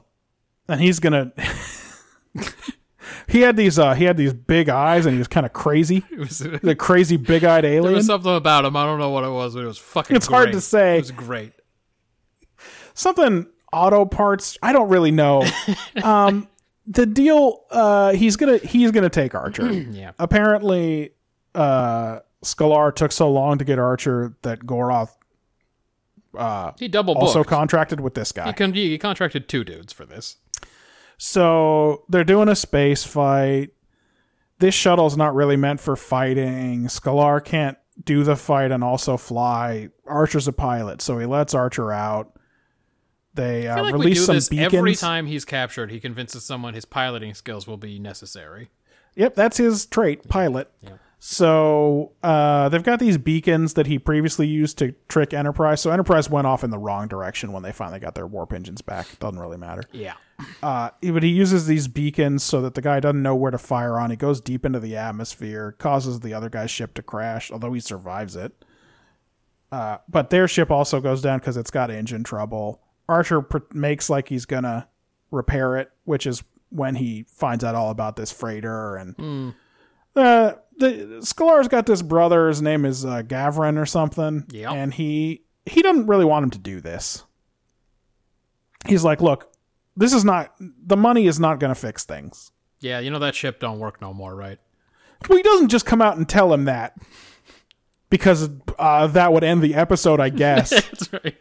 Speaker 2: and he's going to He had these uh he had these big eyes and he was kind of crazy.
Speaker 1: It was,
Speaker 2: The crazy big-eyed
Speaker 1: there
Speaker 2: alien.
Speaker 1: was something about him. I don't know what it was, but it was fucking.
Speaker 2: It's hard
Speaker 1: great.
Speaker 2: to say.
Speaker 1: It was great.
Speaker 2: something auto parts i don't really know um the deal uh he's gonna he's gonna take archer yeah apparently uh scalar took so long to get archer that goroth
Speaker 1: He double booked.
Speaker 2: also contracted with this
Speaker 1: he,
Speaker 2: guy
Speaker 1: con- he contracted two dudes for this.
Speaker 2: so they're doing a space fight this shuttle's not really meant for fighting scalar can't do the fight and also fly archer's a pilot so he lets archer out They
Speaker 1: I
Speaker 2: uh,
Speaker 1: feel like we
Speaker 2: released
Speaker 1: do
Speaker 2: some
Speaker 1: this
Speaker 2: beacons.
Speaker 1: every time he's captured. He convinces someone his piloting skills will be necessary.
Speaker 2: Yep, that's his trait, pilot. So uh, they've got these beacons that he previously used to trick Enterprise. So Enterprise went off in the wrong direction when they finally got their warp engines back. Doesn't really matter.
Speaker 1: Yeah,
Speaker 2: Uh, but he uses these beacons so that the guy doesn't know where to fire on. He goes deep into the atmosphere, causes the other guy's ship to crash, although he survives it. Uh, but their ship also goes down because it's got engine trouble. Archer pr- makes like he's gonna repair it, which is when he finds out all about this freighter and uh, the Skalar's got this brother. His name is uh, Gavrin or something.
Speaker 1: Yep.
Speaker 2: and he he doesn't really want him to do this. He's like, look, this is not the money is not going to fix things.
Speaker 1: yeah. You know that ship don't work no more, right?
Speaker 2: Well, he doesn't just come out and tell him that because uh, that would end the episode, I guess.
Speaker 1: That's right.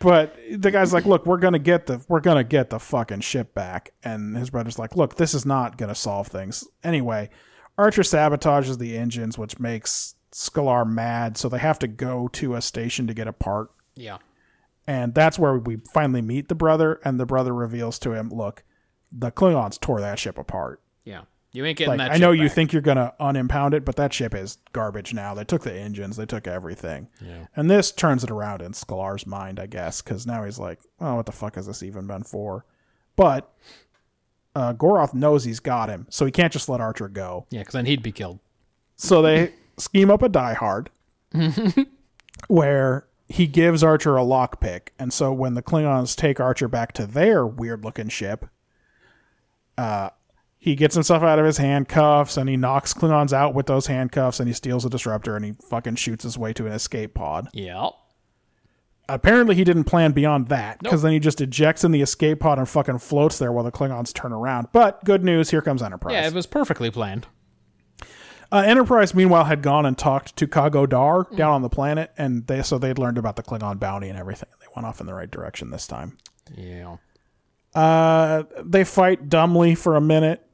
Speaker 2: but the guy's like, look, we're gonna get the we're gonna get the fucking ship back, and his brother's like, look, this is not gonna solve things anyway. Archer sabotages the engines, which makes Scalar mad, so they have to go to a station to get a part
Speaker 1: Yeah,
Speaker 2: and that's where we finally meet the brother, and the brother reveals to him, look, the Klingons tore that ship apart.
Speaker 1: yeah. You ain't getting
Speaker 2: Like,
Speaker 1: that.
Speaker 2: I know
Speaker 1: ship
Speaker 2: you
Speaker 1: back.
Speaker 2: think you're going to unimpound it, but that ship is garbage now. They took the engines, they took everything.
Speaker 1: Yeah.
Speaker 2: And this turns it around in Skalar's mind, I guess, because now he's like, oh, what the fuck has this even been for? But uh, Goroth knows he's got him, so he can't just let Archer go.
Speaker 1: Yeah, because then he'd be killed.
Speaker 2: So they scheme up a Die Hard, where he gives Archer a lockpick, and so when the Klingons take Archer back to their weird-looking ship, uh, he gets himself out of his handcuffs and he knocks Klingons out with those handcuffs, and he steals a disruptor and he fucking shoots his way to an escape pod.
Speaker 1: Yeah.
Speaker 2: Apparently, he didn't plan beyond that because then he just ejects in the escape pod and fucking floats there while the Klingons turn around. But good news, here comes Enterprise.
Speaker 1: Yeah, it was perfectly planned.
Speaker 2: Uh, Enterprise, meanwhile, had gone and talked to Kago Dar down on the planet, and they so they'd learned about the Klingon bounty and everything. They went off in the right direction this time.
Speaker 1: Yeah.
Speaker 2: Uh, they fight dumbly for a minute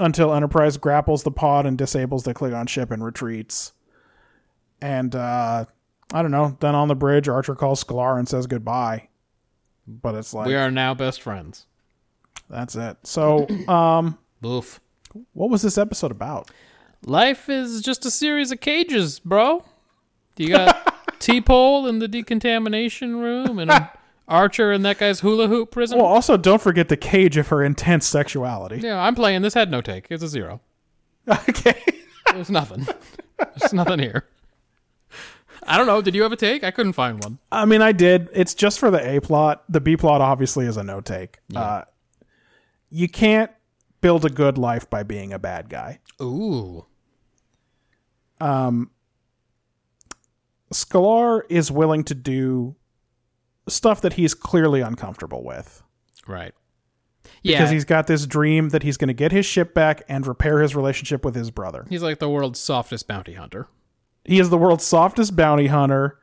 Speaker 2: until Enterprise grapples the pod and disables the Klingon ship and retreats. And uh, I don't know. Then on the bridge, Archer calls Sklar and says goodbye. But it's like
Speaker 1: We are now best friends.
Speaker 2: that's it. So, um,
Speaker 1: Boof.
Speaker 2: what was this episode about?
Speaker 1: Life is just a series of cages, bro. You got T-pole in the decontamination room and Archer in that guy's hula hoop prison.
Speaker 2: Well, also don't forget the cage of her intense sexuality.
Speaker 1: yeah, I'm playing. This had no take. It's a zero.
Speaker 2: Okay.
Speaker 1: There's nothing. There's nothing here. I don't know. Did you have a take? I couldn't find one.
Speaker 2: I mean, I did. It's just for the A plot. The B plot obviously is a no take. Uh, you can't build a good life by being a bad guy.
Speaker 1: Ooh.
Speaker 2: Scalar is willing to do stuff that he's clearly uncomfortable with
Speaker 1: Right. Yeah.
Speaker 2: because
Speaker 1: he's
Speaker 2: he's got this dream that he's going to get his ship back and repair his relationship with his brother.
Speaker 1: he's like the world's softest bounty hunter.
Speaker 2: He is the world's softest bounty hunter.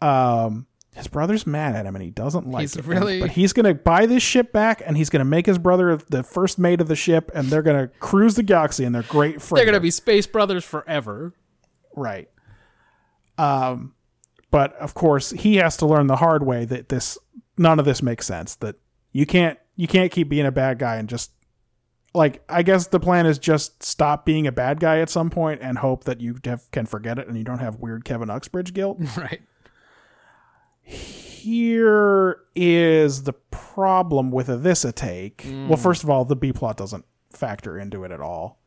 Speaker 2: Um, his brother's mad at him and he doesn't like
Speaker 1: He's
Speaker 2: it.
Speaker 1: really-
Speaker 2: but he's going to buy this ship back and he's going to make his brother the first mate of the ship and they're going to cruise the galaxy and they're great friends.
Speaker 1: They're gonna be space brothers forever.
Speaker 2: right. Um, but of course he has to learn the hard way that this none of this makes sense. That you can't you can't keep being a bad guy and just like I guess the plan is just stop being a bad guy at some point and hope that you have, can forget it and you don't have weird Kevin Uxbridge guilt.
Speaker 1: Right.
Speaker 2: here is the problem with a this a take. Well, first of all, the B plot doesn't factor into it at all.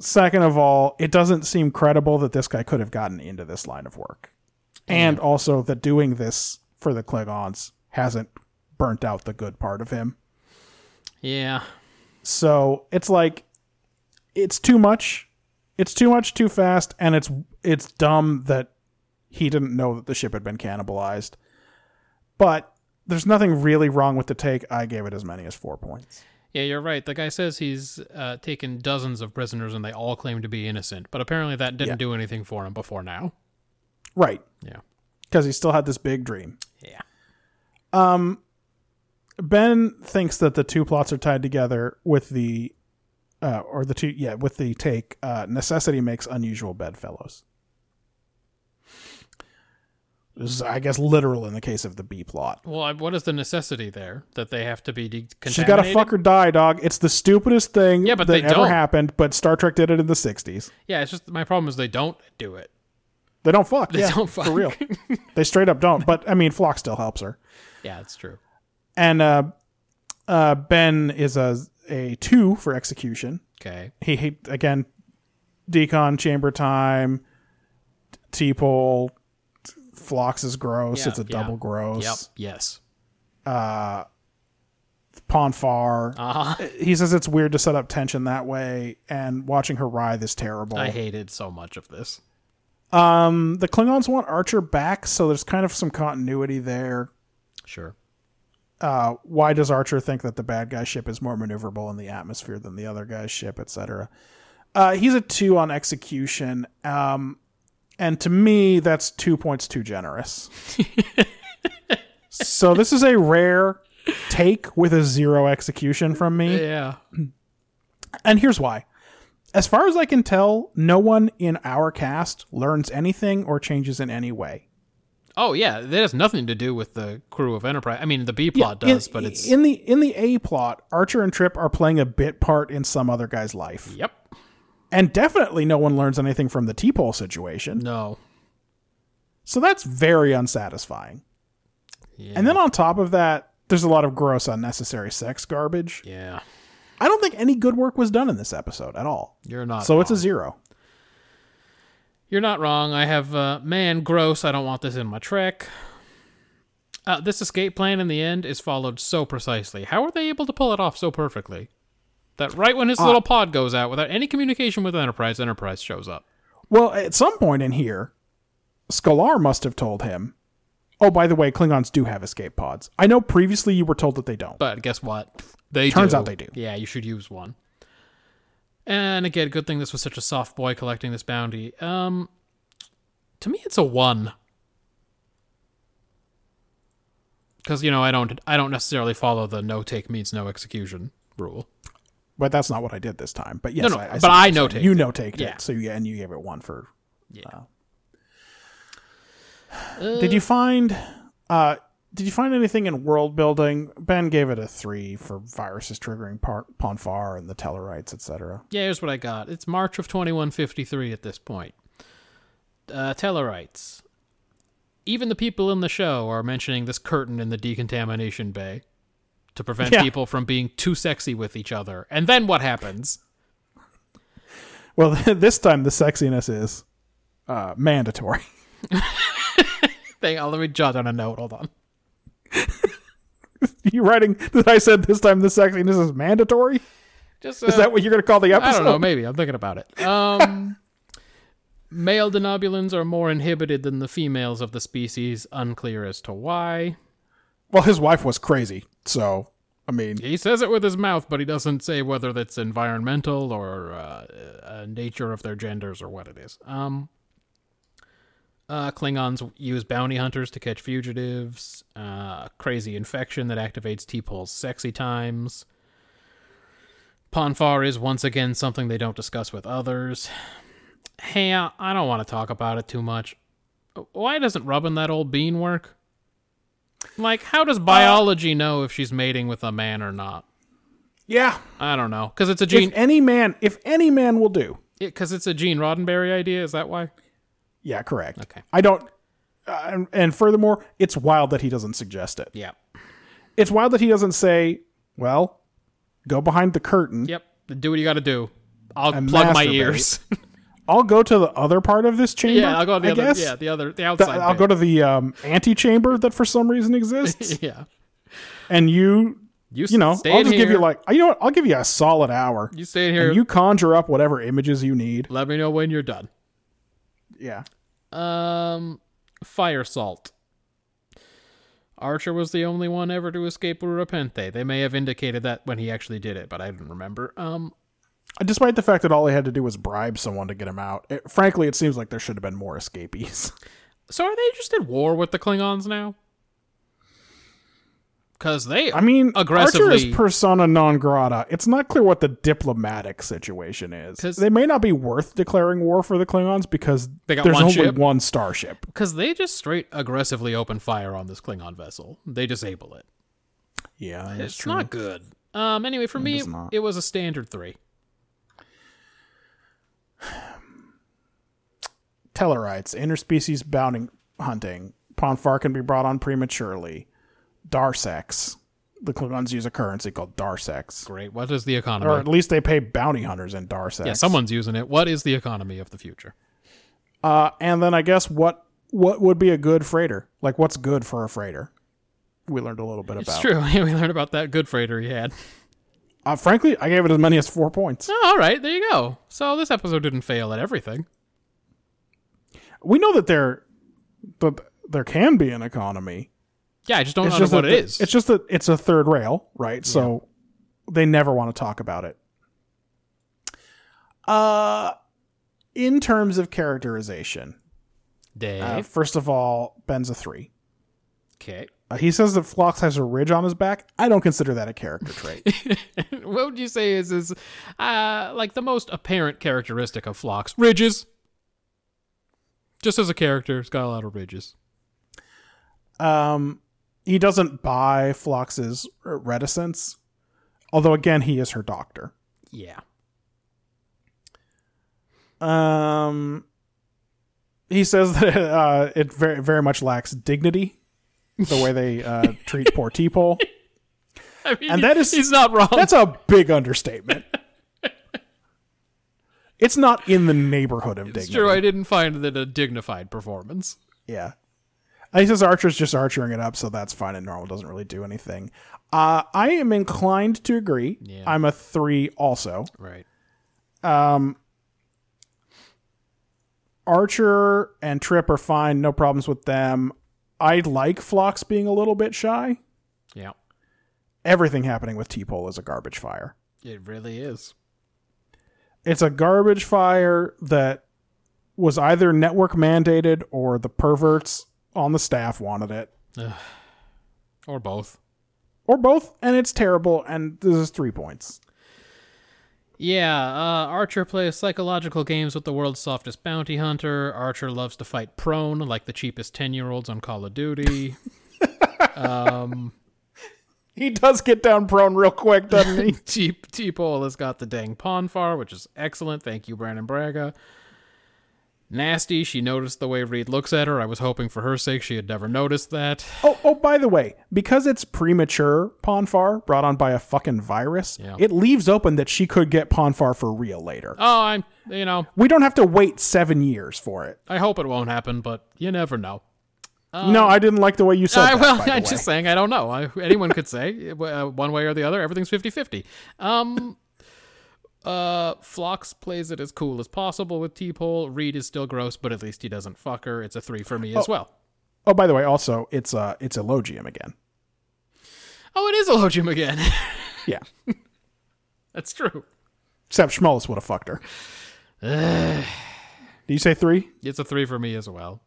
Speaker 2: Second of all, it doesn't seem credible that this guy could have gotten into this line of work. And also that doing this for the Klingons hasn't burnt out the good part of him.
Speaker 1: Yeah.
Speaker 2: So it's like it's too much. It's too much too fast, and it's it's dumb that he didn't know that the ship had been cannibalized. But there's nothing really wrong with the take. I gave it as many as four points.
Speaker 1: Yeah, you're right. The guy says he's uh, taken dozens of prisoners and they all claim to be innocent, but apparently that didn't
Speaker 2: Yeah.
Speaker 1: do anything for him before now.
Speaker 2: Right.
Speaker 1: Yeah.
Speaker 2: Because he still had this big dream. Um,
Speaker 1: Yeah.
Speaker 2: Ben thinks that the two plots are tied together with the uh, or the two yeah, with the take, uh, necessity makes unusual bedfellows. This is, I guess, literal in the case of the B plot.
Speaker 1: Well, I- what is the necessity there that they have to be decontaminated?
Speaker 2: She's got to fuck or die, dog. It's the stupidest thing
Speaker 1: Yeah, but
Speaker 2: that
Speaker 1: they
Speaker 2: ever
Speaker 1: don't.
Speaker 2: happened, but Star Trek did it in the 60s.
Speaker 1: Yeah, it's just my problem is they don't do it.
Speaker 2: They don't fuck.
Speaker 1: They
Speaker 2: yeah,
Speaker 1: don't fuck.
Speaker 2: For real. they straight up don't. But, I mean, Flock still helps her.
Speaker 1: Yeah, it's true.
Speaker 2: And uh, uh, Ben is a, a two for execution.
Speaker 1: Okay.
Speaker 2: He, he again, decon, chamber time, T pole, Phlox is gross.
Speaker 1: Yeah,
Speaker 2: it's a
Speaker 1: yeah.
Speaker 2: double gross.
Speaker 1: Yep. Yes.
Speaker 2: Ponfar.
Speaker 1: Uh huh.
Speaker 2: he says it's weird to set up tension that way, and watching her writhe is terrible. Mm,
Speaker 1: I hated so much of this.
Speaker 2: the Klingons want Archer back, so there's kind of some continuity there.
Speaker 1: Sure.
Speaker 2: Why does Archer think that the bad guy ship is more maneuverable in the atmosphere than the other guy's ship, etc.? Uh, he's a two on execution, um, and to me, that's two points too generous. so this is a rare take with a zero execution from me.
Speaker 1: Yeah.
Speaker 2: And here's why. As far as I can tell, no one in our cast learns anything or changes in any way.
Speaker 1: Oh yeah, that has nothing to do with the crew of Enterprise. I mean, the B plot
Speaker 2: In-
Speaker 1: does, but it's
Speaker 2: in the in the A plot, Archer and Trip are playing a bit part in some other guy's life.
Speaker 1: yep.
Speaker 2: And definitely no one learns anything from the T pole situation.
Speaker 1: No.
Speaker 2: So that's very unsatisfying.
Speaker 1: Yeah.
Speaker 2: And then on top of that, there's a lot of gross unnecessary sex garbage.
Speaker 1: yeah,
Speaker 2: I don't think any good work was done in this episode at all.
Speaker 1: you're not.
Speaker 2: so it's a
Speaker 1: wrong.
Speaker 2: zero.
Speaker 1: You're not wrong. I have uh, man gross. I don't want this in my trek. Uh, this escape plan in the end is followed so precisely. How are they able to pull it off so perfectly? That right when his little pod goes out, without any communication with Enterprise, Enterprise shows up.
Speaker 2: Well, at some point in here, Scalar must have told him, "Oh, by the way, Klingons do have escape pods. I know previously you were told that they don't."
Speaker 1: But guess what? They
Speaker 2: Turns
Speaker 1: do.
Speaker 2: out they do.
Speaker 1: Yeah, you should use one. And again, good thing this was such a soft boy collecting this bounty. Um, to me, it's a one. Because you know, I don't, I don't necessarily follow the no take means no execution rule.
Speaker 2: But that's not what I did this time. But yes,
Speaker 1: no,
Speaker 2: I, I
Speaker 1: but
Speaker 2: see what
Speaker 1: I
Speaker 2: you're saying.
Speaker 1: notated
Speaker 2: You
Speaker 1: it.
Speaker 2: notated
Speaker 1: Yeah.
Speaker 2: it. So yeah, and you gave it one for.
Speaker 1: Yeah.
Speaker 2: did you find? Uh, did you find anything in world building? Ben gave it a three for viruses triggering par- Ponfar and the Tellarites, etc.
Speaker 1: Yeah, here's what I got. It's March of 2153 at this point. Uh, Tellarites. Even the people in the show are mentioning this curtain in the decontamination bay to prevent
Speaker 2: Yeah.
Speaker 1: people from being too sexy with each other. And then what happens?
Speaker 2: Well, this time the sexiness is uh, mandatory.
Speaker 1: Thing, I'll let me jot on a note. Hold on.
Speaker 2: you writing that I said this time the sexiness is mandatory?
Speaker 1: Just uh,
Speaker 2: Is that what you're going to call the episode?
Speaker 1: I don't know. Maybe I'm thinking about it. Um, male denobulins are more inhibited than the females of the species. Unclear as to why.
Speaker 2: Well, his wife was crazy, so I mean,
Speaker 1: He says it with his mouth, but he doesn't say whether that's environmental or uh, uh, nature of their genders or what it is. Um, uh, Klingons use bounty hunters to catch fugitives. Uh, crazy infection that activates T-Pole's sexy times. Ponfar is once again something they don't discuss with others. Hey, I I don't want to talk about it too much. Why doesn't rubbing that old bean work? Like, how does biology know if she's mating with a man or not?
Speaker 2: yeah.
Speaker 1: I don't know, because it's a
Speaker 2: If
Speaker 1: Gene,
Speaker 2: any man, if any man will do,
Speaker 1: because it's a Gene Roddenberry idea. Is that why?
Speaker 2: yeah, correct.
Speaker 1: Okay.
Speaker 2: I don't. Uh, and- and furthermore, it's wild that he doesn't suggest it.
Speaker 1: Yeah.
Speaker 2: It's wild that he doesn't say, "Well, go behind the curtain."
Speaker 1: Yep. Do what you got to do. I'll
Speaker 2: And
Speaker 1: plug my
Speaker 2: masturbate.
Speaker 1: ears.
Speaker 2: I'll go to the other part of this chamber.
Speaker 1: yeah, I'll go to the
Speaker 2: I
Speaker 1: other.
Speaker 2: guess.
Speaker 1: Yeah, the other, the
Speaker 2: Th-
Speaker 1: outside.
Speaker 2: I'll go to the um, antechamber that for some reason exists,
Speaker 1: yeah.
Speaker 2: and you,
Speaker 1: You,
Speaker 2: you know,
Speaker 1: stay
Speaker 2: I'll
Speaker 1: in
Speaker 2: just give you
Speaker 1: here.
Speaker 2: like, you know, what? I'll give you a solid hour.
Speaker 1: you stay in here.
Speaker 2: and you conjure up whatever images you need.
Speaker 1: let me know when you're done.
Speaker 2: Yeah.
Speaker 1: Um, fire salt. Archer was the only one ever to escape Urapente. They may have indicated that when he actually did it, but I didn't remember. Um,
Speaker 2: Despite the fact that all he had to do was bribe someone to get him out, it, frankly, it seems like there should have been more escapees.
Speaker 1: so are they just at war with the Klingons now? because they
Speaker 2: I mean, Archer is
Speaker 1: aggressively
Speaker 2: persona non grata. It's not clear what the diplomatic situation is.
Speaker 1: 'Cause-
Speaker 2: They may not be worth declaring war for the Klingons because
Speaker 1: They got
Speaker 2: there's
Speaker 1: one
Speaker 2: only
Speaker 1: ship.
Speaker 2: one starship.
Speaker 1: because they just straight aggressively open fire on this Klingon vessel. They disable it.
Speaker 2: Yeah,
Speaker 1: It's not good. Um. Anyway, for me,
Speaker 2: is not.
Speaker 1: it was a standard three.
Speaker 2: Tellarites, interspecies bounding hunting. Ponfar can be brought on prematurely. Darsex. The Klingons use a currency called Darsex.
Speaker 1: Great. What is the economy?
Speaker 2: Or at least they pay bounty hunters in Darsex.
Speaker 1: yeah, someone's using it. What is the economy of the future?
Speaker 2: Uh, and then I guess what what would be a good freighter? Like what's good for a freighter? We learned a little bit
Speaker 1: It's
Speaker 2: about.
Speaker 1: true. Yeah, we learned about that good freighter he had.
Speaker 2: Uh, frankly, I gave it as many as four points.
Speaker 1: Oh, all right, there you go. So this episode didn't fail at everything.
Speaker 2: We know that there, that there can be an economy.
Speaker 1: Yeah, I just don't
Speaker 2: It's
Speaker 1: know
Speaker 2: just
Speaker 1: what
Speaker 2: that
Speaker 1: it
Speaker 2: the-
Speaker 1: is.
Speaker 2: It's just that it's a third rail, right? So they never want to talk about it. Uh, in terms of characterization,
Speaker 1: Dave.
Speaker 2: uh, first of all, Ben's a three.
Speaker 1: okay.
Speaker 2: Uh, he says that Phlox has a ridge on his back. I don't consider that a character trait.
Speaker 1: what would you say is is uh like the most apparent characteristic of Phlox? Ridges. Just as a character, it's got a lot of ridges.
Speaker 2: Um, he doesn't buy Phlox's reticence, although again he is her doctor.
Speaker 1: Yeah.
Speaker 2: Um, he says that uh, it very very much lacks dignity, the way they uh, treat poor people.
Speaker 1: I mean,
Speaker 2: And that is-
Speaker 1: he's not wrong.
Speaker 2: That's a big understatement. It's not in the neighborhood of
Speaker 1: it's
Speaker 2: dignity.
Speaker 1: true. I didn't find that a dignified performance.
Speaker 2: Yeah. He says Archer's just archering it up, so that's fine and normal. Doesn't really do anything. Uh, I am inclined to agree.
Speaker 1: Yeah.
Speaker 2: I'm a three also.
Speaker 1: Right.
Speaker 2: Um, Archer and Trip are fine, no problems with them. I like Phlox being a little bit shy.
Speaker 1: Yeah.
Speaker 2: Everything happening with T-Pole is a garbage fire.
Speaker 1: It really is.
Speaker 2: It's a garbage fire that was either network mandated or the perverts on the staff wanted it,
Speaker 1: Or both.
Speaker 2: or both, and it's terrible, and this is three points.
Speaker 1: Yeah, uh, Archer plays psychological games with the world's softest bounty hunter. Archer loves to fight prone, like the cheapest 10 year olds on Call of Duty.
Speaker 2: He does get down prone real quick, doesn't he?
Speaker 1: Cheap T Pole has got the dang Ponfar, which is excellent. Thank you, Brandon Braga. Nasty, she noticed the way Reed looks at her. I was hoping for her sake she had never noticed that.
Speaker 2: oh, oh, by the way, because it's premature Ponfar brought on by a fucking virus,
Speaker 1: Yeah.
Speaker 2: it leaves open that she could get Ponfar for real later.
Speaker 1: Oh, I'm, you know,
Speaker 2: We don't have to wait seven years for it.
Speaker 1: I hope it won't happen, but you never know.
Speaker 2: no, I didn't like the way you said
Speaker 1: Oh. I,
Speaker 2: that.
Speaker 1: well,
Speaker 2: by the
Speaker 1: I'm
Speaker 2: way.
Speaker 1: just saying, I don't know. I, anyone could say uh, one way or the other. Everything's 50 50. Um, uh, Phlox plays it as cool as possible with T Pole. Reed is still gross, but at least he doesn't fuck her. It's a three for me as well.
Speaker 2: Oh, by the way, also it's uh it's elogium again.
Speaker 1: Oh, it is Elogium again.
Speaker 2: Yeah,
Speaker 1: That's true.
Speaker 2: except Schmollis would have fucked her. Do you say three?
Speaker 1: It's a three for me as well.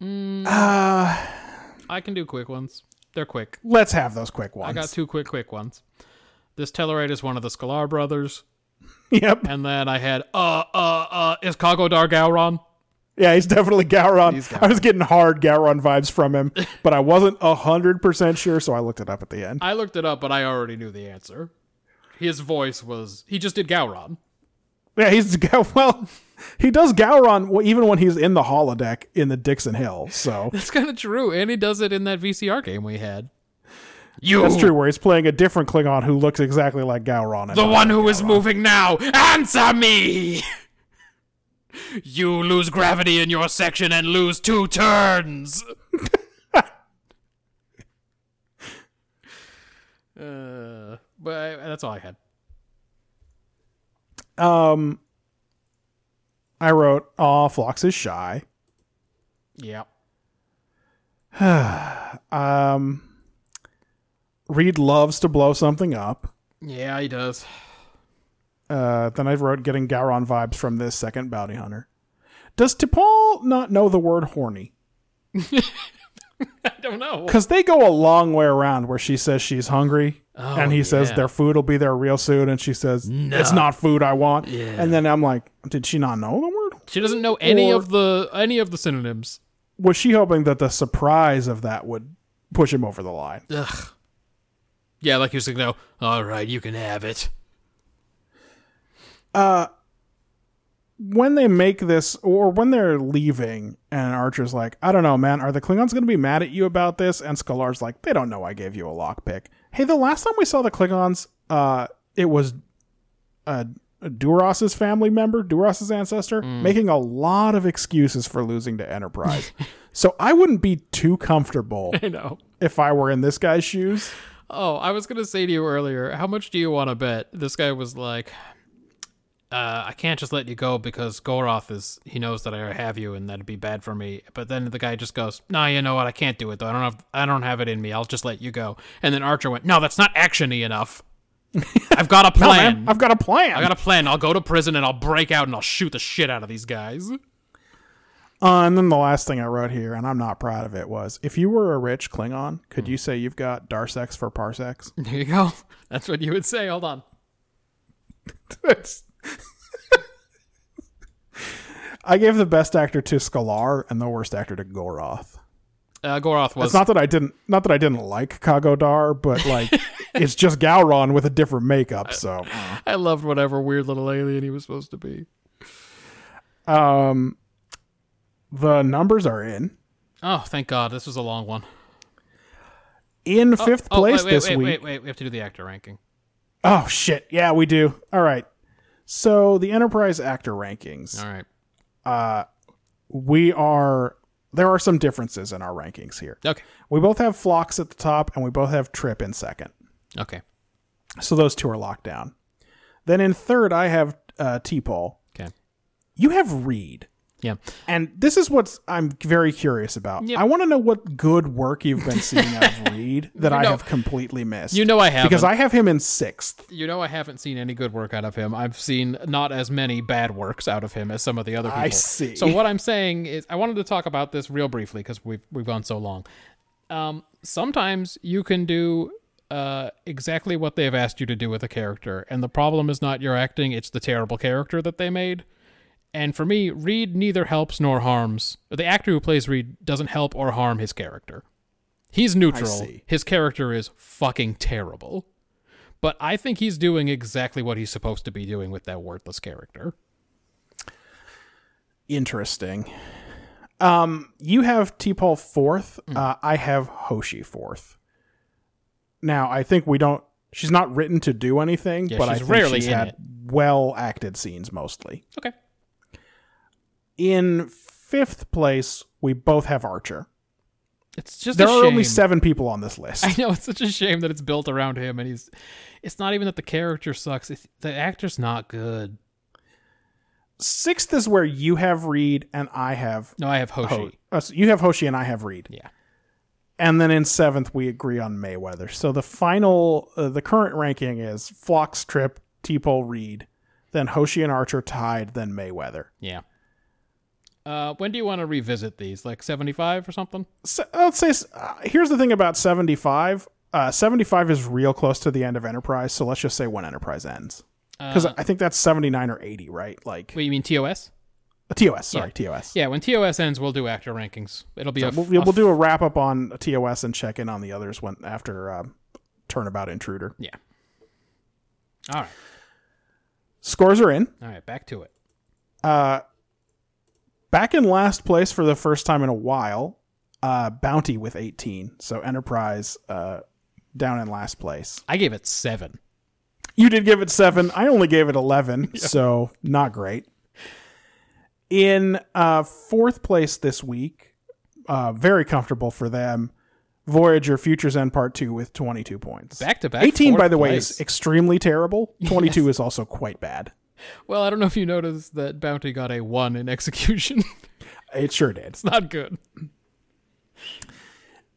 Speaker 2: Uh
Speaker 1: I can do quick ones. They're quick.
Speaker 2: let's have those quick ones.
Speaker 1: I got two quick, quick ones. This Tellarite is one of the Scalar brothers.
Speaker 2: Yep.
Speaker 1: And then I had, uh, uh, uh, is Kago Dar Gowron?
Speaker 2: Yeah, he's definitely Gowron. I was getting hard Gowron vibes from him, but I wasn't hundred percent sure, so I looked it up at the end.
Speaker 1: I looked it up, but I already knew the answer. His voice was he just did Gowron.
Speaker 2: Yeah, he's Gow- well. He does Gowron w- even when he's in the holodeck in the Dixon Hill. So
Speaker 1: That's kind of true, and he does it in that VCR game we had. You,
Speaker 2: that's true. Where he's playing a different Klingon who looks exactly like Gowron.
Speaker 1: the one who is moving now. Answer me. You lose gravity in your section and lose two turns. uh, but I, that's all I had.
Speaker 2: Um, I wrote, "Aw, Phlox is shy."
Speaker 1: Yeah.
Speaker 2: Um, Reed loves to blow something up.
Speaker 1: Yeah, he does.
Speaker 2: Uh, then I wrote, "Getting Gowron vibes from this second bounty hunter." Does T'Pol not know the word horny?
Speaker 1: I don't know.
Speaker 2: Because they go a long way around where she says she's hungry, and he says
Speaker 1: Oh, yeah.
Speaker 2: their food will be there real soon, and she says it's not food I want. And then I'm like, did she not know the word?
Speaker 1: She doesn't know any
Speaker 2: Or-
Speaker 1: of the any of the synonyms.
Speaker 2: Was she hoping that the surprise of that would push him over the line?
Speaker 1: Ugh. Yeah, like you said, no. All right, you can have it.
Speaker 2: When they make this, or when they're leaving, and Archer's like, I don't know, man, are the Klingons going to be mad at you about this? And Skalar's like, they don't know I gave you a lockpick. Hey, the last time we saw the Klingons, uh, it was uh, Duras's family member, Duras's ancestor,
Speaker 1: Mm.
Speaker 2: making a lot of excuses for losing to Enterprise. so I wouldn't be too comfortable
Speaker 1: I know.
Speaker 2: if I were in this guy's shoes.
Speaker 1: Oh, I was gonna say to you earlier, how much do you want to bet? This guy was like, uh, I can't just let you go because Goroth is he knows that I have you and that'd be bad for me. But then the guy just goes, Nah, you know what? I can't do it though. I don't have I don't have it in me. I'll just let you go. And then Archer went, No, that's not actiony enough. I've got a
Speaker 2: No, man,
Speaker 1: plan.
Speaker 2: I've got a plan.
Speaker 1: I got a plan. I'll go to prison and I'll break out and I'll shoot the shit out of these guys.
Speaker 2: Uh, and then the last thing I wrote here, and I'm not proud of it, was if you were a rich Klingon, could you say you've got Darsex for parsecs?
Speaker 1: There you go. That's what you would say. Hold on.
Speaker 2: That's- I gave the best actor to Skalar and the worst actor to Goroth.
Speaker 1: Uh, Goroth was
Speaker 2: It's not that I didn't, not that I didn't like Kagodar, but like it's just Gowron with a different makeup. So,
Speaker 1: I loved whatever weird little alien he was supposed to be.
Speaker 2: um, the numbers are in
Speaker 1: Oh, thank God. This was a long one.
Speaker 2: in fifth
Speaker 1: Oh,
Speaker 2: place
Speaker 1: wait, wait,
Speaker 2: this
Speaker 1: wait,
Speaker 2: week.
Speaker 1: Wait, wait, we have to do the actor ranking.
Speaker 2: Oh shit! Yeah, we do. All right. So the Enterprise actor rankings.
Speaker 1: All right.
Speaker 2: we are there are some differences in our rankings here.
Speaker 1: Okay.
Speaker 2: We both have Flocks at the top and we both have Trip in second.
Speaker 1: Okay.
Speaker 2: So those two are locked down. Then in third I have uh T-Pole.
Speaker 1: Okay.
Speaker 2: You have Reed.
Speaker 1: Yeah.
Speaker 2: And this is what I'm very curious about.
Speaker 1: Yep.
Speaker 2: I want to know what good work you've been seeing out of Reed that I
Speaker 1: know-
Speaker 2: have completely missed.
Speaker 1: You know I haven't.
Speaker 2: because I have him in sixth.
Speaker 1: you know I haven't seen any good work out of him. I've seen not as many bad works out of him as some of the other people.
Speaker 2: I see.
Speaker 1: So what I'm saying is I wanted to talk about this real briefly because we've we've gone so long. Um, sometimes you can do uh, exactly what they've asked you to do with a character, and the problem is not your acting; it's the terrible character that they made. And for me, Reed neither helps nor harms. The actor who plays Reed doesn't help or harm his character. He's neutral.
Speaker 2: see.
Speaker 1: His character is fucking terrible. But I think he's doing exactly what he's supposed to be doing with that worthless character.
Speaker 2: Interesting. Um, you have T-Pole fourth.
Speaker 1: Mm.
Speaker 2: Uh, I have Hoshi fourth. Now, I think we don't. She's not written to do anything,
Speaker 1: Yeah,
Speaker 2: but I
Speaker 1: she's
Speaker 2: think
Speaker 1: rarely
Speaker 2: she's
Speaker 1: in
Speaker 2: had
Speaker 1: it.
Speaker 2: well acted scenes mostly.
Speaker 1: Okay.
Speaker 2: In fifth place, we both have Archer.
Speaker 1: It's just
Speaker 2: There
Speaker 1: a
Speaker 2: are only
Speaker 1: shame.
Speaker 2: seven people on this list.
Speaker 1: I know it's such a shame that it's built around him, and he's. It's not even that the character sucks. It's, the actor's not good.
Speaker 2: Sixth is where you have Reed and I have
Speaker 1: No, I have Hoshi.
Speaker 2: Ho- uh, so you have Hoshi and I have Reed.
Speaker 1: Yeah.
Speaker 2: And then in seventh, we agree on Mayweather. So the final, uh, the current ranking is Flox, Trip, T-Pole, Reed, then Hoshi and Archer tied, then Mayweather.
Speaker 1: Yeah. Uh, when do you want to revisit these? Like seventy-five or something?
Speaker 2: So, let's say, s- uh, here's the thing about 75. Uh, 75 is real close to the end of Enterprise, so let's just say when Enterprise ends.
Speaker 1: Uh,
Speaker 2: Because I think that's 79 or 80, right? Like, uh,
Speaker 1: Wait, you mean TOS?
Speaker 2: TOS, sorry, TOS.
Speaker 1: Yeah. When TOS ends, we'll do actor rankings. It'll be a. f-
Speaker 2: We'll,
Speaker 1: a
Speaker 2: we'll
Speaker 1: f-
Speaker 2: do a wrap up on TOS and check in on the others when after um, Turnabout Intruder.
Speaker 1: Yeah. All right.
Speaker 2: Scores are in.
Speaker 1: All right. Back to it.
Speaker 2: Uh, back in last place for the first time in a while, uh, Bounty with 18. So Enterprise uh, down in last place.
Speaker 1: I gave it seven.
Speaker 2: You did give it seven. I only gave it 11. So not great. In uh, fourth place this week, uh, very comfortable for them. Voyager Futures End Part 2 with 22 points.
Speaker 1: Back to back.
Speaker 2: 18, by
Speaker 1: fourth
Speaker 2: the way,
Speaker 1: place.
Speaker 2: is extremely terrible. 22 is also quite bad.
Speaker 1: Well, I don't know if you noticed that Bounty got a one in execution.
Speaker 2: It sure did.
Speaker 1: it's not good.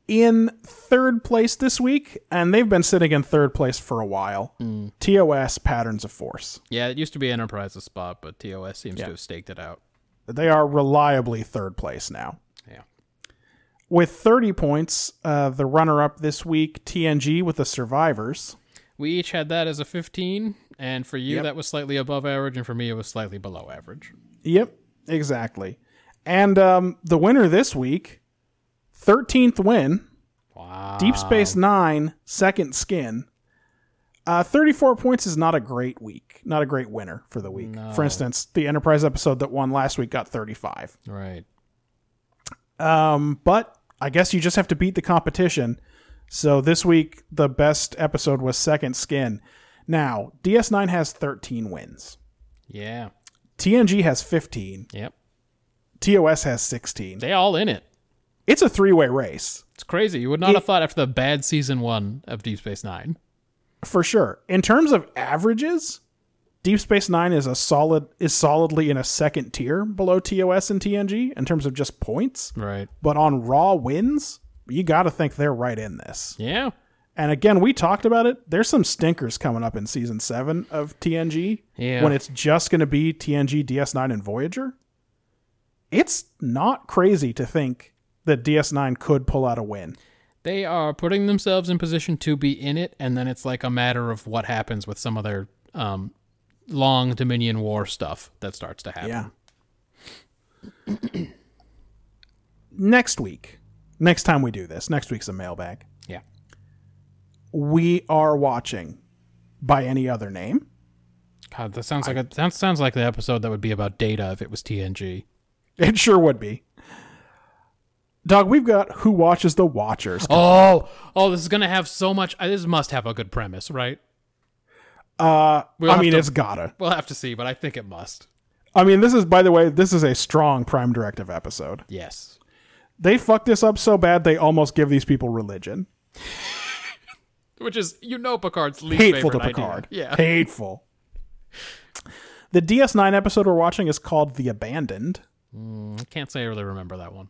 Speaker 2: in third place this week, and they've been sitting in third place for a while. TOS Patterns of Force.
Speaker 1: Yeah, it used to be Enterprise's spot, but TOS seems to have staked it out.
Speaker 2: They are reliably third place now.
Speaker 1: Yeah.
Speaker 2: With 30 points, uh, the runner up this week, TNG with the survivors.
Speaker 1: We each had that as a 15, and for you
Speaker 2: Yep.
Speaker 1: that was slightly above average, and for me it was slightly below average.
Speaker 2: Yep, exactly. And um, the winner this week, 13th win,
Speaker 1: Wow.
Speaker 2: Deep Space Nine, Second Skin. Uh, 34 points is not a great week, not a great winner for the week. For instance, the Enterprise episode that won last week got 35.
Speaker 1: Right.
Speaker 2: Um, but I guess you just have to beat the competition. So this week, the best episode was Second Skin. Now, DS9 has 13 wins,
Speaker 1: Yeah.
Speaker 2: TNG has 15,
Speaker 1: Yep.
Speaker 2: TOS has 16.
Speaker 1: They all in it.
Speaker 2: It's a three way race.
Speaker 1: It's crazy. You would not have thought after the bad season one of Deep Space Nine.
Speaker 2: for sure. In terms of averages, Deep Space Nine is a solid is solidly in a second tier below TOS and TNG in terms of just points.
Speaker 1: Right.
Speaker 2: But on raw wins, you got to think they're right in this.
Speaker 1: Yeah.
Speaker 2: And again, we talked about it. There's some stinkers coming up in season seven of TNG
Speaker 1: Yeah.
Speaker 2: when it's just going to be TNG, DS9, and Voyager. It's not crazy to think that DS9 could pull out a win.
Speaker 1: They are putting themselves in position to be in it, and then it's like a matter of what happens with some of their um, long Dominion War stuff that starts to happen.
Speaker 2: Yeah. next week, next time we do this, next week's a mailbag.
Speaker 1: Yeah.
Speaker 2: We are watching by any other name.
Speaker 1: God, that sounds like a, sounds sounds like the episode that would be about Data if it was TNG.
Speaker 2: It sure would be. Dog, we've got Who Watches the Watchers.
Speaker 1: Oh, oh, this is gonna have so much. uh, This must have a good premise, right?
Speaker 2: Uh,
Speaker 1: We'll
Speaker 2: I
Speaker 1: have
Speaker 2: mean,
Speaker 1: to-
Speaker 2: it's gotta.
Speaker 1: We'll have to see, but I think it must.
Speaker 2: I mean, this is, by the way, this is a strong Prime Directive episode.
Speaker 1: Yes.
Speaker 2: They fucked this up so bad they almost give these people religion.
Speaker 1: Which is, you know, Picard's least
Speaker 2: Hateful to
Speaker 1: favorite idea.
Speaker 2: Picard.
Speaker 1: Yeah.
Speaker 2: Hateful. The DS9 episode we're watching is called The Abandoned.
Speaker 1: I can't say I really remember that one.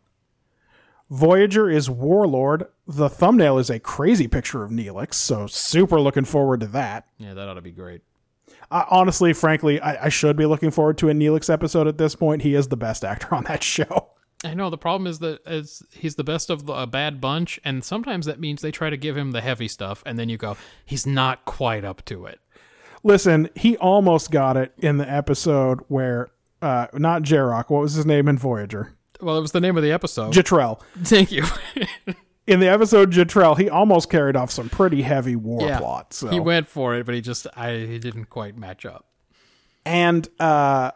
Speaker 2: Voyager is Warlord. The thumbnail is a crazy picture of Neelix, so super looking forward to that.
Speaker 1: Yeah, that ought to be great.
Speaker 2: I, honestly, frankly, I, I should be looking forward to a Neelix episode at this point. He is the best actor on that show.
Speaker 1: I know the problem is that is he's the best of the, a bad bunch, and sometimes that means they try to give him the heavy stuff, and then you go, he's not quite up to it.
Speaker 2: Listen, he almost got it in the episode where, uh, not Jarok, what was his name in Voyager?
Speaker 1: Well, it was the name of the episode.
Speaker 2: Jatrell.
Speaker 1: Thank you.
Speaker 2: In the episode Jatrell, he almost carried off some pretty heavy war
Speaker 1: Yeah.
Speaker 2: plot. So.
Speaker 1: He went for it, but he just I he didn't quite match up.
Speaker 2: And uh,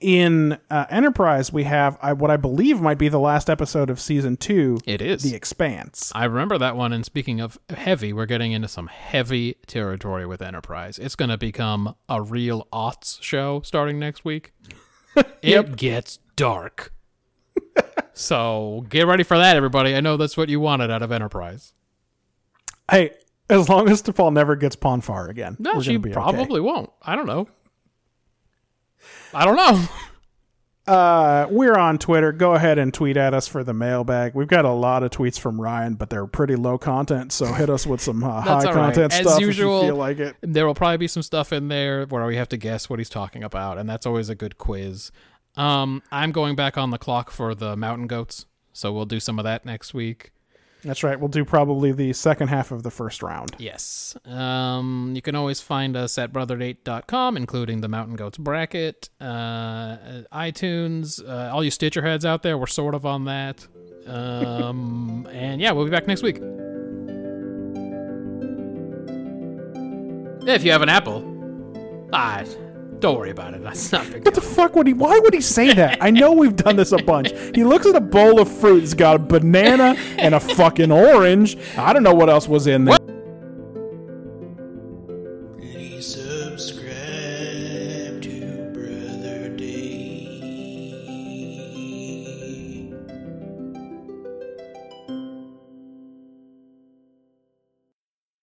Speaker 2: in uh, Enterprise, we have I, what I believe might be the last episode of season two,
Speaker 1: It is.
Speaker 2: The Expanse.
Speaker 1: I remember that one. And speaking of heavy, we're getting into some heavy territory with Enterprise. It's going to become a real aughts show starting next week. It gets dark. so get ready for that, everybody. I know that's what you wanted out of Enterprise.
Speaker 2: Hey, as long as T'Pol never gets Ponfar again,
Speaker 1: No,
Speaker 2: we're
Speaker 1: she
Speaker 2: gonna be
Speaker 1: probably
Speaker 2: okay.
Speaker 1: won't. I don't know. I don't know.
Speaker 2: Uh, we're on Twitter. Go ahead and tweet at us for the mailbag. We've got a lot of tweets from Ryan, but they're pretty low content. So hit us with some uh, high
Speaker 1: That's all right.
Speaker 2: content
Speaker 1: As
Speaker 2: stuff
Speaker 1: usual-
Speaker 2: if you feel like it.
Speaker 1: There will probably be some stuff in there where we have to guess what he's talking about, and that's always a good quiz. Um, I'm going back on the clock for the mountain goats, so we'll do some of that next week.
Speaker 2: That's right. We'll do probably the second half of the first round.
Speaker 1: Yes. Um, you can always find us at brotherdate.com, including the Mountain Goats bracket, uh, iTunes, uh, all you Stitcher heads out there. We're sort of on that. Um, and yeah, we'll be back next week. If you have an apple, ah, don't worry about it. That's not a big
Speaker 2: What the fuck would he? Why would he say that? I know we've done this a bunch. He looks at a bowl of fruit. It's got a banana and a fucking orange. I don't know what else was in there.